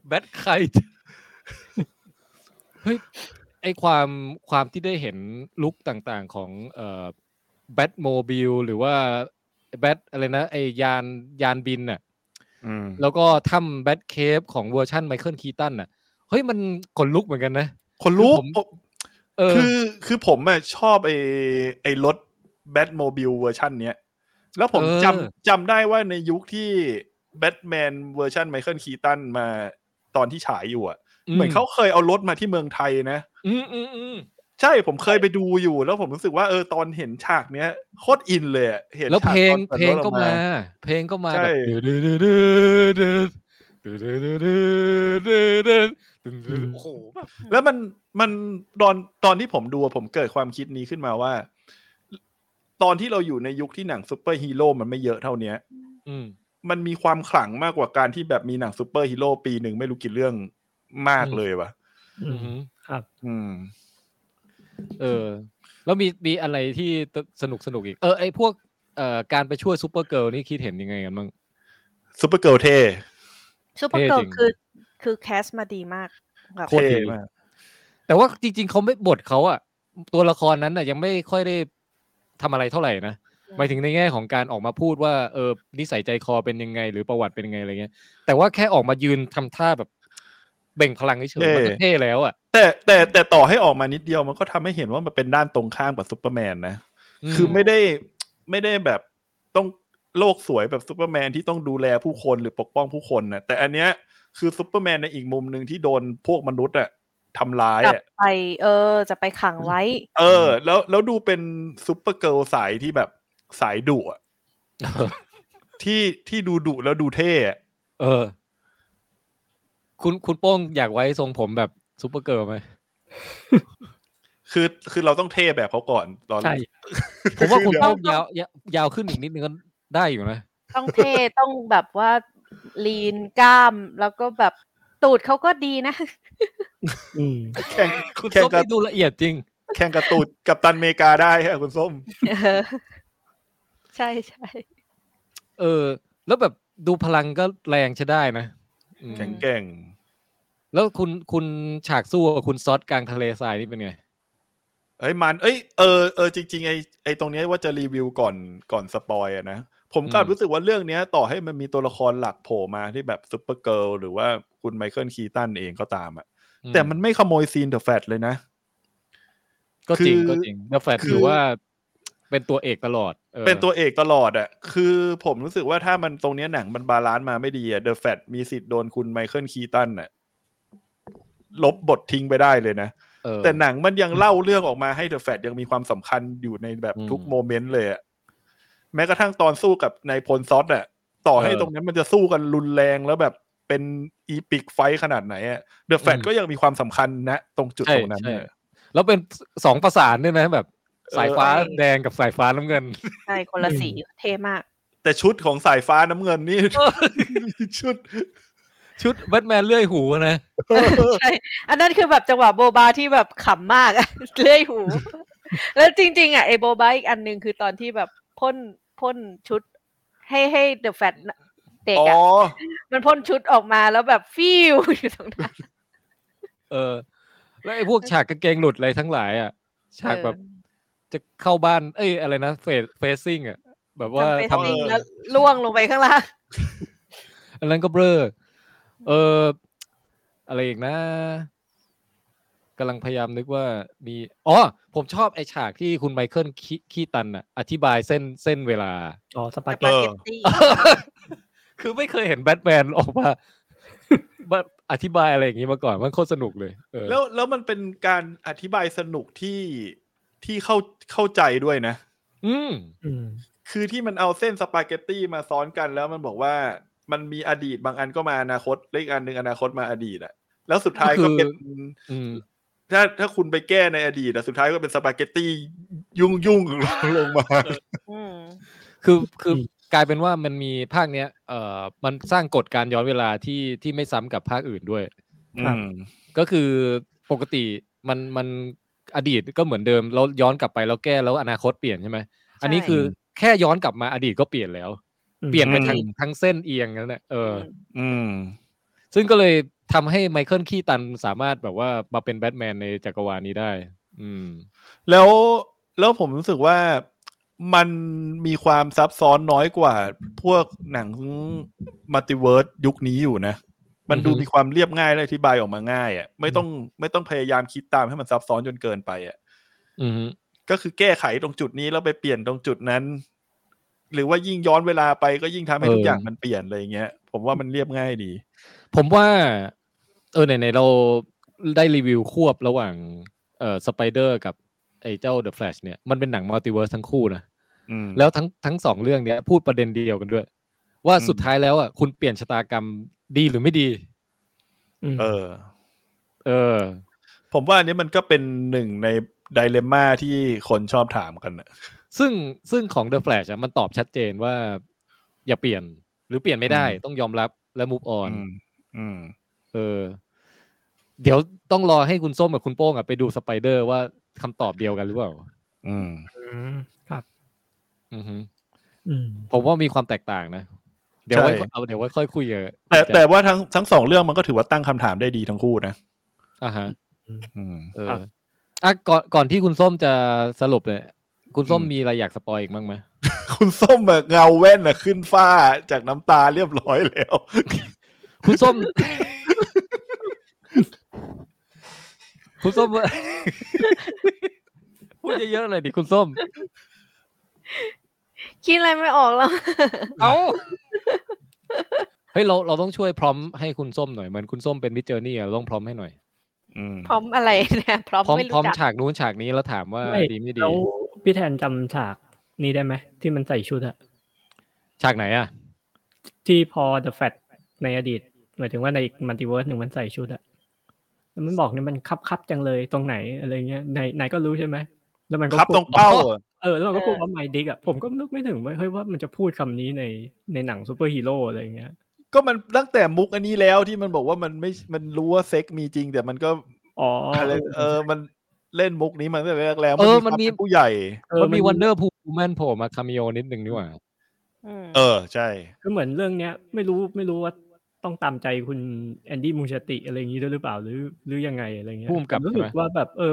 แบทไคท์ <laughs> เฮ้ยไอความความที่ได้เห็นลุคต่างๆของเอ่อแบทโมบิลหรือว่าแบทอะไรนะไอยานยานบินน่ะ อืม แล้วก็ถ้ำแบทเคฟของเวอร์ชั่นไมเคิลคีตันน่ะ เฮ้ยมันขนลุกเหมือนกันนะ คนรู้ คือผม ผม เออ คือคือผมอะชอบไอ้ไอ้รถแบทโมบิลเวอร์ชันเนี้ย แล้วผม เออ จำจำได้ว่าในยุคที่แบทแมนเวอร์ชันไมเคิลคีตันมาตอนที่ฉายอยู่อะเหมือนเขาเคยเอารถมาที่เมืองไทยนะ อืมอืมอืม ใช่ผมเคยไปดูอยู่ แล้วผมรู้สึกว่าเออตอนเห็นฉากเนี้ยโคตรอินเลยอะเห็น แล้ว ฉาก เพลง ตอนเพลปิดง รถอ ก็ อ มา เพลงก็มา ใช่ แบบดื้อดื้อดื้อดื้อดื้อดื้อดื้อดื้อดื้อดื้อดื้อโอ้โหแบบ แล้วมันมันตอนตอนที่ผมดูอะผมเกิดความคิดนี้ขึ้นมาว่า ตอนที่เราอยู่ในยุคที่หนังซูเปอร์ฮีโร่มันไม่เยอะเท่าเนี้ย อืม มันมีความขลังมากกว่าการที่แบบมีหนังซูเปอร์ฮีโร่ปีหนึ่งไม่รู้กี่เรื่องมาก อืม เลยว่ะ อื อื ม ม อืม เออ แล้วมีมีอะไรที่สนุกสนุกอีก เออไอพวกเอ่อการไปช่วยซูเปอร์เกิร์ลนี่คิดเห็นยังไงกันบ้าง ซูเปอร์เกิลเท่ ซูเปอร์เกิร์ล เท่จริง คือ คือแคสมาดีมากแบบ โคตร เท่ ดี มาก แต่ว่าจริง ๆเขาไม่บทเขาอะตัวละครนั้นน่ะ ยังไม่ค่อยได้ทำอะไรเท่าไหร่นะหมายถึงในแง่ของการออกมาพูดว่าเออนิสัยใจคอเป็นยังไง หรือประวัติเป็นยังไงอะไรเงี้ย แต่ว่าแค่ออกมายืนทำท่าแบบเบ่งพลังเฉยๆมันก็เท่แล้วอะ แต่แต่แต่ต่อให้ออกมานิดเดียวมันก็ทำให้เห็นว่ามันเป็นด้านตรงข้ามกับซูเปอร์แมนนะ คือไม่ได้ไม่ได้แบบต้อง โลกสวยแบบซูเปอร์แมนที่ต้องดูแลผู้คนหรือปกป้องผู้คนนะแต่อันเนี้ยคือซูเปอร์แมนในอีกมุมหนึ่งที่โดนพวกมนุษย์อะทำร้าย กลับ อะ ไป เออ จะไปขังไว้ เออ แล้วแล้วดูเป็นซูเปอร์เกิร์ลสายที่แบบสายดุอะที่ที่ดูดุแล้วดูเท่อะ <laughs> เออ คุณคุณโป้งอยากไว้ทรงผมแบบซูเปอร์เกิร์ลไหม คือคือเราต้องเท่แบบเขาก่อนตอน ใช่ ผมว่าคุณ เดี๋ยว โป้งยาวยาวยาวขึ้นอีกนิดนึงก็ได้อยู่นะ ต้องเท่ ต้องแบบว่าลีนกล้าม แล้วก็แบบตูดเขาก็ดีนะ อืม แข่ง คุณ แข่ง ส้ม กับ นี่ดูละเอียดจริง แข่งกับตูดกับตันอเมริกาได้ฮะคุณส้ม เออ ใช่ใช่ เออ แล้วแบบดูพลังก็แรงใช้ได้นะอืม แข็งแกร่ง แล้วคุณคุณฉากสู้กับคุณซอสกลางทะเลทรายนี่เป็นไง เอ้ยมัน เอ้ย เออ เออ จริงๆ ไอไอตรงเนี้ยว่าจะรีวิวก่อน ก่อนสปอยอะนะ ผมกลับ อืม รู้สึกว่าเรื่องเนี้ย ต่อให้มันมีตัวละครหลักโผล่มาที่แบบซุปเปอร์เกิร์ลหรือว่าคุณไมเคิลคีตันเองก็ตามอะ อื แต่มันไม่ขโมยซีนเดอะแฟลเลยนะ ก็จริง คือ ก็จริงเดอะแฟต คือ ถือว่าเป็นตัวเอกตลอดออ เป็นตัวเอกตลอดอะคือผมรู้สึกว่าถ้ามันตรงเนี้ยหนังมันบาลานซ์มาไม่ดีอะเดอะแฟลมีสิทธิ์โดนคุณไมเคิลคีตันอะลบบททิ้งไปได้เลยนะ เออ แต่หนังมันยังเล่าเรื่องออกมาให้เดอะแฟดยังมีความสำคัญอยู่ในแบบ อืม ทุกโมเมนต์เลยอะแม้กระทั่งตอนสู้กับนายพลซอสอะต่อให้ เออ ตรงนั้นมันจะสู้กันรุนแรงแล้วแบบเป็นอีปิกไฟขนาดไหนอะเดอะแฟด อืม ก็ยังมีความสำคัญนะ ตรงจุด ใช่ ตรงนั้น ใช่ เนี่ย แล้วเป็นสองประสานด้วยนะแบบ สายฟ้า เออ แดงกับสายฟ้าน้ำเงิน <laughs> ใช่ คนละ อืม สีเท่มาก แต่ชุดของสายฟ้าน้ำเงินนี่ ชุด ชุดแบทแมนเลื่อยหูนะ ใช่ อันนั้นคือแบบจังหวะโบบาที่แบบขำมากอะ <laughs> เลื่อยหู แล้วจริง ๆอ่ะไอโบบาอีกอันหนึ่งคือตอนที่แบบพ่นพ่นชุด ให้ให้เดอะแฟตเด็ก อ๋อ อ่ะ มันพ่นชุดออกมาแล้วแบบฟิว อยู่ตรงนั้น เออ แล้วไอ้พวกฉากกางเกงหลุดอะไรทั้งหลายอ่ะ ฉากแบบ เออ จะเข้าบ้าน เอ้ยอะไรนะเฟสเฟซซิ่งอ่ะ แบบว่า ทำเฟซ ทำ ติ้ง เออ แล้วล่วงลงไปข้างล่าง อันนั้นก็เบลอเออ อะไรอีกนะกำลังพยายามนึกว่ามี อ๋อ ผมชอบไอฉากที่คุณไมเคิลคีคีตันอะอธิบายเส้นเส้นเวลา อ๋อสปาเเกอ ตตี้ อ คือไม่เคยเห็นแบทแมนออกมา <laughs> แบบอธิบายอะไรอย่างนี้มาก่อน มันโคตรสนุกเลย เออ แล้วแล้วมันเป็นการอธิบายสนุกที่ที่เข้าเข้าใจด้วยนะ อืม อืม คือที่มันเอาเส้นสปาเกตตี้มาซ้อนกันแล้วมันบอกว่ามันมีอดีตบางอันก็มาอนาคตและอีกอันหนึ่งอนาคตมาอดีตอะแล้วสุดท้ายคืก็อ เป็น อืม ถ้าถ้าคุณไปแก้ในอดีตอะสุดท้ายก็เป็นสปาเกตตี้ยุ่งยุ่งๆ ลงมา อืม คือคืออ ม กลายเป็นว่ามันมีภาคเนี้ย เออมันสร้างกฎการย้อนเวลาที่ที่ไม่ซ้ำกับภาคอื่นด้วย ครับ ก็คือปกติมันมันอดีตก็เหมือนเดิมแล้วย้อนกลับไปแล้วแก้แล้วอนาคตเปลี่ยนใช่ไหมอันนี้ ใช่ คือแค่ย้อนกลับมาอดีตก็เปลี่ยนแล้ว เปลี่ยนไป อืม ทางทางเส้นเอียงนั่นแหละเอออ อืม ซึ่งก็เลยทำให้ไมเคิลคีตันสามารถแบบว่ามาเป็นแบทแมนในจักรวาลนี้ได้ อืม แล้วแล้วผมรู้สึกว่ามันมีความซับซ้อนน้อยกว่า พวกหนังมัลติเวิร์สยุคนี้อยู่นะ มันดู อือฮึ มีความเรียบง่ายและอธิบายออกมาง่ายอะ่ะไม่ต้องไม่ต้องพยายามคิดตามให้มันซับซ้อนจนเกินไปอ่ะ อืม ก็คือแก้ไขตรงจุดนี้แล้วไปเปลี่ยนตรงจุดนั้น หรือว่ายิ่งย้อนเวลาไปก็ยิ่งทำให้ทุกอย่างมันเปลี่ยนอะไรอย่างเงี้ย ผมว่ามันเรียบง่ายดี ผมว่า เออไหนๆเราได้รีวิวควบระหว่างเอ่อสไปเดอร์กับไอ้เจ้าเดอะแฟลชเนี่ยมันเป็นหนังมัลติเวิร์สทั้งคู่นะ อืม แล้วทั้งทั้งสองเรื่องเนี้ยพูดประเด็นเดียวกันด้วย ว่า อืม สุดท้ายแล้วอ่ะคุณเปลี่ยนชะตากรรมดีหรือไม่ดี อืม เออ เออ ผมว่าอันนี้มันก็เป็นหนึ่งในไดเลมม่าที่คนชอบถามกันนะ ซึ่งซึ่งของ The Flash อะมันตอบชัดเจนว่า อย่าเปลี่ยนหรือเปลี่ยนไม่ได้ต้องยอมรับและ move อื on ม อืม เออ เดี๋ยวต้องรอให้คุณส้มกับคุณโป้งอ่ะไปดูสไปเดอร์ว่าคำตอบเดียวกันหรือเปล่า อืม อืมครับ อือฮึ อืม ผมว่ามีความแตกต่างนะ เดี๋ยวไว้ ใช่ เอาเดี๋ยวไว้ค่อยคุยกัน แต่แต่ว่าทั้งทั้งสองเรื่องมันก็ถือว่าตั้งคำถามได้ดีทั้งคู่นะ อ่าฮะ อืม เออ ครับ อ่ะก่อนก่อนที่คุณส้มจะสรุปเนี่ยคุณส้ม อืม มีอะไรอยากสปอยอีกบ้างไหม คุณส้มอะเงาแว่นอะขึ้นฟ้าจากน้ำตาเรียบร้อยแล้ว คุณส้ม คุณส้ม พูดเยอะๆเลยดิคุณส้ม คิดอะไรไม่ออกแล้ว เอาเฮ้ยเราเราต้องช่วยพร้อมให้คุณส้มหน่อยเหมือนคุณส้มเป็นมิจเจอร์นี่เราต้องพร้อมให้หน่อย อืม พร้อมอะไรเนี่ย <laughs> พร้อม พร้อม ไม่ พร้อ รู้ ม จัก ฉากนู้นฉากนี้แล้วถามว่า ไม่ ดีไม่ดี แล้วพี่แทนจำฉากนี้ได้ไหมที่มันใส่ชุดอะ ฉากไหนอ่ะ ที่พอ The Fat ในอดีตหมายถึงว่าในอีกมัลติเวิร์สหนึ่งมันใส่ชุดอะแล้วมันบอกเนี่ยมันคับคับๆจังเลยตรงไหนอะไรเงี้ยไหนไหนก็รู้ใช่ไหมแล้วมันก็ ครับ พูด ตรงเป้าเหรอ เออแล้วมันก็พูดว่าไมดิกอะผมก็นึกไม่ถึงว่าเฮ้ยว่ามันจะพูดคำนี้ในในหนังซูเปอร์ฮีโร่อะไรเงี้ย ก็มันตั้งแต่มุกอันนี้แล้วที่มันบอกว่ามันไม่มันรู้ว่าเซ็กมีจริง แต่มันก็ อ๋ออ อะไรเออมันเล่นมุกนี้มาตั้งแต่แรกแล้ว เออ ความ มันมี ป็ผู้ใหญ่ เออ มันมี มัน วันเดอร์พูแมนโผล่มาคาเมโอนิดนึงนี่หว่า อืม เออใช่ คือเหมือนเรื่องเนี้ยไม่รู้ไม่รู้ว่าต้องตามใจคุณแอนดี้มูชาติอะไรอย่างนี้ด้วยหรือเปล่าหรือหรือยังไงอะไรเงี้ย พุ่มกับ ผมรู้ ใช่ สึ ไหม กว่าแบบเออ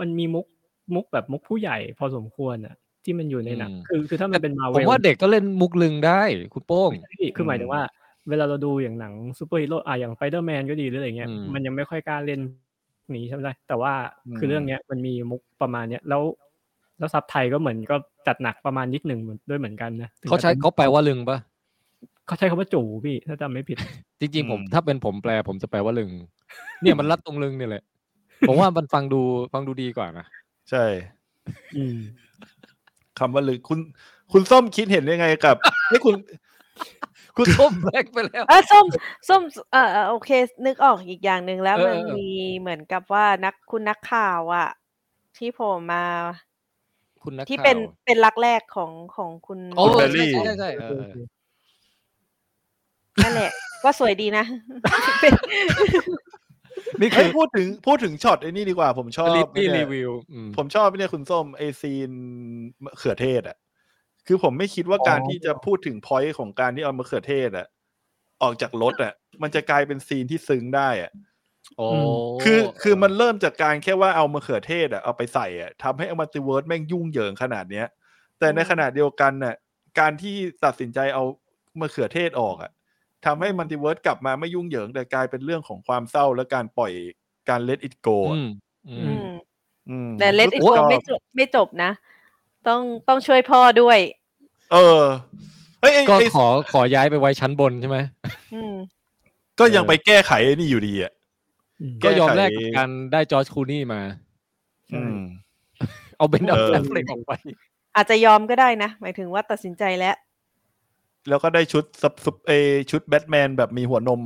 มันมีมุกมุกแบบมุกผู้ใหญ่พอสมควรอะที่มันอยู่ในหนังคือคือถ้ามันเป็นมา ผ เว ม ล ว่าเด็กก็เล่นมุกลึงได้ คุณโป้ง คือหมายถึงว่า เวลาเราดูอย่างหนังซูเปอร์ฮีโร่อะอย่างไฟเดอร์แมนก็ดีหรืออะไรเงี้ย อืม มันยังไม่ค่อยกล้าเล่นหนีใช่ไหมแต่ว่า อืม คือเรื่องเนี้ยมันมีมุกประมาณเนี้ยแล้ว แล้วซับไทยก็เหมือนก็จัดหนักประมาณนิดหนึ่งเหมือนด้วยเหมือนกันนะถึง เขาใช้ จะป็น เขาแปลว่าลึงปะ เขาใช้คำว่าจู่พี่ถ้าจำไม่ผิด จริงๆผม อืม ถ้าเป็นผมแปลผมจะแปลว่าลึง เนี่ยมันรัดตรงลึงเนี่ยแหละ <laughs> ผมว่ามันฟังดูฟังดูดีกว่านะ ใช่ อืม คำว่าลึกคุณ คุณส้มคิดเห็นยังไงกับ ให้คุณ คุณส้มแบล็กไปแล้ว เออส้มส้มเออเออโอเค นึกออกอีกอย่างหนึ่งแล้ว เออ มัน เออ มีเหมือนกับว่านักคุณนักข่าวอะที่โผล่มา คุณนัก ที่ ข่าว เป็นเป็นรักแรกของของคุณ โอ้ คุณแบลลี่ ใช่ใช่ใช่เออเออ นั่นแหละ ก็สวยดีนะ เป็น นี่ เอ้ คื ย อ พูดถึงพูดถึงช็อตไอ้นี่ดีกว่า ผมชอบ ลิ ไอ้ ตี้รีเนี่ย วิวอืม ผมชอบไอ้เนี่ยคุณส้มไอซีนมะเขือเทศ อ่ะ คือผมไม่คิดว่าการ อ๋อ ที่จะพูดถึงพอยต์ของการที่เอามะเขือเทศอ่ะ ออกจากรถอ่ะ มันจะกลายเป็นซีนที่ซึ้งได้อ่ะ โอ้ คือคือมันเริ่มจากการแค่ว่าเอามะเขือเทศอ่ะเอาไปใส่อ่ะทำให้เอามัลติเวิร์สแม่งยุ่งเหยิงขนาดเนี้ย แต่ในขณะเดียวกันน่ะการที่ตัดสินใจเอามะเขือเทศออกอ่ะทำให้มัลติเวิร์สกลับมาไม่ยุ่งเหยิงแต่กลายเป็นเรื่องของความเศร้าและการปล่อยการเล t อิ g โก อืมอื อื ม อืม ม แต่เลดอีก โอ้ย คนไม่จบไม่จบนะ ต้องต้องช่วยพ่อด้วย เออเฮ้ยไอ้ ก็ ไอ้ ขอขอย้ายไปไว้ชั้นบนใช่ไหม อืม ก็ยังไปแก้ไขไอ้นี่อยู่ดีอ่ะ อืม ก็ ก็ยอมแลกกับการได้จอร์จคลูนี่มา ใช่ อืม เอาเบนดับ เออ แอฟเล็กออกไป อาจจะยอมก็ได้นะ หมายถึงว่าตัดสินใจแล้ว แล้วก็ได้ชุดซับซับเอชุดแบทแมนแบบมีหัวนม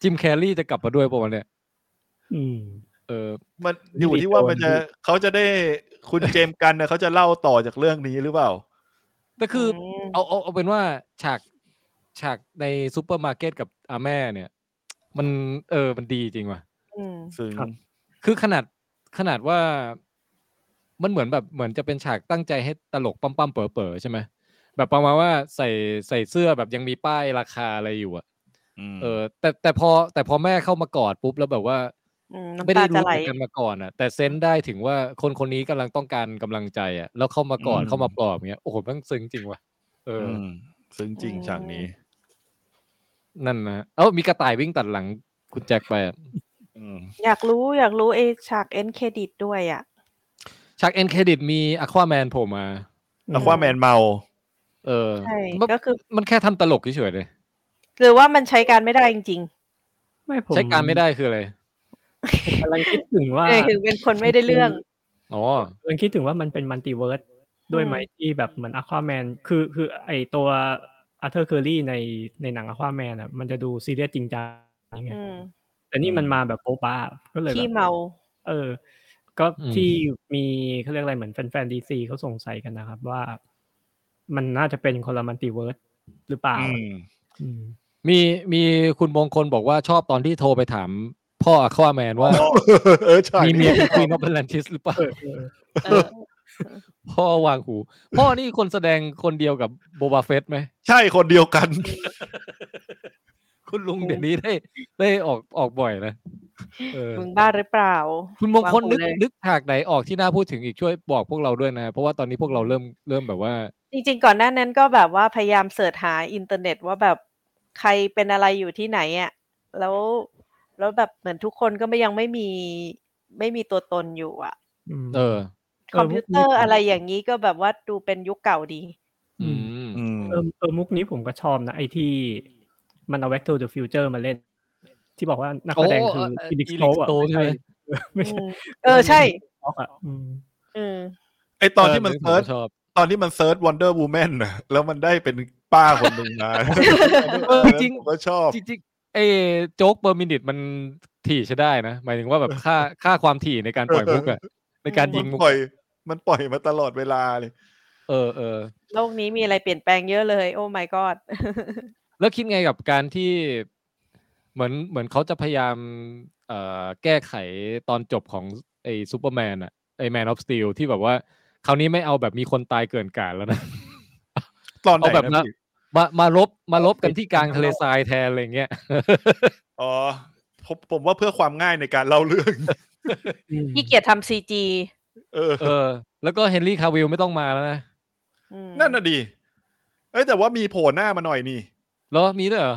จิมแคร์รี่จะกลับมาด้วยป่ะวันเนี่ย อืม เออ มันอยู่ที่ว่ามันจะ มีโจร เขาจะได้คุณเจมส์กันนะเขาจะเล่าต่อจากเรื่องนี้หรือเปล่า แต่คืออ ม เอาเอาเอาเป็นว่าฉากฉากในซูเปอร์มาร์เก็ตกับอาแม่เนี่ย มันเออมันดีจริงว่ะ อืม ซึ่ง ครับ คือขนาดขนาดว่ามันเหมือนแบบเหมือนจะเป็นฉากตั้งใจให้ตลกปั๊มปั๊มๆเป๋อเป๋อๆใช่ไหมแบบประมาณว่าใส่ใส่เสื้อแบบยังมีป้ายราคาอะไรอยู่อะเออ แต่แต่พอแต่พอแม่เข้ามากอดปุ๊บแล้วแบบว่า อืม ไม่ น้ำตาจะได้รู้ ไหล จักกันมาก่อนอ่ะ แต่เซนส์ได้ถึงว่าคนคนนี้กำลังต้องการกำลังใจอ่ะ แล้วเข้ามากอด อืม เข้ามาปลอบเงี้ยโอ้โหมันซึ้งจริงว่ะเอออ มซึ่งจริงฉากนี้ นั่นนะเอ้ามีกระต่ายวิ่งตัดหลังคุณแจ็คไปอะ อืม อยากรู้อยากรู้เอฉากเอ็นเครดิตด้วยอ่ะ ฉากเอ็นเครดิตมีอควาแมนโผล่มา แล้วว่าแมนเมา เออ ใช่ มัน ก็คือ มันแค่ทำตลกเฉยๆเลย หรือว่ามันใช้การไม่ได้จริง ไม่ผม ใช้การไม่ได้คืออะไร ผมกำลังคิดถึง ๆ ว่า เออถึงเป็นคนไม่ได้เรื่อง อ๋อ กำลังคิดถึงว่ามันเป็นมัลติเวิร์สด้วยไหม อืม ที่แบบเหมือนอควาแมนคือคือไอตัวอาร์เธอร์เคอรี่ในในหนังอควาแมนอ่ะ มันจะดูซีเรียสจริงจังไง อืม แต่นี่มันมาแบบโป๊ะบ้าก็เลยแบบ ขี้เมา เออ ก็ อืม ที่มีเขาเรียกอะไรเหมือนแฟนๆดีซีเขาสงสัยกันนะครับ ว่า มันน่าจะเป็นคนละมัลติเวิร์สหรือเปล่าอืม มีมีคุณมงคลบอกว่าชอบตอนที่โทรไปถาม พ่ออควาแมนว่า เออฉาก มีเมี นี้ ยเป็นควีนอ <laughs> อฟแอตแลนติสหรือเปล่า เออ พ่อวางหู พ่อนี่คนแสดงคนเดียวกับโบบาเฟตไหม ใช่คนเดียวกัน คุณลุงเดี๋ยวนี้ได้ได้ออกออกบ่อยนะเออ มึงบ้าหรือเปล่า คุณมงคล วาหู นึก เลย นึกฉากไหนออกที่น่าพูดถึงอีกช่วยบอกพวกเราด้วยนะ เพราะว่าตอนนี้พวกเราเริ่มเริ่มแบบว่า จริงๆ ก่อนหน้านั้นก็แบบว่าพยายามเสิร์ชหาอินเทอร์เน็ตว่าแบบใครเป็นอะไรอยู่ที่ไหนอ่ะ แล้ว แล้วแบบเหมือนทุกคนก็ไม่ยังไม่มี ไม่มีตัวตนอยู่อ่ะ เออ เอ คอ อ มพิว มุก เต นี้ อร์อะไรอย่างนี้ก็แบบว่าดูเป็นยุคเก่าดี อืม อืม เออเออมุกนี้ผมก็ชอบนะ ไอที่มันเอา Back to the Future มาเล่น ที่บอกว่านักแสดงคือ โอ้ อีลิก Felix โตะ Stowe ใช่ไหม ไม่ อื ใช่ มเออใช่ ล็อกอ่ะอืม อืม ไอตอนที่มัน เผ เซิร์ช ชอบ ตอนที่มันเซิร์ช Wonder Woman น่ะแล้วมันได้เป็นป้าคนหนึ่งมา เออจริง ผมก็ชอบ จริงๆไอ้โจ๊กเปอร์มินิตมันถี่ใช้ได้นะ หมายถึงว่า <laughs> แบบค่าค่าความถี่ในการปล่อยมุกอะในการยิงมุก ปล่อย มันปล่อยมาตลอดเวลาเลย เออเออ โลกนี้มีอะไรเปลี่ยนแปลงเยอะเลย โอ้ my god แล้วคิดไงกับการที่เหมือนเหมือนเขาจะพยายามเอ่อแก้ไขตอนจบของไอ้ซูเปอร์แมนอะไอ้แมนออฟสตีลที่แบบว่า คราวนี้ไม่เอาแบบมีคนตายเกินกาดแล้วนะ <laughs> ตอนไห เอาแบบ นะ นะ พี่ มามาลบมาลบกันที่กลางทะเลทรายแทนอะไรเงี้ย อ๋อผมผมว่าเพื่อความง่ายในการเล่าเรื่อง อืม ขี้เกียจทำซีจี เออ เออ แล้วก็เฮนรี่คาวิลไม่ต้องมาแล้วนะ นั่นน่ะดีเอ้ยแต่ว่ามีโผล่หน้ามาหน่อยนี่ แล้วมีด้วยเหรอ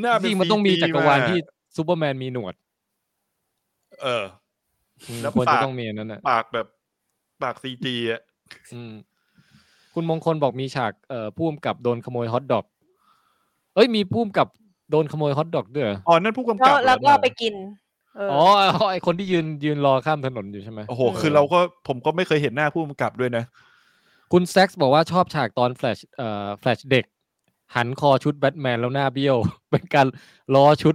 หน้าจเป็น ริงๆมันต้องมี CG จักรวาลที่ซูเปอร์แมนมีหนวด เออ อืม แล้ว ควรจะ ปาก ต้องมีอันนั่นน่ะ ปากแบบปากซีจีอ่ะ อืมคุณมงคลบอกมีฉากเอ่อพุ่มกับโดนขโมยฮอทดอก เอ้ยมีพุ่มกับโดนขโมยฮอทดอกด้วยเหรอ อ๋อนั่นผู้กำ แล้ กัวบเหรอ แล้วก็เอาไปกิน เอออ อ๋อไอคนที่ยืนยืนรอข้ามถนนอยู่ใช่ไหม โอ้โห คือเราก็ผมก็ไม่เคยเห็นหน้าผู้กำกับด้วยนะ คุณแซ็กซ์บอกว่าชอบฉากตอนแฟลชเอ่อแฟลชเด็ก หันคอชุดแบทแมนแล้วหน้าเบี้ยว <laughs> เป็นการล้อชุด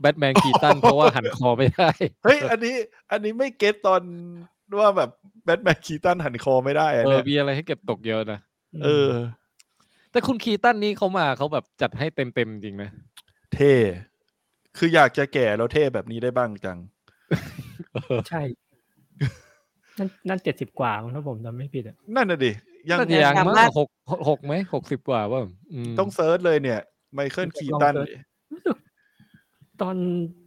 แบทแมนคีตันเพราะว่าหันคอไม่ได้ เฮ้ย อันนี้ อันนี้ไม่เก็ตตอนว่าแบบแบทแมนคีตันหันคอไม่ได้อะ เออ เนี่ย มีอะไรให้เก็บตกเยอะนะ เออ แต่คุณคีตันนี่เขามาเขาแบบจัดให้เต็มเต็มๆจริงนะ เท่ คืออยากจะแก่แล้วเท่แบบนี้ได้บ้างจัง ใช่ นั่นนั่นเจ็ดสิบกว่ามั้งถ้าผมจำไม่ผิดอ่ะ นั่นน่ะดิ ยัง น่าจะยังมั้งหกหกหกไหมหกสิบกว่าว่าอืม ต้องเซิร์ชเลยเนี่ย ไมเคิล ลอง คีตัน เสิร์ช รู้สึกตอน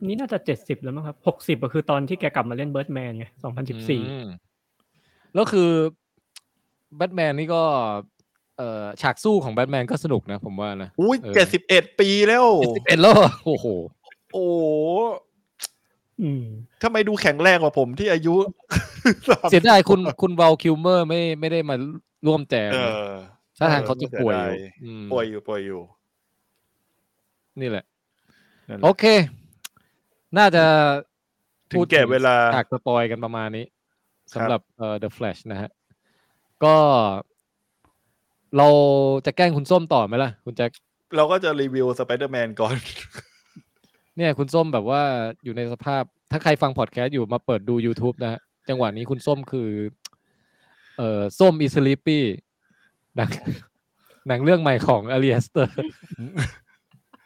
นี้น่าจะเจ็ดสิบแล้วมั้งครับหกสิบก็คือตอนที่แกกลับมาเล่นเบิร์ดแมนไงสองพันสิบสี่ อืมแล้วคือแบทแมนนี่ก็ เอ่อฉากสู้ของแบทแมนก็สนุกนะผมว่านะ อุ้ย เออ เจ็ดสิบเอ็ดปีแล้ว สิบเอ็ดแล้วเหรอโอ้โห โอ้โห อืม ทำไมดูแข็งแรงกว่าผมที่อายุ เสียดายคุณคุณวาลคิวเมอร์ไม่ไม่ได้มาร่วมแจม เอ นะ อ ถ้าทางเขาจะป่วยอ เสี ยู่ ยดาย อืม ป่วยอยู่ป่วยอยู่ นี่แหละ นั่นแหละ โอเค น่าจะ ถึงแก่เวลา ฉากสปอยกันประมาณนี้ ครับ สำหรับเอ่อ The Flash นะฮะ ก็ เราจะแกล้งคุณส้มต่อไหมล่ะ คุณแจ็ค เราก็จะรีวิวสไปเดอร์แมนก่อน <laughs> เนี่ยคุณส้มแบบว่าอยู่ในสภาพ ถ้าใครฟังพอดแคสต์อยู่มาเปิดดู YouTube นะฮะจังหวะนี้คุณส้มคือ เอ่อส้มอิสลิปปี้หนังหนังเรื่องใหม่ของอ l ลี s สเตอร์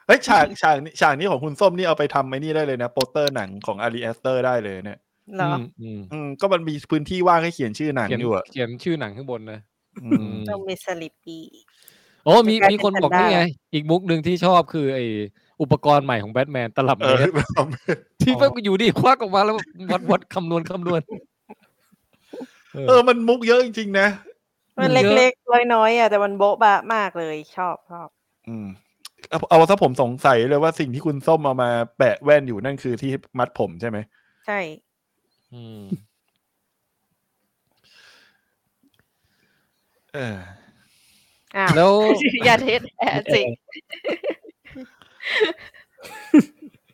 เฮ้ยฉากฉากนี้ฉากนี้ของคุณส้มนี่เอาไปทำไอ้นี่ได้เลยนะ โปสเตอร์หนังของอารีแอสเตอร์ได้เลยเนี่ย เหรอ อืมก็มันมีพื้นที่ว่างให้เขียนชื่อหนัง เขียน อยู่อะ เขียนชื่อหนังข้างบนนะ อื อื ม ม ต้องมีสลิปปี้ โอ้มี จะกลาย มีคน เป็น บอก แพนด้า นี่ไง อีกมุกหนึ่งที่ชอบคือไออุปกรณ์ใหม่ของแบทแมนตลับ เอ เม อ ตรที่แบบอยู่ดี <laughs> ควักออกมาแล้ววัดวัดคำนวณคำนวณ เออมันมุกเยอะจริงๆนะ มัน เยอะ เล็กๆ น้อยๆอ่ะแต่มันโบ๊ะบะมากเลยชอบชอบ อืมเอาเอาซะผมสงสัยเลยว่าสิ่งที่คุณส้มเอามาแปะแว่นอยู่นั่นคือที่มัดผมใช่ไหม ใช่ อืม เออ อ้าว แล้ว <laughs> <laughs> อย่าเทสแอดสิ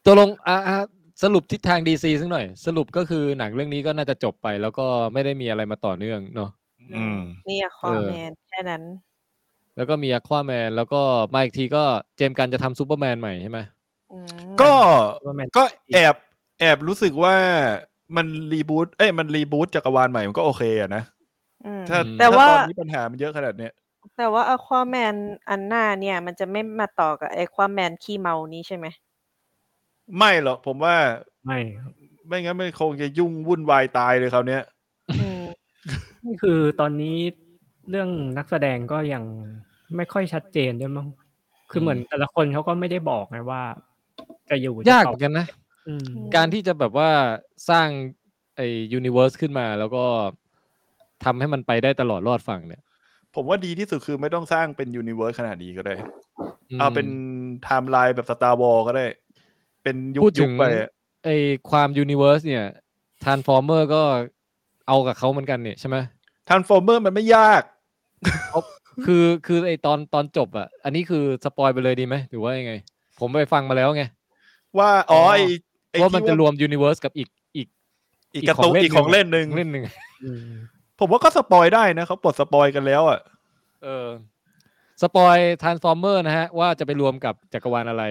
ตกลงอ่ะอ่ะสรุปทิศทางดีซีสักหน่อย สรุปก็คือหนังเรื่องนี้ก็น่าจะจบไป แล้วก็ไม่ได้มีอะไรมาต่อเนื่องเนาะ อืม นี่อะคอ เออ แมนแค่นั้น แล้วก็มีอควาแมนแล้วก็มาอีกทีก็เจมส์กันจะทำซูเปอร์แมนใหม่ใช่ไหม อืม ก็ Superman ก็แอบแอบรู้สึกว่ามันรีบูตเอ้ยมันรีบูตจักรวาลใหม่มันก็โอเคอะนะ อืม ถ้า แต่ว่า ถ้ตอนนี้ปัญหามันเยอะขนาดเนี้ย แต่ว่าอควาแมนอันหน้าเนี่ย มันจะไม่มาต่อกับไอควาแมนขี้เมานี้ใช่ไหม ไม่หรอกผมว่า ไม่ ไม่งั้นมันคงจะยุ่งวุ่นวายตายเลยคราวเนี้ย อืม นี่คือตอนนี้เรื่องนักแสดงก็ยังไม่ค่อยชัดเจนด้วยมั้งคือเหมือนแต่ละคนเขาก็ไม่ได้บอกไงว่า จะอยู่จะ ยาก ต่ เหมือนกันนะ อืม การที่จะแบบว่าสร้างไอ้ยูนิเวอร์สขึ้นมาแล้วก็ทำให้มันไปได้ตลอดรอดฝั่งเนี่ย ผมว่าดีที่สุดคือไม่ต้องสร้างเป็นยูนิเวิร์สขนาดนี้ก็ได้ เอาเป็นไทม์ไลน์แบบสตาร์วอลก็ได้ เป็นยุค พูด ยุ ถึง ไปอะ ไอ้ความยูนิเวอร์สเนี่ยทานฟอร์เมอร์ก็ เอากับเขาเหมือนกันเนี่ยใช่ไหม ทานโฟเมอร์มันไม่ยาก คือคือไอตอนตอนจบอ่ะ อันนี้คือสปอยไปเลยดีไหมหรือว่ายังไง ผมไปฟังมาแล้วไง ว่าอ๋อไอไอ้ ว่ามัน ที่ จะรวมยูนิเวอร์สกับอีกอีก อีกการะตูนอีกของเล่นหนึ่ง เล่นหนึ่ง อืม ผมว่าก็สปอยได้นะเขาปลดสปอยกันแล้วอ่ะ เออสปอยท r าน s f ฟอร์เมอร์นะฮะ ว่าจะไปรวมกับจักรวาลอะไร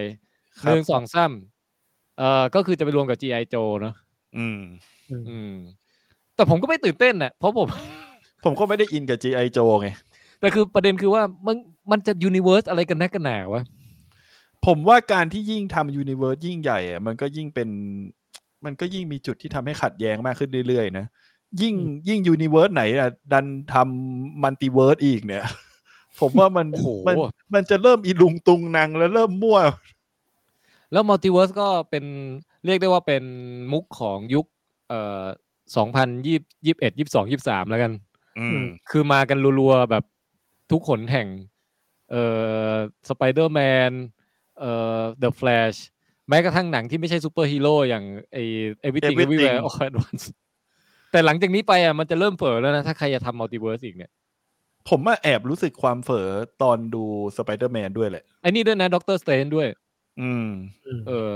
ค ห รับ นึ่งสองสามเอ่อก็คือจะไปรวมกับ G.I. Joe เนอะ อืม อืม แต่ผมก็ไม่ตื่นเต้นน่ะเพราะผม <laughs> ผมก็ไม่ได้อินกับ G.I. Joe ไง แต่คือประเด็นคือว่ามันมันจะยูนิเวอร์สอะไรกันนักกันหนาวะ ผมว่าการที่ยิ่งทำยูนิเวิร์สยิ่งใหญ่อะมันก็ยิ่งเป็น มันก็ยิ่งมีจุดที่ทำให้ขัดแย้งมากขึ้นเรื่อยๆนะ ยิ่งยิ่งยูนิเวิร์สไหนอะดันทำมัลติเวิร์สอีกเนี่ย <laughs> ผมว่ามัน โอ้โห มันมันจะเริ่มอีลุงตุงนางแล้วเริ่มมั่ว แล้วมัลติเวิร์สก็เป็นเรียกได้ว่าเป็นมุกของยุคเอ่อสองพันยี่ยี่เอ็ดยี่สองยี่สามแล้วกัน อืม คือมากันรัวๆ แบบทุกขนแห่ง เอ่อสไปเดอร์แมน เอ่อเดอะแฟลชแม้กระทั่งหนังที่ไม่ใช่ซูเปอร์ฮีโร่อย่างไอเอวิติง Everything วิเวอร์ออดวัน <laughs> แต่หลังจากนี้ไปอ่ะมันจะเริ่มเปิดแล้วนะ ถ้าใครจะทำมัลติเวิร์สอีกเนี่ย ผมว่าแอบรู้สึกความเฝอตอนดูสไปเดอร์แมนด้วยแหละ ไอ้นี่ด้วยนะด็อกเตอร์สเตนด้วย อืม อืม เออ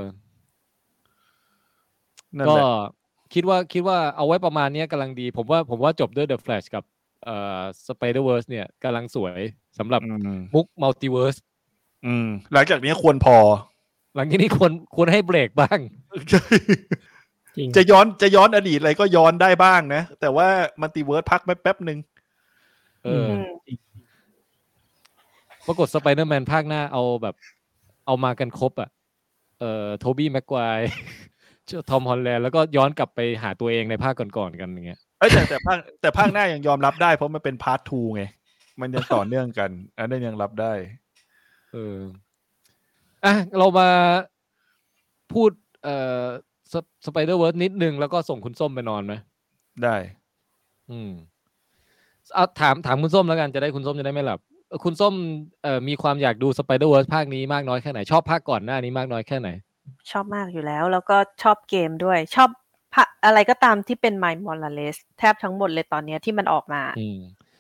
นั่น ก็ แหละ คิดว่าคิดว่าเอาไว้ประมาณเนี้ยกำลังดี ผมว่าผมว่าจบด้วย The Flash กับเอ่อ Spider-Verse เนี่ยกำลังสวยสำหรับ อืม มุก Multiverse อืม หลังจากนี้ควรพอ หลังจากนี้ควรควรให้เบรกบ้าง จริง จะย้อนจะย้อนอดีตอะไรก็ย้อนได้บ้างนะ แต่ว่ามัลติเวิร์สพักไว้แป๊บหนึ่ง เออ อื อ ม ปรากฏ Spider-Man ภาคหน้าเอาแบบ เอามากันครบอ่ะเอ่อโทบี้แม็กคว <laughs> ายทอมฮอลแลนด์แล้วก็ย้อนกลับไปหาตัวเองในภาคก่อนๆกันอย่างเงี้ย เอ้ยแต่แต่ภาคแต่ภาคหน้ายังยอมรับได้เพราะมันเป็นพาร์ททูไง มันยังต่อเนื่องกัน อันนั้นยังรับได้ เออ อ่ะ เรามาพูดเอ่อสไปเดอร์เวิร์นิดนึง แล้วก็ส่งคุณส้มไปนอนไหม ได้ อืมเอาถามถามคุณส้มแล้วกันจะได้คุณส้มจะได้ไม่หลับเอ่อคุณส้มเอ่อมีความอยากดูสไปเดอร์เวิร์ภาคนี้มากน้อยแค่ไหน ชอบภาคก่อนหน้านี้มากน้อยแค่ไหน ชอบมากอยู่แล้ว แล้วก็ชอบเกมด้วยชอบพะอะไรก็ตามที่เป็น My m o r a l e s แทบทั้งหมดเลยตอนเนี้ยที่มันออกมา อืม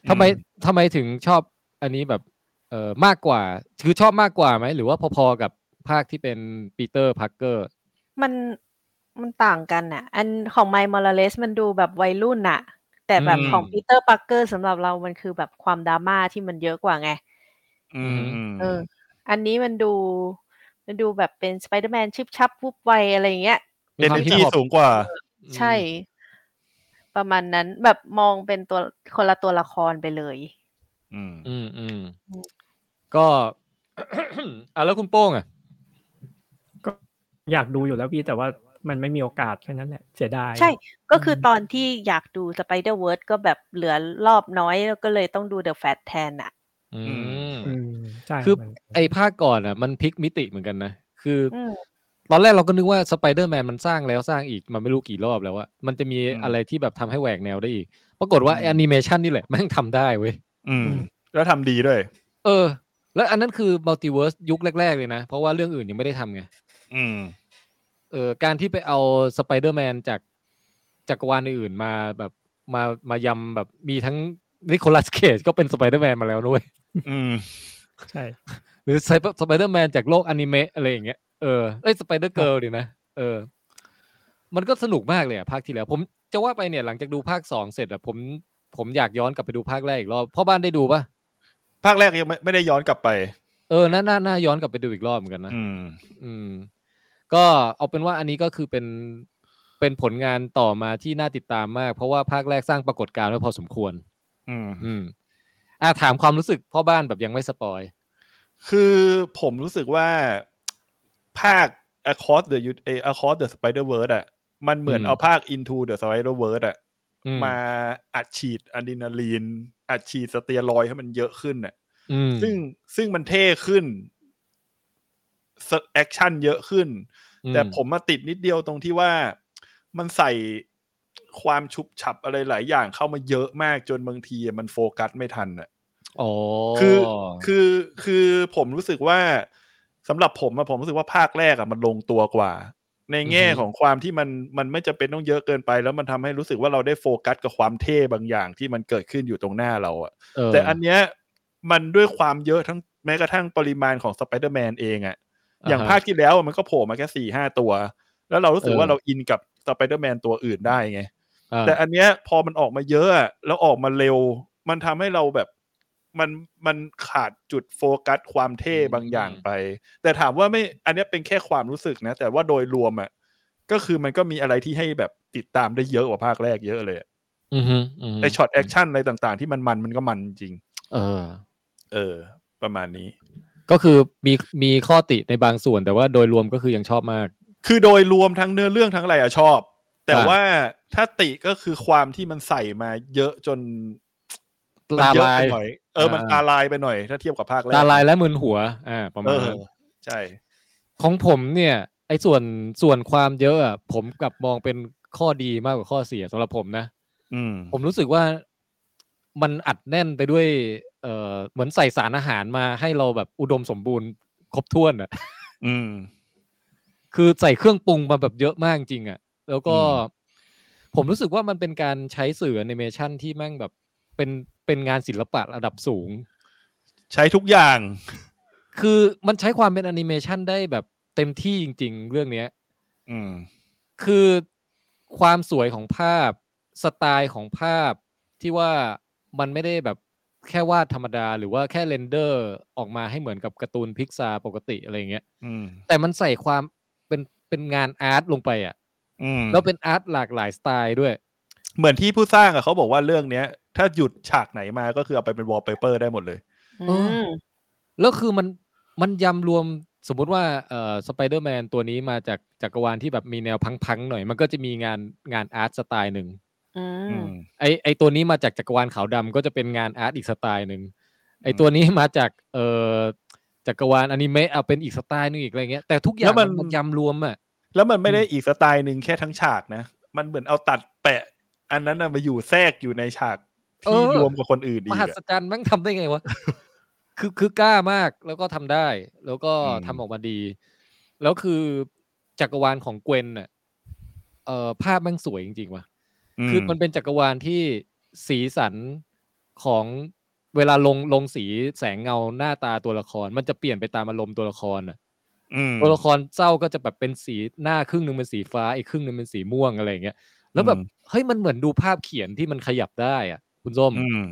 ทำไมทำไมถึงชอบอันนี้แบบเอ่อมากกว่า คือชอบมากกว่าไหม หรือว่าพอๆกับภาคที่เป็นปีเตอร์พาร์เกอร์ มันมันต่างกันน่ะ อันของ My m o r a l e s มันดูแบบวัยรุ่นน่ะ แต่แบบ อืม ของ Peter Parker สำหรับเรามันคือแบบความดราม่าที่มันเยอะกว่าไง อืมอืม เออ อันนี้มันดูมันดูแบบเป็นสไปเดอร์แมนชิบชับวุบไวอะไรอย่างเงี้ย มี เอ ควา เน มฮิป จี ฮอป สูงกว่า อืม ใช่ ประมาณนั้นแบบมองเป็นตัวคนละตัวละครไปเลย อืม อืมอืม อืม ก็ <coughs> อ่ะแล้วคุณโป้งอ่ะ อยากดูอยู่แล้วพี่แต่ว่ามันไม่มีโอกาสแค่นั้นแหละเสียดาย ใช่ ก็คืออ ม ตอนที่อยากดูสไปเดอร์เวิร์ก็แบบเหลือรอบน้อยแล้วก็เลยต้องดูเดอะแฟตแทนอะ อืม อืมใช่ คือ มัน ไอภาคก่อนอ่ะ มันพลิกมิติเหมือนกันนะ คือ อืม ตอนแรกเราก็นึกว่าสไปเดอร์แมนมันสร้างแล้วสร้างอีก มันไม่รู้กี่รอบแล้วว่า มันจะมี อืม อะไรที่แบบทำให้แหวกแนวได้อีก ปรากฏว่า อืม แอนิเมชันนี่แหละแม่งทำได้เว้ย อืม แล้วทำดีด้วย เออ แล้วอันนั้นคือมัลติเวิร์สยุคแรก ๆ เลยนะ เพราะว่าเรื่องอื่นยังไม่ได้ทำไง อืม เออการที่ไปเอาสไปเดอร์แมนจากจักรวาลอื่นๆมาแบบมามายำแบบมีทั้งนิโคลัสเคจก็เป็นสไปเดอร์แมนมาแล้วด้วย อืม ใช่ หรือสไปสไปเดอร์แมนจากโลกอนิเมะอะไรอย่างเงี้ยเออเอ้ยสไปเดอร์เกิลดินะเออ มันก็สนุกมากเลยอะภาคที่แล้ว ผมจะว่าไปเนี่ยหลังจากดูภาคสองเสร็จอะผมผมอยากย้อนกลับไปดูภาคแรกอีกรอบพ่อบ้านได้ดูปะ ภาคแรกยังไม่ไม่ได้ย้อนกลับไป เออน่าน่าน่าย้อนกลับไปดูอีกรอบเหมือนกันนะ อืม อืม ก็เอาเป็นว่าอันนี้ก็คือเป็นเป็นผลงานต่อมาที่น่าติดตามมาก เพราะว่าภาคแรกสร้างปรากฏการณ์ไว้พอสมควร อืม อืม อ่าถามความรู้สึกพ่อบ้านแบบยังไม่สปอย คือผมรู้สึกว่าภาค across the U- เอ่อ across the spider verse อะมันเหมือนเอาภาค into the spider verse อะ อื มาอัดฉีดอะดรีนาลีนอัดฉีดสเตียรอยด์ให้มันเยอะขึ้นอะ อืม ซึ่งซึ่งมันเท่ขึ้นแอคชั่นเยอะขึ้น อื แต่ผมมาติดนิดเดียวตรงที่ว่ามันใส่ความชุบฉับอะไรหลายอย่างเข้ามาเยอะมากจนบางทีมันโฟกัสไม่ทันอ่ะ อ๋อ คือคือคือผมรู้สึกว่าสำหรับผมอะผมรู้สึกว่าภาคแรกอะมันลงตัวกว่า ในแง่ อือฮึ ของความที่มันมันไม่จำเป็นต้องเยอะเกินไป แล้วมันทำให้รู้สึกว่าเราได้โฟกัสกับความเท่บางอย่างที่มันเกิดขึ้นอยู่ตรงหน้าเราอะ เออ แต่อันเนี้ยมันด้วยความเยอะทั้งแม้กระทั่งปริมาณของสไปเดอร์แมนเองอะอย่าง ฮะ ภาคที่แล้วอะมันก็โผล่มาแค่สี่ห้าตัว แล้วเรารู้สึก เออ ว่าเราอินกับสไปเดอร์แมนตัวอื่นได้ไง อ่า แต่อันเนี้ยพอมันออกมาเยอะอะแล้วออกมาเร็ว มันทำให้เราแบบมันมันขาดจุดโฟกัสความเท่บางอย่างไป แต่ถามว่าไม่อันเนี้ยเป็นแค่ความรู้สึกนะ แต่ว่าโดยรวมอ่ะก็คือมันก็มีอะไรที่ให้แบบติดตามได้เยอะกว่าภาคแรกเยอะเลยอะ อือฮึอือฮึ ไอช็อตแอคชั่นอะไรต่างๆ ที่มันมันมันก็มันจริง เออ เออ ประมาณนี้ ก็คือมีมีข้อติในบางส่วนแต่ว่าโดยรวมก็คือยังชอบมาก คือโดยรวมทั้งเนื้อเรื่องทั้งอะไรอะชอบ แต่ อ่ะ ว่าถ้าติก็คือความที่มันใส่มาเยอะจน ตา มันเยอะ ลาย ไปหน่อยเออมัน อ่า ตาลายไปหน่อย ถ้าเทียบกับภาคแรก ตาลายและมึนหัว อ่า ประ เอ มาณ อ นั้น ใช่ ของผมเนี่ย ไอ้ส่วนส่วนความเยอะอะผมกลับมองเป็นข้อดีมากกว่าข้อเสียสำหรับผมนะ อืม ผมรู้สึกว่ามันอัดแน่นไปด้วย เอ่อเหมือนใส่สารอาหารมาให้เราแบบอุดมสมบูรณ์ครบถ้วนอะ อืม คือใส่เครื่องปรุงมาแบบเยอะมากจริงอะ่ะ แล้วก็ อื ผมรู้สึกว่ามันเป็นการใช้สื่อแอนิเมชันที่แม่งแบบเป็นเป็นงานศิลปะระดับสูง ใช้ทุกอย่าง คือมันใช้ความเป็นแอนิเมชันได้แบบเต็มที่จริง ๆ เรื่องเนี้ย อืม คือความสวยของภาพสไตล์ของภาพที่ว่ามันไม่ได้แบบแค่วาดธรรมดา หรือว่าแค่เรนเดอร์ออกมาให้เหมือนกับการ์ตูนพิกซาปกติอะไรอย่างเงี้ย อืม แต่มันใส่ความเป็นเป็นงานอาร์ตลงไปอ่ะ อืม แล้วเป็นอาร์ตหลากหลายสไตล์ด้วย เหมือนที่ผู้สร้างอะเขาบอกว่าเรื่องเนี้ย ถ้าหยุดฉากไหนมาก็คือเอาไปเป็นวอลเปเปอร์ได้หมดเลย อื เอออื ม แล้วคือมันมันยำรวมสมมุติว่าเอ่อสไปเดอร์แมนตัวนี้มาจากจักรวาลที่แบบมีแนวพังๆหน่อย มันก็จะมีงานงานอาร์ตสไตล์หนึ่ง อื อื ม ม ไอไอตัวนี้มาจากจักรวาลขาวดำก็จะเป็นงานอาร์ตอีกสไตล์หนึ่งไอ อืม ตัวนี้มาจากเอ่อจักรวาลอนิเมะเอาเป็นอีกสไตล์หนึงอีกอะไรเงี้ยแต่ทุกอย่า แล้ ง วมัน มันยำรวมอ่ะ แล้วมันไม่ได้ อืม อีกสไตล์หนึ่งแค่ทั้งฉากนะ มันเหมือนเอาตัดแปะ อันนั้นนะมาอยู่แทรกอยู่ในฉากที่รวมกับคนอื่น ม อีก หั อะ ศจรรย์แม่งทำได้ไง <laughs> วะ คือคือกล้ามากแล้วก็ทำได้ แล้วก็ อืม ทำออกมาดี แล้วคือจักรวาลของเกวนน่ะเอ่อภาพแม่งสวยจริงๆว่ะ คือมันเป็นจักรวาลที่สีสันของเวลาลงลงสีแสงเงาหน้าตาตัวละคร มันจะเปลี่ยนไปตามอารมณ์ตัวละครน่ะ อืม ตัวละครเศร้าก็จะแบบเป็นสีหน้าครึ่งหนึ่งเป็นสีฟ้าอีกครึ่งหนึ่งเป็นสีม่วงอะไรอย่างเงี้ย แล้วแบบ อืม เฮ้ยมันเหมือนดูภาพเขียนที่มันขยับได้อ่ะ คุณส้ม อืม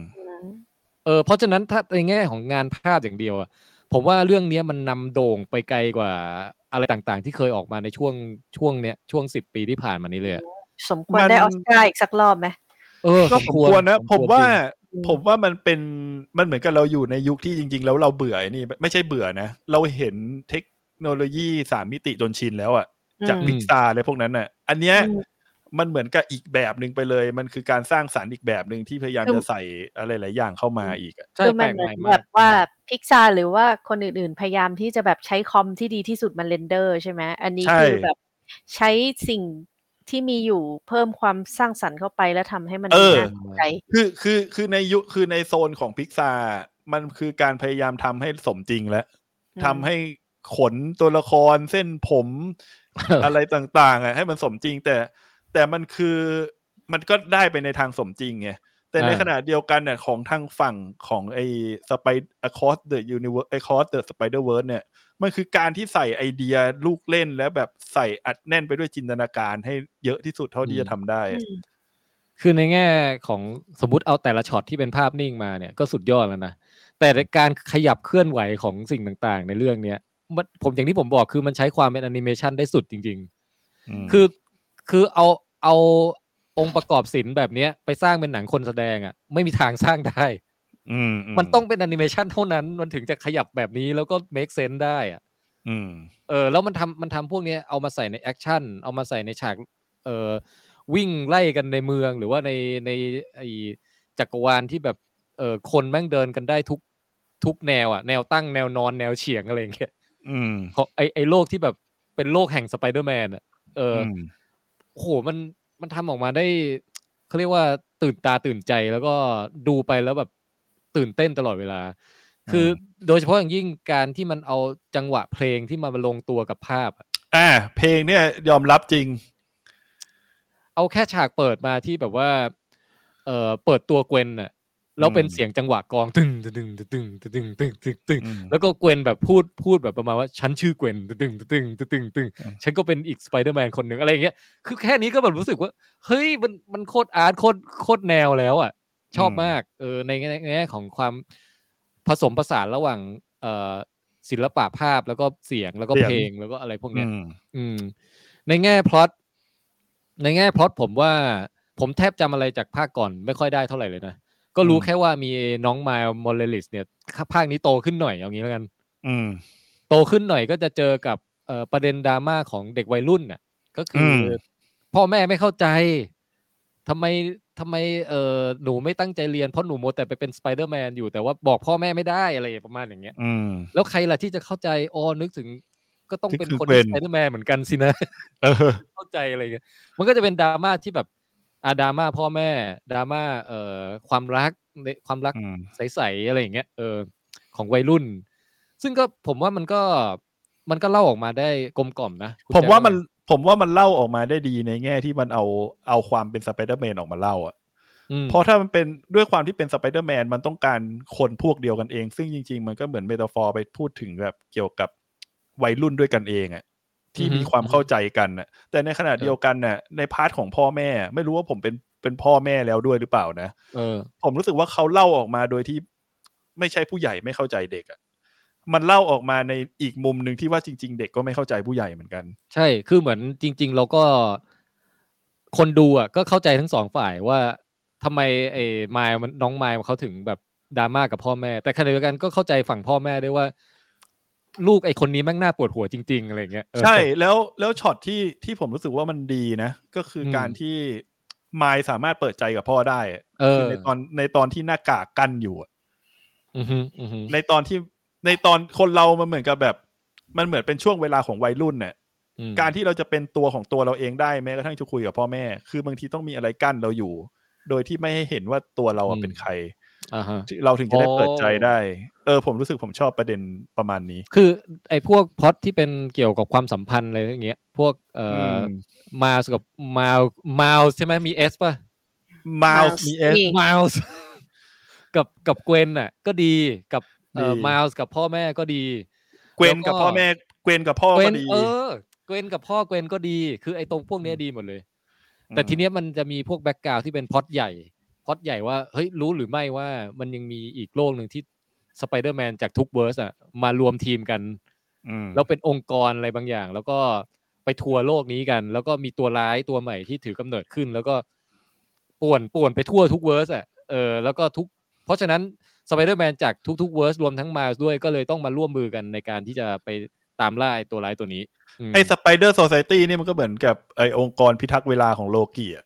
เออเพราะฉะนั้นถ้าในแง่ของงานภาพอย่างเดียวอะผมว่าเรื่องเนี้ยมันนำโด่งไปไกลกว่าอะไรต่างๆ ที่เคยออกมาในช่วงช่วงเนี้ยช่วงสิบปีที่ผ่านมานี้เลยอะ สมควร มัน ได้ออสการ์อีกสักรอบไหม เออ ก็สมควรนะ ส ผมว่า จริง ผมว่ามันเป็นมันเหมือนกับเราอยู่ในยุคที่จริง ๆ แล้วเราเบื่อไอ้นี่ไม่ใช่เบื่อนะ เราเห็นเทคโนโลยีสามมิติจนชินแล้วอะ่ะจาก อืม พิกซาอะไรพวกนั้นน่ะ อันเนี้ย อืม มันเหมือนกับอีกแบบหนึ่งไปเลย มันคือการสร้างสารรค์อีกแบบหนึ่งที่พยายาม คือ จะใส่อะไรหลายอย่างเข้ามาอีกอะ ใช่ คือ แป มันเหลกมือนใหม่มา แบ ก บว่าพิกซาหรือว่าคนอื่นๆ พยายามที่จะแบบใช้คอมที่ดีที่สุดมาเรนเดอร์ใช่ไหมอันนี้คือแบบใช้สิ่งที่มีอยู่เพิ่มความสร้างสรรค์เข้าไปแล้วทำให้มัน เออ น่าสนใจ คือคือคือในยุคคือในโซนของพิกซามันคือการพยายามทำให้สมจริงแล้ว อืม ทำให้ขนตัวละครเส้นผม <laughs> อะไรต่างๆอ่ะให้มันสมจริงแต่แต่มันคือมันก็ได้ไปในทางสมจริงไงแต่ใน อ่า ขณะเดียวกันเนี่ยของทางฝั่งของไอ้สไป across the universe across the spider verse เนี่ยมันคือการที่ใส่ไอเดียลูกเล่นและแบบใส่อัดแน่นไปด้วยจินตนาการให้เยอะที่สุดเท่าที่จะทำได้อะ คือในแง่ของสมมติเอาแต่ละช็อตที่เป็นภาพนิ่งมาเนี่ยก็สุดยอดแล้วนะแต่การขยับเคลื่อนไหวของสิ่งต่างๆ ในเรื่องเนี้ยมันผมอย่างที่ผมบอกคือมันใช้ความเป็นแอนิเมชันได้สุดจริง ๆ ม คือคือเอาเอาองค์ประกอบศิลป์แบบเนี้ยไปสร้างเป็นหนังคนแสดงอะ่ะไม่มีทางสร้างได้ ม มันต้องเป็นแอนิเมชันเท่านั้น มันถึงจะขยับแบบนี้แล้วก็ make sense ได้อะ่ะ อืม เออแล้วมันทำมันทำพวกเนี้ยเอามาใส่ในแอคชั่นเอามาใส่ในฉากเออวิ่งไล่กันในเมืองหรือว่าในในไอจักรวาลที่แบบเออคนแม่งเดินกันได้ทุกทุกแนวอะ่ะแนวตั้งแนวนอนแนวเฉียงอะไรอย่างเงี้ย อืม เพราะไอไอโลกที่แบบเป็นโลกแห่งสไปเดอร์แมนอ่ะเอออ ม โอ้โหมันมันทำออกมาได้ เขาเรียกว่าตื่นตาตื่นใจแล้วก็ดูไปแล้วแบบตื่นเต้นตลอดเวลา คือโดยเฉพาะอย่างยิ่งการที่มันเอาจังหวะเพลงที่มันมาลงตัวกับภาพอะ อ่า เพลงเนี่ยยอมรับจริง เอาแค่ฉากเปิดมาที่แบบว่า เออเปิดตัวเกวนน่ะแล้วเป็น อืม เสียงจังหวะกลองตึงตึงตึงตึงตึงตึงตึงตึง อืม แล้วก็เกวนแบบพูดพูดแบบประมาณว่าฉันชื่อเกวนตึงตึงตึงตึงตึง อืม ฉันก็เป็นอีกสไปเดอร์แมนคนหนึ่งอะไรอย่างเงี้ยคือแค่นี้ก็แบบรู้สึกว่า เฮ้ยมันมันโคตรอาร์ตโคตรโคตรแนวแล้วอ่ะ ชอบมากเออในในในแง่ของความผสมผสานระหว่างเอ่อศิลปะภาพแล้วก็เสียงแล้วก็เพลงแล้วก็อะไรพวกเนี้ย อืม อืมในแง่พล็อตในแง่พล็อตผมว่าผมแทบจำอะไรจากภาคก่อนไม่ค่อยได้เท่าไหร่เลยนะ ก็รู้ อืม แค่ว่ามีน้องมายมอลเลลิสเนี่ยภาคนี้โตขึ้นหน่อยเอางี้แล้วกัน อืม โตขึ้นหน่อยก็จะเจอกับเอ่อประเด็นดราม่าของเด็กวัยรุ่นน่ะ ก็คืออ ม พ่อแม่ไม่เข้าใจทำไมทำไมเอ่อหนูไม่ตั้งใจเรียนเพราะหนูโมวแต่ไปเป็นสไปเดอร์แมนอยู่แต่ว่าบอกพ่อแม่ไม่ได้อะไรประมาณอย่างเงี้ย อืม แล้วใครล่ะที่จะเข้าใจอ๋อนึกถึงก็ต้องเป็น นึกถึง คน เกว ที่ น สไปเดอร์แมนเหมือนกันสินะ เออ เข้าใจอะไรเงี้ย มันก็จะเป็นดราม่าที่แบบอาดราม่าพ่อแม่ดราม่าเอ่อความรักในความรัก อืม ใสๆอะไรอย่างเงี้ยเออของวัยรุ่น ซึ่งก็ผมว่ามันก็มันก็เล่าออกมาได้กลมกล่อมนะคุณ ผม แจ๊ค ว่ามันผมว่ามันเล่าออกมาได้ดีในแง่ที่มันเอาเอาความเป็นสไปเดอร์แมนออกมาเล่าอ่ะ อืม เพราะถ้ามันเป็นด้วยความที่เป็นสไปเดอร์แมนมันต้องการคนพวกเดียวกันเอง ซึ่งจริง ๆ มันก็เหมือนเมตาฟอร์ไปพูดถึงแบบเกี่ยวกับวัยรุ่นด้วยกันเองอ่ะที่มีความเข้าใจกันน่ะ แต่ในขณะเดียวกันน่ะในพาร์ทของพ่อแม่ ไม่รู้ว่าผมเป็นเป็นพ่อแม่แล้วด้วยหรือเปล่านะ เออ ผมรู้สึกว่าเขาเล่าออกมาโดยที่ไม่ใช่ผู้ใหญ่ไม่เข้าใจเด็กอะ่ะ มันเล่าออกมาในอีกมุมหนึ่งที่ว่าจริง ๆ เด็กก็ไม่เข้าใจผู้ใหญ่เหมือนกัน ใช่ คือเหมือนจริง ๆ เราก็คนดูอ่ะก็เข้าใจทั้งสองฝ่ายว่าทำไมไอ้มายมันน้องมายเขาถึงแบบดราม่ากับพ่อแม่ แต่ขณะเดียวกันก็เข้าใจฝั่งพ่อแม่ด้วยว่า ลูกไอ้คนนี้แม่งน่าปวดหัวจริง ๆ อะไรอย่างเงี้ยเออ ใช่แล้วแล้วช็อตที่ที่ผมรู้สึกว่ามันดีนะ ก็คืออ ม การที่มายสามารถเปิดใจกับพ่อได้อะ เอ คือ อในตอนในตอนที่หน้ากากกั้นอยู่อะ อือฮึอือฮึ ในตอนที่ในตอนคนเรามันเหมือนกับแบบ มันเหมือนเป็นช่วงเวลาของวัยรุ่นเนี่ย อืม การที่เราจะเป็นตัวของตัวเราเองได้แม้กระทั่งจะคุยกับพ่อแม่ คือบางทีต้องมีอะไรกั้นเราอยู่ โดยที่ไม่ให้เห็นว่าตัวเราอะเป็นใคร อ่าฮะ เราถึงจะได้เปิดใจ อ๋อ ได้ เออ ผมรู้สึกผมชอบประเด็นประมาณนี้ คือไอ้พวกพล็อตที่เป็นเกี่ยวกับความสัมพันธ์อะไรอย่างเงี้ย พวกเอ่อ ม มาสกับมาวมาวใช่ไหมมีเอสป่ะ มาวส์ Mouse มีเอส นี่ มิลส์ <laughs> กับกับเกวนน่ะ ก็ดีกับเอ่อ ดี มิลส์กับพ่อแม่ก็ดี เกวนกับพ่อแม่เกวนกับพ่อ เกว ก็ น ดี เออเกวนกับพ่อเกวนก็ดี คือไอ้ตรงพวกเนี้ยดีหมดเลย แต่ อืม ทีเนี้ยมันจะมีพวกแบ็กกราวที่เป็นพล็อตใหญ่พล็อตใหญ่ว่าเฮ้ยรู้หรือไม่ว่ามันยังมีอีกโลกหนึ่งที่สไปเดอร์แมนจากทุกเวอร์สอ่ะมารวมทีมกัน ม แล้วเป็นองค์กรอะไรบางอย่าง แล้วก็ไปทัวร์โลกนี้กัน แล้วก็มีตัวร้ายตัวใหม่ที่ถือกำเนิดขึ้น แล้วก็ป่วนป่วนไปทั่วทุกเวิร์สอ่ะเออแล้วก็ทุก เพราะฉะนั้นสไปเดอร์แมนจากทุกๆเวิร์สรวมทั้งมาด้วยก็เลยต้องมาร่วมมือกันในการที่จะไปตามล่าไอ้ตัวร้ายตัวนี้ม ไอสไปเดอร์โซซตี้นี่มันก็เหมือนกับไอองค์กรพิทักษ์เวลาของโลกีอ่ะ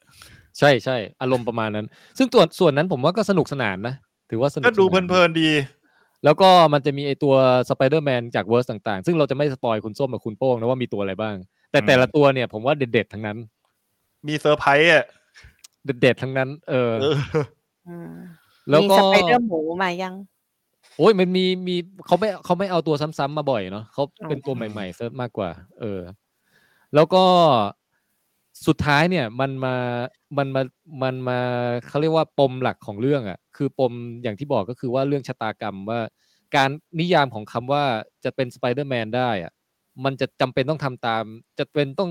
ใช่ใช่อารมณ์ประมาณนั้น ซึ่งตัวส่วนนั้นผมว่าก็สนุกสนานนะ ถือว่าสนุก ก็ดู สา เพลินๆดี แล้วก็มันจะมีไอตัวสไปเดอร์แมนจากเวอร์สต่างๆ ซึ่งเราจะไม่สปอยคุณส้มกับคุณโป้งนะว่ามีตัวอะไรบ้าง แต่ อืม แต่ละตัวเนี่ยผมว่าเด็ดๆทั้งนั้น มีเซอร์ไพรส์อ่ะ เด็ดๆทั้งนั้น เออ เออ อืม แล้วก็ มีสไปเดอร์หมูมายัง โอ้ยมันมีมีเขาไม่เขาไม่เอาตัวซ้ำๆมาบ่อยเนาะเขาเป็นตัว อืม ใหม่ๆเซิร์ฟมากกว่า เออ แล้วก็สุดท้ายเนี่ย มันมามันมามันมาเขาเรียกว่าปมหลักของเรื่องอะ่ะ คือปมอย่างที่บอกก็คือว่าเรื่องชะตากรรมว่าการนิยามของคำว่าจะเป็นสไปเดอร์แมนได้อะ่ะ มันจะจำเป็นต้องทำตาม จะเป็นต้อง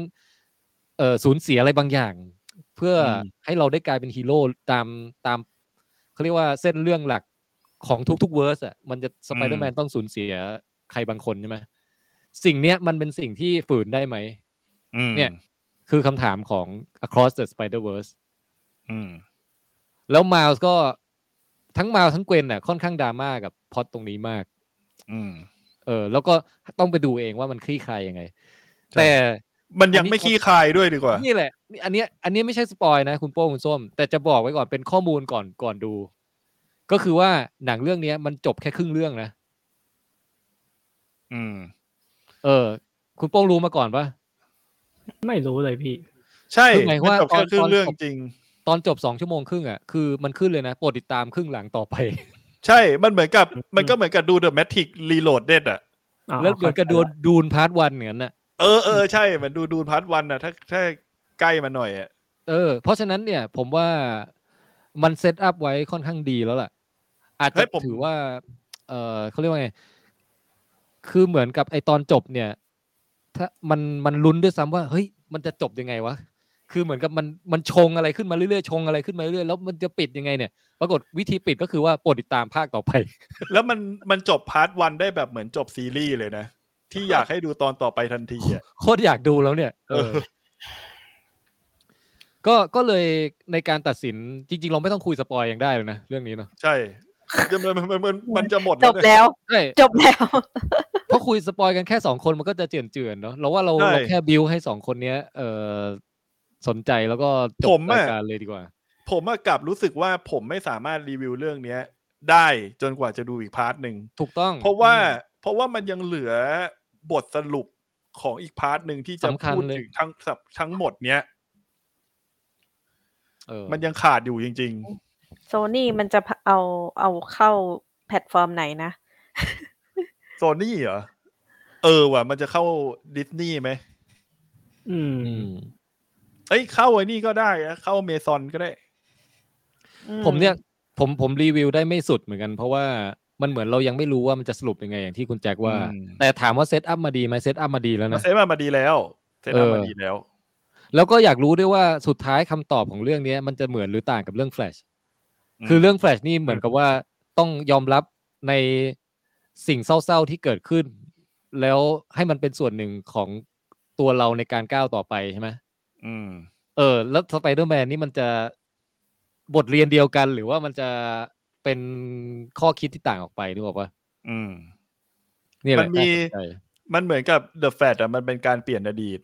เอ่อสูญเสียอะไรบางอย่าง เพื่ออ ม ให้เราได้กลายเป็นฮีโร่ตามตามเขาเรียกว่าเส้นเรื่องหลักของทุกๆเวอร์สอ่ะมันจะสไปเดอร์แมนต้องสูญเสียใครบางคนใช่ไหมสิ่งเนี้ยมันเป็นสิ่งที่ฝืนได้ไหม อืม เนี่ย คือคำถามของ across the spider verse อืม แล้วมา s ก็ทั้งมา s ทั้งเกวนน่ะค่อนข้างดราม่ากับพล็อตตรงนี้มาก อืม เออ แล้วก็ต้องไปดูเองว่ามันคลี่คลายยังไง ใช่ แต่ มันยัอันงนี้ ไม่ขี้คายด้วยดีกว่า นี่แหละนี่อันเนี้ยอันเนี้ยไม่ใช่สปอยนะคุณโป้งคุณส้ม แต่จะบอกไว้ก่อนเป็นข้อมูลก่อนก่อนดู ก็คือว่าหนังเรื่องเนี้ยมันจบแค่ครึ่งเรื่องนะ อืม เออ คุณโป้งรู้มาก่อนปะ ไม่รู้เลยพี่ ใช่ คือหมายว่า จบแค่ ตอน ครึ่ ต ง อน เรื่อง จบ จริง ตอนจบสองชั่วโมงครึ่งอ่ะคือมันขึ้นเลยนะโปรดติดตามครึ่งหลังต่อไป ใช่ มันเหมือนกับมันก็เหมือนกับดูเดอะแมทริกรีโหลดเด็ดอ่ะ อ๋อ แล้วเหมือนกับดู เข้าใจละ ดูนพาร์ทวันเหมือนน่ะ เออเออใช่เหมือนดูดูพาร์ทวันอ่ะ ถ้าถ้าใกล้มาหน่อยอ่ะ เออ เพราะฉะนั้นเนี่ย ผมว่ามันเซตอัพไว้ค่อนข้างดีแล้วล่ะ อาจ เฮ้ จะ ยผม ถือว่า เออเขาเรียกว่าไง คือเหมือนกับไอตอนจบเนี่ย ถ้ามันมันลุ้นด้วยซ้ำว่า เฮ้ย มันจะจบยังไงวะ คือเหมือนกับมันมันชงอะไรขึ้นมาเรื่อยๆชงอะไรขึ้นมาเรื่อยๆแล้วมันจะปิดยังไงเนี่ย ปรากฏวิธีปิดก็คือว่าโปรดติดตามภาคต่อไป <laughs> แล้วมันมันจบพาร์ทวันได้แบบเหมือนจบซีรีส์เลยนะ ที่อยากให้ดูตอนต่อไปทันที <laughs> อ่ะ โคตรอยากดูแล้วเนี่ยเออ ก็ก็เลยในการตัดสินจริง ๆ เราไม่ต้องคุยสปอยยังได้เลยนะเรื่องนี้เนาะ ใช่มันมันมันมันมันจะหมด จ แล้ว บ เนี่ย แล้ว <laughs> ใช่ จบแล้ว เพราะคุยสปอยกันแค่สองคนมันก็จะเจือนเจือนๆเนาะเราว่าเรา ใช่ เราแค่บิวให้สองคนเนี้ย เออสนใจแล้วก็จ ผ บ ม รา อะ ยการเลยดีกว่า ผมอะกลับรู้สึกว่าผมไม่สามารถรีวิวเรื่องเนี้ย ได้จนกว่าจะดูอีกพาร์ทหนึ่ง ถูกต้อง เพราะว่า อืม เพราะว่ามันยังเหลือบทสรุปของอีกพาร์ทหนึ่งที่จะ สำคัญ พูด เลย ถึงทั้งทั้งหมดเนี้ย เออ มันยังขาดอยู่จริง โซนี่มันจะเอาเอาเข้าแพลตฟอร์มไหนนะ ๆ โซนี่เหรอ เออว่ะ มันจะเข้าดิสนีย์ไหม อืม อืม เอ้ยเข้าไอ้นี่ก็ได้นะเข้าเมซอนก็ได้ อื ผมเนี่ยผมผมรีวิวได้ไม่สุดเหมือนกัน เพราะว่ามันเหมือนเรายังไม่รู้ว่ามันจะสรุปยังไงอย่างที่คุณแจ็คว่า อืม แต่ถามว่าเซตอัพมาดีไหมเซตอัพมาดีแล้วนะ เซฟมามาดีแล้วเซฟมามา เออ ดีแล้ว แล้วก็อยากรู้ด้วยว่าสุดท้ายคำตอบของเรื่องเนี้ยมันจะเหมือนหรือต่างกับเรื่องแฟลช อืม คือเรื่องแฟลชนี่เหมือนกับว่าต้องยอมรับในสิ่งเศร้าๆที่เกิดขึ้น แล้วให้มันเป็นส่วนหนึ่งของตัวเราในการก้าวต่อไปใช่ไหม อืม เออ แล้วสไปเดอร์แมนนี่มันจะบทเรียนเดียวกันหรือว่ามันจะเป็นข้อคิดที่ต่างออกไปนึกออกปะ อืม เนี่ยแหละ มันมี าสนใจ มันเหมือนกับ The f a t อะมันเป็นการเปลี่ยนอดีต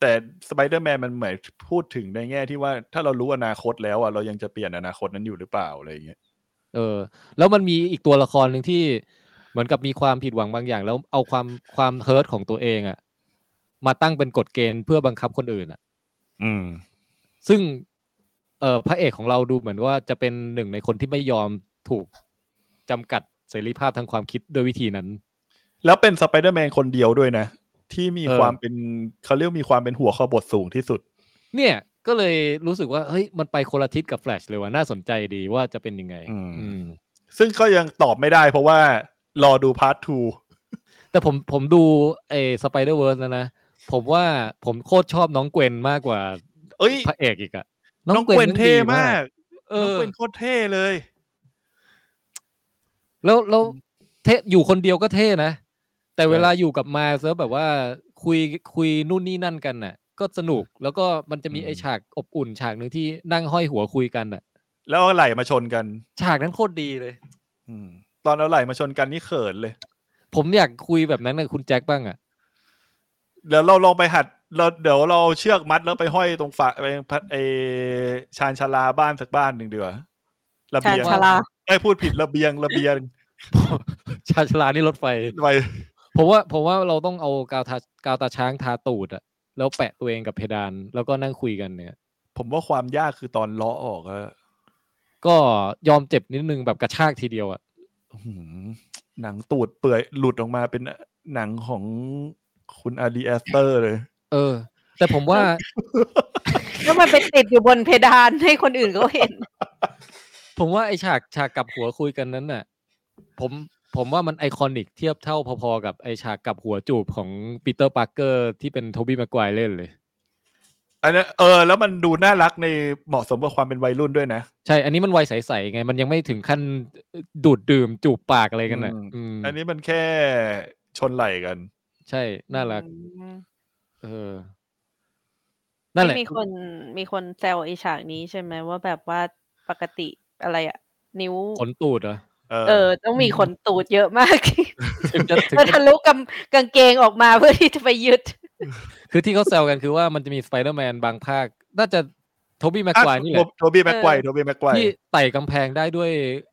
แต่ Spider-Man มันเหมือนพูดถึงในแง่ที่ว่าถ้าเรารู้อนาคตแล้วอะเรายังจะเปลี่ยนอนาคตนั้นอยู่หรือเปล่าอะไรอย่างเงี้ย เออ แล้วมันมีอีกตัวละครหนึ่งที่เหมือนกับมีความผิดหวังบางอย่าง แล้วเอาความความเฮิร์ตของตัวเองอะมาตั้งเป็นกฎเกณฑ์เพื่อบังคับคนอื่นอะ อืม ซึ่งเอ่อพระเอกของเราดูเหมือนว่าจะเป็นหนึ่งในคนที่ไม่ยอมถูกจำกัดเสรีภาพทางความคิดด้วยวิธีนั้น แล้วเป็น Spider-Man คนเดียวด้วยนะ ที่มี เออ ความเป็นเขาเรียกมีความเป็นหัวข้อบทสูงที่สุด เนี่ยก็เลยรู้สึกว่าเฮ้ยมันไปคนละทิศกับแฟลชเลยว่าน่าสนใจดีว่าจะเป็นยังไง อืม อืม ซึ่งก็ยังตอบไม่ได้เพราะว่ารอดูพาร์ท แต่ผมผมดูไอ้สไปเดอร์เวิร์สนะนะ ผมว่าผมโคตรชอบน้องเกวนมากกว่า 2 เอ้ย พระเอกอีกอะ น้องเกวนเท่มาก เอ น้อองเกวนโคตรเท่เลย แล้วแล้วเทอยู่คนเดียวก็เท่นะ แต่เวลาอยู่กับมาเซิร์ฟแบบว่าคุยคุยนู่นนี่นั่นกันน่ะ ก็สนุกแล้วก็มันจะมี อืม ไอฉากอบอุ่นฉากหนึ่งที่นั่งห้อยหัวคุยกันน่ะ แล้วเอาไหลมาชนกัน ฉากนั้นโคตรดีเลย อืม ตอนเอาไหลมาชนกันนี่เขินเลย ผมอยากคุยแบบนั้นกับคุณแจ็คบ้างอ่ะ เดี๋ยวเราลองไปหัดเราเดี๋ยวเราเชือกมัดแล้วไปห้อยตรงฝาไปพัดเออชานชาลาบ้านสักบ้านหนึ่งเดือระ ชา เบี ญ ยง ชาลา ไอ้ยพูดผิดระเบียงระเบียง <laughs> ชาญชาลานี่รถไฟ ไป ผมว่าผมว่าเราต้องเอากาวทากาวตาช้างทาตูดอ่ะแล้วแปะตัวเองกับเพดานแล้วก็นั่งคุยกันเนี่ย ผมว่าความยากคือตอนล้อออกอะ ก็ยอมเจ็บนิดนึงแบบกระชากทีเดียวอ่ะ อื้อหือหนังตูดเปื่อยหลุดออกมาเป็นหนังของคุณอาดีแอสเตอร์เลย เออ แต่ผมว่า แล้วมันไปติดอยู่บนเพดานให้คนอื่นเขาเห็น ผมว่าไอฉากฉากกลับหัวคุยกันนั้นน่ะ ผมผมว่ามันไอคอนิกเทียบเท่าพอๆกับไอฉากกลับหัวจูบของปีเตอร์ปาร์เกอร์ที่เป็นโทบี้แมกไกวายเล่นเลย อันนั้นเออ แล้วมันดูน่ารักในเหมาะสมกับความเป็นวัยรุ่นด้วยนะ ใช่ อันนี้มันวัยใสๆไง มันยังไม่ถึงขั้นดูดดื่มจูบปากอะไรกันน่ะ อืม อืม อันนี้มันแค่ชนไหลกัน ใช่น่ารัก อืม เออ นั่นแหละ มีคนมีคนแซวไอฉากนี้ใช่ไหมว่าแบบว่าปกติอะไรอะนิ้ว ขนตูดเหรอ เออ เออ ต้องมีขนตูดเยอะมาก ถึงจะถึง มัน จะ ทะลุกำกางเกงออกมาเพื่อที่จะไปยึด คือที่เขาแซวกันคือว่ามันจะมีสไปเดอร์แมนบางภาค น่าจะโทบี้แมกไกวายนี่แหละ โทบี้แม็กไกวร์โทบี้แม็กไกวร์ ที่ไต่กำแพงได้ด้วย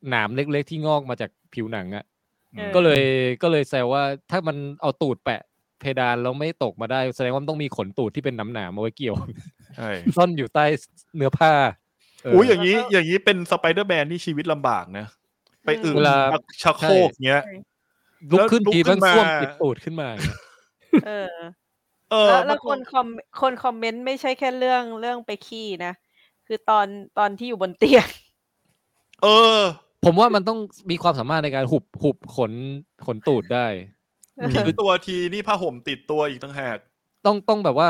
หนามเล็กๆที่งอกมาจากผิวหนังอ่ะ เออ ก็เลยก็เลยแซวว่าถ้ามันเอาตูดแปะเพดานแล้วไม่ตกมาได้ แสดงว่ามันต้องมีขนตูดที่เป็นน้ำหนามๆเอาไว้เกี่ยว <laughs> ใช่ ซ่อนอยู่ใต้เนื้อผ้าเ อุ้ยอย่างนี้อย่างนี้เป็นสไปเดอร์แมนที่ชีวิตลำบากนะ ไปอึ เวลา ชักโครกเงี้ย ลุกขึ้น แล้วลุก ทีมัขึ้น น มา ส้วมติดตูดขึ้นมา เออ เ เออ แล้วแล้วค มัน นคอมคนคอมเมนต์ไม่ใช่แค่เรื่องเรื่องไปขี้นะ คือตอนตอนที่อยู่บนเตียง เออ ผมว่ามันต้องมีความสามารถในการหุบหุบขนขนตูดได้ ทิ้งตัวทีนี่ผ้าห่มติดตัวอีกตั้งหาก ต้องต้องแบบว่า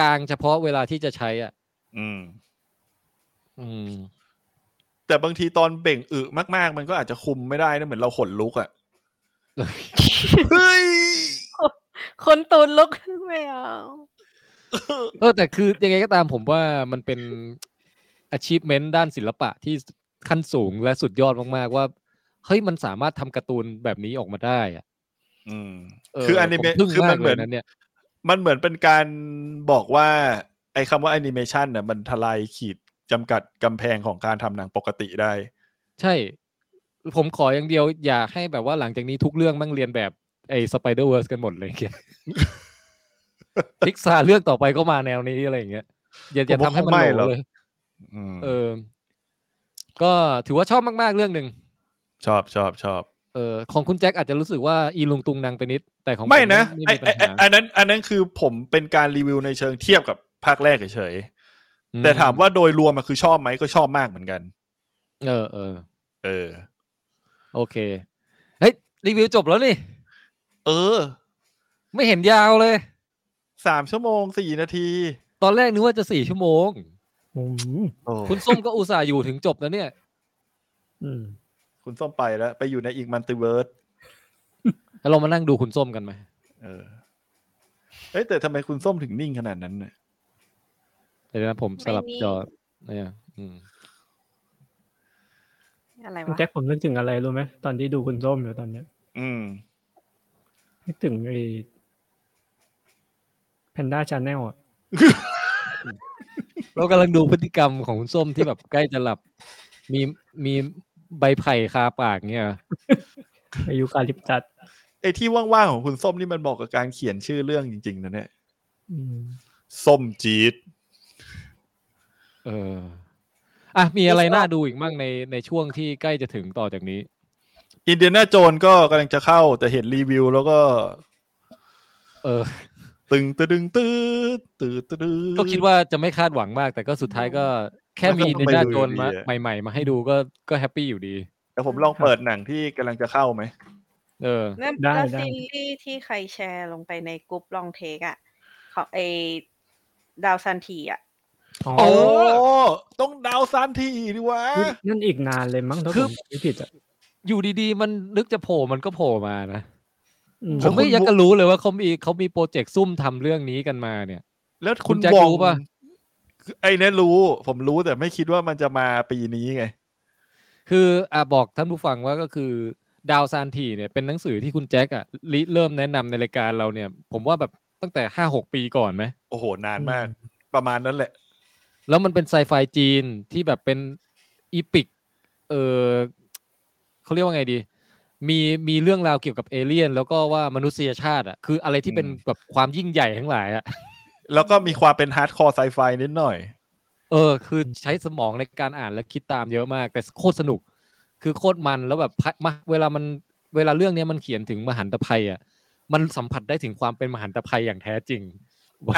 กางเฉพาะเวลาที่จะใช้อ่ะ อืม อืม แต่บางทีตอนเบ่งอึมาก ๆ มันก็อาจจะคุมไม่ได้นะเหมือนเราขนลุกอ่ะเฮ้ย คนตูนลุก ไม่เอา เออแต่คือยังไงก็ตามผมว่ามันเป็น achievement ด้านศิลปะที่ขั้นสูงและสุดยอดมากๆว่า เฮ้ยมันสามารถทำการ์ตูนแบบนี้ออกมาได้อะ อืม คืออนิเมะ ผม คื พึ่ องมั มาน ก เห เล มือย น นะเนี่ย มันเหมือนเป็นการบอกว่า ไอ้คำว่าแอนิเมชันน่ะมันทลายขีดจำกัดกำแพงของการทำหนังปกติได้ ใช่ ผมขออย่างเดียวอยากให้แบบว่าหลังจากนี้ทุกเรื่องแมั่งเรียนแบบไอ้สไปเดอร์เวิร์สกันหมดเลยเงี้ย <laughs> พิกซาเรื่องต่อไปก็มาแนวนี้อะไรอย่างเงี้ยอย่าอย่า ผมว่า ทำให้มัน คงไม่ โห หร ล อก เลย อืม เออ ก็ถือว่าชอบมากๆเรื่องหนึ่ง ชอบชอบชอบ เออของคุณแจ็คอาจจะรู้สึกว่าอีลุงตุงนางไปนิด แต่ของผ ไม่นะไอ ไม่มี ไอ ปัญ ไอ้ หา อันนั้น อันนั้นคือผมเป็นการรีวิวในเชิงเทียบกับภาคแรกเฉย อื ๆแต่ถามว่าโดยรวมอะคือชอบไหมก็ชอบมากเหมือนกัน เออเออ เออ โอเคเฮ้ยรีวิวจบแล้วนี่ เออ ไม่เห็นยาวเลย สามชั่วโมงสี่นาที ตอนแรกนึกว่าจะสี่ชั่วโมง อืม โอ้ คุณส้มก็อุตส่าห์อยู่ถึงจบแล้วเนี่ย อืม คุณส้มไปแล้ว ไปอยู่ในอีกมันติเวิร์ส แล้วเรามานั่งดูคุณส้มกันไหม เออเอ้ยแต่ทำไมคุณส้มถึงนิ่งขนาดนั้นน่ะ เดี๋ยวนะผมสลับ ไม่มี จอเนี่ยอืม อะไร คุณ วะ แจ็คผมนึกถึงอะไรรู้ไหมตอนที่ดูคุณส้มอยู่ตอนเนี้ย อืม นึกถึงไอ้แพนด้าชาแนลอ่ะ เรากำลังดูพฤติกรรมของคุณส้มที่แบบใกล้จะหลับ มีมีใบไผ่คาปากเนี่ย อายุคาลิปตัส ไอ้ที่ว่างๆของคุณส้มนี่มันบอกกับการเขียนชื่อเรื่องจริงๆนะเนี่ย อืม ส้มจี๊ด เออ อ่ะมีอะไรน่าดูอีกมั่งในในช่วงที่ใกล้จะถึงต่อจากนี้ อินเดียนาโจนก็กำลังจะเข้า แต่เห็นรีวิวแล้วก็ เออ ตึงตึดึงตื้อตื้อตื้อ ก็คิดว่าจะไม่คาดหวังมาก แต่ก็สุดท้ายก็แค่มี ก็นิต้อง น ไป จา ดู โจน อยู่ มา ดีอะ ใหม่ ๆ มาให้ดูก็ก็แฮปปี้อยู่ดี แต่ผมลองเปิดหนังที่กำลังจะเข้าไหม เออ นั่นแล้วซีรีส์ที่ใครแชร์ลงไปในกลุ่มลองเทคอะของไอดาวซันทีอะ อ๋อ โอ้ ต้องดาวซันทีดีวะ นั่นอีกนานเลยมั้งถ้า คื ผ อ มจำไม่ผิดอ่ะ อยู่ดีๆ มันนึกจะโผล่มันก็โผล่มานะ อืม ผ แล้มวคุณ ไม่อยากจะรู้เลยว่าเขามีเขามีโปรเจกต์ซุ่มทำเรื่องนี้กันมาเนี่ย แล้ว คุ คุณ ณแจ็ค บอง รู้ปะ ไอ้เนี่ยรู้ ผมรู้แต่ไม่คิดว่ามันจะมาปีนี้ไง คืออ่ะบอกท่านผู้ฟังว่าก็คือดาวซานทีเนี่ยเป็นหนังสือที่คุณแจ็คอะริเริ่มแนะนำในรายการเราเนี่ย ผมว่าแบบตั้งแต่ห้าหกปีก่อนไหม โอ้โห นานมาก ประมาณนั้นแหละ แล้วมันเป็นไซไฟจีนที่แบบเป็นอีพิก เออเขาเรียกว่าไงดี มีมีเรื่องราวเกี่ยวกับเอเลี่ยน แล้วก็ว่ามนุษยชาติอ่ะ คืออะไรที่เป็น อืม แบบความยิ่งใหญ่ทั้งหลายอ่ะ แล้วก็มีความเป็นฮาร์ดคอร์ไซไฟนิดหน่อย เออ คือใช้สมองในการอ่านและคิดตามเยอะมาก แต่โคตรสนุก คือโคตรมันแล้วแบบพะมาเวลามันเวลาเรื่องเนี้ยมันเขียนถึงมหันตภัยอ่ะ มันสัมผัสได้ถึงความเป็นมหันตภัยอย่างแท้จริง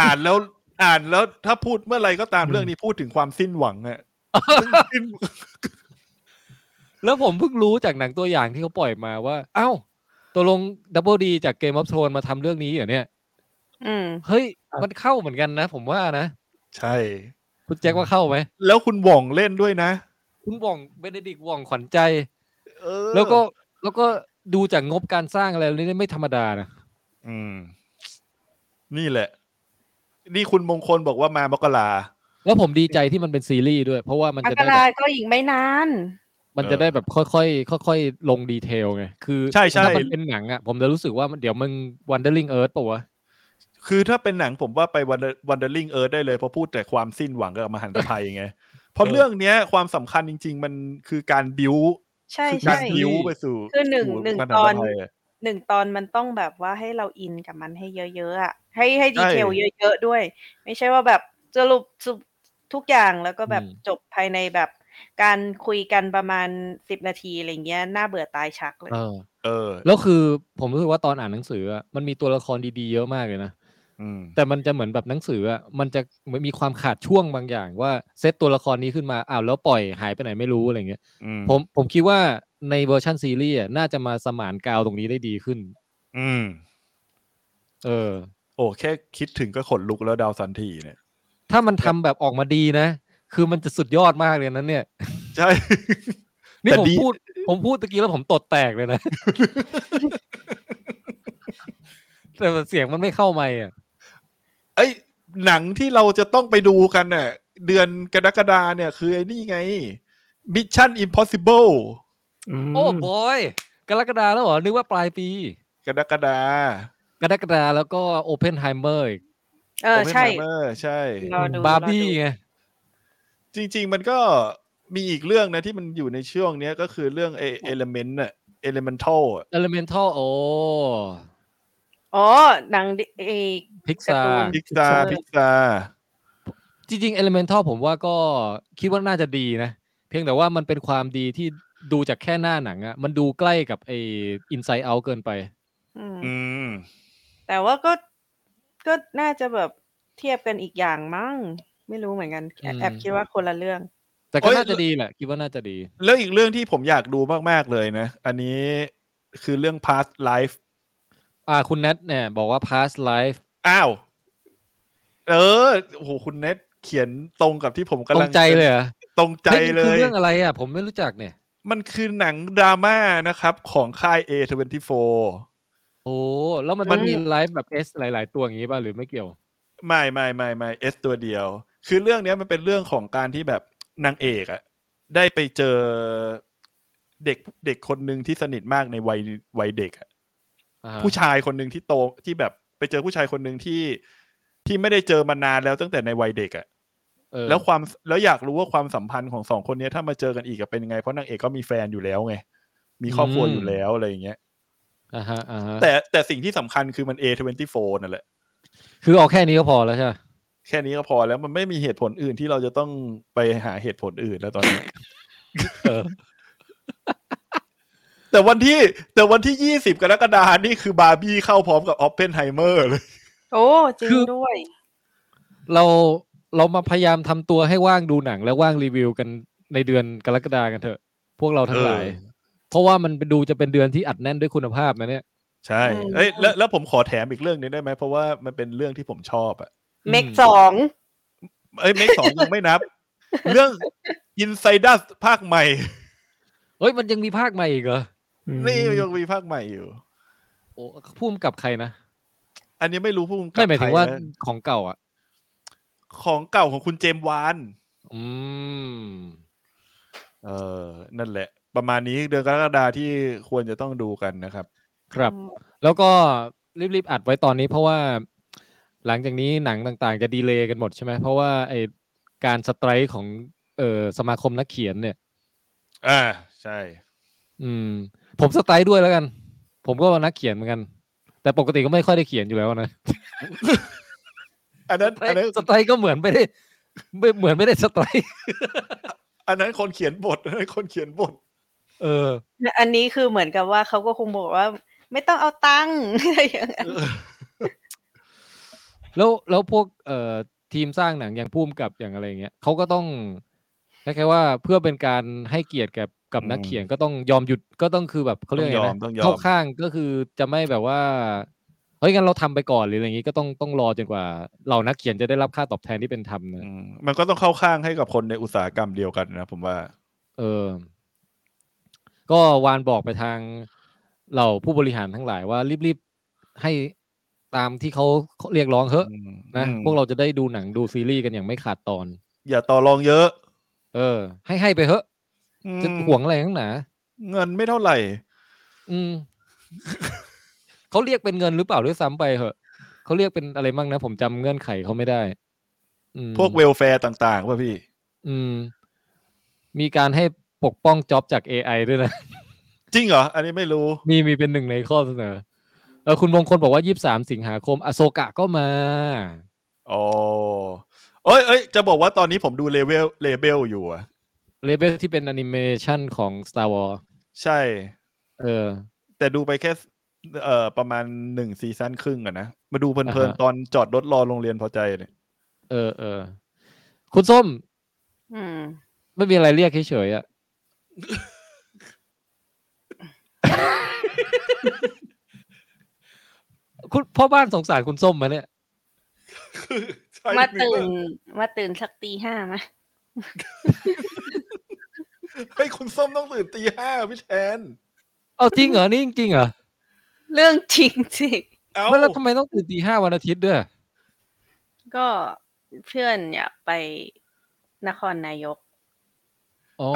อ่านแล้วอ่านแล้วถ้าพูดเมื่อไหรก็ตามเรื่องนี้พูดถึงความสิ้นหวังอะซึ่ง แล้วผมเพิ่งรู้จากหนังตัวอย่างที่เขาปล่อยมาว่า เอ้าตกลงดับเบิลดีจากเกมออฟโทนมาทำเรื่องนี้เหรอเนี่ย อืม เฮ้ย มันเข้าเหมือนกันนะ ผมว่านะ ใช่ คุณแจ็คว่าเข้าไหม แล้วคุณหว่องเล่นด้วยนะ คุณว่องเบเนดิกต์ว่องขวัญใจ เออ แล้วก็แล้วก็ดูจากงบการสร้างอะไรนี่ไม่ธรรมดานะ อืม นี่แหละ นี่คุณมงคลบอกว่ามามกรา แล้วผมดีใจที่มันเป็นซีรีส์ด้วย เพราะว่ามัน ม จะได้กแบ รา บ ก็อีกไม่นาน มันจะได้แบบค่อยๆค่อยๆลงดีเทลไง คือ ใช่ใช่ ถ้ามันเป็นหนังอ่ะ ผมจะรู้สึกว่ามันเดี๋ยวมึง Wandering Earth ป่าวะ คือถ้าเป็นหนังผมว่าไปวันเดอร์ลิงเอิร์ได้เลยเพราะพูดแต่ความสิ้นหวังกับมหันตภัย <laughs> ไง เพราะ เออ เรื่องเนี้ยความสำคัญจริง ๆ มันคือการบิว ใช่ คือการ ใช่ บิวไปสู่ คือหนึ่ง สู่ หนึ่ง มหั ตอน ภัยะ หนึ่งตอนมันต้องแบบว่าให้เราอินกับมันให้เยอะๆอะให้ให้ดีเทล ใช่ เยอะๆด้วย ไม่ใช่ว่าแบบสรุปสุปทุกอย่างแล้วก็แบบ อืม จบภายในแบบการคุยกันประมาณสิบนาทีอะไรเงี้ยน่าเบื่อตายชักเลย เออ เออ แล้วคือผมรู้สึกว่าตอนอ่านหนังสืออะมันมีตัวละครดีๆเยอะมากเลยนะ อืม แต่มันจะเหมือนแบบหนังสืออะมันจะเหมือนมีความขาดช่วงบางอย่าง ว่าเซตตัวละครนี้ขึ้นมาอ้าวแล้วปล่อยหายไปไหนไม่รู้อะไรเงี้ย อืม ผมผมคิดว่าในเวอร์ชันซีรีส์อะน่าจะมาสมานกาวตรงนี้ได้ดีขึ้น อืม เออ โอ้แค่คิดถึงก็ขนลุกแล้วดาวซันทีเนี่ย <laughs> ถ้ามันทำแบบออกมาดีนะ คือมันจะสุดยอดมากเลยนั้นเนี่ย ใช่ นี่ แต่ ผม ดี พูด ผมพูดตะกี้แล้วผมตดแตกเลยนะ แต่เสียงมันไม่เข้าไม่อ่ะ ไอ้ยหนังที่เราจะต้องไปดูกันเน่ะเดือนกรกฎาเนี่ย คือไอ้นี่ไง Mission Impossible ม โอ้บอยกรกฎาแล้วเหรอ นึกว่าปลายปี กรกฎาก รกฎาแล้วก็โอเพนไฮเมอร์ เออใช่ อใช่ รอดู บาร์บี้ อดู ไง จริง ๆ มันก็มีอีกเรื่องนะที่มันอยู่ในช่วงเนี้ยก็คือเรื่องเอเอลเมนต์อะเอลเมนทัลอะ e อ e เมนทัลโอ้ อ๋อหนังดิเอ พิก กา ซา ร์ตูน พิกซาพิกซา จริงๆ e อ e เมนทัลผมว่าก็คิดว่าน่าจะดีนะ เพียงแต่ว่ามันเป็นความดีที่ดูจากแค่หน้าหนังอะมันดูใกล้กับไออินไซต์เอาเกินไป อืม อืม แต่ว่าก็ก็น่าจะแบบเทียบกันอีกอย่างมั้งไม่รู้เหมือนกัน แอบ อืม แอบคิดว่าคนละเรื่อง แต่ก็น่าจะดีแหละ คิดว่าน่าจะดี แล้วอีกเรื่องที่ผมอยากดูมาก ๆ เลยนะ อันนี้คือเรื่อง past life อ่าคุณแนทเนี่ยบอกว่า past life อ้าว เออโอ้โหคุณเน็ตเขียนตรงกับที่ผม ตร กำลั ง ง ใจเลยเหรอ ตรงใจ ฮ้มัน เล คือย เรื่องอะไรอ่ะ ผมไม่รู้จักเนี่ย มันคือหนังดราม่านะครับ ของค่าย A24 โอ้แล้วมัน มั มัน นมีไลฟ์แบบเอสหลาย ๆ ตัวอย่างนี้ป่ะหรือไม่เกี่ยว ไม่ไม่ไม่ไม่เอสตัวเดียว คือเรื่องเนี้ยมันเป็นเรื่องของการที่แบบนางเอกอะได้ไปเจอเด็กเด็กคนหนึ่งที่สนิทมากในวัยวัยเด็กอะ อ่าฮะ ผู้ชายคนหนึ่งที่โตที่แบบไปเจอผู้ชายคนหนึ่งที่ที่ไม่ได้เจอมานานแล้วตั้งแต่ในวัยเด็กอะ่ะ เออ แล้วความแล้วอยากรู้ว่าความสัมพันธ์ของสองคนเนี้ยถ้ามาเจอกันอีกอะเป็นยังไงเพราะนางเอกก็มีแฟนอยู่แล้วไงมีครอบครัวอยู่แล้วอะไรอย่างเงี้ย อ่าฮะอ่าฮะ แต่แต่สิ่งที่สำคัญคือมัน A24 นั่นแหละ คือเอาแค่นี้ก็พอแล้วใช่ไหม แค่นี้ก็พอแล้วมันไม่มีเหตุผลอื่นที่เราจะต้องไปหาเหตุผลอื่นแล้วตอนนี้ <laughs> เออ แต่วันที่แต่วันที่ยี่สิบกรกฎานี่คือบาร์บี้เข้าพร้อมกับออปเพนไฮเมอร์เลย โอ้จริง คือ ด้วย เราเรามาพยายามทำตัวให้ว่างดูหนัง และว่างรีวิวกันในเดือนกรกฎากันเถอะ พวกเราทั้งหลาย เออ เพราะว่ามันดูจะเป็นเดือนที่อัดแน่นด้วยคุณภาพนะเนี่ย ใช่ อืม เอ้ยแล้วแล้วผมขอแถมอีกเรื่องหนึงได้ไหมเพราะว่ามันเป็นเรื่องที่ผมชอบอะ อืม เมกสอง เอ้ยเมกสองยังไม่นับ เรื่อง Insiders ภาคใหม่ เอ้ยมันยังมีภาคใหม่อีกเหรอ อืม นี่ยังมีภาคใหม่อยู่ โอ้พุ่มกับใครนะ อันนี้ไม่รู้พุ่มกับ ไม่หมายถึงว่า ใครนะ ของเก่าอ่ะ ของเก่าของคุณเจมส์วาน อืม เออ นั่นแหละ ประมาณนี้เดือนกรกฎาที่ควรจะต้องดูกันนะครับ ครับ แล้วก็รีบๆอัดไว้ตอนนี้เพราะว่า หลังจากนี้หนังต่างๆ จะดีเลย์กันหมดใช่ไหมเพราะว่าไอการสไตรค์ของเออสมาคมนักเขียนเนี่ย อ่า ใช่ อืม ผมสไตรค์ด้วยแล้วกัน ผมก็นักเขียนเหมือนกัน แต่ปกติก็ไม่ค่อยได้เขียนอยู่แล้วนะ อันนั้น อันนั้น สไตรค์ก็เหมือนไม่ได้ไม่เหมือนไม่ได้สไตรค์ อันนั้นคนเขียนบทอันนั้นคนเขียนบท เออ อันนี้คือเหมือนกับว่าเขาก็คงบอกว่า ไม่ต้องเอาตังค์ <laughs> อะไรอย่างเงี้ย แล้วแล้วพวกเอ่อทีมสร้างหนังอย่างพุ่มกับอย่างอะไรอย่างเงี้ยเขาก็ต้องคล้ายๆว่าเพื่อเป็นการให้เกียรติกับกับ อืม นักเขียนก็ต้องยอมหยุดก็ต้องคือแบบเขาเรียก ต้องยอม ไงนะ ต้องยอม เข้าข้างก็คือจะไม่แบบว่าเฮ้ยงั้นเราทำไปก่อนหรืออะไรอย่างงี้ก็ต้องต้องรอจนกว่าเหล่านักเขียนจะได้รับค่าตอบแทนที่เป็นธรรมนะ อืมมันก็ต้องเข้าข้างให้กับคนในอุตสาหกรรมเดียวกันนะผมว่า เออ ก็วานบอกไปทางเหล่าผู้บริหารทั้งหลายว่ารีบๆให้ตามที่เขาเรียกร้องเถอะ อืม นะ อืม พวกเราจะได้ดูหนังดูซีรีส์กันอย่างไม่ขาดตอน อย่าต่อรองเยอะ เออ ให้ให้ไปเถอะ อืม จะห่วงอะไรทั้งหนา เงินไม่เท่าไหร่ อืม <laughs> เขาเรียกเป็นเงินหรือเปล่าด้วยซ้ำไปเหอะเขาเรียกเป็นอะไรมั่งนะ ผมจำเงื่อนไขเขาไม่ได้ อืม พวกเวลแฟร์ต่างๆป่ะพี่ อืม มีการให้ปกป้องจ็อบจาก AI ด้วยนะ <laughs> จริงเหรอ อันนี้ไม่รู้ มีมีเป็นหนึ่งในข้อเสนอเออคุณมงคลบอกว่า 23 สิงหาคม อโซกะก็มา อ๋อเอ้ยเอ้ย จะบอกว่าตอนนี้ผมดูเลเวลเลเบลอยู่อะ เลเวลที่เป็นแอนิเมชันของ Star Wars ใช่ เออ แต่ดูไปแค่ เอ่อประมาณหนึ่งซีซั่นครึ่งอะนะมาดูเพลิน อ่าฮะ ๆตอนจอดรถรอโรงเรียนพอใจเนี่ย เออเออคุณส้ม อืม ไม่มีอะไรเรียกเฉยๆอ่ะ <laughs> คุณพ่อบ้านสงสารคุณส้มมาเนี่ย ใช่ มาตื่นมาตื่นสักตีห้ามา เฮ้ยคุณส้มต้องตื่นตีห้าพี่แทน เอาจริงเหรอ นี่จริงๆเหรอ เรื่องจริงสิ เอ้า ไม่แล้วทำไมต้องตื่นตีห้าวันอาทิตย์ด้วย ก็เพื่อนอยากไปนครนายก อ๋อ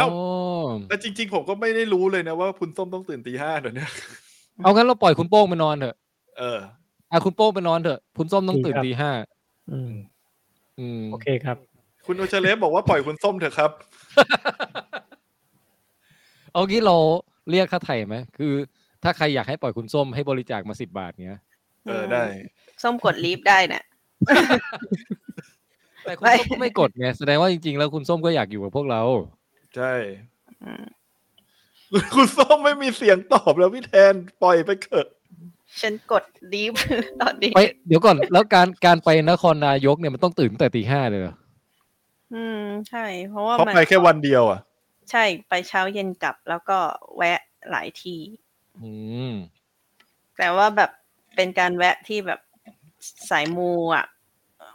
แต่จริง ๆ ผมก็ไม่ได้รู้เลยนะว่าคุณส้มต้องตื่นตีห้าเดี๋ยวนี้ เอางั้นเราปล่อยคุณโป้งไปนอนเถอะ เออ อ่ะคุณโป้งไปนอนเถอะคุณส้มต้องตื่นตีห้า อืม อืม โอเคครับ คุณโอชาเลฟบอกว่าปล่อยคุณส้มเถอะครับ เอางี้เราเรียกค่าไถ่ไหมคือ ถ้าใครอยากให้ปล่อยคุณส้มให้บริจาคมาสิบบาทเงี้ย เออได้ ส้มกดลิฟต์ได้น่ะ แต่คุณส้มก็ไม่กดไงแสดงว่าจริงๆแล้วคุณส้มก็อยากอยู่กับพวกเรา ใช่ อืม คุณส้มไม่มีเสียงตอบแล้วพี่แทนปล่อยไปเถอะ ฉันกดลิฟต์ <laughs> ตอนนี้ ไปเดี๋ยวก่อนแล้วการการไปนครนายกเนี่ยมันต้องตื่นตั้งแต่ตีห้าเลยเหรอ อืมใช่ เพราะว่า เพราะ มัน ไปแค่วันเดียวอ่ะ ใช่ไปเช้าเย็นกลับ แล้วก็แวะหลายที อืม แต่ว่าแบบเป็นการแวะที่แบบสายมูอ่ะ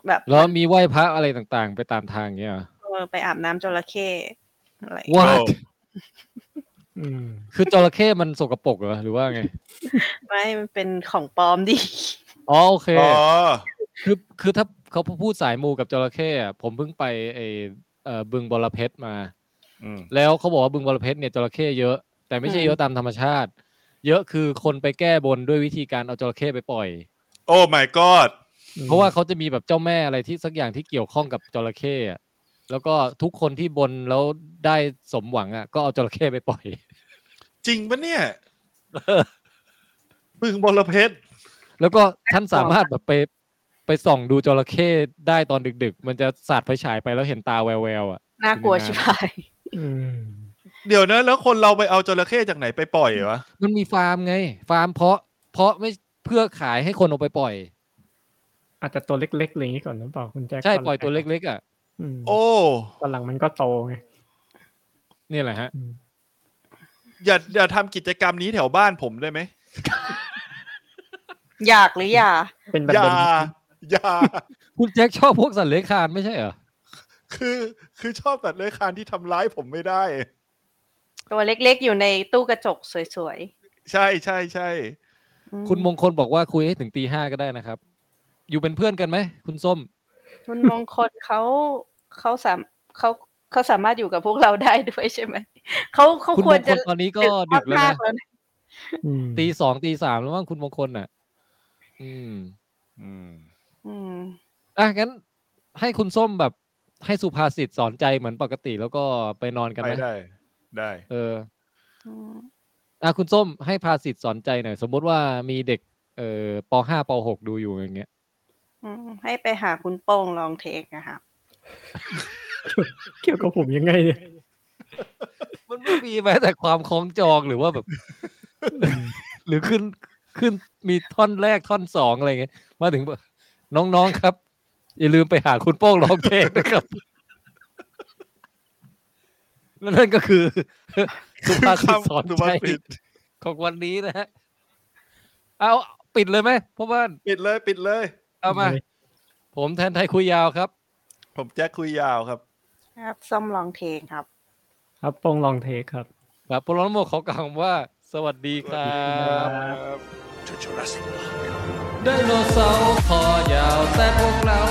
แบบ แล้วมีไหว้พระอะไรต่างๆ ไปตามทางเงี้ยเหรอ เออไปอาบน้ำจระเข้อะไร What? อืม คือจระเข้มันสกปรกเหรอหรือว่าไง ไม่มันเป็นของปลอมดิ <laughs> อ๋อโอเค อ๋อ คือคือถ้าเขาพูดสายมูกับจระเข้อะผมเพิ่งไปไอเอ่อบึงบอระเพ็ดมา อืม แล้วเขาบอกว่าบึงบอระเพ็ดเนี่ยจระเข้เยอะ แต่ไม่ใช่ อืม เยอะตามธรรมชาติ เยอะคือคนไปแก้บนด้วยวิธีการเอาจระเข้ไปปล่อย โอ้ my god เพราะว่าเขาจะมีแบบเจ้าแม่อะไรที่สักอย่างที่เกี่ยวข้องกับจระเข้อะแล้วก็ทุกคนที่บนแล้วได้สมหวังอ่ะก็เอาจระเข้ไปปล่อย <laughs> จริงปะเนี่ยบึงบอระเพ็ด แล้วก็ท่านสามารถแบบไปไปส่องดูจระเข้ได้ตอนดึก ๆ มันจะสาดไฟฉายไปแล้วเห็นตาแววๆอ่ะ น่ากลัวชิบหาย อืม เดี๋ยวนะ แล้วคนเราไปเอาจระเข้จากไหนไปปล่อยวะ มันมีฟาร์มไง ฟาร์มเพาะ เพาะไม่เพื่อขายให้คนเอาไปปล่อย อาจจะตัวเล็กๆอะไรอย่างนี้ก่อนหรือเปล่าคุณแจ็ค ใช่ปล่อยตัวเล็กๆอ่ะ ม โอ้ ตอนหลังมันก็โตไง นี่แหละฮะ อืม อย่าอย่าทำกิจกรรมนี้แถวบ้านผมได้ไหม อยากหรืออย่า เป็นแบบ อย่า เดิม อย่า คุณแจ็คชอบพวกสัตว์เลื้อยคลานไม่ใช่เหรอ คือคือชอบตัดเลื้อยคลานที่ทำร้ายผมไม่ได้ ตัวเล็กๆอยู่ในตู้กระจกสวย ใช่ใช่ใช่ ๆอื คุณมงคลบอกว่าคุยให้ถึงตีห้าก็ได้นะครับ อยู่เป็นเพื่อนกันไหมคุณส้ม คุณมงคลเขาเขาสามเขาเขาสามารถอยู่กับพวกเราได้ด้วยใช่ไหม <laughs> เขาเขา คุณ ค ม วรง ค จะ ลตอนนี้ก็ดึกแล้ว มา นะ กๆแล้วนะ อืม ตีสองตีสามแล้วมั้งคุณมงคลน่ะ อืม อืม อืม อ่ะงั้น ให้คุณส้มแบบให้สุภาษิตสอนใจเหมือนปกติแล้วก็ไปนอนกันไห ไป ม ได้ ได้ เออ อ่ะคุณส้มให้ภาษิตสอนใจหน่อย สมมติว่ามีเด็กเอ่อปห้าปหกดูอยู่อย่างเงี้ย อืมให้ไปหาคุณโป้งลองเทคนะครับ เกี่ยวกับผมยังไงเนี่ย มันไม่มีแม้แต่ความคล้องจองหรือว่าแบบ <laughs> หรือขึ้นขึ้นมีท่อนแรกท่อนสองอะไรเงี้ยมาถึงแบบน้องๆครับ อย่าลืมไปหาคุณโป้งร้องเพลงนะครับ <laughs> และนั่นก็คือ <laughs> สุภาษิตสอน สุ ใจ ภาษิต ของวันนี้นะฮะเอาปิดเลยไหมพ่อบ้าน ปิดเลย ปิดเลย เอามา ผมแทนไทยคุยยาวครับ ผมแจ็คคุยยาวครับ ครับส้มลองเทคครับ ครับโปรงลองเทคครับ ครับพลนโมกเขากล่าวว่า สวัสดีครับ ไดโนเสาร์คอยาวแต่พวกเรา